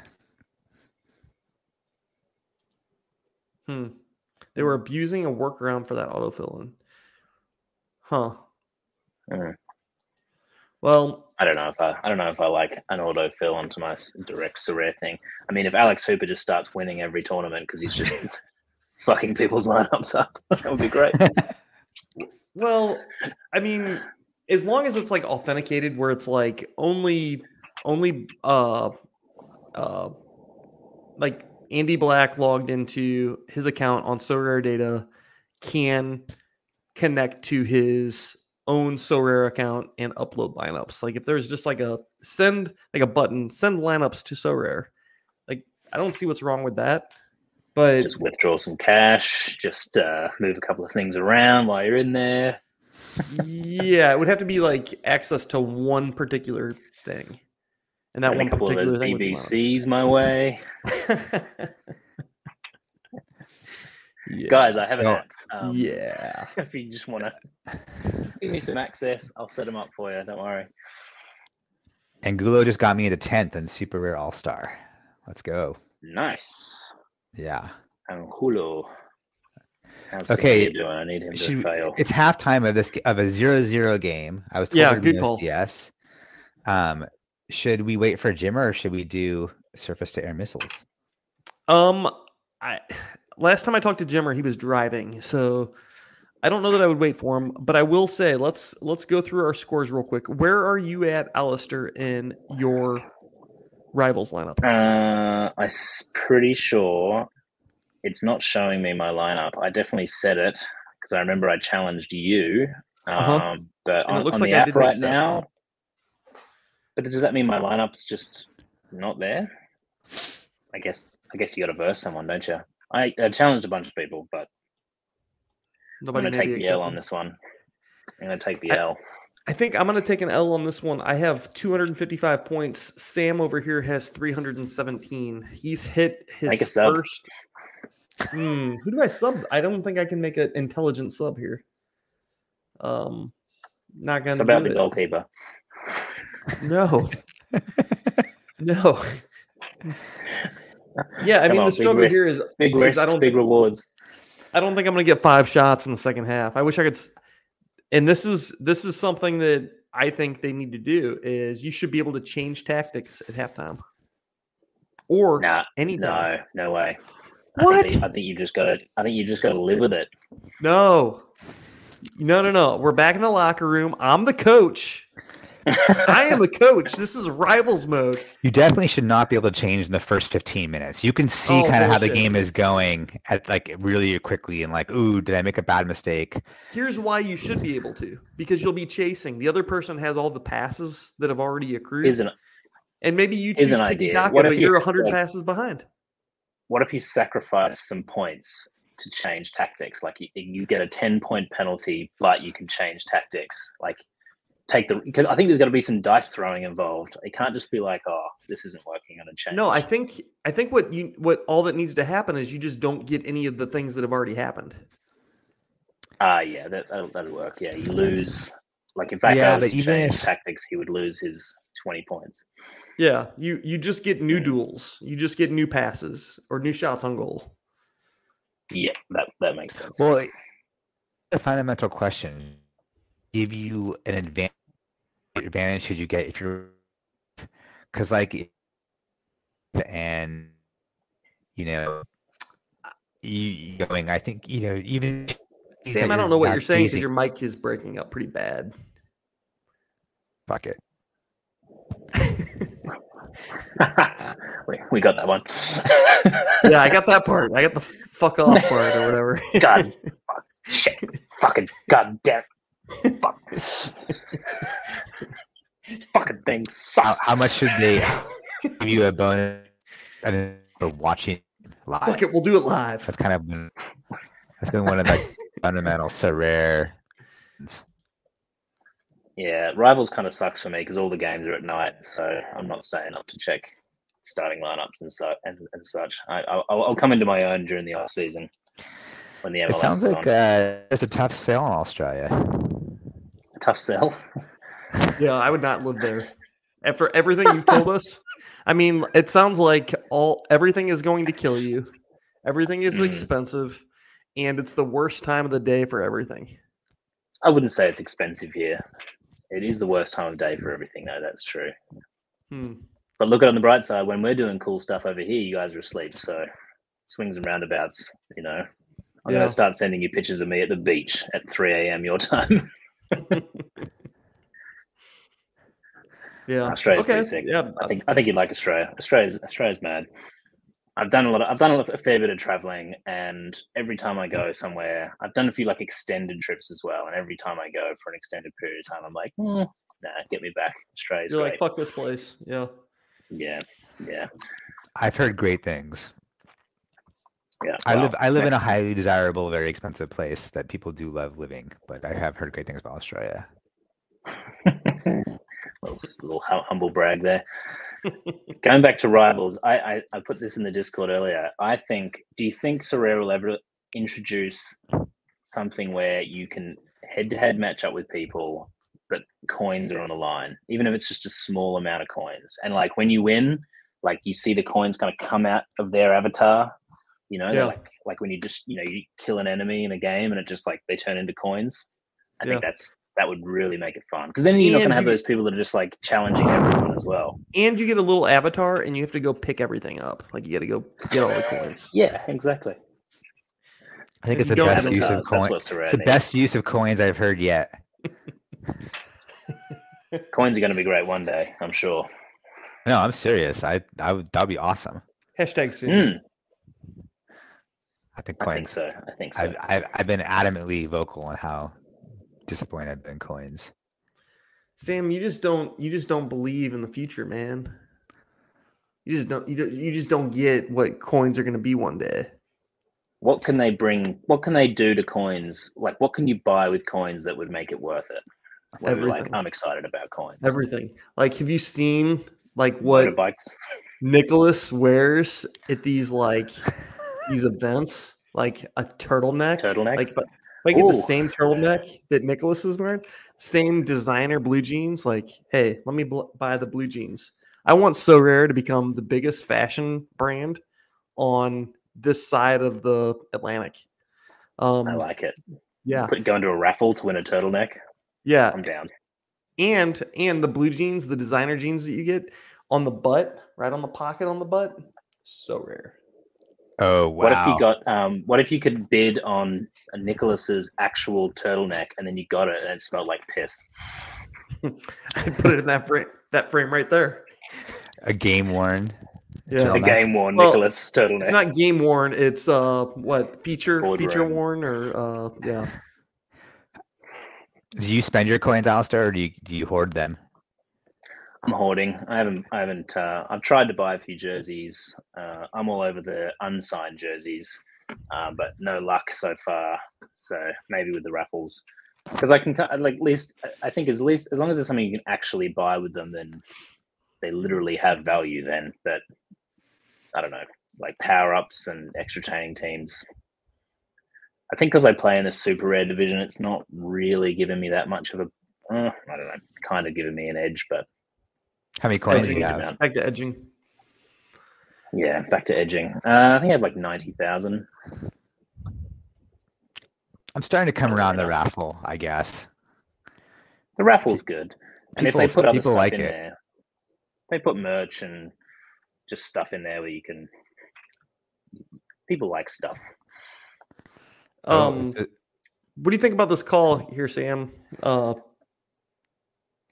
[SPEAKER 3] Hmm. They were abusing a workaround for that autofill. in. Huh.
[SPEAKER 6] Mm.
[SPEAKER 3] Well,
[SPEAKER 6] I don't know if I, I don't know if I like an autofill onto my s- direct Sorare thing. I mean, if Alex Hooper just starts winning every tournament because he's just *laughs* fucking people's *laughs* lineups up, that would
[SPEAKER 3] *laughs*
[SPEAKER 6] be great.
[SPEAKER 3] Well, I mean, as long as it's like authenticated, where it's like only, only, uh, uh, like Andy Black logged into his account on SoRare data can connect to his own SoRare account and upload lineups. Like if there's just like a send, like a button, send lineups to SoRare. Like I don't see what's wrong with that, but
[SPEAKER 6] just withdraw some cash, just uh, move a couple of things around while you're in there.
[SPEAKER 3] yeah, it would have to be like access to one particular thing, and that
[SPEAKER 6] Send
[SPEAKER 3] one
[SPEAKER 6] a couple of
[SPEAKER 3] particular
[SPEAKER 6] those
[SPEAKER 3] thing would be
[SPEAKER 6] BBCs my way,
[SPEAKER 3] Linux. yeah. Oh,
[SPEAKER 6] guys. I have an
[SPEAKER 4] No.
[SPEAKER 6] app. Um,
[SPEAKER 3] yeah.
[SPEAKER 6] *laughs* If you just want to, just give me some access. I'll set them up for you. Don't worry.
[SPEAKER 4] And Gulo just got me into 10th and Super Rare All Star. Let's go.
[SPEAKER 6] Nice.
[SPEAKER 4] Yeah.
[SPEAKER 6] And Hulu. How's
[SPEAKER 4] Okay,
[SPEAKER 6] Sadiq doing? I need him to
[SPEAKER 4] Should-
[SPEAKER 6] fail.
[SPEAKER 4] it's halftime of this g- of a zero zero game. I was told
[SPEAKER 3] Yeah,
[SPEAKER 4] it was
[SPEAKER 3] good call.
[SPEAKER 4] Yes. Um, should we wait for Jimmer or should we do surface to air missiles?
[SPEAKER 3] *laughs* Um, I last time I talked to Jimmer, he was driving, so I don't know that I would wait for him. But I will say, let's let's go through our scores real quick. Where are you at, Alistair, in your rivals lineup?
[SPEAKER 6] Uh, I'm s- pretty sure it's not showing me my lineup. I definitely said it because I remember I challenged you. Um,
[SPEAKER 3] Uh-huh.
[SPEAKER 6] But
[SPEAKER 3] And it
[SPEAKER 6] on,
[SPEAKER 3] looks
[SPEAKER 6] on
[SPEAKER 3] like
[SPEAKER 6] the
[SPEAKER 3] I
[SPEAKER 6] app
[SPEAKER 3] did make
[SPEAKER 6] right
[SPEAKER 3] sense.
[SPEAKER 6] now, but does that mean my lineup's just not there? I guess. I guess you got to verse someone, don't you? I, I challenged a bunch of people, but
[SPEAKER 3] Nobody
[SPEAKER 6] I'm going
[SPEAKER 3] may
[SPEAKER 6] to
[SPEAKER 3] be
[SPEAKER 6] take the L on
[SPEAKER 3] accepted.
[SPEAKER 6] this one. I'm going to take the
[SPEAKER 3] I-
[SPEAKER 6] L.
[SPEAKER 3] I think I'm going to take an L on this one. I have 255 points. Sam over here has 317. He's hit his
[SPEAKER 6] Make a sub.
[SPEAKER 3] first. Hmm, who do I sub? I don't think I can make an intelligent sub here. Um, not going
[SPEAKER 6] It's
[SPEAKER 3] to do
[SPEAKER 6] about the
[SPEAKER 3] it.
[SPEAKER 6] goalkeeper.
[SPEAKER 3] *laughs* No,
[SPEAKER 6] *laughs*
[SPEAKER 3] no. yeah, I
[SPEAKER 6] Come
[SPEAKER 3] mean
[SPEAKER 6] on,
[SPEAKER 3] the
[SPEAKER 6] big
[SPEAKER 3] struggle here
[SPEAKER 6] risks,
[SPEAKER 3] is
[SPEAKER 6] big
[SPEAKER 3] is
[SPEAKER 6] risks,
[SPEAKER 3] I don't
[SPEAKER 6] big rewards.
[SPEAKER 3] I don't think I'm going to get five shots in the second half. I wish I could. s- And this is this is something that I think they need to do is you should be able to change tactics at halftime or
[SPEAKER 6] Nah,
[SPEAKER 3] anytime.
[SPEAKER 6] no, no way. I
[SPEAKER 3] What?
[SPEAKER 6] think, you- I think you just got to. I think you just got to live with it.
[SPEAKER 3] No. No, no, no. We're back in the locker room. I'm the
[SPEAKER 6] *laughs*
[SPEAKER 3] coach. I am the coach. This is rivals mode.
[SPEAKER 4] You definitely should not be able to change in the first 15 minutes. You can see
[SPEAKER 3] Oh,
[SPEAKER 4] kind of how the
[SPEAKER 3] bullshit.
[SPEAKER 4] game is going at like really quickly and like, ooh, did I make a bad mistake?
[SPEAKER 3] Here's why you should be able to because you'll be chasing. The other person has all the passes that have already accrued.
[SPEAKER 6] Isn't it?
[SPEAKER 3] and maybe you
[SPEAKER 6] is
[SPEAKER 3] choose
[SPEAKER 6] an
[SPEAKER 3] Tiki
[SPEAKER 6] idea.
[SPEAKER 3] Taka,
[SPEAKER 6] What if
[SPEAKER 3] but
[SPEAKER 6] you-
[SPEAKER 3] you're 100
[SPEAKER 6] *laughs* like-
[SPEAKER 3] passes behind.
[SPEAKER 6] What if you sacrifice some points to change tactics? Like you, you get a ten point penalty, but you can change tactics. Like take the because I think there's got to be some dice throwing involved. It can't just be like, oh, this isn't working. I'm gonna change.
[SPEAKER 3] No, I think I think what you what all that needs to happen is you just don't get any of the things that have already happened.
[SPEAKER 6] Ah, yeah, that that'll, that'll work. Yeah, you lose. Like if that
[SPEAKER 4] Yeah,
[SPEAKER 6] guy was
[SPEAKER 4] but
[SPEAKER 6] to
[SPEAKER 4] even
[SPEAKER 6] change
[SPEAKER 4] if-
[SPEAKER 6] tactics, he would lose his twenty points.
[SPEAKER 3] Yeah, you you just get new duels, you just get new passes or new shots on goal.
[SPEAKER 6] Yeah, that that makes sense.
[SPEAKER 4] Well, a fundamental question. Give you an advantage? Advantage should you get if you're because like and you know you going. I think you know even
[SPEAKER 3] Sam. I don't know what you're saying because your mic is breaking up pretty bad.
[SPEAKER 4] Fuck it.
[SPEAKER 6] *laughs* we, we got that one.
[SPEAKER 3] *laughs* yeah, I got that part. I got the fuck off part or whatever.
[SPEAKER 6] God, fuck, shit, fucking goddamn, fuck, fucking thing
[SPEAKER 4] sucks. How, how, much should they give you a bonus for watching live?
[SPEAKER 3] Fuck it, we'll do it live.
[SPEAKER 4] That's kind of that's been one
[SPEAKER 3] *laughs*
[SPEAKER 4] of the fundamental so rare.
[SPEAKER 6] Yeah, rivals kind of sucks for me because all the games are at night, so I'm not staying up to check starting lineups and so and, and such. I, will come into my own during the off season when the MLS.
[SPEAKER 4] It sounds like uh, it's a tough sell in Australia.
[SPEAKER 6] A tough sell.
[SPEAKER 3] yeah, I would not live there. After everything you've told us, I mean, it sounds like all everything is going to kill you. Everything is mm. expensive, and it's the worst time of the day for everything.
[SPEAKER 6] I wouldn't say it's expensive here. It is the worst time of day for everything, though. That's true.
[SPEAKER 3] Hmm.
[SPEAKER 6] But look at on the bright side. When we're doing cool stuff over here, you guys are asleep. So swings and roundabouts. You know, I'm yeah. gonna start sending you pictures of me at the beach at 3 a.m. your *laughs* time.
[SPEAKER 3] yeah,
[SPEAKER 6] Australia's okay. pretty sick. Yeah, I think I think you'd like Australia. Australia's Australia's mad. I've done a lot. Of, I've done a fair bit of traveling, and every time I go somewhere, I've done a few like extended trips as well. And every time I go for an extended period of time, I'm like, mm, nah, get me back. Australia's
[SPEAKER 3] You're
[SPEAKER 6] great.
[SPEAKER 3] like, fuck this place. Yeah.
[SPEAKER 6] Yeah. Yeah.
[SPEAKER 4] I've heard great things.
[SPEAKER 6] Yeah.
[SPEAKER 4] I well, live. I live in a highly time. desirable, very expensive place that people do love living, but I have heard great things about Australia.
[SPEAKER 6] little, little humble brag there. Going back to rivals, I, I, I put this in the Discord earlier. I think. Do you think Sorare will ever introduce something where you can head-to-head match up with people, but coins are on the line, even if it's just a small amount of coins? And like when you win, like you see the coins kind of come out of their avatar. You know, yeah. like like when you just you know you kill an enemy in a game and it just like they turn into coins. I yeah. think that's that would really make it fun because then you're and not going to have those people that are just like challenging everyone as well.
[SPEAKER 3] And you get a little avatar, and you have to go pick everything up. Like you got to go get all the coins.
[SPEAKER 6] *laughs* yeah, exactly.
[SPEAKER 4] I think if it's the best use of coins. The best use of coins I've heard yet.
[SPEAKER 6] coins are going to be great one day, I'm sure.
[SPEAKER 4] No, I'm serious. I I would that'd be awesome.
[SPEAKER 3] Hashtag soon.
[SPEAKER 6] Mm.
[SPEAKER 4] I think
[SPEAKER 6] coins. I think so. I think so.
[SPEAKER 4] I've, I've, I've been adamantly vocal on how disappointed in coins.
[SPEAKER 3] Sam, you just don't you just don't believe in the future, man. You just don't you, don't, you just don't get what coins are going to be one day.
[SPEAKER 6] What can they bring? What can they do to coins? Like, what can you buy with coins that would make it worth it? What Everything. Like, I'm excited about coins.
[SPEAKER 3] Everything. Like, have you seen like what bikes Nicholas wears at these like these events? Like a turtleneck.
[SPEAKER 6] Turtleneck.
[SPEAKER 3] Like, but like Ooh. the same turtleneck that Nicholas is wearing, same designer blue jeans. Like, hey, let me bl- buy the blue jeans. I want So Rare to become the biggest fashion brand on this side of the Atlantic.
[SPEAKER 6] Um, I like it.
[SPEAKER 3] Yeah,
[SPEAKER 6] Put, go into a raffle to win a turtleneck.
[SPEAKER 3] Yeah,
[SPEAKER 6] I'm down.
[SPEAKER 3] And and the blue jeans, the designer jeans that you get on the butt, right on the pocket on the butt, so rare.
[SPEAKER 4] Oh wow!
[SPEAKER 6] What if you got? Um, what if you could bid on Nicholas's actual turtleneck, and then you got it, and it smelled like piss?
[SPEAKER 3] I put it in that frame. That frame right there.
[SPEAKER 4] A game worn.
[SPEAKER 6] Yeah, a game worn well, Nicholas turtleneck.
[SPEAKER 3] It's not game worn. It's uh, what feature Board feature room. worn or uh, yeah.
[SPEAKER 4] Do you spend your coins, Alistair, or do you do you hoard them?
[SPEAKER 6] I'm hoarding. I haven't. I haven't. Uh, I've tried to buy a few jerseys. Uh, I'm all over the unsigned jerseys, uh, but no luck so far. So maybe with the raffles, because I can like at least I think as least as long as there's something you can actually buy with them, then they literally have value. Then, but I don't know, like power ups and extra training teams. I think because I play in the super rare division, it's not really giving me that much of a. uh, I don't know, kind of giving me an edge, but.
[SPEAKER 4] How many coins edging, do you
[SPEAKER 3] have? Back to edging.
[SPEAKER 6] Yeah, back to edging. Uh, I think I have like ninety thousand.
[SPEAKER 4] I'm starting to come around the raffle, I guess.
[SPEAKER 6] The raffle's good, and
[SPEAKER 4] People-
[SPEAKER 6] if they put other
[SPEAKER 4] people
[SPEAKER 6] stuff
[SPEAKER 4] like
[SPEAKER 6] in
[SPEAKER 4] it.
[SPEAKER 6] there, they put merch and just stuff in there where you can. People like stuff.
[SPEAKER 4] Oh,
[SPEAKER 3] Um,
[SPEAKER 4] is it-
[SPEAKER 3] what do you think about this call here, Sam? Uh,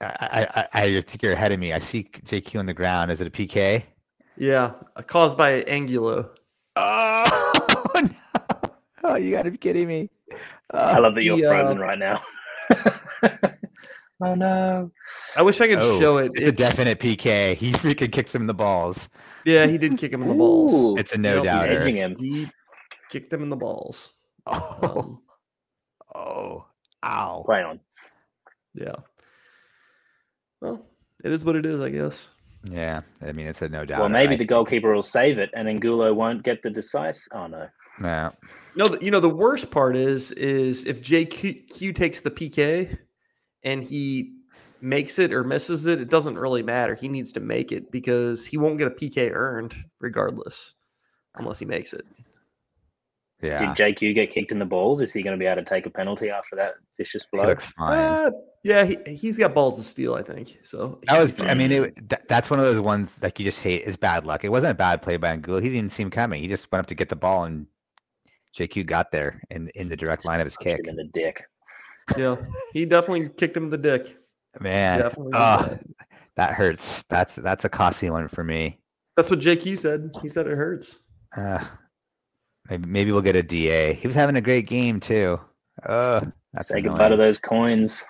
[SPEAKER 4] I, I, I I think you're ahead of me. I see JQ on the ground. Is it a PK?
[SPEAKER 3] yeah, caused by Angulo.
[SPEAKER 4] Oh, no. oh you got to be kidding me. Uh,
[SPEAKER 6] I love that you're
[SPEAKER 4] yeah.
[SPEAKER 6] frozen right now. *laughs* oh no!
[SPEAKER 3] I wish I could
[SPEAKER 4] Oh,
[SPEAKER 3] show it.
[SPEAKER 4] It's a definite PK. He freaking kicks him in the balls.
[SPEAKER 3] Yeah, he did kick him in the balls.
[SPEAKER 6] Ooh,
[SPEAKER 4] It's a no
[SPEAKER 3] don't be
[SPEAKER 4] doubter.
[SPEAKER 6] edging him.
[SPEAKER 3] He kicked him in the balls.
[SPEAKER 4] Oh,
[SPEAKER 3] Um,
[SPEAKER 4] oh, ow.
[SPEAKER 6] Play on.
[SPEAKER 3] yeah. Well, it is what it is, I guess.
[SPEAKER 4] Yeah, I mean, it's a no doubt.
[SPEAKER 6] Well, maybe the goalkeeper will save it, and Angulo won't get the decisive. Oh no!
[SPEAKER 4] No.
[SPEAKER 3] No, th- you know the worst part is is if JQ takes the PK and he makes it or misses it, it doesn't really matter. He needs to make it because he won't get a PK earned regardless, unless he makes it.
[SPEAKER 4] Yeah.
[SPEAKER 6] Did JQ get kicked in the balls? Is he going to be able to take a penalty after that vicious
[SPEAKER 4] He
[SPEAKER 6] blow?
[SPEAKER 4] looks fine.
[SPEAKER 3] Uh, yeah, he, he's got balls of steel, I think. So he
[SPEAKER 4] That
[SPEAKER 3] should
[SPEAKER 4] was,
[SPEAKER 3] be
[SPEAKER 4] I mean, it, that, that's one of those ones like you just hate is bad luck. It wasn't a bad play by Angulo. He didn't even see him coming. He just went up to get the ball, and JQ got there in, in the direct line of his
[SPEAKER 6] Punched
[SPEAKER 4] kick.
[SPEAKER 6] him in the dick.
[SPEAKER 3] Yeah, he definitely kicked him in the dick.
[SPEAKER 4] Man,
[SPEAKER 3] Definitely.
[SPEAKER 4] ah, that hurts. That's that's a costly one for me.
[SPEAKER 3] That's what JQ said. He said it hurts.
[SPEAKER 4] Uh, maybe maybe we'll get a DA. He was having a great game too. Uh, that's
[SPEAKER 6] Say goodbye to
[SPEAKER 4] annoying.
[SPEAKER 6] those coins.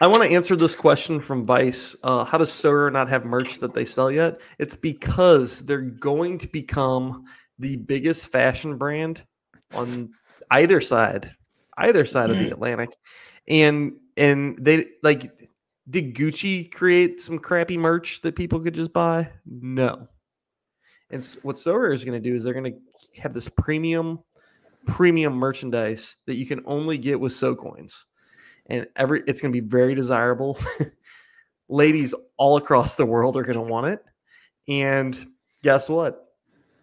[SPEAKER 3] I want to answer this question from Vice. Uh, how does Sower not have merch that they sell yet? It's because they're going to become the biggest fashion brand on either side, either side of the Atlantic, and and they like. Did Gucci create some crappy merch that people could just buy? No. And s- what Sower is going to do is they're going to have this premium, premium merchandise that you can only get with SoCoins and every it's going to be very desirable. Ladies all across the world are going to want it, and guess what?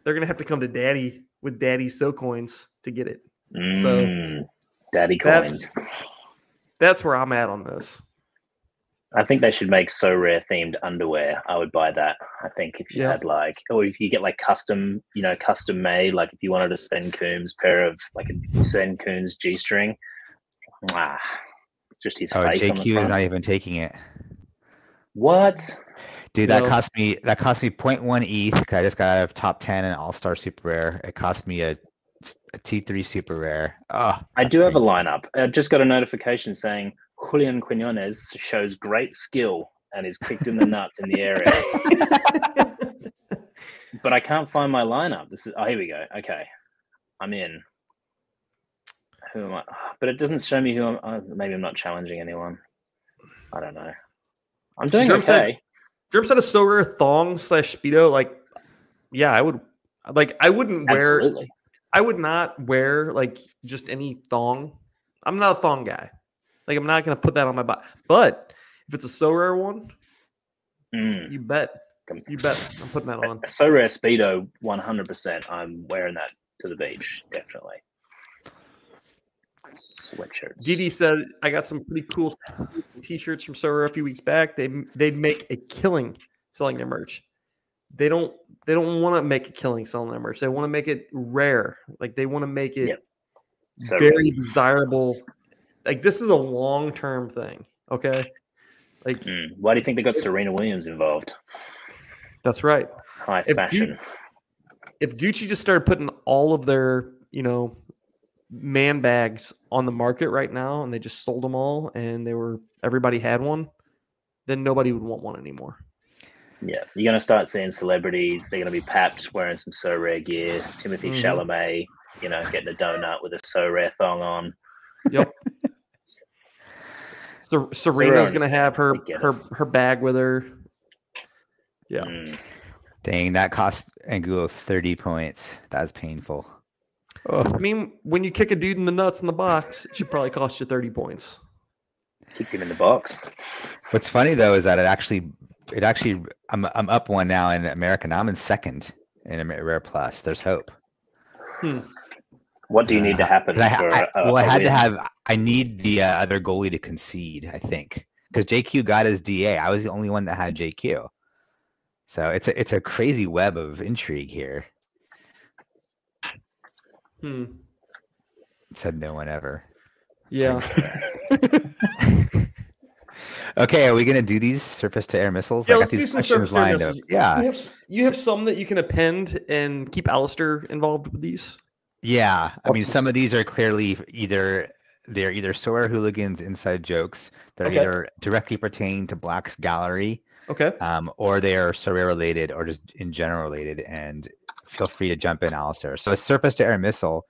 [SPEAKER 3] They're going to have to come to Daddy with Daddy so coins to get it. So-
[SPEAKER 6] Mm, daddy
[SPEAKER 3] That's-
[SPEAKER 6] coins.
[SPEAKER 3] That's where I'm at on this.
[SPEAKER 6] I think they should make so rare themed underwear. I would buy that. I think if you
[SPEAKER 3] Yeah.
[SPEAKER 6] had like, or if you get like custom, you know, custom made, like if you wanted a Sven Coombs pair of like a Sven Coombs G string, ah, just his
[SPEAKER 4] Oh,
[SPEAKER 6] face on the
[SPEAKER 4] JQ is
[SPEAKER 6] front.
[SPEAKER 4] not even taking it.
[SPEAKER 6] What?
[SPEAKER 4] Dude, that
[SPEAKER 3] No.
[SPEAKER 4] cost me that cost me 0.1 ETH. 'cause I just got out of top 10 and All Star Super Rare. It cost me a a T3 Super Rare. Oh,
[SPEAKER 6] I do have a lineup. I just got a notification saying Julian Quinones shows great skill and is kicked in the nuts in the area. but I can't find my lineup. This is oh, here we go. Okay, I'm in. Who am I? *sighs* But it doesn't show me who I'm. Uh, maybe I'm not challenging anyone. I don't know. I'm doing
[SPEAKER 3] Jerm said-
[SPEAKER 6] okay.
[SPEAKER 3] Jerm said a so rare thong slash speedo. Like, yeah, I would like. I wouldn't wear.
[SPEAKER 6] Absolutely.
[SPEAKER 3] I would not wear like just any thong. I'm not a thong guy. Like, I'm not going to put that on my body. But if it's a so rare one,
[SPEAKER 6] Mm.
[SPEAKER 3] you bet.
[SPEAKER 6] Come-
[SPEAKER 3] You bet. I'm putting that on.
[SPEAKER 6] A So rare speedo, 100%. I'm wearing that to the beach, definitely. Sweatshirt.
[SPEAKER 3] DD said, "I got some pretty cool t-shirts from Sora a few weeks back. They they make a killing selling their merch. They don't they don't want to make a killing selling their merch. They want to make it rare. Like they want to make it
[SPEAKER 6] Yep. So
[SPEAKER 3] very desirable. Like this is a long term thing. Okay, like
[SPEAKER 6] Mm. Why do you think they got Serena Williams involved?
[SPEAKER 3] that's right.
[SPEAKER 6] High
[SPEAKER 3] If you-
[SPEAKER 6] fashion.
[SPEAKER 3] if Gucci just started putting all of their, you know, man bags on the market right now and they just sold them all and they were everybody had one, then nobody would want one anymore.
[SPEAKER 6] Yeah, you're going to start seeing celebrities. They're going to be papped wearing some so rare gear. Timothy
[SPEAKER 4] Mm-hmm.
[SPEAKER 3] Mhm.
[SPEAKER 6] Chalamet, you know, getting a donut with a so rare thong on.
[SPEAKER 3] Ser- Serena's going to
[SPEAKER 6] understand.
[SPEAKER 3] have her
[SPEAKER 6] We get it.
[SPEAKER 3] her her bag with her. Yeah.
[SPEAKER 6] Mm.
[SPEAKER 4] dang, that cost Angulo 30 points. That was painful. Oh,
[SPEAKER 3] I mean, when you kick a dude in the nuts in the box, it should probably cost you 30 points.
[SPEAKER 6] Kicked him in the box.
[SPEAKER 4] what's funny though is that it actually it actually I'm I'm up one now in American. I'm in second in Amer- Rare Plus. There's hope.
[SPEAKER 6] What do you need to happen?
[SPEAKER 4] I,
[SPEAKER 6] for
[SPEAKER 4] I,
[SPEAKER 6] a-
[SPEAKER 4] well,
[SPEAKER 6] a
[SPEAKER 4] I had to
[SPEAKER 6] win?
[SPEAKER 4] have. I need the uh, other goalie to concede. I think because JQ got his DA. I was the only one that had JQ. So it's a it's a crazy web of intrigue here.
[SPEAKER 3] Hmm.
[SPEAKER 4] Said no one ever.
[SPEAKER 3] Yeah.
[SPEAKER 4] *laughs* Okay, are we gonna do these surface to air missiles?
[SPEAKER 3] Yeah,
[SPEAKER 4] I got
[SPEAKER 3] let's do
[SPEAKER 4] these
[SPEAKER 3] some
[SPEAKER 4] questions
[SPEAKER 3] surface to air
[SPEAKER 4] lined up.
[SPEAKER 3] missiles.
[SPEAKER 4] Yeah,
[SPEAKER 3] You have s- you have some that you can append and keep Alistair involved with these.
[SPEAKER 4] yeah. I mean,
[SPEAKER 6] What's
[SPEAKER 4] some
[SPEAKER 6] this-
[SPEAKER 4] of these are clearly either they're either Sawyer hooligans inside jokes. They're
[SPEAKER 3] Okay.
[SPEAKER 4] either directly pertain to Black's gallery.
[SPEAKER 3] Okay.
[SPEAKER 4] um, or they are Sorare related or just in general related. And feel free to jump in, Alistair. So, a surface to air missile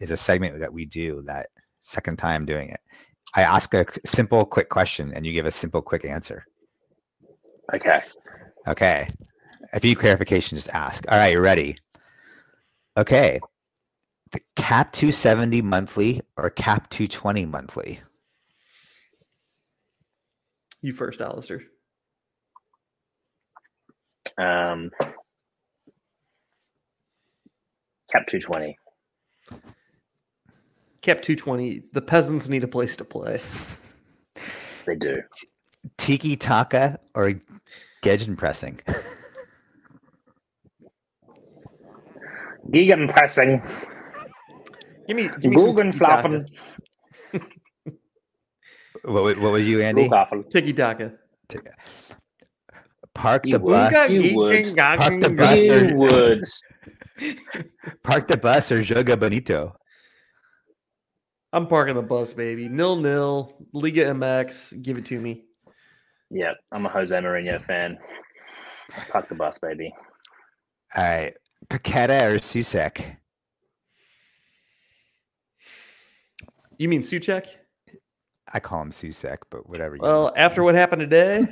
[SPEAKER 4] is a segment that we do that second time doing it. I ask a c- simple, quick question, and you give a simple, quick answer.
[SPEAKER 6] Okay.
[SPEAKER 4] Okay. If you need clarification, just ask. All right, you're ready. Okay. The cap 270 monthly or cap 220 monthly?
[SPEAKER 3] You first, Alistair.
[SPEAKER 6] Um, cap 220.
[SPEAKER 3] Cap 220. The peasants need a place to play.
[SPEAKER 6] They do.
[SPEAKER 4] Tiki Taka or Gejin pressing?
[SPEAKER 6] Gegenpressing.
[SPEAKER 3] Give me, give me some
[SPEAKER 6] Gugenflappen.
[SPEAKER 4] What, wa- what were you, Andy?
[SPEAKER 6] Flughafen.
[SPEAKER 3] tiki taka.
[SPEAKER 4] Park
[SPEAKER 6] You
[SPEAKER 4] the
[SPEAKER 6] would.
[SPEAKER 4] bus.
[SPEAKER 6] You would.
[SPEAKER 4] Park the bus
[SPEAKER 6] You
[SPEAKER 4] or
[SPEAKER 6] would.
[SPEAKER 4] park the bus or Joga Bonito.
[SPEAKER 3] I'm parking the bus, baby. Nil nil. Liga MX. Give it to me.
[SPEAKER 6] Yeah, I'm a Jose Mourinho fan. Park the bus, baby.
[SPEAKER 4] All right, Paqueta or Susek.
[SPEAKER 3] You mean Suchek?
[SPEAKER 4] I call him Susek, but whatever. You
[SPEAKER 3] Well,
[SPEAKER 4] want.
[SPEAKER 3] after what happened today,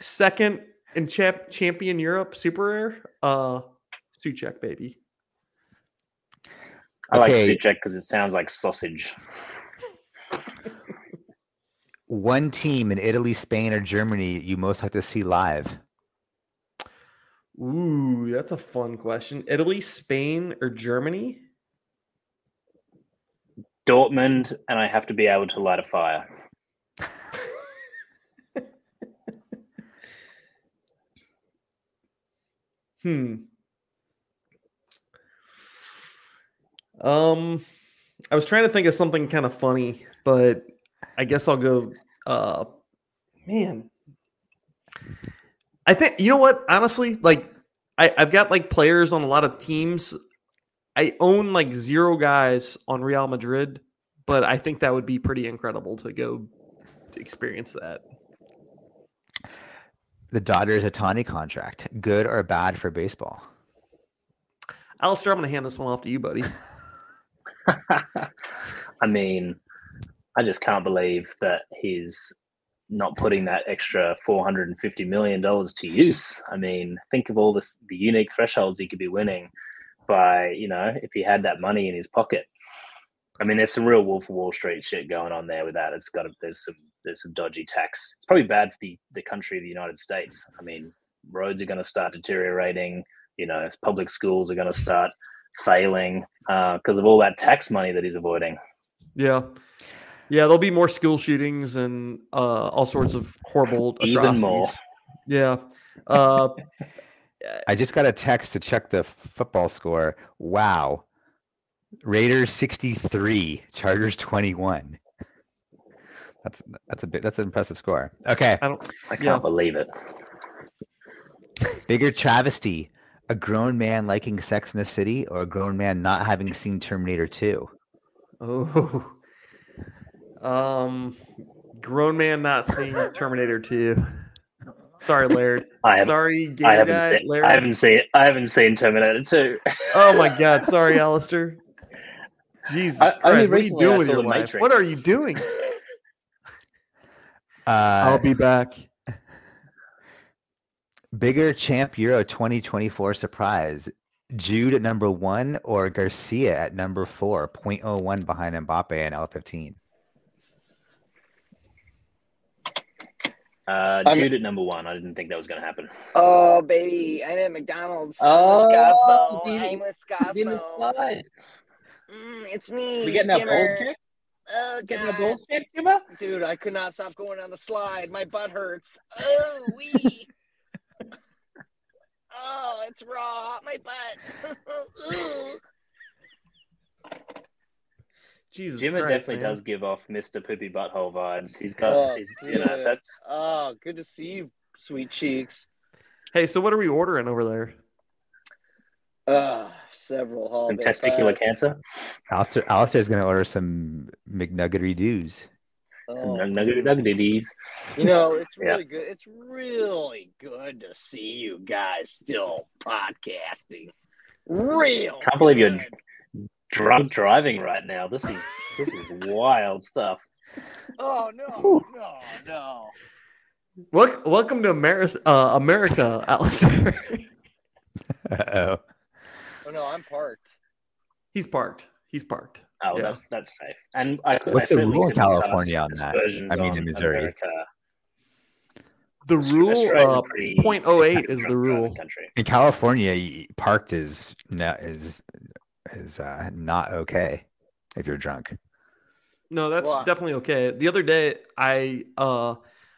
[SPEAKER 3] second in champ, champion Europe super rare, uh, Suchek, baby.
[SPEAKER 6] I like
[SPEAKER 4] Okay.
[SPEAKER 6] Suchek because it sounds like sausage.
[SPEAKER 4] one team in Italy, Spain, or Germany you most like to see live.
[SPEAKER 3] Ooh, that's a fun question. Italy, Spain, or Germany?
[SPEAKER 6] Dortmund, and I have to be able to light a fire.
[SPEAKER 3] Hmm. Um, I was trying to think of something kind of funny, but I guess I'll go. Uh, man, I think you know what? Honestly, like I, I've got like players on a lot of teams. I own like zero guys on Real Madrid, but I think that would be pretty incredible to go experience that.
[SPEAKER 4] The Dodgers Atani contract, good or bad for baseball?
[SPEAKER 3] Alistair, I'm gonna hand this one off to you, buddy.
[SPEAKER 6] *laughs* I mean, I just can't believe that he's not putting that extra four hundred and fifty million dollars to use. I mean, think of all this, the unique thresholds he could be winning by, you know, if he had that money in his pocket. I mean, there's some real Wolf of Wall Street shit going on there with that. It's got to, there's some there's some dodgy tax. It's probably bad for the the country of the United States. I mean, roads are going to start deteriorating. You know, public schools are going to start failing because uh, of all that tax money that he's avoiding.
[SPEAKER 3] Yeah. Yeah, there'll be more school shootings and uh, all sorts of horrible atrocities.
[SPEAKER 6] *laughs* Even more.
[SPEAKER 3] Yeah. Uh,
[SPEAKER 4] I just got a text to check the football score. Wow, Raiders sixty-three, Chargers twenty-one. That's that's a bit that's an impressive score. Okay.
[SPEAKER 6] I can't
[SPEAKER 3] Yeah.
[SPEAKER 6] believe it.
[SPEAKER 4] Bigger travesty, a grown man liking Sex in the City or a grown man not having seen Terminator 2?
[SPEAKER 3] oh. Um, grown man not seeing Terminator 2. Sorry, Laird.
[SPEAKER 6] *laughs* I haven't,
[SPEAKER 3] Sorry, Gator
[SPEAKER 6] I haven't
[SPEAKER 3] guy,
[SPEAKER 6] seen.
[SPEAKER 3] Laird.
[SPEAKER 6] I haven't seen. I haven't seen Terminator Two.
[SPEAKER 3] Oh my God. Sorry, Alistair. Jesus
[SPEAKER 6] I-
[SPEAKER 3] Christ.
[SPEAKER 6] only
[SPEAKER 3] what are you
[SPEAKER 6] recently I
[SPEAKER 3] doing with
[SPEAKER 6] saw
[SPEAKER 3] your
[SPEAKER 6] The
[SPEAKER 3] life?
[SPEAKER 6] Matrix.
[SPEAKER 3] What are you doing? I'll
[SPEAKER 4] Uh,
[SPEAKER 3] be back.
[SPEAKER 4] bigger champ Euro 2024 surprise, Jude at number one or Garcia at number four, 0.01 behind Mbappe and L15.
[SPEAKER 6] Uh, Jude at number one. I didn't think that was going to happen.
[SPEAKER 5] Oh, baby, I'm at McDonald's.
[SPEAKER 6] Oh,
[SPEAKER 5] I'm with Scosmo.
[SPEAKER 6] did-
[SPEAKER 5] I'm with Scosmo.
[SPEAKER 7] Mm, it's me.
[SPEAKER 6] We getting that
[SPEAKER 7] Jimmer.
[SPEAKER 6] balls check?
[SPEAKER 7] Oh,
[SPEAKER 6] Getting
[SPEAKER 7] God.
[SPEAKER 6] that balls check, Jimmer?
[SPEAKER 7] Dude, I could not stop going on the slide. My butt hurts.
[SPEAKER 5] *laughs*
[SPEAKER 7] Oh, wee. oh, it's raw. My butt. *laughs* Ooh.
[SPEAKER 3] Jesus
[SPEAKER 6] Jimmer
[SPEAKER 3] Christ,
[SPEAKER 6] definitely
[SPEAKER 3] man.
[SPEAKER 6] does give off Mr. Poopy Butthole vibes. He's got,
[SPEAKER 5] Oh,
[SPEAKER 6] he's, you know,
[SPEAKER 5] dude.
[SPEAKER 6] that's
[SPEAKER 5] Oh, good to see you, sweet cheeks.
[SPEAKER 3] Hey, so what are we ordering over there?
[SPEAKER 5] Uh, several
[SPEAKER 6] some
[SPEAKER 5] holiday
[SPEAKER 6] testicular
[SPEAKER 5] pies.
[SPEAKER 6] cancer.
[SPEAKER 4] Alistair, Alistair's going to order some McNugget redos.
[SPEAKER 6] Some
[SPEAKER 5] Oh.
[SPEAKER 6] nug nugget nuggeties.
[SPEAKER 5] You know, it's
[SPEAKER 6] Yeah.
[SPEAKER 5] really good. It's really good to see you guys still podcasting. Real.
[SPEAKER 6] Can't believe you're-
[SPEAKER 5] good.
[SPEAKER 6] Drunk driving right now. This is this is wild stuff.
[SPEAKER 5] Oh no, no, no.
[SPEAKER 3] Wel- welcome to Ameris- uh, America, *laughs* Alistair.
[SPEAKER 4] Uh-oh.
[SPEAKER 5] Oh no, I'm parked.
[SPEAKER 3] He's parked. He's parked.
[SPEAKER 6] Oh,
[SPEAKER 3] Yeah.
[SPEAKER 6] that's that's safe. And I could.
[SPEAKER 4] What's the
[SPEAKER 6] I certainly
[SPEAKER 4] rule in
[SPEAKER 6] couldn't cast
[SPEAKER 4] California on that?
[SPEAKER 6] aspersions
[SPEAKER 4] I mean, in
[SPEAKER 6] on
[SPEAKER 4] Missouri.
[SPEAKER 6] America.
[SPEAKER 3] The
[SPEAKER 6] Australia's
[SPEAKER 3] rule
[SPEAKER 6] a
[SPEAKER 3] uh,
[SPEAKER 6] pretty-
[SPEAKER 3] 0.08 is the
[SPEAKER 6] drunk driving
[SPEAKER 3] rule.
[SPEAKER 6] Country.
[SPEAKER 4] In California, y- parked is no, is is uh, not okay if you're drunk.
[SPEAKER 3] No, that's
[SPEAKER 5] Why?
[SPEAKER 3] definitely okay. The other day, I uh,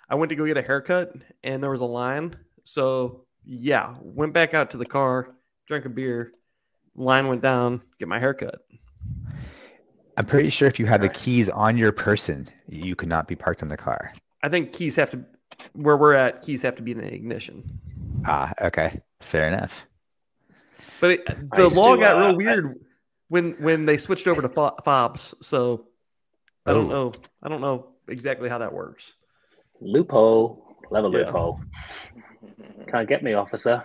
[SPEAKER 3] I went to go get a haircut, and there was a line. So yeah, went back out to the car, drank a beer, line went down, get my haircut.
[SPEAKER 4] I'm pretty sure if you have the keys on your person, you could not be parked in the car.
[SPEAKER 3] I think keys have to, where we're at, keys have to be in the ignition.
[SPEAKER 4] Ah, okay, fair enough.
[SPEAKER 3] But it,
[SPEAKER 6] I
[SPEAKER 3] the
[SPEAKER 6] used
[SPEAKER 3] law
[SPEAKER 6] to,
[SPEAKER 3] got
[SPEAKER 6] uh,
[SPEAKER 3] real
[SPEAKER 6] I-
[SPEAKER 3] weird when when they switched over to fo- fobs. So I
[SPEAKER 6] Oh.
[SPEAKER 3] don't
[SPEAKER 4] Ooh.
[SPEAKER 3] know. I don't know exactly how that works.
[SPEAKER 6] Loophole. Love a
[SPEAKER 3] Yeah.
[SPEAKER 6] loophole. Can't get me, officer.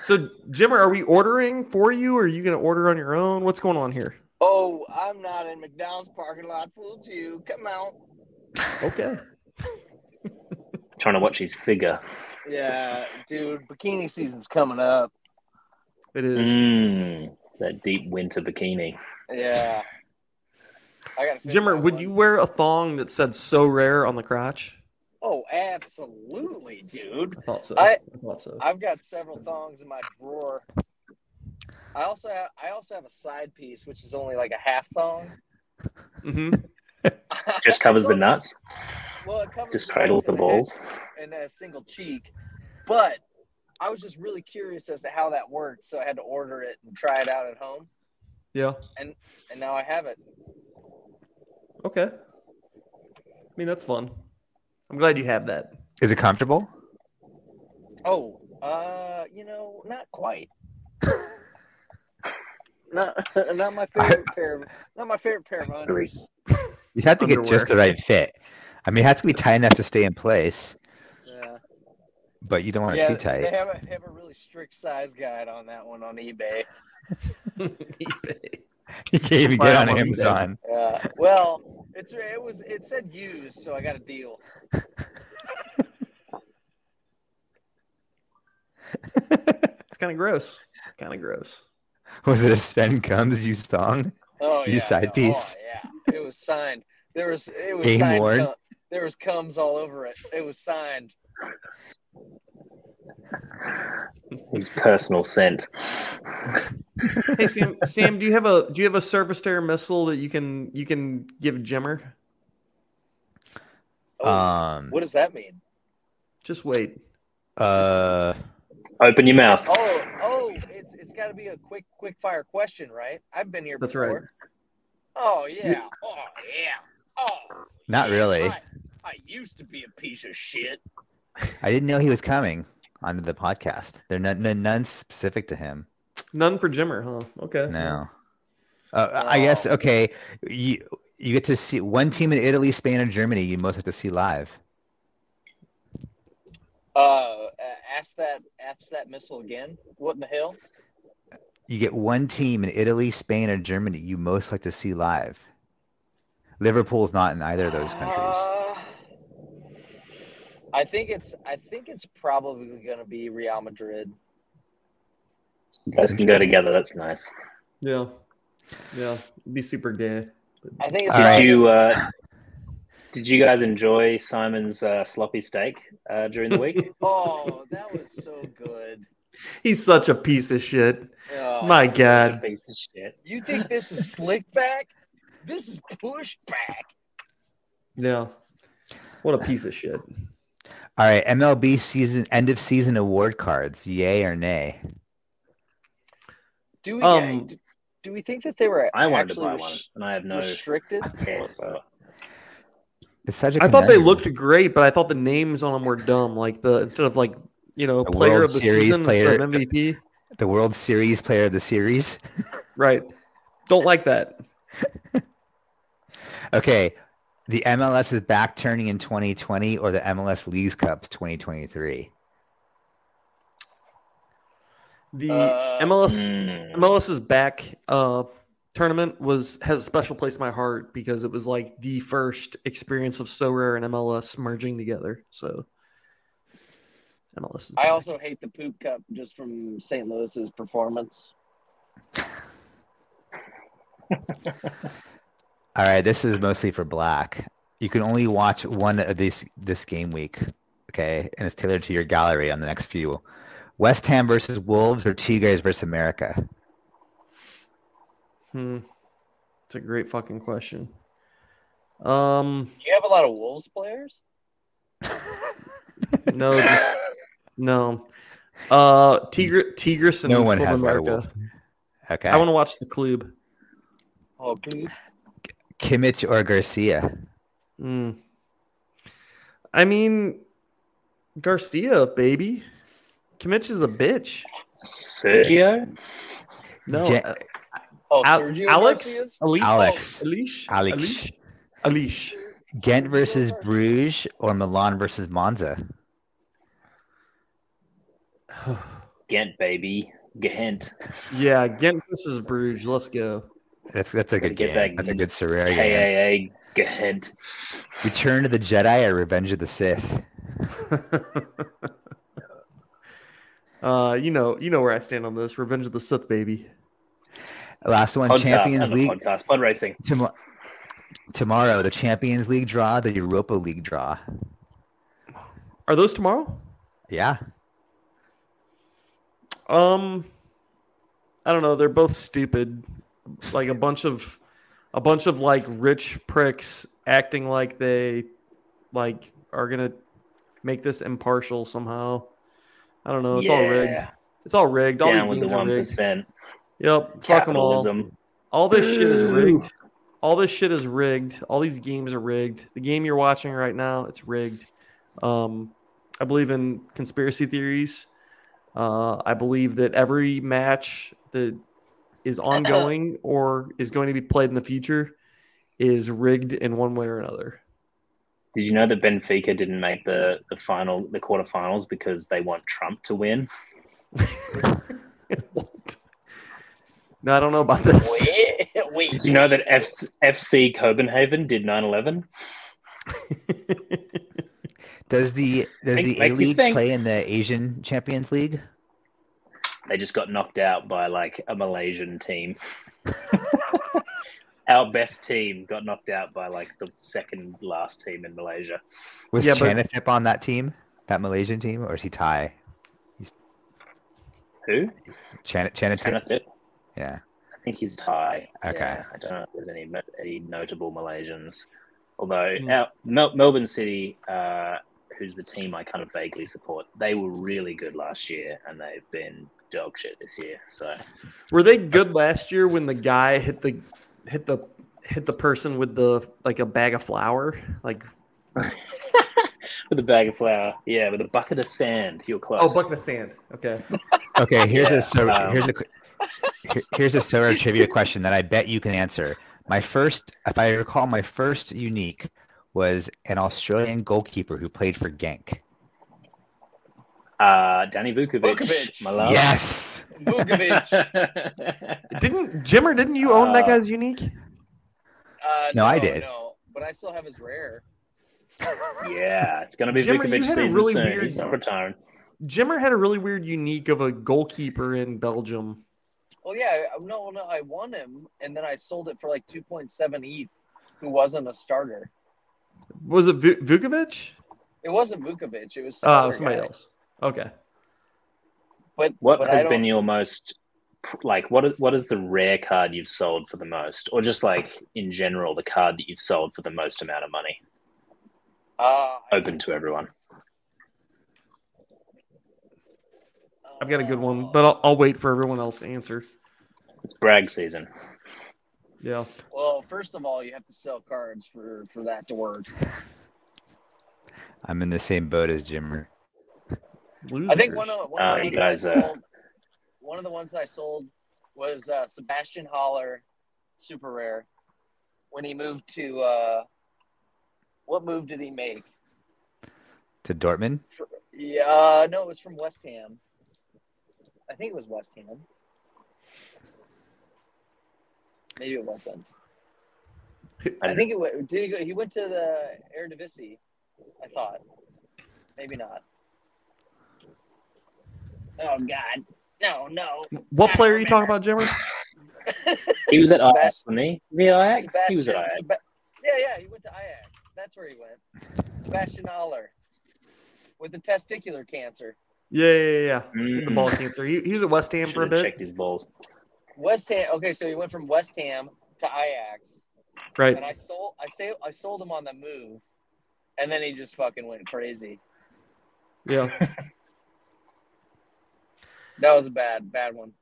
[SPEAKER 3] So Jimmer, are we ordering for you? Or are you going to order on your own? What's going on here?
[SPEAKER 5] oh, I'm not in McDonald's parking lot. Fooled you. Come out.
[SPEAKER 3] Okay.
[SPEAKER 6] Trying to watch his figure.
[SPEAKER 5] Yeah, dude. Bikini season's coming up.
[SPEAKER 3] It is.
[SPEAKER 6] Mm, that deep winter bikini.
[SPEAKER 5] Yeah. I gotta fit
[SPEAKER 3] Jimmer,
[SPEAKER 5] my
[SPEAKER 3] would you
[SPEAKER 5] ones.
[SPEAKER 3] wear a thong that said "so rare" on the crotch?
[SPEAKER 5] Oh, absolutely, dude.
[SPEAKER 3] I thought so.
[SPEAKER 5] I-
[SPEAKER 3] thought so.
[SPEAKER 5] I've got several thongs in my drawer. I also have I also have a side piece which is only like a half thong.
[SPEAKER 3] hmm
[SPEAKER 6] Just covers the nuts.
[SPEAKER 5] Well, it covers
[SPEAKER 6] Just
[SPEAKER 5] the
[SPEAKER 6] cradles the
[SPEAKER 5] nuts and a half-
[SPEAKER 6] balls.
[SPEAKER 5] and a single cheek. But I was just really curious as to how that worked, so I had to order it and try it out at home,
[SPEAKER 3] Yeah.
[SPEAKER 5] and now I have it.
[SPEAKER 3] Okay. I mean, that's fun. I'm glad you have that.
[SPEAKER 4] Is it comfortable?
[SPEAKER 5] Oh, uh, you know, not quite. *laughs* not, *laughs* not my favorite pair. Of, not my favorite pair of unders.
[SPEAKER 4] You have to get just
[SPEAKER 3] Underwear.
[SPEAKER 4] the right fit. I mean, it has to be tight enough to stay in place,
[SPEAKER 5] Yeah,
[SPEAKER 4] but you don't want
[SPEAKER 5] yeah
[SPEAKER 4] it too tight.
[SPEAKER 5] they have a have a really strict size guide on that one on eBay.
[SPEAKER 3] eBay.
[SPEAKER 4] *laughs* you can't even
[SPEAKER 3] Buy
[SPEAKER 4] get
[SPEAKER 3] it
[SPEAKER 4] on
[SPEAKER 3] on eBay.
[SPEAKER 4] Amazon.
[SPEAKER 5] Yeah, Uh, well, it's it was it said used, so I got a deal.
[SPEAKER 3] It's kind of gross. Kind of gross.
[SPEAKER 4] Was it a Sven Comes used thong?
[SPEAKER 5] Oh
[SPEAKER 4] You
[SPEAKER 5] yeah,
[SPEAKER 4] side
[SPEAKER 5] no,
[SPEAKER 4] piece.
[SPEAKER 5] Oh, yeah, it was signed. There was it was
[SPEAKER 4] Game
[SPEAKER 5] signed.
[SPEAKER 4] worn.
[SPEAKER 5] cum- there was cums all over it. It was signed.
[SPEAKER 6] His personal scent.
[SPEAKER 3] Hey Sam, Sam, do you have a do you have a surface to air missile that you can you can give Jimmer?
[SPEAKER 5] Oh,
[SPEAKER 4] um,
[SPEAKER 5] what does that mean?
[SPEAKER 3] Just wait.
[SPEAKER 4] uh,
[SPEAKER 6] Open your mouth.
[SPEAKER 5] Oh, oh, it's it's got to be a quick quick fire question, right? I've been here
[SPEAKER 3] That's
[SPEAKER 5] before.
[SPEAKER 3] right.
[SPEAKER 5] Oh yeah. Oh yeah. Oh.
[SPEAKER 4] Not
[SPEAKER 5] yeah.
[SPEAKER 4] really.
[SPEAKER 5] I, I used to be a piece of shit.
[SPEAKER 4] I didn't know he was coming onto the podcast. There are none, none, none specific to him.
[SPEAKER 3] None for Jimmer, huh? Okay.
[SPEAKER 4] No. Uh, I guess
[SPEAKER 5] Oh.
[SPEAKER 4] okay. You you get to see one team in Italy, Spain, and Germany. You most have to see live.
[SPEAKER 5] Uh, uh, ask that ask that missile again. What in the hell?
[SPEAKER 4] You get one team in Italy, Spain, or Germany. You most like to see live. Liverpool's not in either of those countries.
[SPEAKER 5] Uh, I think it's I think it's probably going to be Real Madrid.
[SPEAKER 6] You guys can go together. That's nice.
[SPEAKER 3] Yeah. Yeah. It'd be super gay.
[SPEAKER 5] I think it's
[SPEAKER 6] Did
[SPEAKER 4] All right.
[SPEAKER 6] you? Uh, did you guys enjoy Simon's uh, sloppy steak uh, during the week?
[SPEAKER 5] Oh, that was so good.
[SPEAKER 3] He's such a piece of shit.
[SPEAKER 5] Oh,
[SPEAKER 3] My
[SPEAKER 6] Such a
[SPEAKER 3] God.
[SPEAKER 6] piece of shit.
[SPEAKER 10] You think this is slick back? This is pushback.
[SPEAKER 3] Yeah.
[SPEAKER 7] What a piece
[SPEAKER 6] *laughs*
[SPEAKER 7] of shit.
[SPEAKER 4] All right, MLB season end of season award cards, yay or nay?
[SPEAKER 5] Do we
[SPEAKER 3] Um,
[SPEAKER 5] do, do we think that they were
[SPEAKER 6] I wanted to
[SPEAKER 5] actually
[SPEAKER 6] buy one,
[SPEAKER 5] res-
[SPEAKER 6] and I have no.
[SPEAKER 5] restricted?
[SPEAKER 6] care whatsoever.
[SPEAKER 4] It's such a
[SPEAKER 3] I thought they
[SPEAKER 4] conundrum.
[SPEAKER 3] looked great, but I thought the names on them were dumb. Like the instead of like you know
[SPEAKER 4] The
[SPEAKER 3] player
[SPEAKER 4] World
[SPEAKER 3] of the
[SPEAKER 4] Series
[SPEAKER 3] season
[SPEAKER 4] player.
[SPEAKER 3] instead of MVP.
[SPEAKER 4] the World Series player of the series.
[SPEAKER 3] Right. Don't like that.
[SPEAKER 4] Okay, the MLS is back turning in 2020 or the MLS Leagues Cups 2023.
[SPEAKER 3] The
[SPEAKER 5] Uh,
[SPEAKER 3] MLS
[SPEAKER 6] Mm.
[SPEAKER 3] MLS's back uh, tournament was has a special place in my heart because it was like the first experience of So Rare and MLS merging together. So MLS. Is
[SPEAKER 5] I
[SPEAKER 3] back.
[SPEAKER 5] also hate the poop cup just from St. Louis's performance.
[SPEAKER 4] All right, this is mostly for Black. You can only watch one of these this game week, okay? And it's tailored to your gallery on the next few. West Ham versus Wolves or Tigres versus America?
[SPEAKER 3] Hmm. It's a great fucking question. Um.
[SPEAKER 5] Do you have a lot of Wolves players?
[SPEAKER 3] No.
[SPEAKER 4] *laughs*
[SPEAKER 3] Just, no. Uh. Tigr- Tigris and
[SPEAKER 4] No one
[SPEAKER 3] Club
[SPEAKER 4] has by the
[SPEAKER 3] America.
[SPEAKER 4] Wolves. Okay.
[SPEAKER 3] I want to watch the club.
[SPEAKER 5] Oh, dude.
[SPEAKER 4] Kimmich or Garcia?
[SPEAKER 3] Hmm. I mean, Garcia, baby. Kimmich is a bitch.
[SPEAKER 6] Sergio.
[SPEAKER 3] No,
[SPEAKER 4] Ja-
[SPEAKER 3] uh,
[SPEAKER 5] Oh,
[SPEAKER 3] Al-
[SPEAKER 5] Sergio
[SPEAKER 3] Alex,
[SPEAKER 5] Garcia's?
[SPEAKER 3] Alish,
[SPEAKER 4] Alex.
[SPEAKER 3] Alish,
[SPEAKER 4] Alex.
[SPEAKER 3] Alish, Alish.
[SPEAKER 4] Ghent versus Bruges or Milan versus Monza?
[SPEAKER 6] Ghent, baby. Ghent.
[SPEAKER 3] *sighs* yeah, Ghent versus Bruges. Let's go.
[SPEAKER 4] That's that's a
[SPEAKER 6] Gotta
[SPEAKER 4] good
[SPEAKER 6] get
[SPEAKER 4] game.
[SPEAKER 6] that
[SPEAKER 4] That's a good Serrera game.
[SPEAKER 6] KAA Ghent.
[SPEAKER 4] Return to the Jedi or Revenge of the Sith?
[SPEAKER 3] *laughs* uh, you know, you know where I stand on this. Revenge of the Sith, baby.
[SPEAKER 4] Last one,
[SPEAKER 6] Podcast,
[SPEAKER 4] Champions
[SPEAKER 6] uh, another
[SPEAKER 4] League.
[SPEAKER 6] podcast. Pod racing.
[SPEAKER 4] Tom- tomorrow, the Champions League draw, the Europa League draw.
[SPEAKER 3] Are those tomorrow?
[SPEAKER 4] Yeah.
[SPEAKER 3] Um, I don't know. They're both stupid. Like a bunch of, a bunch of like rich pricks acting like they, like are gonna make this impartial somehow. I don't know. It's all rigged.
[SPEAKER 6] Yeah.
[SPEAKER 3] It's all rigged. All
[SPEAKER 6] Down with
[SPEAKER 3] these
[SPEAKER 6] the
[SPEAKER 3] games are
[SPEAKER 6] one
[SPEAKER 3] rigged.
[SPEAKER 6] percent.
[SPEAKER 3] Yep. Fuck them all.
[SPEAKER 6] Capitalism.
[SPEAKER 3] All this shit is rigged.
[SPEAKER 6] Boo.
[SPEAKER 3] All this shit is rigged. All these games are rigged. The game you're watching right now, it's rigged. Um, I believe in conspiracy theories. Uh, I believe that every match that is ongoing or is going to be played in the future is rigged in one way or another. *laughs*
[SPEAKER 6] Did you know that Benfica didn't make the, the final the quarterfinals because they want Trump to win?
[SPEAKER 3] what? No, I don't know about this.
[SPEAKER 5] Wait, wait.
[SPEAKER 6] Did you know that FC, FC Copenhagen did 9/11?
[SPEAKER 4] Does the does
[SPEAKER 6] Make-
[SPEAKER 4] the A
[SPEAKER 6] makes you
[SPEAKER 4] League
[SPEAKER 6] think.
[SPEAKER 4] play in the Asian Champions League?
[SPEAKER 6] They just got knocked out by like a
[SPEAKER 4] *laughs*
[SPEAKER 6] Malaysian team. Our best team got knocked out by like the second last team in Malaysia.
[SPEAKER 4] Was
[SPEAKER 3] Yeah, but-
[SPEAKER 4] Chanatip on that team, that Malaysian team, or is he Thai?
[SPEAKER 6] Who?
[SPEAKER 4] Chan- Chanatip.
[SPEAKER 6] Chanatip?
[SPEAKER 4] Yeah.
[SPEAKER 6] I think he's Thai.
[SPEAKER 4] Okay.
[SPEAKER 6] Yeah, I don't know if there's any any notable Malaysians. Although
[SPEAKER 3] Hmm.
[SPEAKER 6] our, Mel- Melbourne City, uh, who's the team I kind of vaguely support, they were really good last year, and they've been dog shit this year. So
[SPEAKER 3] Were they good last year when the guy hit the hit the hit the person with the like a bag of flour? Like
[SPEAKER 6] with a bag of flour, yeah, with a bucket of sand, you're close.
[SPEAKER 3] oh, bucket of sand. Okay.
[SPEAKER 4] Okay, here's
[SPEAKER 6] *laughs* Yeah,
[SPEAKER 4] a so,
[SPEAKER 6] um,
[SPEAKER 4] here's a qu- here- here's a Sarah trivia question that I bet you can answer. My first, if I recall, my first unique was an Australian goalkeeper who played for Genk.
[SPEAKER 6] Uh, Danny Vukovic,
[SPEAKER 5] Vukovic.
[SPEAKER 6] my love. *laughs*
[SPEAKER 4] Yes.
[SPEAKER 5] Vukovic.
[SPEAKER 3] *laughs* *laughs* Didn't Jimmer? Didn't you own that
[SPEAKER 6] Uh,
[SPEAKER 3] guy's unique?
[SPEAKER 5] Uh,
[SPEAKER 4] No, I did.
[SPEAKER 5] No, but I still have his rare.
[SPEAKER 6] yeah, it's gonna be
[SPEAKER 3] Jimmer, you
[SPEAKER 6] Vukovic
[SPEAKER 3] had a
[SPEAKER 6] season
[SPEAKER 3] really
[SPEAKER 6] soon.
[SPEAKER 3] weird-
[SPEAKER 6] He's not retiring.
[SPEAKER 3] Jimmer had a really weird unique of a goalkeeper in Belgium.
[SPEAKER 5] Well, yeah, I, no, no, I won him, and then I sold it for like 2.7 ETH, E, who wasn't a starter.
[SPEAKER 3] Was it v- Vukovic?
[SPEAKER 5] It wasn't Vukovic. It was some
[SPEAKER 3] Uh,
[SPEAKER 5] other
[SPEAKER 3] somebody
[SPEAKER 5] guy.
[SPEAKER 3] else. Okay.
[SPEAKER 7] But
[SPEAKER 6] What
[SPEAKER 7] but I
[SPEAKER 6] has
[SPEAKER 7] don't-
[SPEAKER 6] been your most like what is what is the rare card you've sold for the most, or just like in general the card that you've sold for the most amount of money?
[SPEAKER 7] Uh,
[SPEAKER 6] Open to everyone.
[SPEAKER 3] I've got a good
[SPEAKER 5] uh,
[SPEAKER 3] one, but I'll, I'll wait for everyone else to answer.
[SPEAKER 6] It's brag season.
[SPEAKER 3] Yeah.
[SPEAKER 7] Well, first of all, you have to sell cards for for that to work.
[SPEAKER 4] I'm in the same boat as Jimmer.
[SPEAKER 3] Losers.
[SPEAKER 7] I think one of one of
[SPEAKER 6] Oh,
[SPEAKER 7] the
[SPEAKER 6] you
[SPEAKER 7] ones
[SPEAKER 6] guys,
[SPEAKER 7] I
[SPEAKER 6] uh,
[SPEAKER 7] sold, one of the ones I sold was uh, Sebastian Holler, super rare. When he moved to uh, what move did he make?
[SPEAKER 4] To Dortmund?
[SPEAKER 7] Yeah, uh, no, it was from West Ham. I think it was West Ham. Maybe it wasn't. I think it was. Did he go? He went to the Eredivisie, I thought. Maybe not. Oh God! No, no.
[SPEAKER 3] what player are you talking about, Jimmer?
[SPEAKER 6] He was at
[SPEAKER 7] Sebas-
[SPEAKER 6] Ajax for me. Was he at Ajax? He was at
[SPEAKER 7] Sebastian-
[SPEAKER 6] Ajax.
[SPEAKER 7] Seb- yeah, yeah, he went to Ajax. That's where he went. Sebastian Aller with the testicular cancer.
[SPEAKER 3] Yeah, yeah, yeah. yeah. The
[SPEAKER 6] Mm,
[SPEAKER 7] Hmm.
[SPEAKER 3] ball cancer. He, he was at West Ham for a
[SPEAKER 6] should've
[SPEAKER 3] bit,
[SPEAKER 6] checked his balls.
[SPEAKER 7] West Ham. Okay, so he went from West Ham to Ajax,
[SPEAKER 3] right?
[SPEAKER 7] and I sold. I say I sold him on the move, and then he just fucking went crazy.
[SPEAKER 3] Yeah.
[SPEAKER 7] That was a bad, bad one.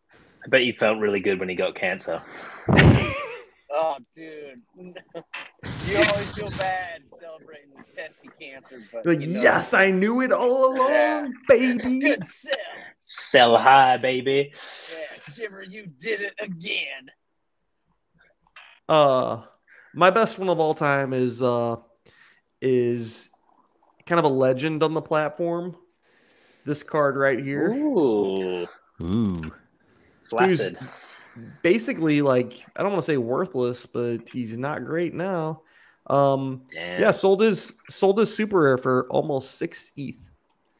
[SPEAKER 6] I bet you felt really good when he got cancer.
[SPEAKER 7] Oh, dude. *laughs* you always feel bad celebrating testy cancer, but
[SPEAKER 3] Like,
[SPEAKER 7] *laughs* you know,
[SPEAKER 3] yes, I knew it all along,
[SPEAKER 7] Yeah. *laughs*
[SPEAKER 3] baby.
[SPEAKER 7] Good sell.
[SPEAKER 6] Sell high, baby.
[SPEAKER 7] Yeah, Jimmer, you did it again.
[SPEAKER 3] Uh, my best one of all time is uh, is kind of a legend on the platform. This card right here.
[SPEAKER 6] Ooh,
[SPEAKER 4] Ooh.
[SPEAKER 6] flaccid.
[SPEAKER 3] basically like I don't want to say worthless, but he's not great now. Um,
[SPEAKER 6] Damn.
[SPEAKER 3] yeah, sold his sold his super rare for almost six ETH.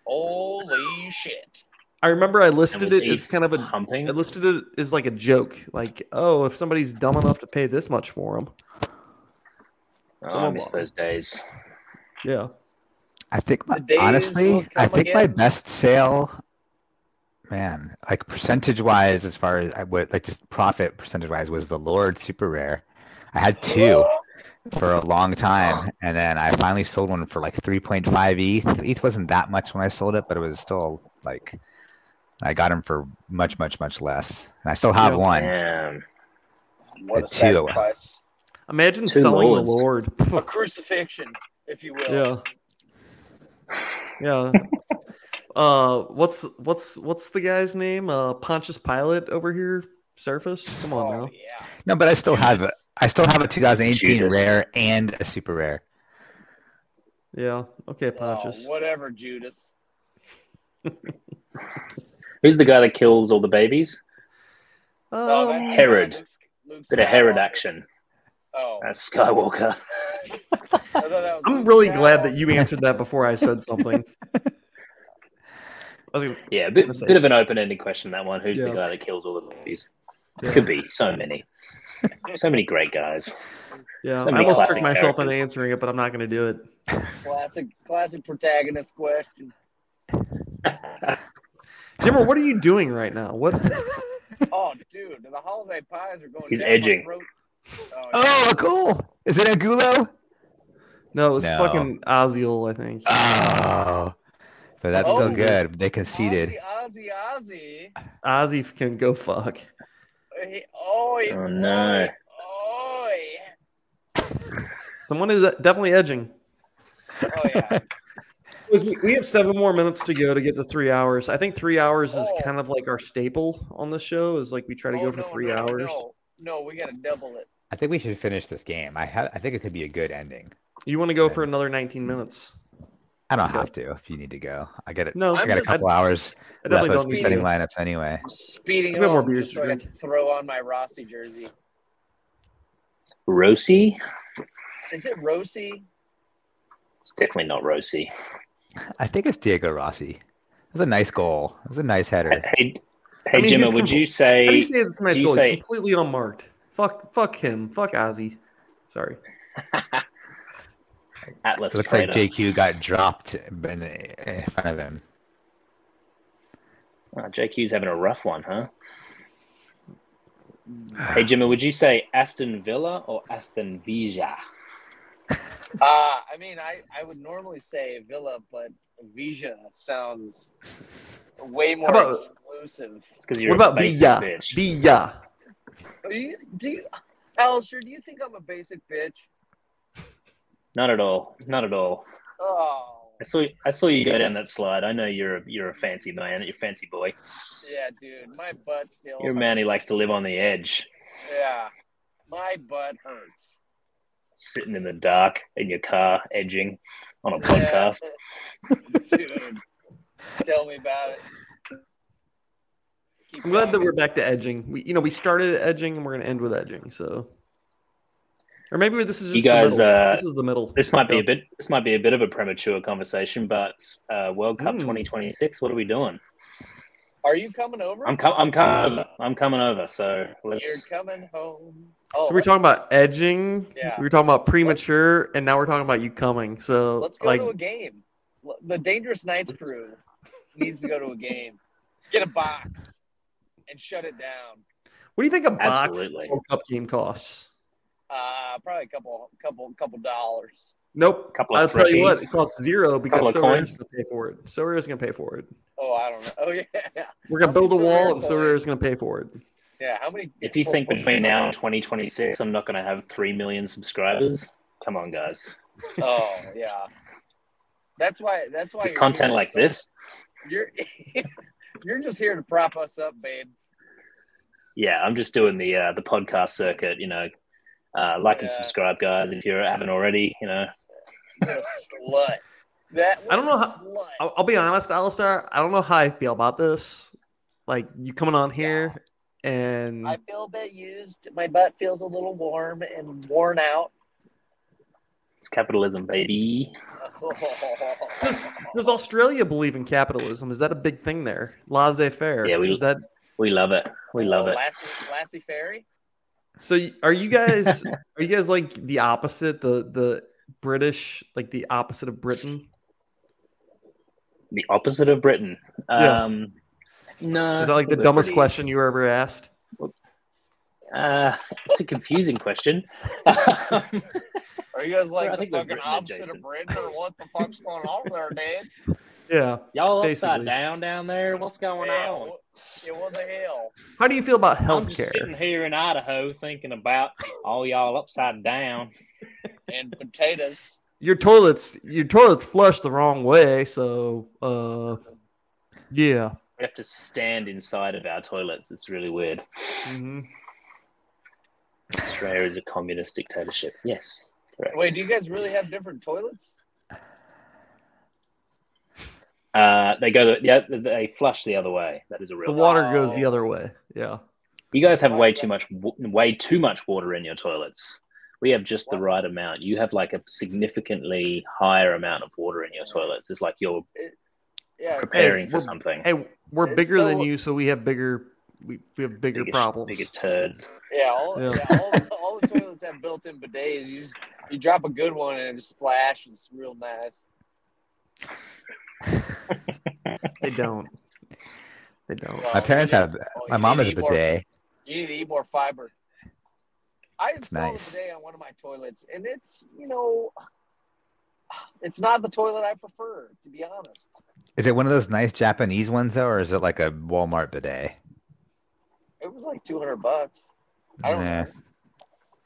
[SPEAKER 7] Holy shit.
[SPEAKER 3] I remember I
[SPEAKER 6] And
[SPEAKER 3] listed
[SPEAKER 6] was
[SPEAKER 3] it as
[SPEAKER 6] he
[SPEAKER 3] kind of a
[SPEAKER 6] humping.
[SPEAKER 3] I listed it as like a joke, like oh, if somebody's dumb enough to pay this much for him,
[SPEAKER 6] Oh, I miss those days.
[SPEAKER 3] yeah,
[SPEAKER 4] I think my,
[SPEAKER 7] The days will
[SPEAKER 4] honestly, I
[SPEAKER 7] come
[SPEAKER 4] think my
[SPEAKER 7] again.
[SPEAKER 4] best sale, man, like percentage wise, as far as I would like just profit percentage wise, was the Lord Super Rare. I had two for a long time, and then I finally sold one for like 3.5 ETH. ETH E wasn't that much when I sold it, but it was still like I got him for much, much, much less, and I still have
[SPEAKER 3] Yeah.
[SPEAKER 4] one.
[SPEAKER 6] Damn.
[SPEAKER 7] What a
[SPEAKER 4] The two.
[SPEAKER 7] sacrifice.
[SPEAKER 3] imagine
[SPEAKER 6] Two
[SPEAKER 3] selling
[SPEAKER 6] lords.
[SPEAKER 3] the Lord,
[SPEAKER 7] A crucifixion, if you will.
[SPEAKER 3] yeah, yeah. uh, what's what's what's the guy's name? Uh, Pontius Pilate over here. Surface, come on
[SPEAKER 7] Oh,
[SPEAKER 3] now.
[SPEAKER 7] yeah.
[SPEAKER 4] No, but I still have it.
[SPEAKER 7] Judas.
[SPEAKER 4] I still have a 2018
[SPEAKER 6] Judas.
[SPEAKER 4] rare and a super rare.
[SPEAKER 3] Yeah, okay,
[SPEAKER 7] Oh,
[SPEAKER 3] Pontius.
[SPEAKER 7] whatever, Judas.
[SPEAKER 6] Who's the guy that kills all the babies?
[SPEAKER 7] Oh,
[SPEAKER 3] Um,
[SPEAKER 7] that's-
[SPEAKER 6] Herod.
[SPEAKER 7] Luke's- Luke's
[SPEAKER 6] Bit of Herod
[SPEAKER 7] Skywalker.
[SPEAKER 6] action.
[SPEAKER 7] Oh.
[SPEAKER 6] That's uh, Skywalker.
[SPEAKER 7] I thought that was
[SPEAKER 3] I'm
[SPEAKER 7] Luke
[SPEAKER 3] really glad that
[SPEAKER 7] Skywalker.
[SPEAKER 3] you answered that before I said something. I was gonna-
[SPEAKER 6] Yeah, a bit,
[SPEAKER 3] Let's see.
[SPEAKER 6] bit of an open-ended question that one. Who's
[SPEAKER 3] Yeah.
[SPEAKER 6] the guy that kills all the babies?
[SPEAKER 3] Yeah.
[SPEAKER 6] Could be so many, so many great guys. *laughs*
[SPEAKER 3] yeah,
[SPEAKER 6] So
[SPEAKER 3] I
[SPEAKER 6] many
[SPEAKER 3] almost
[SPEAKER 6] classic
[SPEAKER 3] tricked myself into
[SPEAKER 6] characters.
[SPEAKER 3] answering it, but I'm not going to do it.
[SPEAKER 7] Classic, classic protagonist question.
[SPEAKER 3] Jimmer, what are you doing right now? What?
[SPEAKER 7] Oh, dude, the holiday pies are going.
[SPEAKER 6] He's
[SPEAKER 7] down
[SPEAKER 6] edging.
[SPEAKER 7] My throat.
[SPEAKER 4] Oh,
[SPEAKER 7] Oh,
[SPEAKER 4] cool! Is it a gulo?
[SPEAKER 3] No, it was
[SPEAKER 4] No.
[SPEAKER 3] fucking Oziel, I think.
[SPEAKER 4] Oh, but that's
[SPEAKER 7] Oh.
[SPEAKER 4] still good. They conceded.
[SPEAKER 7] Ozzy, Ozzy, Ozzy.
[SPEAKER 3] Ozzy can go fuck.
[SPEAKER 7] Hey, Oi,
[SPEAKER 6] Oh, no.
[SPEAKER 7] Oi, oi.
[SPEAKER 3] *laughs* Someone is definitely edging.
[SPEAKER 7] Oh yeah.
[SPEAKER 3] Boys, we- We have seven more minutes to go to get to three hours. I think three hours is
[SPEAKER 7] Oh.
[SPEAKER 3] kind of like our staple on the show. Is like we try to
[SPEAKER 7] oh,
[SPEAKER 3] go for
[SPEAKER 7] no,
[SPEAKER 3] three
[SPEAKER 7] no,
[SPEAKER 3] hours.
[SPEAKER 7] No, no, we gotta double it.
[SPEAKER 4] I think we should finish this game. I ha- I think it could be a good ending.
[SPEAKER 3] You want to go for another 19 minutes?
[SPEAKER 4] I don't have to if you need to go. I get it.
[SPEAKER 3] No,
[SPEAKER 4] I
[SPEAKER 7] I'm
[SPEAKER 4] got a
[SPEAKER 7] just-
[SPEAKER 4] couple hours
[SPEAKER 3] I
[SPEAKER 4] left
[SPEAKER 3] definitely
[SPEAKER 4] of
[SPEAKER 3] don't need
[SPEAKER 4] setting
[SPEAKER 3] to.
[SPEAKER 4] lineups anyway.
[SPEAKER 7] Speeding
[SPEAKER 3] We
[SPEAKER 7] it
[SPEAKER 3] have more
[SPEAKER 7] up
[SPEAKER 3] beers
[SPEAKER 7] just
[SPEAKER 3] to
[SPEAKER 7] so I
[SPEAKER 3] drink.
[SPEAKER 7] can throw on my Rossi jersey.
[SPEAKER 6] Rosie?
[SPEAKER 7] Is it Rossi?
[SPEAKER 6] It's definitely not Rosie.
[SPEAKER 4] I think it's Diego Rossi. That's a nice goal. That's a nice header.
[SPEAKER 6] Hey,
[SPEAKER 3] I
[SPEAKER 6] hey,
[SPEAKER 3] mean,
[SPEAKER 6] Jimmy,
[SPEAKER 3] he's gonna-
[SPEAKER 6] would you
[SPEAKER 3] How do you
[SPEAKER 6] say?
[SPEAKER 3] say this man's
[SPEAKER 6] do you
[SPEAKER 3] goal?
[SPEAKER 6] say-
[SPEAKER 3] He's completely unmarked. Fuck, fuck him. Fuck Ozzy. Sorry.
[SPEAKER 6] Atlas
[SPEAKER 4] It looks like
[SPEAKER 6] Prater.
[SPEAKER 4] JQ got dropped in, in front of him.
[SPEAKER 6] Oh, JQ's having a rough
[SPEAKER 3] *sighs*
[SPEAKER 6] one, huh? Hey, Jimmy, would you say Aston Villa or Aston Villa?
[SPEAKER 7] Uh, I mean, I, I would normally say Villa, but Vija sounds way more
[SPEAKER 3] How about-
[SPEAKER 7] exclusive.
[SPEAKER 6] It's because
[SPEAKER 3] What
[SPEAKER 6] you're
[SPEAKER 3] about
[SPEAKER 6] a basic
[SPEAKER 3] Villa?
[SPEAKER 6] bitch.
[SPEAKER 3] Villa.
[SPEAKER 7] Are you, do you, Alistair, do you think I'm a basic bitch?
[SPEAKER 6] Not at all. Not at all.
[SPEAKER 7] Oh,
[SPEAKER 6] I saw I saw you go down that slide. I know you're a you're a fancy man. You're a fancy boy.
[SPEAKER 7] yeah, dude, my butt still.
[SPEAKER 6] You're a man who
[SPEAKER 7] hurts.
[SPEAKER 6] likes to live on the edge,
[SPEAKER 7] Yeah, my butt hurts.
[SPEAKER 6] sitting in the dark in your car, edging on a
[SPEAKER 7] Yeah.
[SPEAKER 6] podcast.
[SPEAKER 7] *laughs* Dude, tell me about it. Keep
[SPEAKER 3] I'm glad that
[SPEAKER 7] talking.
[SPEAKER 3] we're back to edging. We, you know, we started at edging and we're going to end with edging. So, or maybe this is just
[SPEAKER 6] You guys,
[SPEAKER 3] the middle.
[SPEAKER 6] uh,
[SPEAKER 3] this is the middle.
[SPEAKER 6] This might be a bit. This might be a bit of a premature conversation, but uh, World Cup
[SPEAKER 3] Mm.
[SPEAKER 6] 2026. What are we doing?
[SPEAKER 7] Are you coming over?
[SPEAKER 6] I'm com- I'm coming over. I'm coming over. So
[SPEAKER 7] You're
[SPEAKER 6] let's.
[SPEAKER 7] coming home. Oh,
[SPEAKER 3] So we're talking about edging.
[SPEAKER 7] Yeah.
[SPEAKER 3] We were talking about premature, and now we're talking about you coming. So,
[SPEAKER 7] Let's go
[SPEAKER 3] like,
[SPEAKER 7] to a game. L- The Dangerous Knights crew needs to go to a game. Get a box and shut it down.
[SPEAKER 3] what do you think a box
[SPEAKER 6] Absolutely.
[SPEAKER 3] World Cup game costs?
[SPEAKER 7] Uh, probably a couple, couple, couple dollars.
[SPEAKER 3] Nope.
[SPEAKER 6] Couple of
[SPEAKER 3] I'll tell you what,
[SPEAKER 6] threes.
[SPEAKER 3] it costs zero because
[SPEAKER 6] Couple of
[SPEAKER 3] Sorare is
[SPEAKER 6] coins.
[SPEAKER 3] going to pay for it. Sorare is going to pay for it.
[SPEAKER 7] Oh, I don't know. Oh yeah, *laughs*
[SPEAKER 3] We're going to
[SPEAKER 7] How many
[SPEAKER 3] build a
[SPEAKER 7] Sorare
[SPEAKER 3] wall, and Sorare
[SPEAKER 7] coins?
[SPEAKER 3] is going to pay for it.
[SPEAKER 7] yeah. How many?
[SPEAKER 6] If you think between now and 2026, I'm not going to have three million subscribers. Come on, guys.
[SPEAKER 7] Oh yeah. That's why. That's why.
[SPEAKER 6] With
[SPEAKER 7] you're
[SPEAKER 6] content
[SPEAKER 7] here.
[SPEAKER 6] like this,
[SPEAKER 7] You're *laughs* you're just here to prop us up, babe.
[SPEAKER 6] yeah, I'm just doing the uh, the podcast circuit. You know, uh, like and
[SPEAKER 7] Yeah.
[SPEAKER 6] subscribe, guys, if you haven't already. You know,
[SPEAKER 7] What a slut. That. What
[SPEAKER 3] I don't
[SPEAKER 7] a
[SPEAKER 3] know how-
[SPEAKER 7] Slut.
[SPEAKER 3] I'll, I'll be honest, Alistair. I don't know how I feel about this. Like you coming on here and
[SPEAKER 7] I feel a bit used. My butt feels a little warm and worn out. *laughs*
[SPEAKER 6] it's capitalism, baby.
[SPEAKER 3] does, does Australia believe in capitalism? Is that a big thing there? Laissez faire.
[SPEAKER 6] Yeah, we-
[SPEAKER 3] is that
[SPEAKER 6] We love it. We love
[SPEAKER 7] Oh,
[SPEAKER 6] it.
[SPEAKER 7] Lassie, Lassie Ferry.
[SPEAKER 3] so? y- Are you guys are you guys like the opposite the the British like the opposite of Britain?
[SPEAKER 6] The opposite of Britain.
[SPEAKER 3] Yeah.
[SPEAKER 6] Um, No,
[SPEAKER 3] Is that like the
[SPEAKER 6] we're
[SPEAKER 3] dumbest
[SPEAKER 6] Uh, pretty-
[SPEAKER 3] question you were ever asked?
[SPEAKER 6] Uh, it's a confusing question. *laughs* Um,
[SPEAKER 7] Are you guys
[SPEAKER 6] I
[SPEAKER 7] like the
[SPEAKER 6] think we're
[SPEAKER 7] fucking
[SPEAKER 6] Britain
[SPEAKER 7] opposite
[SPEAKER 6] adjacent.
[SPEAKER 7] of Britain or what the fuck's going on
[SPEAKER 6] *laughs*
[SPEAKER 7] there, dude?
[SPEAKER 3] Yeah.
[SPEAKER 6] Y'all upside
[SPEAKER 3] Basically.
[SPEAKER 6] down down there. What's going
[SPEAKER 7] Yeah,
[SPEAKER 6] on?
[SPEAKER 7] what, yeah, what the hell?
[SPEAKER 3] How do you feel about
[SPEAKER 6] I'm just sitting
[SPEAKER 3] healthcare?
[SPEAKER 6] here in Idaho thinking about all y'all upside down.
[SPEAKER 7] And potatoes.
[SPEAKER 3] Your toilets your toilets flush the wrong way, so uh, yeah.
[SPEAKER 6] We have to stand inside of our toilets. It's really weird.
[SPEAKER 3] hmm
[SPEAKER 6] Australia is a communist dictatorship. Yes, correct.
[SPEAKER 7] Wait, do you guys really have different toilets?
[SPEAKER 6] uh, they go. The, yeah, they flush the other way. That is a
[SPEAKER 3] The
[SPEAKER 6] real.
[SPEAKER 3] water goes the
[SPEAKER 6] Oh.
[SPEAKER 7] Wow.
[SPEAKER 3] other way. Yeah.
[SPEAKER 6] You guys have
[SPEAKER 7] Why
[SPEAKER 6] way
[SPEAKER 7] is
[SPEAKER 6] too
[SPEAKER 7] that?
[SPEAKER 6] much, wa- way too much water in your toilets. We have just the
[SPEAKER 7] Why?
[SPEAKER 6] right amount. You have like a significantly higher amount of water in your toilets. It's like you're
[SPEAKER 7] Yeah.
[SPEAKER 6] preparing
[SPEAKER 3] Hey,
[SPEAKER 6] for
[SPEAKER 3] we're-
[SPEAKER 6] something.
[SPEAKER 3] Hey, we're
[SPEAKER 7] It's
[SPEAKER 3] bigger than
[SPEAKER 7] so-
[SPEAKER 3] you, so we have bigger we, we have bigger
[SPEAKER 6] Biggest-
[SPEAKER 3] problems.
[SPEAKER 6] biggest turds.
[SPEAKER 7] Yeah, all,
[SPEAKER 3] Yeah.
[SPEAKER 7] yeah. all, all the toilets have built-in bidets. You, just, you drop a good one and it splash. It's real nice.
[SPEAKER 3] They
[SPEAKER 6] *laughs*
[SPEAKER 3] don't. They don't.
[SPEAKER 7] Well,
[SPEAKER 4] My parents
[SPEAKER 7] you-
[SPEAKER 4] had. a-
[SPEAKER 7] well,
[SPEAKER 4] My
[SPEAKER 7] Oh, you
[SPEAKER 4] mom
[SPEAKER 7] need
[SPEAKER 4] had a
[SPEAKER 7] to eat more-
[SPEAKER 4] bidet.
[SPEAKER 7] You need to eat more fiber. I installed
[SPEAKER 4] Nice.
[SPEAKER 7] a bidet on one of my toilets, and it's you know, it's not the toilet I prefer, to be honest.
[SPEAKER 4] Is it one of those nice Japanese ones though, or is it like a Walmart bidet?
[SPEAKER 7] It was like two hundred bucks. I don't
[SPEAKER 4] Nah.
[SPEAKER 7] know.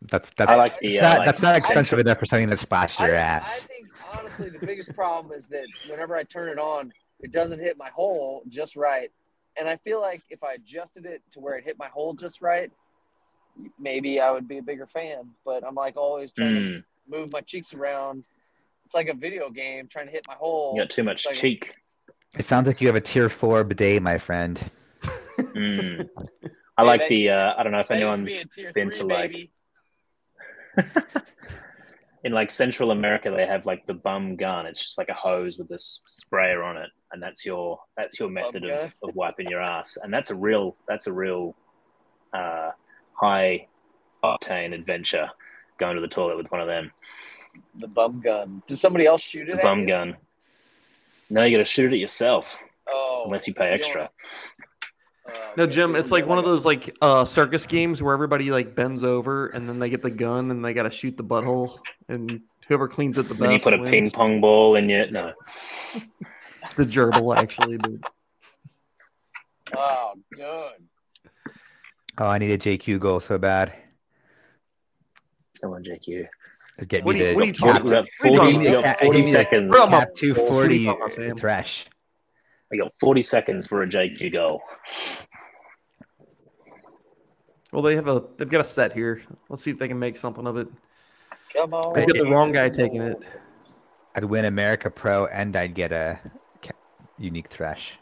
[SPEAKER 4] That's that's
[SPEAKER 6] I like the.
[SPEAKER 4] it's
[SPEAKER 6] Uh,
[SPEAKER 4] not,
[SPEAKER 6] like,
[SPEAKER 4] that's not
[SPEAKER 7] actual-
[SPEAKER 4] expensive enough for something that splashes
[SPEAKER 7] I,
[SPEAKER 4] your
[SPEAKER 7] I
[SPEAKER 4] ass.
[SPEAKER 7] think honestly, the biggest problem is that whenever I turn it on, it doesn't hit my hole just right, and I feel like if I adjusted it to where it hit my hole just right, maybe I would be a bigger fan. But I'm like always trying to
[SPEAKER 6] mm,
[SPEAKER 7] move my cheeks around. It's like a video game trying to hit my hole.
[SPEAKER 6] you got too much
[SPEAKER 7] Like-
[SPEAKER 6] cheek.
[SPEAKER 4] It sounds like you have a tier four bidet, my friend.
[SPEAKER 7] *laughs*
[SPEAKER 6] Mm. I
[SPEAKER 7] Hey,
[SPEAKER 6] like
[SPEAKER 7] that
[SPEAKER 6] the.
[SPEAKER 7] used-
[SPEAKER 6] Uh, I don't know if
[SPEAKER 7] That used to be
[SPEAKER 6] anyone's
[SPEAKER 7] a tier
[SPEAKER 6] been to, like-
[SPEAKER 7] baby.
[SPEAKER 6] in like Central America. They have like the bum gun. It's just like a hose with this sprayer on it, and that's your that's your method of,
[SPEAKER 7] gun.
[SPEAKER 6] of wiping your ass. And that's a real that's a real uh, high octane adventure. Going to the toilet with one of them.
[SPEAKER 7] the bum gun. Did somebody else shoot
[SPEAKER 6] The
[SPEAKER 7] it? at
[SPEAKER 6] bum
[SPEAKER 7] you?
[SPEAKER 6] gun. No, you got to shoot it at yourself.
[SPEAKER 7] Oh
[SPEAKER 5] Oh,
[SPEAKER 6] unless you pay
[SPEAKER 5] you
[SPEAKER 6] extra.
[SPEAKER 5] don't- uh,
[SPEAKER 3] No,
[SPEAKER 5] okay,
[SPEAKER 3] Jim,
[SPEAKER 5] so
[SPEAKER 3] it's
[SPEAKER 5] you
[SPEAKER 3] like
[SPEAKER 5] don't
[SPEAKER 3] one of those like uh, circus games where everybody like bends over and then they get the gun and they got to shoot the butthole and whoever cleans it the
[SPEAKER 6] Then you
[SPEAKER 3] best
[SPEAKER 6] put a
[SPEAKER 3] wins.
[SPEAKER 6] ping pong ball in your no.
[SPEAKER 3] The gerbil actually, but
[SPEAKER 5] Oh, dude.
[SPEAKER 4] Oh, I need a JQ goal so bad.
[SPEAKER 6] Come on, JQ.
[SPEAKER 4] Get
[SPEAKER 3] What
[SPEAKER 4] me
[SPEAKER 3] do you-
[SPEAKER 4] the
[SPEAKER 3] what do you
[SPEAKER 6] Forty,
[SPEAKER 3] talking
[SPEAKER 4] cap,
[SPEAKER 6] we got
[SPEAKER 3] What are
[SPEAKER 6] forty,
[SPEAKER 3] you
[SPEAKER 6] we got
[SPEAKER 4] talking about?
[SPEAKER 6] 40
[SPEAKER 4] Yeah.
[SPEAKER 6] seconds.
[SPEAKER 3] Bro,
[SPEAKER 4] cap
[SPEAKER 3] What are you
[SPEAKER 4] 240
[SPEAKER 3] talking about, Sam?
[SPEAKER 4] thresh.
[SPEAKER 6] We got forty seconds for a JQ goal.
[SPEAKER 3] well, they have a they've got a set here. Let's see if they can make something of it.
[SPEAKER 5] Come on.
[SPEAKER 3] They get the wrong guy taking it.
[SPEAKER 4] I'd win America Pro and I'd get a ca- unique thresh.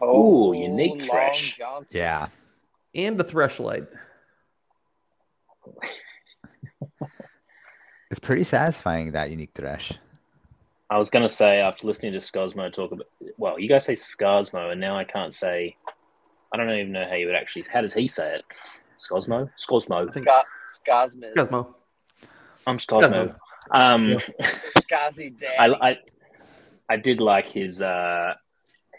[SPEAKER 7] Oh,
[SPEAKER 6] Ooh, unique
[SPEAKER 5] Long
[SPEAKER 6] thresh.
[SPEAKER 5] Johnson.
[SPEAKER 4] Yeah.
[SPEAKER 3] and the thresh light.
[SPEAKER 4] It's pretty satisfying that unique thresh.
[SPEAKER 6] I was gonna say after listening to Scosmo talk about well, you guys say Scarsmo and now I can't say I don't even know how you would actually how does he say it? Scosmo? Scosmo.
[SPEAKER 5] Scott Skosmith.
[SPEAKER 3] Cosmo.
[SPEAKER 6] I'm Scosmo.
[SPEAKER 3] Scosmo.
[SPEAKER 6] Um *laughs*
[SPEAKER 5] Skazzy Daddy.
[SPEAKER 6] I, I I did like his uh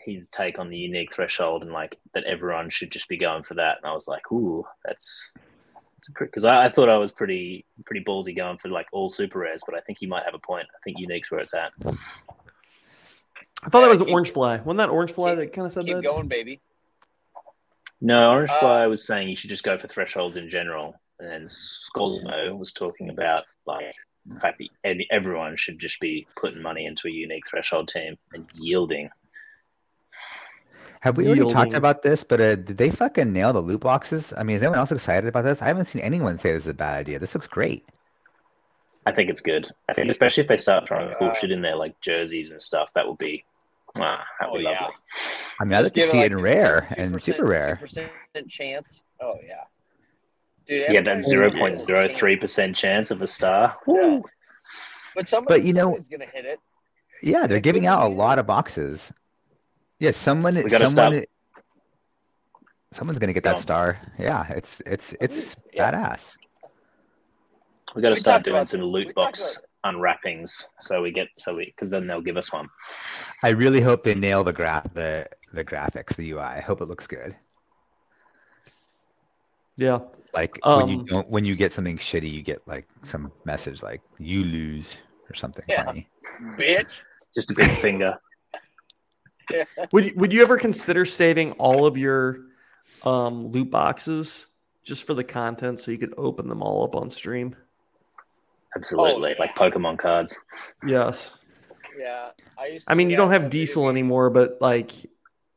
[SPEAKER 6] his take on the unique threshold and like that everyone should just be going for that. And I was like, ooh, that's that's a pretty because I, I thought I was pretty pretty ballsy going for like all super rares, but I think he might have a point. I think unique's where it's at.
[SPEAKER 3] I thought that was an
[SPEAKER 5] Keep-
[SPEAKER 3] orange fly. Wasn't that orange fly
[SPEAKER 5] keep-
[SPEAKER 3] that kind of said
[SPEAKER 5] Keep
[SPEAKER 3] that?
[SPEAKER 5] going, baby.
[SPEAKER 6] No, Orange
[SPEAKER 5] Uh,
[SPEAKER 6] Fly was saying you should just go for thresholds in general, and then Skolmo was talking about like the fact that any- everyone should just be putting money into a unique threshold team and yielding.
[SPEAKER 4] Have we already talked
[SPEAKER 3] Yielding.
[SPEAKER 4] about this? But uh, did they fucking nail the loot boxes? I mean, is anyone else excited about this? I haven't seen anyone say this is a bad idea. This looks great.
[SPEAKER 6] I think it's good. I think especially if they start throwing cool shit in there like jerseys and stuff, that would be ah, that would be
[SPEAKER 5] Oh, yeah.
[SPEAKER 6] lovely.
[SPEAKER 4] I mean, I
[SPEAKER 5] Just
[SPEAKER 4] like to
[SPEAKER 5] give
[SPEAKER 4] see it
[SPEAKER 5] like
[SPEAKER 4] in
[SPEAKER 5] a
[SPEAKER 4] rare
[SPEAKER 5] 2%,
[SPEAKER 4] and super rare.
[SPEAKER 5] 2% chance. Oh yeah. Dude,
[SPEAKER 6] Yeah, that
[SPEAKER 5] everybody's
[SPEAKER 6] zero
[SPEAKER 5] gonna
[SPEAKER 6] point
[SPEAKER 5] get a
[SPEAKER 6] zero three
[SPEAKER 5] chance.
[SPEAKER 6] percent chance of a star.
[SPEAKER 5] Yeah.
[SPEAKER 6] Woo.
[SPEAKER 5] But somebody,
[SPEAKER 4] But you know-
[SPEAKER 5] somebody's gonna hit it.
[SPEAKER 4] Yeah, they're
[SPEAKER 5] Like,
[SPEAKER 4] giving
[SPEAKER 5] what
[SPEAKER 4] out a
[SPEAKER 5] do you-
[SPEAKER 4] lot of boxes. Yeah, someone,
[SPEAKER 6] We gotta
[SPEAKER 4] someone,
[SPEAKER 6] stop.
[SPEAKER 4] someone's gonna get
[SPEAKER 6] Go
[SPEAKER 4] that
[SPEAKER 6] on.
[SPEAKER 4] star. Yeah, it's it's it's
[SPEAKER 5] Yeah.
[SPEAKER 4] badass.
[SPEAKER 6] We got to
[SPEAKER 5] We
[SPEAKER 6] start
[SPEAKER 5] talked
[SPEAKER 6] doing
[SPEAKER 5] about
[SPEAKER 6] some
[SPEAKER 5] this.
[SPEAKER 6] loot
[SPEAKER 5] We talked
[SPEAKER 6] box unwrappings so we get so we because then they'll give us one.
[SPEAKER 4] I really hope they nail the graph, the the graphics, the UI. I hope it looks good.
[SPEAKER 3] Yeah.
[SPEAKER 4] Like when you
[SPEAKER 3] Um,
[SPEAKER 4] don't, when you get something shitty, you get like some message like "you lose" or something
[SPEAKER 5] Yeah.
[SPEAKER 4] funny.
[SPEAKER 5] Bitch.
[SPEAKER 6] Just
[SPEAKER 5] *laughs*
[SPEAKER 6] a big finger.
[SPEAKER 3] Would you- Would you ever consider saving all of your um, loot boxes just for the content, so you could open them all up on stream?
[SPEAKER 6] Absolutely,
[SPEAKER 5] Oh,
[SPEAKER 6] like Pokemon cards.
[SPEAKER 3] Yes.
[SPEAKER 5] Yeah. I used
[SPEAKER 3] I mean, you
[SPEAKER 5] yeah,
[SPEAKER 3] don't
[SPEAKER 5] I
[SPEAKER 3] have
[SPEAKER 5] did it.
[SPEAKER 3] diesel anymore, but like,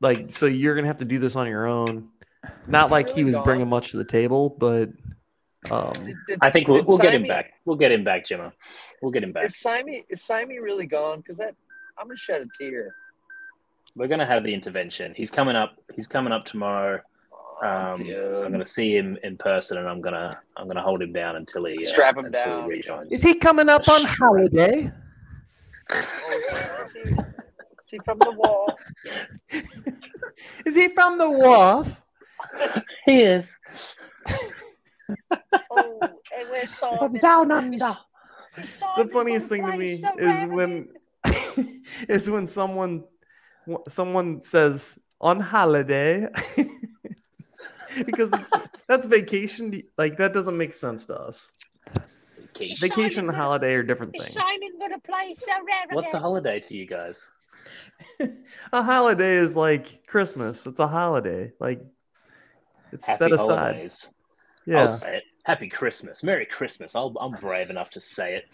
[SPEAKER 3] like, so you're gonna have to do this on your own. Not
[SPEAKER 5] he
[SPEAKER 3] like he
[SPEAKER 5] really
[SPEAKER 3] was
[SPEAKER 5] gone?
[SPEAKER 3] bringing much to the table, but um,
[SPEAKER 5] Did- did-
[SPEAKER 6] I think we'll,
[SPEAKER 5] did
[SPEAKER 6] we'll get him
[SPEAKER 5] Simon-
[SPEAKER 6] back. We'll get him back, Jimmer. We'll get him back.
[SPEAKER 5] Is Simon is Simon really gone? Because that I'm gonna shed a tear.
[SPEAKER 6] We're gonna have the intervention. He's coming up. He's coming up tomorrow.
[SPEAKER 5] Oh,
[SPEAKER 6] Um,
[SPEAKER 5] dude.
[SPEAKER 6] so I'm gonna see him in person, and I'm gonna I'm gonna hold him down until he uh,
[SPEAKER 5] Strap him
[SPEAKER 6] until he
[SPEAKER 5] down.
[SPEAKER 6] rejoins.
[SPEAKER 3] is he coming up on holiday?
[SPEAKER 5] Oh, yeah, see, see from the wall.
[SPEAKER 3] Is he from the wharf?
[SPEAKER 6] He is.
[SPEAKER 5] Oh, and we're Simon.
[SPEAKER 3] the funniest thing to me is when *laughs* is when someone someone says on holiday *laughs* because it's, that's vacation to- like that doesn't make sense to us
[SPEAKER 6] Keesh.
[SPEAKER 3] vacation and holiday are different things
[SPEAKER 11] gonna play Serena?
[SPEAKER 6] What's a holiday to you guys?
[SPEAKER 3] a holiday is like christmas it's a holiday like it's set aside
[SPEAKER 6] holidays. I'll *laughs*
[SPEAKER 3] yeah
[SPEAKER 6] say it. Happy Christmas. Merry Christmas. I'll, I'm brave enough to say it.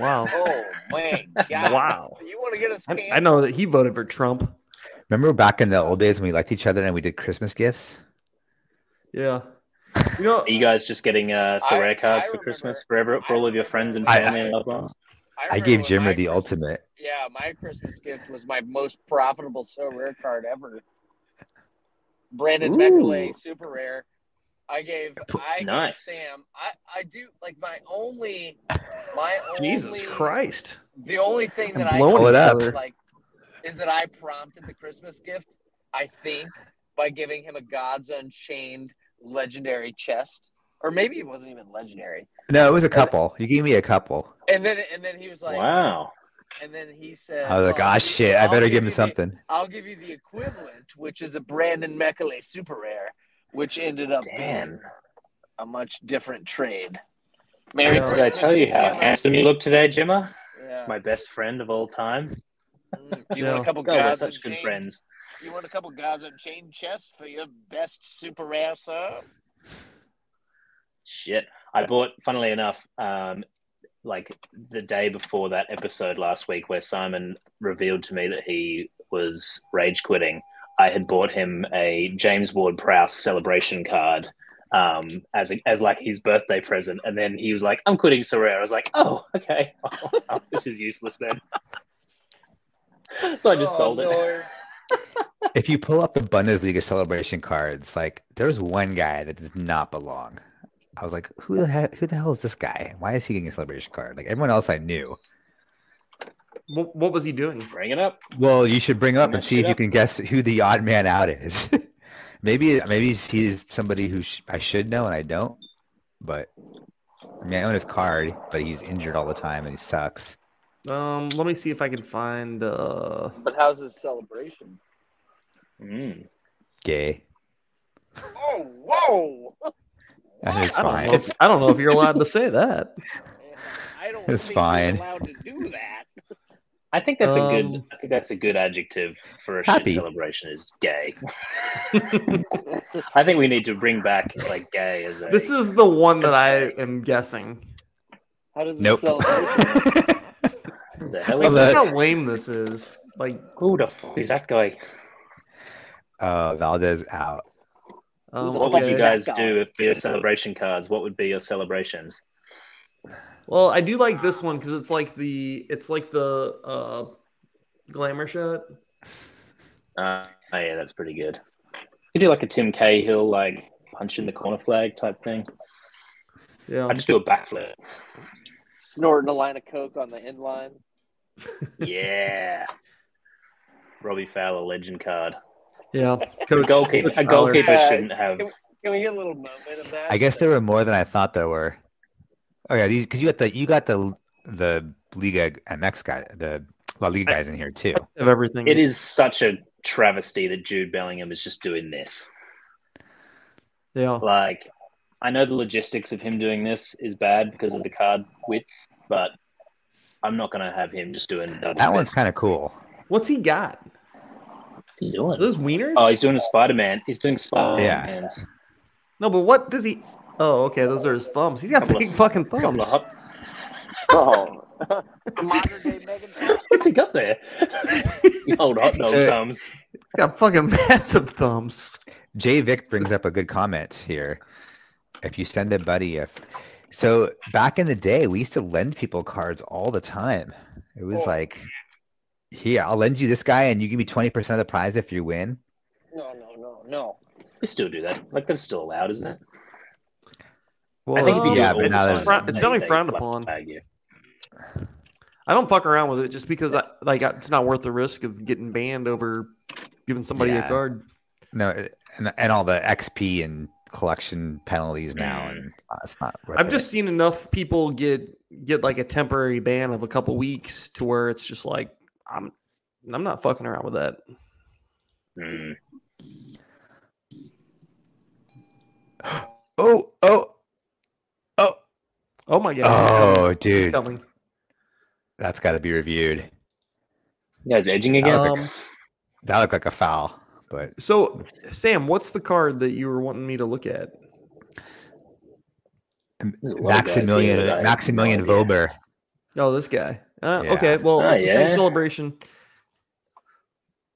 [SPEAKER 3] wow
[SPEAKER 5] Oh my god!
[SPEAKER 3] wow
[SPEAKER 5] You want to get us canceled?
[SPEAKER 3] I, I know that he voted for trump
[SPEAKER 4] Remember back in the old days when we liked each other and we did Christmas gifts?
[SPEAKER 3] yeah you know
[SPEAKER 6] Are you guys just getting uh,
[SPEAKER 5] I- I
[SPEAKER 6] Sorare cards for
[SPEAKER 5] remember-
[SPEAKER 6] Christmas for every, for
[SPEAKER 5] I
[SPEAKER 6] all of your
[SPEAKER 5] remember
[SPEAKER 6] friends and
[SPEAKER 5] when
[SPEAKER 6] family
[SPEAKER 5] I-
[SPEAKER 6] and loved ones?
[SPEAKER 4] I
[SPEAKER 5] remember
[SPEAKER 4] gave
[SPEAKER 5] when
[SPEAKER 4] Jimmer
[SPEAKER 5] my
[SPEAKER 4] the
[SPEAKER 5] Christmas-
[SPEAKER 4] ultimate.
[SPEAKER 5] Yeah, my Christmas gift was my most profitable so rare card ever. Brandon
[SPEAKER 6] Ooh.
[SPEAKER 5] Meckley, super rare. I gave
[SPEAKER 6] P-
[SPEAKER 5] I
[SPEAKER 6] nice.
[SPEAKER 5] gave Sam. I I do like my only my
[SPEAKER 3] jesus
[SPEAKER 5] only,
[SPEAKER 3] christ
[SPEAKER 5] The only thing
[SPEAKER 3] I'm
[SPEAKER 5] that I
[SPEAKER 3] blowing
[SPEAKER 4] Blow it
[SPEAKER 3] each
[SPEAKER 4] up.
[SPEAKER 3] other.
[SPEAKER 5] like is that I prompted the Christmas gift. I think by giving him a God's Unchained legendary chest, or maybe it wasn't even legendary.
[SPEAKER 4] No, it was a couple. You gave me a couple.
[SPEAKER 5] And then and then he "Oh, was like,
[SPEAKER 6] Wow.
[SPEAKER 7] And then he said,
[SPEAKER 4] I was like,
[SPEAKER 7] "Well,
[SPEAKER 4] ah,
[SPEAKER 7] I'll
[SPEAKER 4] shit, I
[SPEAKER 7] I'll
[SPEAKER 4] better give him
[SPEAKER 7] you the-
[SPEAKER 4] something.
[SPEAKER 7] I'll give you the equivalent, which is a Brandon Mekele super rare, which ended up being
[SPEAKER 6] Damn.
[SPEAKER 7] a much different trade. Merry
[SPEAKER 6] Did I
[SPEAKER 7] Christmas
[SPEAKER 6] tell you
[SPEAKER 7] to
[SPEAKER 6] how
[SPEAKER 7] Jimmer.
[SPEAKER 6] handsome you look today, Jimmer?
[SPEAKER 7] Yeah.
[SPEAKER 6] My best friend of all time.
[SPEAKER 7] Mm, Do you want
[SPEAKER 3] Yeah.
[SPEAKER 7] a couple
[SPEAKER 6] God, we're
[SPEAKER 7] guys
[SPEAKER 6] such good friends.
[SPEAKER 7] You want a couple guys on chain chest for your best super rare, sir?
[SPEAKER 6] Shit. I bought, funnily enough, um, like the day before that episode last week where Simon revealed to me that he was rage quitting, I had bought him a James Ward Prowse celebration card um, as, a, as like his birthday present. And then he was like, I'm quitting Sorare. I was like, oh, okay. *laughs* Oh, this is useless then. *laughs* so I just
[SPEAKER 7] Oh,
[SPEAKER 6] sold it.
[SPEAKER 7] Lord.
[SPEAKER 4] if you pull up the Bundesliga celebration cards, like there's one guy that does not belong. I was like, who the hell, who the hell is this guy? Why is he getting a celebration card? Like everyone else I knew.
[SPEAKER 3] What, what was he doing?
[SPEAKER 6] Bring it up.
[SPEAKER 4] Well, you should bring up and
[SPEAKER 6] Match
[SPEAKER 4] see
[SPEAKER 6] it
[SPEAKER 4] if you
[SPEAKER 6] up.
[SPEAKER 4] can guess who the odd man out is. *laughs* maybe maybe he's somebody who sh- I should know and I don't. But I mean, I own his card, but he's injured all the time and he sucks.
[SPEAKER 3] Um, let me see if I can find. Uh,
[SPEAKER 7] But how's his celebration?
[SPEAKER 6] Mm.
[SPEAKER 4] Gay.
[SPEAKER 7] Oh, whoa!
[SPEAKER 4] And it's
[SPEAKER 3] I don't
[SPEAKER 4] fine.
[SPEAKER 3] know. If, I don't know if you're allowed to say that.
[SPEAKER 7] I don't
[SPEAKER 4] It's
[SPEAKER 7] think
[SPEAKER 4] fine.
[SPEAKER 7] he's allowed to do that.
[SPEAKER 6] I think that's a good.
[SPEAKER 3] Um,
[SPEAKER 6] I think that's a good adjective for a
[SPEAKER 4] Happy.
[SPEAKER 6] shit celebration. Is gay. *laughs* I think we need to bring back like gay as a.
[SPEAKER 3] This is the one that I am guessing.
[SPEAKER 7] How does
[SPEAKER 4] nope.
[SPEAKER 7] it celebrate?
[SPEAKER 6] the hell
[SPEAKER 3] Like,
[SPEAKER 4] Well,
[SPEAKER 6] is
[SPEAKER 3] look
[SPEAKER 4] that-
[SPEAKER 3] how lame this is. Like,
[SPEAKER 6] Who the fuck is that guy?
[SPEAKER 4] *laughs* uh, Valdez out.
[SPEAKER 3] um,
[SPEAKER 6] What would you
[SPEAKER 3] okay.
[SPEAKER 6] guys
[SPEAKER 7] That guy.
[SPEAKER 6] do if for your celebration cards? What would be your celebrations?
[SPEAKER 3] Well, I do like this one because it's like the it's like the uh, glamour shot.
[SPEAKER 6] Uh, oh yeah, that's pretty good. You do like a Tim Cahill like punch in the corner flag type thing.
[SPEAKER 3] Yeah.
[SPEAKER 6] I just do a backflip.
[SPEAKER 7] Snorting a line of coke on the end line. *laughs*
[SPEAKER 6] Yeah. Robbie Fowler legend card.
[SPEAKER 3] Yeah.
[SPEAKER 6] *laughs* A
[SPEAKER 3] Coach,
[SPEAKER 6] goalkeeper.
[SPEAKER 3] Coach
[SPEAKER 6] A
[SPEAKER 3] Fowler.
[SPEAKER 6] goalkeeper
[SPEAKER 7] Yeah.
[SPEAKER 6] shouldn't
[SPEAKER 3] Uh,
[SPEAKER 6] have.
[SPEAKER 7] Can we get a little moment of that?
[SPEAKER 4] I guess there were more than I thought there were. Oh yeah, because you got the you got the the Liga MX guy, the La Liga guys in here too.
[SPEAKER 3] of everything.
[SPEAKER 6] It is such a travesty that Jude Bellingham is just doing this.
[SPEAKER 3] Yeah.
[SPEAKER 6] Like, I know the logistics of him doing this is bad because of the card width, but I'm not going to have him just doing double
[SPEAKER 4] That one's
[SPEAKER 6] fist.
[SPEAKER 4] kind of cool.
[SPEAKER 3] What's he got?
[SPEAKER 6] What's he
[SPEAKER 3] Are
[SPEAKER 6] doing?
[SPEAKER 3] those wieners?
[SPEAKER 6] Oh, he's doing a Spider Man. He's doing Spider Man's.
[SPEAKER 3] no, but what does he? Oh, okay. Those are his thumbs. He's got
[SPEAKER 6] Couple of-
[SPEAKER 3] big fucking
[SPEAKER 6] Couple of
[SPEAKER 3] thumbs.
[SPEAKER 6] hop-
[SPEAKER 7] Oh. Modern day Megan Fox.
[SPEAKER 6] *laughs* What's he got there? Hold hot dog
[SPEAKER 4] Uh,
[SPEAKER 6] thumbs.
[SPEAKER 3] He's got fucking *laughs* massive thumbs.
[SPEAKER 4] Jay Vick brings up a good comment here. If you send a buddy, if so, back in the day, we used to lend people cards all the time. It was
[SPEAKER 7] Oh.
[SPEAKER 4] like, here, I'll lend you this guy, and you give me twenty percent of the prize if you win.
[SPEAKER 7] No, no, no, no.
[SPEAKER 6] We still do that. Like, that's still allowed, isn't it?
[SPEAKER 4] Well,
[SPEAKER 6] think if you
[SPEAKER 4] yeah,
[SPEAKER 6] do it
[SPEAKER 4] but
[SPEAKER 6] all
[SPEAKER 4] now
[SPEAKER 6] the
[SPEAKER 4] that's
[SPEAKER 3] it's, frown- it's only
[SPEAKER 6] They- they
[SPEAKER 3] frowned
[SPEAKER 6] flag-
[SPEAKER 3] upon.
[SPEAKER 6] flag you.
[SPEAKER 3] I don't fuck around with it just because I like I- it's not worth the risk of getting banned over giving somebody
[SPEAKER 4] Yeah.
[SPEAKER 3] a card.
[SPEAKER 4] no, it- and, and all the XP and collection penalties now, and it's not- it's not. Worth
[SPEAKER 3] I've
[SPEAKER 4] it.
[SPEAKER 3] just seen enough people get get like a temporary ban of a couple weeks to where it's just like I'm I'm not fucking around with that.
[SPEAKER 6] Mm.
[SPEAKER 4] Oh, oh, oh,
[SPEAKER 3] Oh my god.
[SPEAKER 4] oh,
[SPEAKER 3] It's
[SPEAKER 4] dude,
[SPEAKER 3] coming.
[SPEAKER 4] that's got to be reviewed.
[SPEAKER 6] You guys edging again?
[SPEAKER 3] Um,
[SPEAKER 4] That looked like a foul, but
[SPEAKER 3] so Sam, what's the card that you were wanting me to look at?
[SPEAKER 6] There's a lot of guys here
[SPEAKER 4] Maximilian
[SPEAKER 6] that I have
[SPEAKER 4] Maximilian
[SPEAKER 6] no idea.
[SPEAKER 4] Vober.
[SPEAKER 3] Oh, this guy. Uh,
[SPEAKER 4] Yeah.
[SPEAKER 3] Okay, well,
[SPEAKER 6] Oh,
[SPEAKER 3] it's the same
[SPEAKER 6] yeah.
[SPEAKER 3] celebration.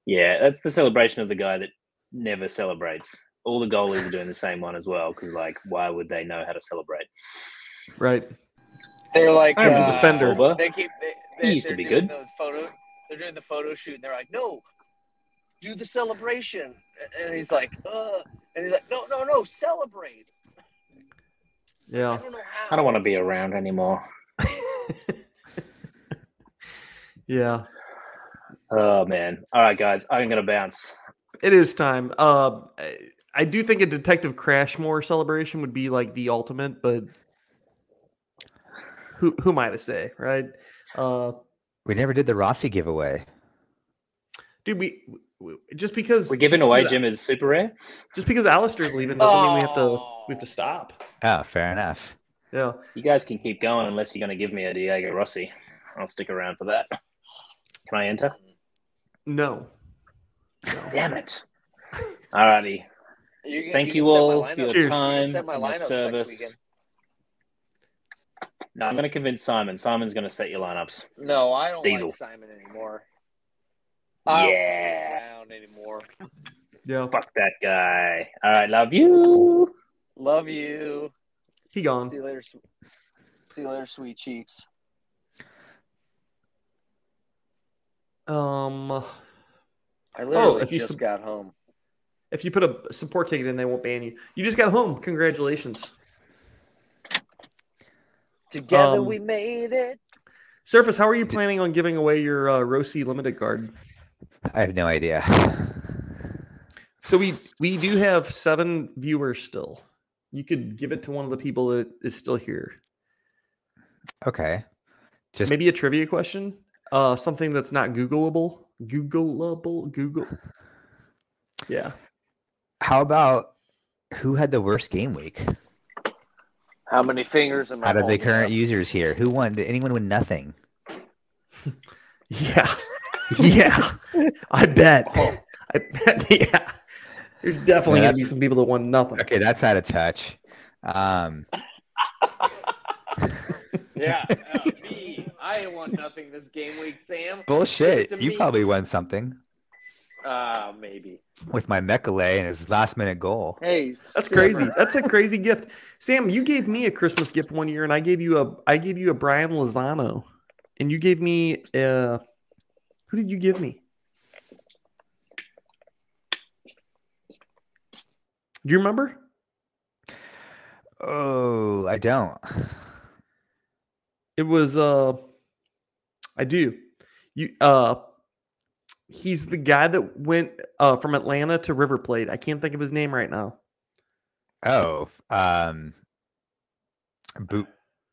[SPEAKER 6] Yeah, that's the celebration of the guy that never celebrates. All the goalies are doing the same one as well, because like, why would they know how to celebrate?
[SPEAKER 3] Right.
[SPEAKER 7] They're like
[SPEAKER 6] I remember
[SPEAKER 7] uh,
[SPEAKER 3] defender.
[SPEAKER 6] Volba.
[SPEAKER 7] They keep. They,
[SPEAKER 6] He
[SPEAKER 7] they-
[SPEAKER 6] used to
[SPEAKER 7] they're
[SPEAKER 6] be
[SPEAKER 7] doing
[SPEAKER 6] good.
[SPEAKER 7] The photo, they're doing the photo shoot, and they're like, "No, do the celebration," and he's like, "Uh," and he's like, "No, no, no, celebrate." I
[SPEAKER 3] Yeah.
[SPEAKER 7] don't know how.
[SPEAKER 6] I don't want to be around anymore.
[SPEAKER 3] Yeah.
[SPEAKER 6] Oh man! All right, guys, I'm gonna bounce.
[SPEAKER 3] It is time. Uh, I- I do think a Detective Crashmore celebration would be like the ultimate, but who who am I to say, right? Uh,
[SPEAKER 4] We never did the Rossi giveaway.
[SPEAKER 3] Dude, we, we just because
[SPEAKER 6] We're giving
[SPEAKER 3] just
[SPEAKER 6] away
[SPEAKER 3] because-
[SPEAKER 6] Jim is super rare.
[SPEAKER 3] Just because Alistair's leaving doesn't mean we have to we have to stop.
[SPEAKER 4] Oh, fair enough.
[SPEAKER 3] Yeah.
[SPEAKER 6] You guys can keep going unless you're going to give me a Diego Rossi. I'll stick around for that. Can I enter?
[SPEAKER 3] No.
[SPEAKER 6] Damn it. Alrighty.
[SPEAKER 5] You can-
[SPEAKER 6] Thank
[SPEAKER 5] can
[SPEAKER 6] you
[SPEAKER 5] set my
[SPEAKER 6] all
[SPEAKER 5] lineup-
[SPEAKER 6] for your
[SPEAKER 5] you
[SPEAKER 3] Cheers.
[SPEAKER 5] can
[SPEAKER 6] time
[SPEAKER 5] set my
[SPEAKER 6] and your
[SPEAKER 5] lineups next
[SPEAKER 6] service.
[SPEAKER 5] weekend.
[SPEAKER 6] No, I'm going to convince Simon. Simon's going to set your lineups.
[SPEAKER 5] No, I don't
[SPEAKER 6] Diesel.
[SPEAKER 5] like Simon anymore. I don't
[SPEAKER 6] Yeah.
[SPEAKER 5] like him around anymore.
[SPEAKER 3] Yeah.
[SPEAKER 6] Oh. Fuck that guy. All right, love you.
[SPEAKER 5] Love you.
[SPEAKER 3] He
[SPEAKER 5] See
[SPEAKER 3] gone.
[SPEAKER 5] you later. sw- See you later, sweet cheeks.
[SPEAKER 3] Um
[SPEAKER 5] I literally
[SPEAKER 3] Oh, if you
[SPEAKER 5] just
[SPEAKER 3] sub-
[SPEAKER 5] got home.
[SPEAKER 3] if you put a support ticket in, they won't ban you. You just got home. Congratulations.
[SPEAKER 5] Together
[SPEAKER 3] Um,
[SPEAKER 5] we made it.
[SPEAKER 3] Surface, how are you planning on giving away your uh, Rossi limited card?
[SPEAKER 4] I have no idea.
[SPEAKER 3] So we we do have seven viewers still. You could give it to one of the people that is still here.
[SPEAKER 4] Okay. Just
[SPEAKER 3] Maybe a trivia question, uh, something that's not Googleable, Googleable, Google. Yeah,
[SPEAKER 4] how about who had the worst game week
[SPEAKER 5] How many fingers am I
[SPEAKER 4] out of the
[SPEAKER 5] holding
[SPEAKER 4] current
[SPEAKER 5] up?
[SPEAKER 4] users here? Who won? Did anyone win nothing?
[SPEAKER 3] yeah, yeah. I bet. I bet. *laughs* Yeah. There's definitely gonna be some people that won nothing.
[SPEAKER 4] Okay, that's out of touch.
[SPEAKER 5] *laughs*
[SPEAKER 4] Um,
[SPEAKER 5] Yeah, uh, me. I ain't won nothing this game week, Sam.
[SPEAKER 4] bullshit.
[SPEAKER 5] Give it to
[SPEAKER 4] You
[SPEAKER 5] me.
[SPEAKER 4] probably won something
[SPEAKER 5] Uh, maybe.
[SPEAKER 4] with my Mekale and his last minute goal.
[SPEAKER 5] Hey,
[SPEAKER 3] That's
[SPEAKER 5] Sam,
[SPEAKER 3] crazy. That's a crazy gift. Sam, you gave me a Christmas gift one year, and I gave you a I gave you a Brian Lozano, and you gave me uh, who did you give me? Do you remember?
[SPEAKER 4] Oh, I don't.
[SPEAKER 3] It was uh, I do. You uh, he's the guy that went uh from Atlanta to River Plate. I can't think of his name right now.
[SPEAKER 4] Oh, um, boot,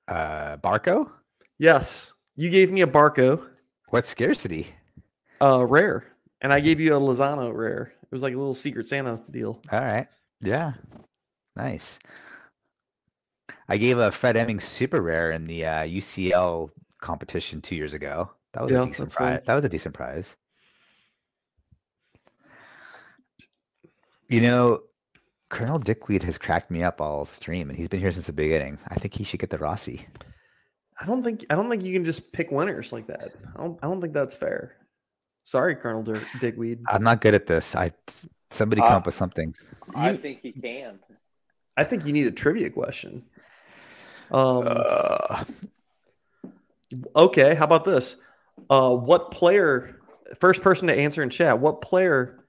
[SPEAKER 4] uh, Barco.
[SPEAKER 3] Yes, you gave me a Barco.
[SPEAKER 4] What scarcity?
[SPEAKER 3] uh rare and i gave you a lozano rare it was like a little secret santa deal
[SPEAKER 4] All right. Yeah. Nice. I gave a Fred Emmings super rare in the uh, UCL competition two years ago. That was
[SPEAKER 3] Yeah,
[SPEAKER 4] a decent
[SPEAKER 3] that's fine.
[SPEAKER 4] prize. That was a decent prize. You know, Colonel Dickweed has cracked me up all stream, and he's been here since the beginning. I think he should get the Rossi.
[SPEAKER 3] i don't think i don't think you can just pick winners like that i don't i don't think that's fair sorry colonel Dir- digweed
[SPEAKER 4] I'm not good at this. I somebody come
[SPEAKER 5] Uh,
[SPEAKER 4] up with something.
[SPEAKER 5] I
[SPEAKER 3] You-
[SPEAKER 5] think he can.
[SPEAKER 3] i think you need a trivia question um
[SPEAKER 4] Uh,
[SPEAKER 3] okay how about this uh what player first person to answer in chat what player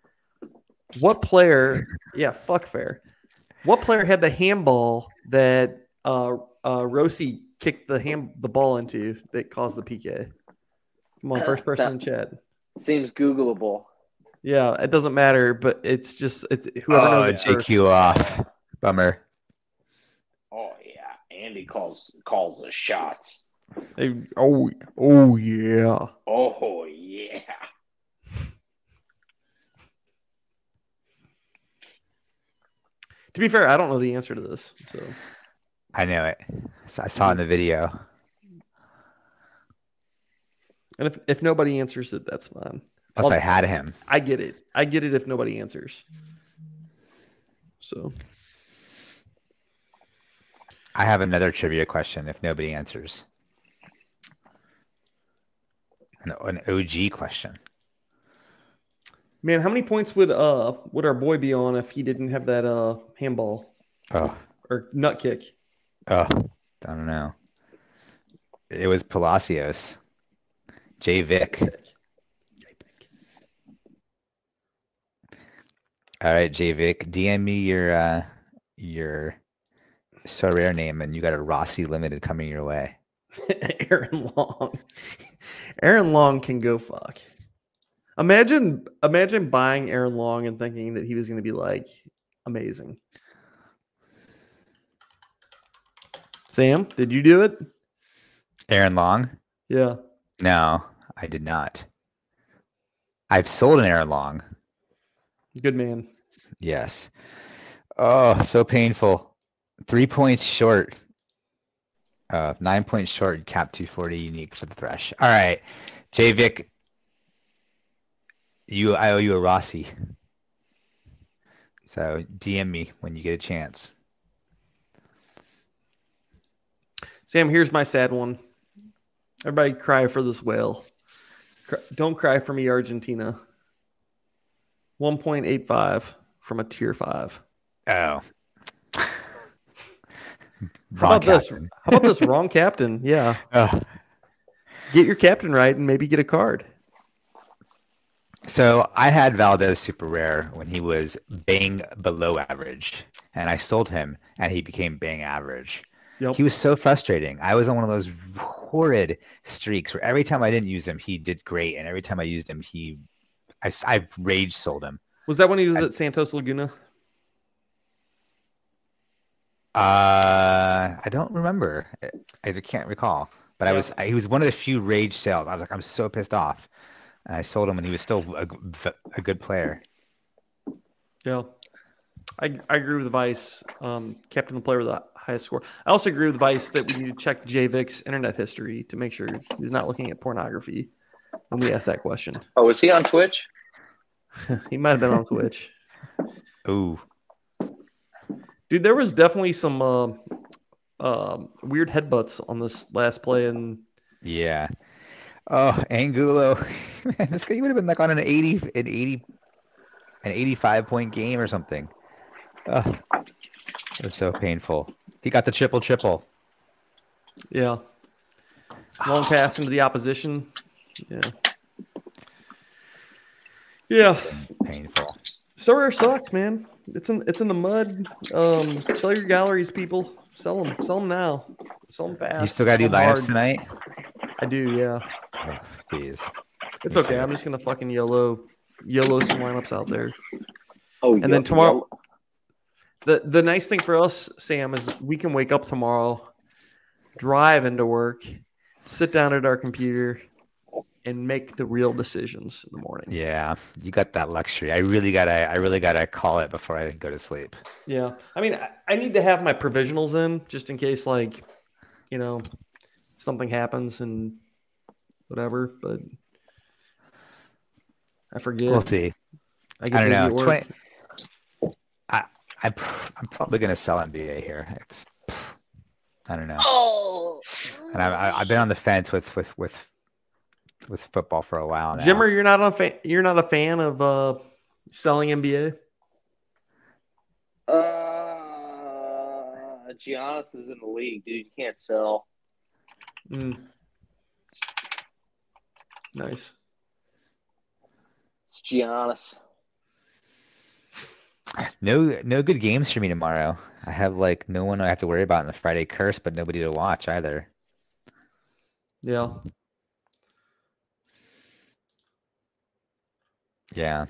[SPEAKER 3] what player yeah fuck fair what player had the handball that uh uh rossi kicked the ham the ball into that caused the pk come on first person in chat
[SPEAKER 5] Seems Googleable.
[SPEAKER 3] yeah it doesn't matter but it's just it's whoever
[SPEAKER 4] oh,
[SPEAKER 3] knows it
[SPEAKER 4] JQ
[SPEAKER 3] first.
[SPEAKER 4] off. Bummer.
[SPEAKER 6] Oh yeah, Andy calls calls the shots.
[SPEAKER 3] Hey, oh oh yeah
[SPEAKER 6] Oh yeah.
[SPEAKER 3] to be fair i don't know the answer to this so
[SPEAKER 4] I know it. So I saw in the video.
[SPEAKER 3] and if, if nobody answers it that's fine
[SPEAKER 4] Plus,
[SPEAKER 3] Well,
[SPEAKER 4] I had him.
[SPEAKER 3] I get it. I get it if nobody answers. So
[SPEAKER 4] I have another trivia question if nobody answers. An, an OG question.
[SPEAKER 3] man, how many points would uh would our boy be on if he didn't have that uh handball
[SPEAKER 4] Oh,
[SPEAKER 3] or nut kick?
[SPEAKER 4] oh, I don't know. It was Palacios. J Vic. All right, J Vic, DM me your uh, your so rare name, and you got a Rossi Limited coming your way.
[SPEAKER 3] *laughs* Aaron Long. Aaron Long can go fuck. Imagine imagine buying Aaron Long and thinking that he was gonna be like amazing. Sam, did you do it?
[SPEAKER 4] Aaron Long?
[SPEAKER 3] Yeah.
[SPEAKER 4] No, I did not. I've sold an Aaron Long.
[SPEAKER 3] Good man.
[SPEAKER 4] Yes. Oh, so painful. Three points short. Uh, nine points short. Cap two forty unique for the thresh. All right, J Vic. You, I owe you a Rossi. So DM me when you get a chance.
[SPEAKER 3] Sam, here's my sad one. Everybody cry for this whale. Cry, don't cry for me, Argentina. 1.85 from a tier five.
[SPEAKER 4] Oh. *laughs*
[SPEAKER 3] How about this? How about this wrong *laughs* captain? Yeah. Oh. Get your captain right and maybe get a card.
[SPEAKER 4] So I had Valdez super rare when he was bang below average, and I sold him, and he became bang average. Yep. He was so frustrating. I was on one of those horrid streaks where every time I didn't use him, he did great, and every time I used him, he, I, I rage sold him.
[SPEAKER 3] Was that when he was I, at Santos Laguna?
[SPEAKER 4] Uh, I don't remember. I, I can't recall. But yeah. I was I, he was one of the few rage sales. I was like, I'm so pissed off. And I sold him, and he was still a, a good player.
[SPEAKER 3] Yeah, I, I agree with Vice. Um, captain the player with the highest score. I also agree with Vice that we need to check Javic's internet history to make sure he's not looking at pornography when we ask that question.
[SPEAKER 5] Oh, was he on Twitch?
[SPEAKER 3] he might have been on Twitch.
[SPEAKER 4] Ooh,
[SPEAKER 3] dude, there was definitely some uh, uh, weird headbutts on this last play, and
[SPEAKER 4] yeah. Oh, Angulo, *laughs* man, this guy would have been like on an eighty, an eighty, an eighty-five point game or something. Oh, it was so painful. He got the triple triple.
[SPEAKER 3] Yeah. Long pass into the opposition. Yeah. Yeah.
[SPEAKER 4] Painful.
[SPEAKER 3] Sorare sucks, man. It's in it's in the mud. Um, sell your galleries, people. Sell them. Sell them now. Sell them fast.
[SPEAKER 4] You still got to do lineups tonight.
[SPEAKER 3] I do. Yeah.
[SPEAKER 4] Jeez. Oh,
[SPEAKER 3] it's Me okay. Too. I'm just gonna fucking yellow, yellow some lineups out there. Oh. And yep, then tomorrow. Yep. The, the nice thing for us, Sam, is we can wake up tomorrow, drive into work, sit down at our computer, and make the real decisions in the morning.
[SPEAKER 4] Yeah, you got that luxury. I really gotta, I really gotta call it before I go to sleep.
[SPEAKER 3] Yeah, I mean, I, I need to have my provisionals in just in case, like, you know, something happens and whatever. But I forget.
[SPEAKER 4] We'll see. I, I don't know. 20, I, I, I'm probably gonna sell NBA here. It's, I don't know.
[SPEAKER 10] Oh.
[SPEAKER 4] And I, I, I've been on the fence with with with with football for a while now.
[SPEAKER 3] Jimmer, you're not a fan. You're not a fan of uh, selling NBA.
[SPEAKER 5] Uh, Giannis is in the league, dude. You can't sell.
[SPEAKER 3] Mm. Nice.
[SPEAKER 5] It's Giannis.
[SPEAKER 4] No, no good games for me tomorrow. I have like no one I have to worry about in the Friday curse, but nobody to watch either.
[SPEAKER 3] Yeah.
[SPEAKER 4] Yeah.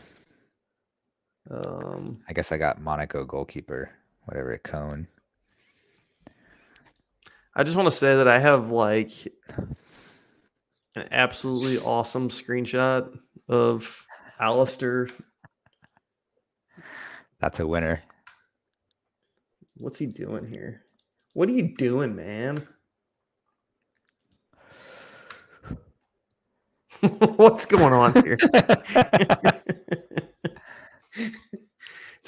[SPEAKER 3] Um,
[SPEAKER 4] I guess I got Monaco goalkeeper, whatever cone.
[SPEAKER 3] I just want to say that I have like an absolutely awesome screenshot of Alistair.
[SPEAKER 4] That's a winner.
[SPEAKER 3] What's he doing here? What are you doing, man? *laughs* What's going on *laughs* here? it's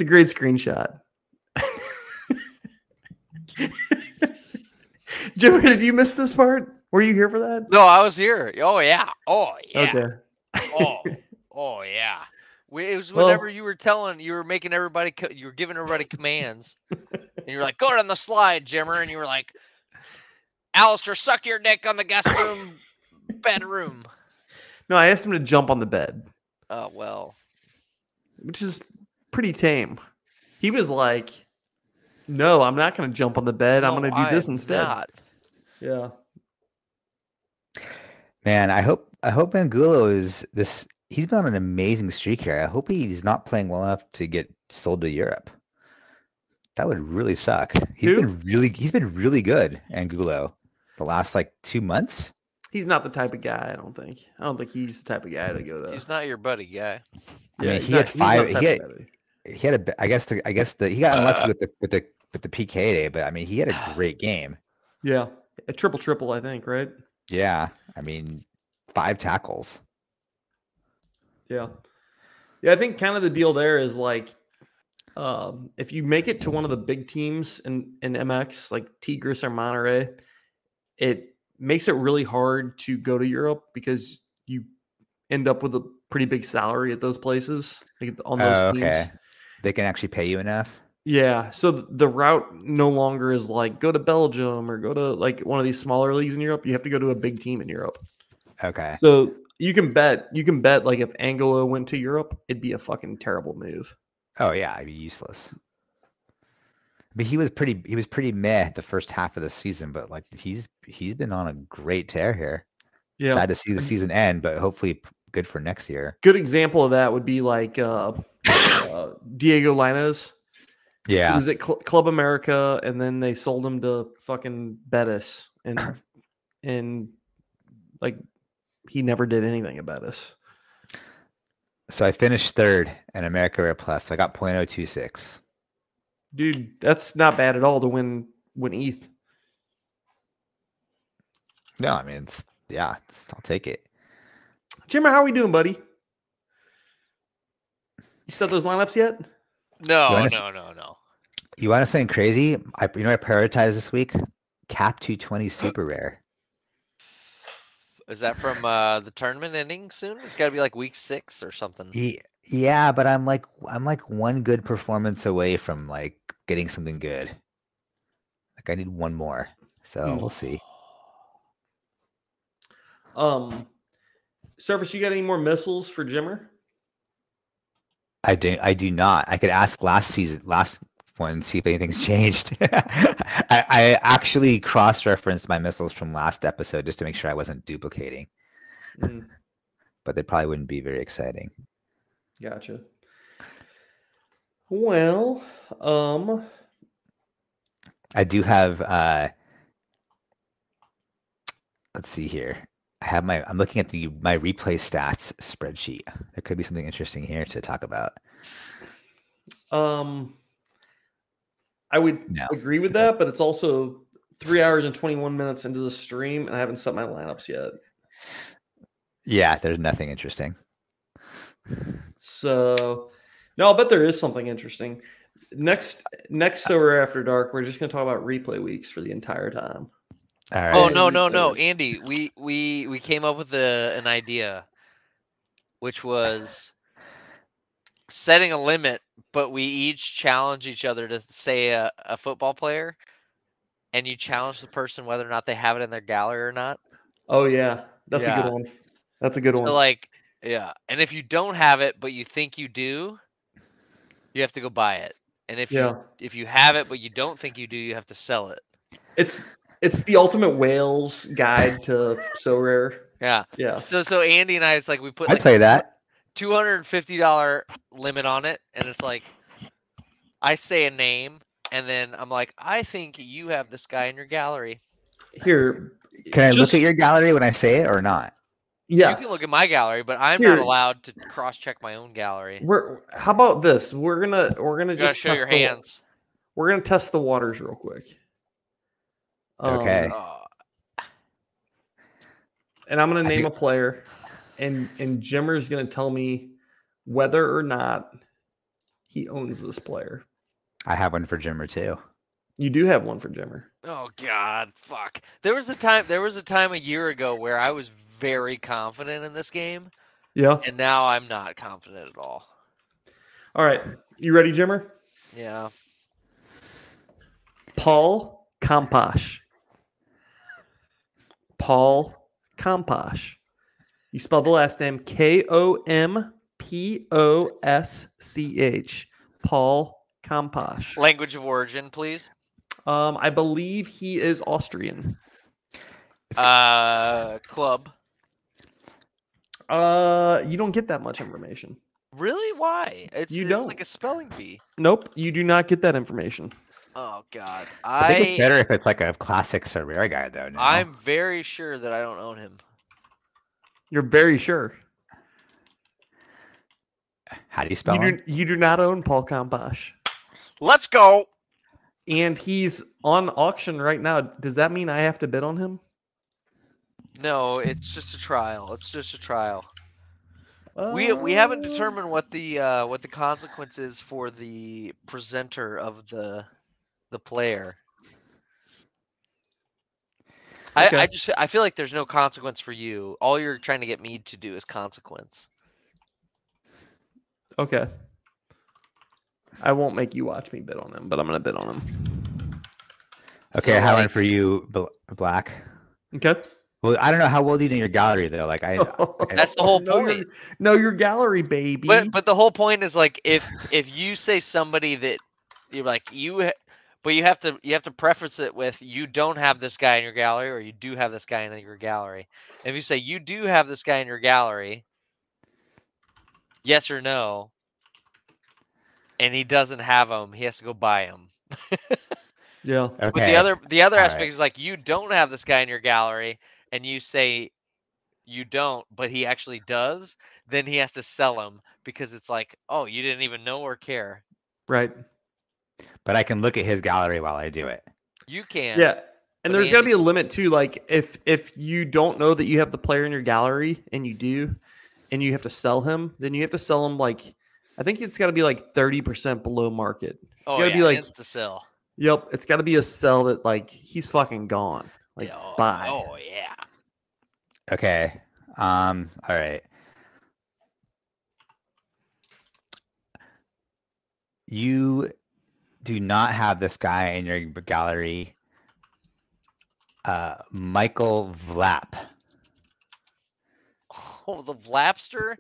[SPEAKER 3] a great screenshot. *laughs* Jimmy, did you miss this part? Were you here for that?
[SPEAKER 12] No, I was here. Oh yeah. Oh yeah.
[SPEAKER 3] Okay.
[SPEAKER 12] oh, oh yeah. It was whenever well, you were telling, you were making everybody, co- you were giving everybody commands, and you're like, "Go down the slide, Jimmer," and you were like, "Alistair, suck your dick on the guest room
[SPEAKER 3] *laughs*
[SPEAKER 12] bedroom."
[SPEAKER 3] No, I asked him to jump on the bed.
[SPEAKER 12] Oh uh, well,
[SPEAKER 3] which is pretty tame. He was like, "No, I'm not going to jump on the bed. No, I'm going to do I this instead." Not. Yeah.
[SPEAKER 4] Man, I hope I hope Angulo is this. He's been on an amazing streak here. I hope he's not playing well enough to get sold to Europe. That would really suck. He's Who? been really he's been really good, Angulo, the last like two months.
[SPEAKER 3] he's not the type of guy. I don't think. I don't think he's the type of guy to go to.
[SPEAKER 4] *laughs*
[SPEAKER 12] He's not your buddy guy.
[SPEAKER 4] I mean, he had five. He had, he had a. I guess the. I guess the. He got unlucky with the with the with the PK day, but I mean, he had a great game.
[SPEAKER 3] Yeah, a triple triple, I think. Right.
[SPEAKER 4] Yeah, I mean, five tackles.
[SPEAKER 3] Yeah, yeah. I think kind of the deal there is like, um, if you make it to one of the big teams in in MX, like Tigris or Monterey, it makes it really hard to go to Europe because you end up with a pretty big salary at those places. Like on those
[SPEAKER 4] oh, okay. Teams. They can actually pay you enough.
[SPEAKER 3] Yeah. So the route no longer is like go to Belgium or go to like one of these smaller leagues in Europe. You have to go to a big team in Europe.
[SPEAKER 4] Okay.
[SPEAKER 3] So you can bet, you can bet like if Angola went to Europe, it'd be a fucking terrible move.
[SPEAKER 4] Oh, yeah. It'd be useless. But he was pretty, he was pretty meh the first half of the season, but like he's, he's been on a great tear here.
[SPEAKER 3] Yeah.
[SPEAKER 4] Sad to see the season end, but hopefully good for next year.
[SPEAKER 3] Good example of that would be like uh, uh Diego Linus.
[SPEAKER 4] Yeah,
[SPEAKER 3] he was at Cl- Club America, and then they sold him to fucking Betis, and and like he never did anything at Betis.
[SPEAKER 4] So I finished third in America Rare Plus. So I got .026.
[SPEAKER 3] Dude, that's not bad at all to win win E ETH.
[SPEAKER 4] No, I mean it's yeah, it's, I'll take it.
[SPEAKER 3] Jimmer, how are we doing, buddy? You set those lineups yet?
[SPEAKER 12] No, Oh, no,
[SPEAKER 4] Oh,
[SPEAKER 12] say, no, no.
[SPEAKER 4] You want to something crazy? I, you know, I prioritized this week. Cap two twenty super rare.
[SPEAKER 12] Is that from uh, the tournament ending soon? It's got to be like week six or something.
[SPEAKER 4] Yeah, yeah, but I'm like I'm like one good performance away from like getting something good. Like I need one more, so mm. we'll see.
[SPEAKER 3] Um, Surface, you got any more missiles for Jimmer?
[SPEAKER 4] I do. I do not. I could ask last season, last one, see if anything's *laughs* changed. I, I, actually cross-referenced my missiles from last episode just to make sure I wasn't duplicating. Mm. but they probably wouldn't be very exciting.
[SPEAKER 3] Gotcha. Well, um,
[SPEAKER 4] I do have. Uh, let's see here. I have my I'm looking at the my replay stats spreadsheet. There could be something interesting here to talk about.
[SPEAKER 3] Um I would no. agree with that, but it's also three hours and 21 minutes into the stream, and I haven't set my lineups yet.
[SPEAKER 4] Yeah, there's nothing interesting.
[SPEAKER 3] So no, I'll bet there is something interesting. Next next so we're after dark, we're just gonna talk about replay weeks for the entire time.
[SPEAKER 4] Right.
[SPEAKER 12] Oh no no no, Andy, we we we came up with a, an idea, which was setting a limit, but we each challenge each other to say a, a football player, and you challenge the person whether or not they have it in their gallery or not.
[SPEAKER 3] Oh yeah, that's yeah. a good one. That's a good
[SPEAKER 12] so
[SPEAKER 3] one.
[SPEAKER 12] Like yeah, and if you don't have it but you think you do, you have to go buy it. And if yeah. you if you have it but you don't think you do, you have to sell it.
[SPEAKER 3] It's it's the ultimate whales guide to so rare.
[SPEAKER 12] Yeah,
[SPEAKER 3] yeah.
[SPEAKER 12] So so Andy and I, it's like we put.
[SPEAKER 4] I
[SPEAKER 12] like
[SPEAKER 4] play that.
[SPEAKER 12] Two hundred and fifty dollar limit on it, and it's like I say a name, and then I'm like, I think you have this guy in your gallery.
[SPEAKER 3] Here,
[SPEAKER 4] can I just, look at your gallery when I say it or not?
[SPEAKER 3] Yeah,
[SPEAKER 12] you can look at my gallery, but I'm Here. not allowed to cross check my own gallery.
[SPEAKER 3] We're how about this? We're gonna we're gonna
[SPEAKER 12] you
[SPEAKER 3] just
[SPEAKER 12] show your
[SPEAKER 3] the,
[SPEAKER 12] hands.
[SPEAKER 3] We're gonna test the waters real quick.
[SPEAKER 4] Okay.
[SPEAKER 12] Oh,
[SPEAKER 4] Um,
[SPEAKER 3] and I'm gonna name a player, and and Jimmer's gonna tell me whether or not he owns this player.
[SPEAKER 4] I have one for Jimmer too.
[SPEAKER 3] You do have one for Jimmer.
[SPEAKER 12] Oh God, fuck! There was a time. There was a time a year ago where I was very confident in this game.
[SPEAKER 3] Yeah.
[SPEAKER 12] And now I'm not confident at all.
[SPEAKER 3] All right, you ready, Jimmer?
[SPEAKER 12] Yeah.
[SPEAKER 3] Paul Compash. Paul Compash. You spell the last name K O M P O S C H. Paul Compash.
[SPEAKER 12] Language of origin, please.
[SPEAKER 3] Um, I believe he is Austrian.
[SPEAKER 12] Uh, club.
[SPEAKER 3] Uh, you don't get that much information.
[SPEAKER 12] Really? Why? It's,
[SPEAKER 3] you
[SPEAKER 12] it's
[SPEAKER 3] don't.
[SPEAKER 12] like a spelling bee.
[SPEAKER 3] Nope, you do not get that information.
[SPEAKER 12] Oh God,
[SPEAKER 4] I think
[SPEAKER 12] I,
[SPEAKER 4] it's better if it's like a classic Cervera guy though. now.
[SPEAKER 12] I'm very sure that I don't own him.
[SPEAKER 3] You're very sure.
[SPEAKER 4] How do you spell
[SPEAKER 3] You
[SPEAKER 4] him?
[SPEAKER 3] do, you do not own Paul Kambosh.
[SPEAKER 12] Let's go.
[SPEAKER 3] And he's on auction right now. Does that mean I have to bid on him?
[SPEAKER 12] No, it's just a trial. It's just a trial. We we haven't determined what the uh, what the consequence is for the presenter of the the player.
[SPEAKER 3] Okay.
[SPEAKER 12] I, I just I feel like there's no consequence for you. All you're trying to get me to do is consequence.
[SPEAKER 3] Okay. I won't make you watch me bid on him, but I'm going to bid on him.
[SPEAKER 4] Okay,
[SPEAKER 12] So,
[SPEAKER 4] how
[SPEAKER 12] like-
[SPEAKER 4] about for you, Bl- Black?
[SPEAKER 3] Okay.
[SPEAKER 4] Well, I don't know how well do you know your gallery though. Like I,
[SPEAKER 12] Oh,
[SPEAKER 3] *laughs*
[SPEAKER 4] I-
[SPEAKER 12] That's the whole
[SPEAKER 3] Know your-
[SPEAKER 12] point.
[SPEAKER 3] Know your gallery, baby.
[SPEAKER 12] But but the whole point is like if if you say somebody that you're like you, ha- but you have to you have to preface it with you don't have this guy in your gallery or you do have this guy in your gallery. If you say you do have this guy in your gallery, yes or no, and he doesn't have him, he has to go buy him.
[SPEAKER 3] yeah.
[SPEAKER 4] okay.
[SPEAKER 12] But the other the other
[SPEAKER 4] All
[SPEAKER 12] aspect
[SPEAKER 4] right.
[SPEAKER 12] is like you don't have this guy in your gallery, and you say you don't, but he actually does. Then he has to sell him because it's like, oh, you didn't even know or care.
[SPEAKER 3] Right.
[SPEAKER 4] but I can look at his gallery while I do it.
[SPEAKER 12] You can.
[SPEAKER 3] Yeah. And
[SPEAKER 12] But
[SPEAKER 3] there's got to
[SPEAKER 12] Andy-
[SPEAKER 3] be a limit too. Like if if you don't know that you have the player in your gallery and you do, and you have to sell him, then you have to sell him like I think it's got to be like thirty percent below market.
[SPEAKER 12] Oh,
[SPEAKER 3] gotta
[SPEAKER 12] yeah,
[SPEAKER 3] be like-
[SPEAKER 12] to sell. *laughs*
[SPEAKER 3] Yep, it's got to be a sell that like he's fucking gone. Like
[SPEAKER 12] yeah, oh,
[SPEAKER 3] buy.
[SPEAKER 12] Oh yeah.
[SPEAKER 4] Okay. Um. All right. You do not have this guy in your b- gallery. Uh, Michael Vlap.
[SPEAKER 12] Oh, the Vlapster.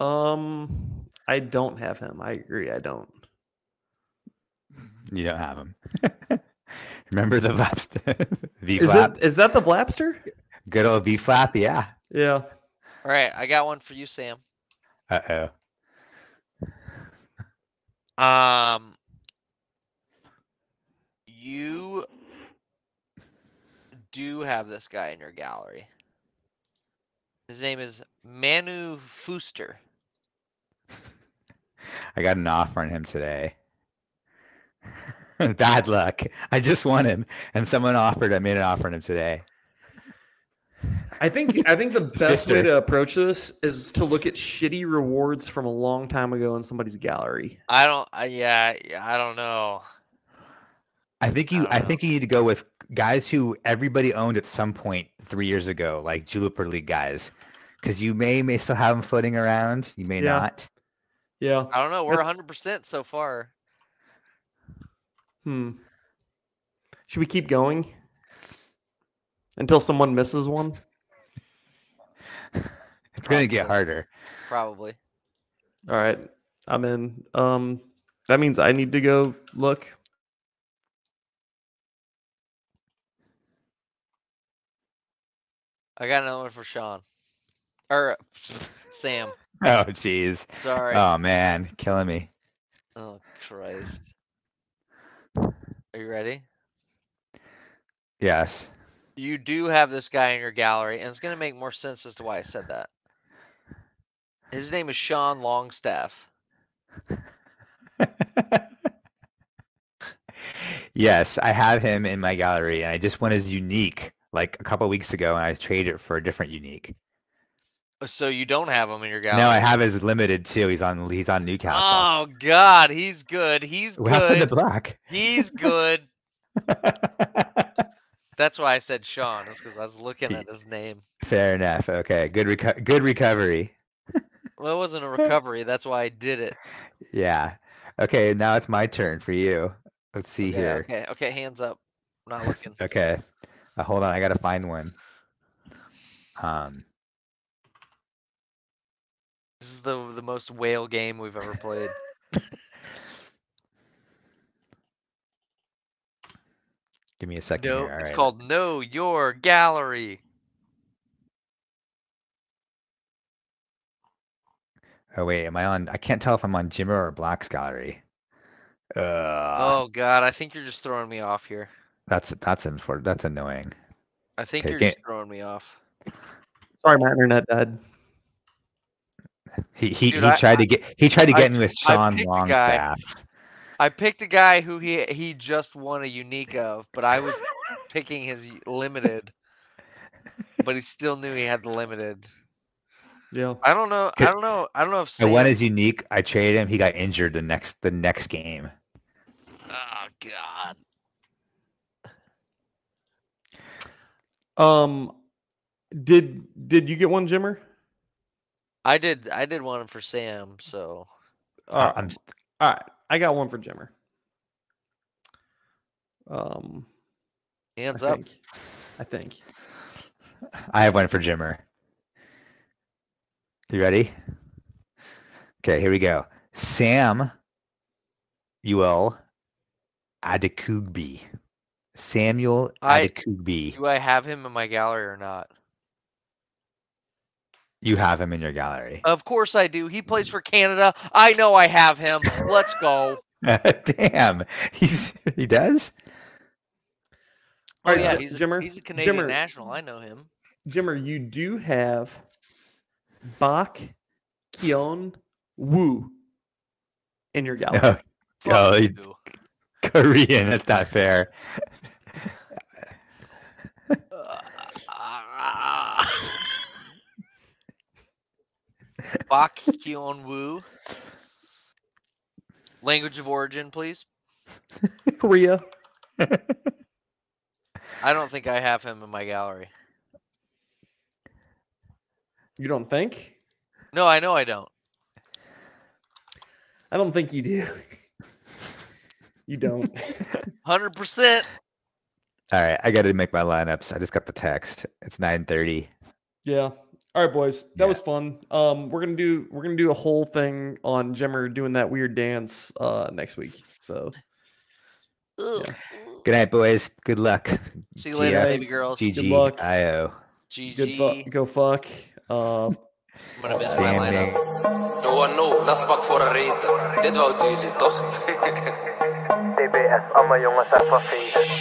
[SPEAKER 3] Um, I don't have him. I agree. I don't.
[SPEAKER 4] You don't have him. *laughs* Remember the Vlapster? *laughs* V
[SPEAKER 3] Is
[SPEAKER 4] Flap.
[SPEAKER 3] it is that the Blapster?
[SPEAKER 4] Good old V Flap. Yeah.
[SPEAKER 3] Yeah.
[SPEAKER 12] All right, I got one for you, Sam.
[SPEAKER 4] Uh oh.
[SPEAKER 12] Um, you do have this guy in your gallery. His name is Manu Fuster.
[SPEAKER 4] I got an offer on him today. *laughs* Bad luck. I just won him, and someone offered. I made an offer on him today.
[SPEAKER 3] I think I think the best way
[SPEAKER 4] Mister.
[SPEAKER 3] to approach this is to look at shitty rewards from a long time ago in somebody's gallery.
[SPEAKER 12] I don't. I yeah. yeah, I don't know.
[SPEAKER 4] I think you.
[SPEAKER 12] don't
[SPEAKER 4] I
[SPEAKER 12] know.
[SPEAKER 4] think you need to go with guys who everybody owned at some point three years ago, like Juniper League guys, because you may may still have them floating around. You may
[SPEAKER 3] Yeah.
[SPEAKER 4] not.
[SPEAKER 3] Yeah.
[SPEAKER 12] I don't know. We're 100 percent so far.
[SPEAKER 3] Hmm. Should we keep going until someone misses one?
[SPEAKER 4] It's gonna get harder. *laughs*
[SPEAKER 12] Probably.
[SPEAKER 3] All right, I'm in. Um, that means I need to go look.
[SPEAKER 12] I got another one for Sean or *laughs* Sam.
[SPEAKER 4] Oh jeez.
[SPEAKER 12] Sorry.
[SPEAKER 4] Oh man, killing me.
[SPEAKER 12] oh Christ. Are you ready?
[SPEAKER 4] Yes.
[SPEAKER 12] You do have this guy in your gallery, and it's going to make more sense as to why I said that. His name is Sean Longstaff.
[SPEAKER 4] yes, I have him in my gallery, and I just won his unique like a couple weeks ago, and I traded it for a different unique.
[SPEAKER 12] Uh, So you don't have him in your gallery.
[SPEAKER 4] No, I have his limited too. He's on. He's on Newcastle.
[SPEAKER 12] Oh God, he's good. He's
[SPEAKER 4] what happened to *laughs*
[SPEAKER 12] good.
[SPEAKER 4] Black?
[SPEAKER 12] He's good. That's why I said Sean. It's because I was looking
[SPEAKER 4] He-
[SPEAKER 12] at his name.
[SPEAKER 4] Fair enough. Okay, good. Reco- good recovery.
[SPEAKER 12] Well, it wasn't a recovery. That's why I did it.
[SPEAKER 4] Yeah. Okay, now it's my turn for you. Let's see
[SPEAKER 12] Okay,
[SPEAKER 4] here.
[SPEAKER 12] okay, okay. Hands up. I'm not looking.
[SPEAKER 4] *laughs* Okay. Uh, hold on, I gotta find one. Um.
[SPEAKER 12] This is the the most whale game we've ever played.
[SPEAKER 4] Give me a *laughs* second.
[SPEAKER 12] No,
[SPEAKER 4] here. All
[SPEAKER 12] it's
[SPEAKER 4] right.
[SPEAKER 12] called Know Your Gallery.
[SPEAKER 4] Oh wait, am I on? I can't tell if I'm on Jimmer or Black's gallery. Uh,
[SPEAKER 12] oh God, I think you're just throwing me off here.
[SPEAKER 4] That's that's infor- That's annoying.
[SPEAKER 12] I think okay, you're game. just throwing me off.
[SPEAKER 3] Sorry, my internet died.
[SPEAKER 4] He he, Dude, he I, tried I, to get he tried to get I, in with Sean Longstaff.
[SPEAKER 12] I picked a guy who he he just won a unique of, but I was picking his limited. But he still knew he had the limited.
[SPEAKER 3] Yeah.
[SPEAKER 12] I don't know. I don't know. I don't know if
[SPEAKER 4] Sam... I won his unique. I traded him. He got injured the next the next game.
[SPEAKER 12] Oh God.
[SPEAKER 3] Um, did did you get one, Jimmer?
[SPEAKER 12] I did. I did one for Sam. So.
[SPEAKER 3] Uh, I'm. All right. I got one for Jimmer. Um,
[SPEAKER 12] hands
[SPEAKER 3] I
[SPEAKER 12] up.
[SPEAKER 3] Think, I think.
[SPEAKER 4] I have one for Jimmer. You ready? Okay, here we go. Sam Uel Adekugbe. Samuel Adekugbe.
[SPEAKER 12] I, *laughs* do I have him in my gallery or not?
[SPEAKER 4] You have him in your gallery.
[SPEAKER 12] Of course I do. He plays for Canada. I know I have him. Let's *laughs* go.
[SPEAKER 4] *laughs* Damn. He's, he does?
[SPEAKER 12] Oh, right, yeah. He's a, Jimmer, he's a Canadian Jimmer, national. I know him.
[SPEAKER 3] Jimmer, you do have Bach Kion Wu in your
[SPEAKER 12] *laughs*
[SPEAKER 3] gallery.
[SPEAKER 12] Oh,
[SPEAKER 4] No, no you. Oh, *laughs* Korean. That's not fair.
[SPEAKER 12] Bak Kion Wu. Language of origin, please.
[SPEAKER 3] Korea.
[SPEAKER 12] I don't think I have him in my gallery.
[SPEAKER 3] You don't think?
[SPEAKER 12] No, I know I don't.
[SPEAKER 3] I don't think you do. you
[SPEAKER 12] *laughs*
[SPEAKER 3] don't.
[SPEAKER 12] 100%.
[SPEAKER 4] All right, I got to make my lineups. I just got the text. It's 9:30.
[SPEAKER 3] Yeah. All right, boys, that yeah. was fun. Um, we're gonna do we're gonna do a whole thing on Jimmer doing that weird dance uh next week. So,
[SPEAKER 4] yeah. good night, boys. Good luck.
[SPEAKER 12] See you later, G- baby girls.
[SPEAKER 4] GG. Good luck. Io.
[SPEAKER 12] GG.
[SPEAKER 3] Good fu- go fuck. Uh,
[SPEAKER 12] I'm gonna miss my lineup.
[SPEAKER 1] *laughs* No one know. That's back for a *laughs* rate. Dit wou jullie toch?
[SPEAKER 13] TBS, allemaal jongens, even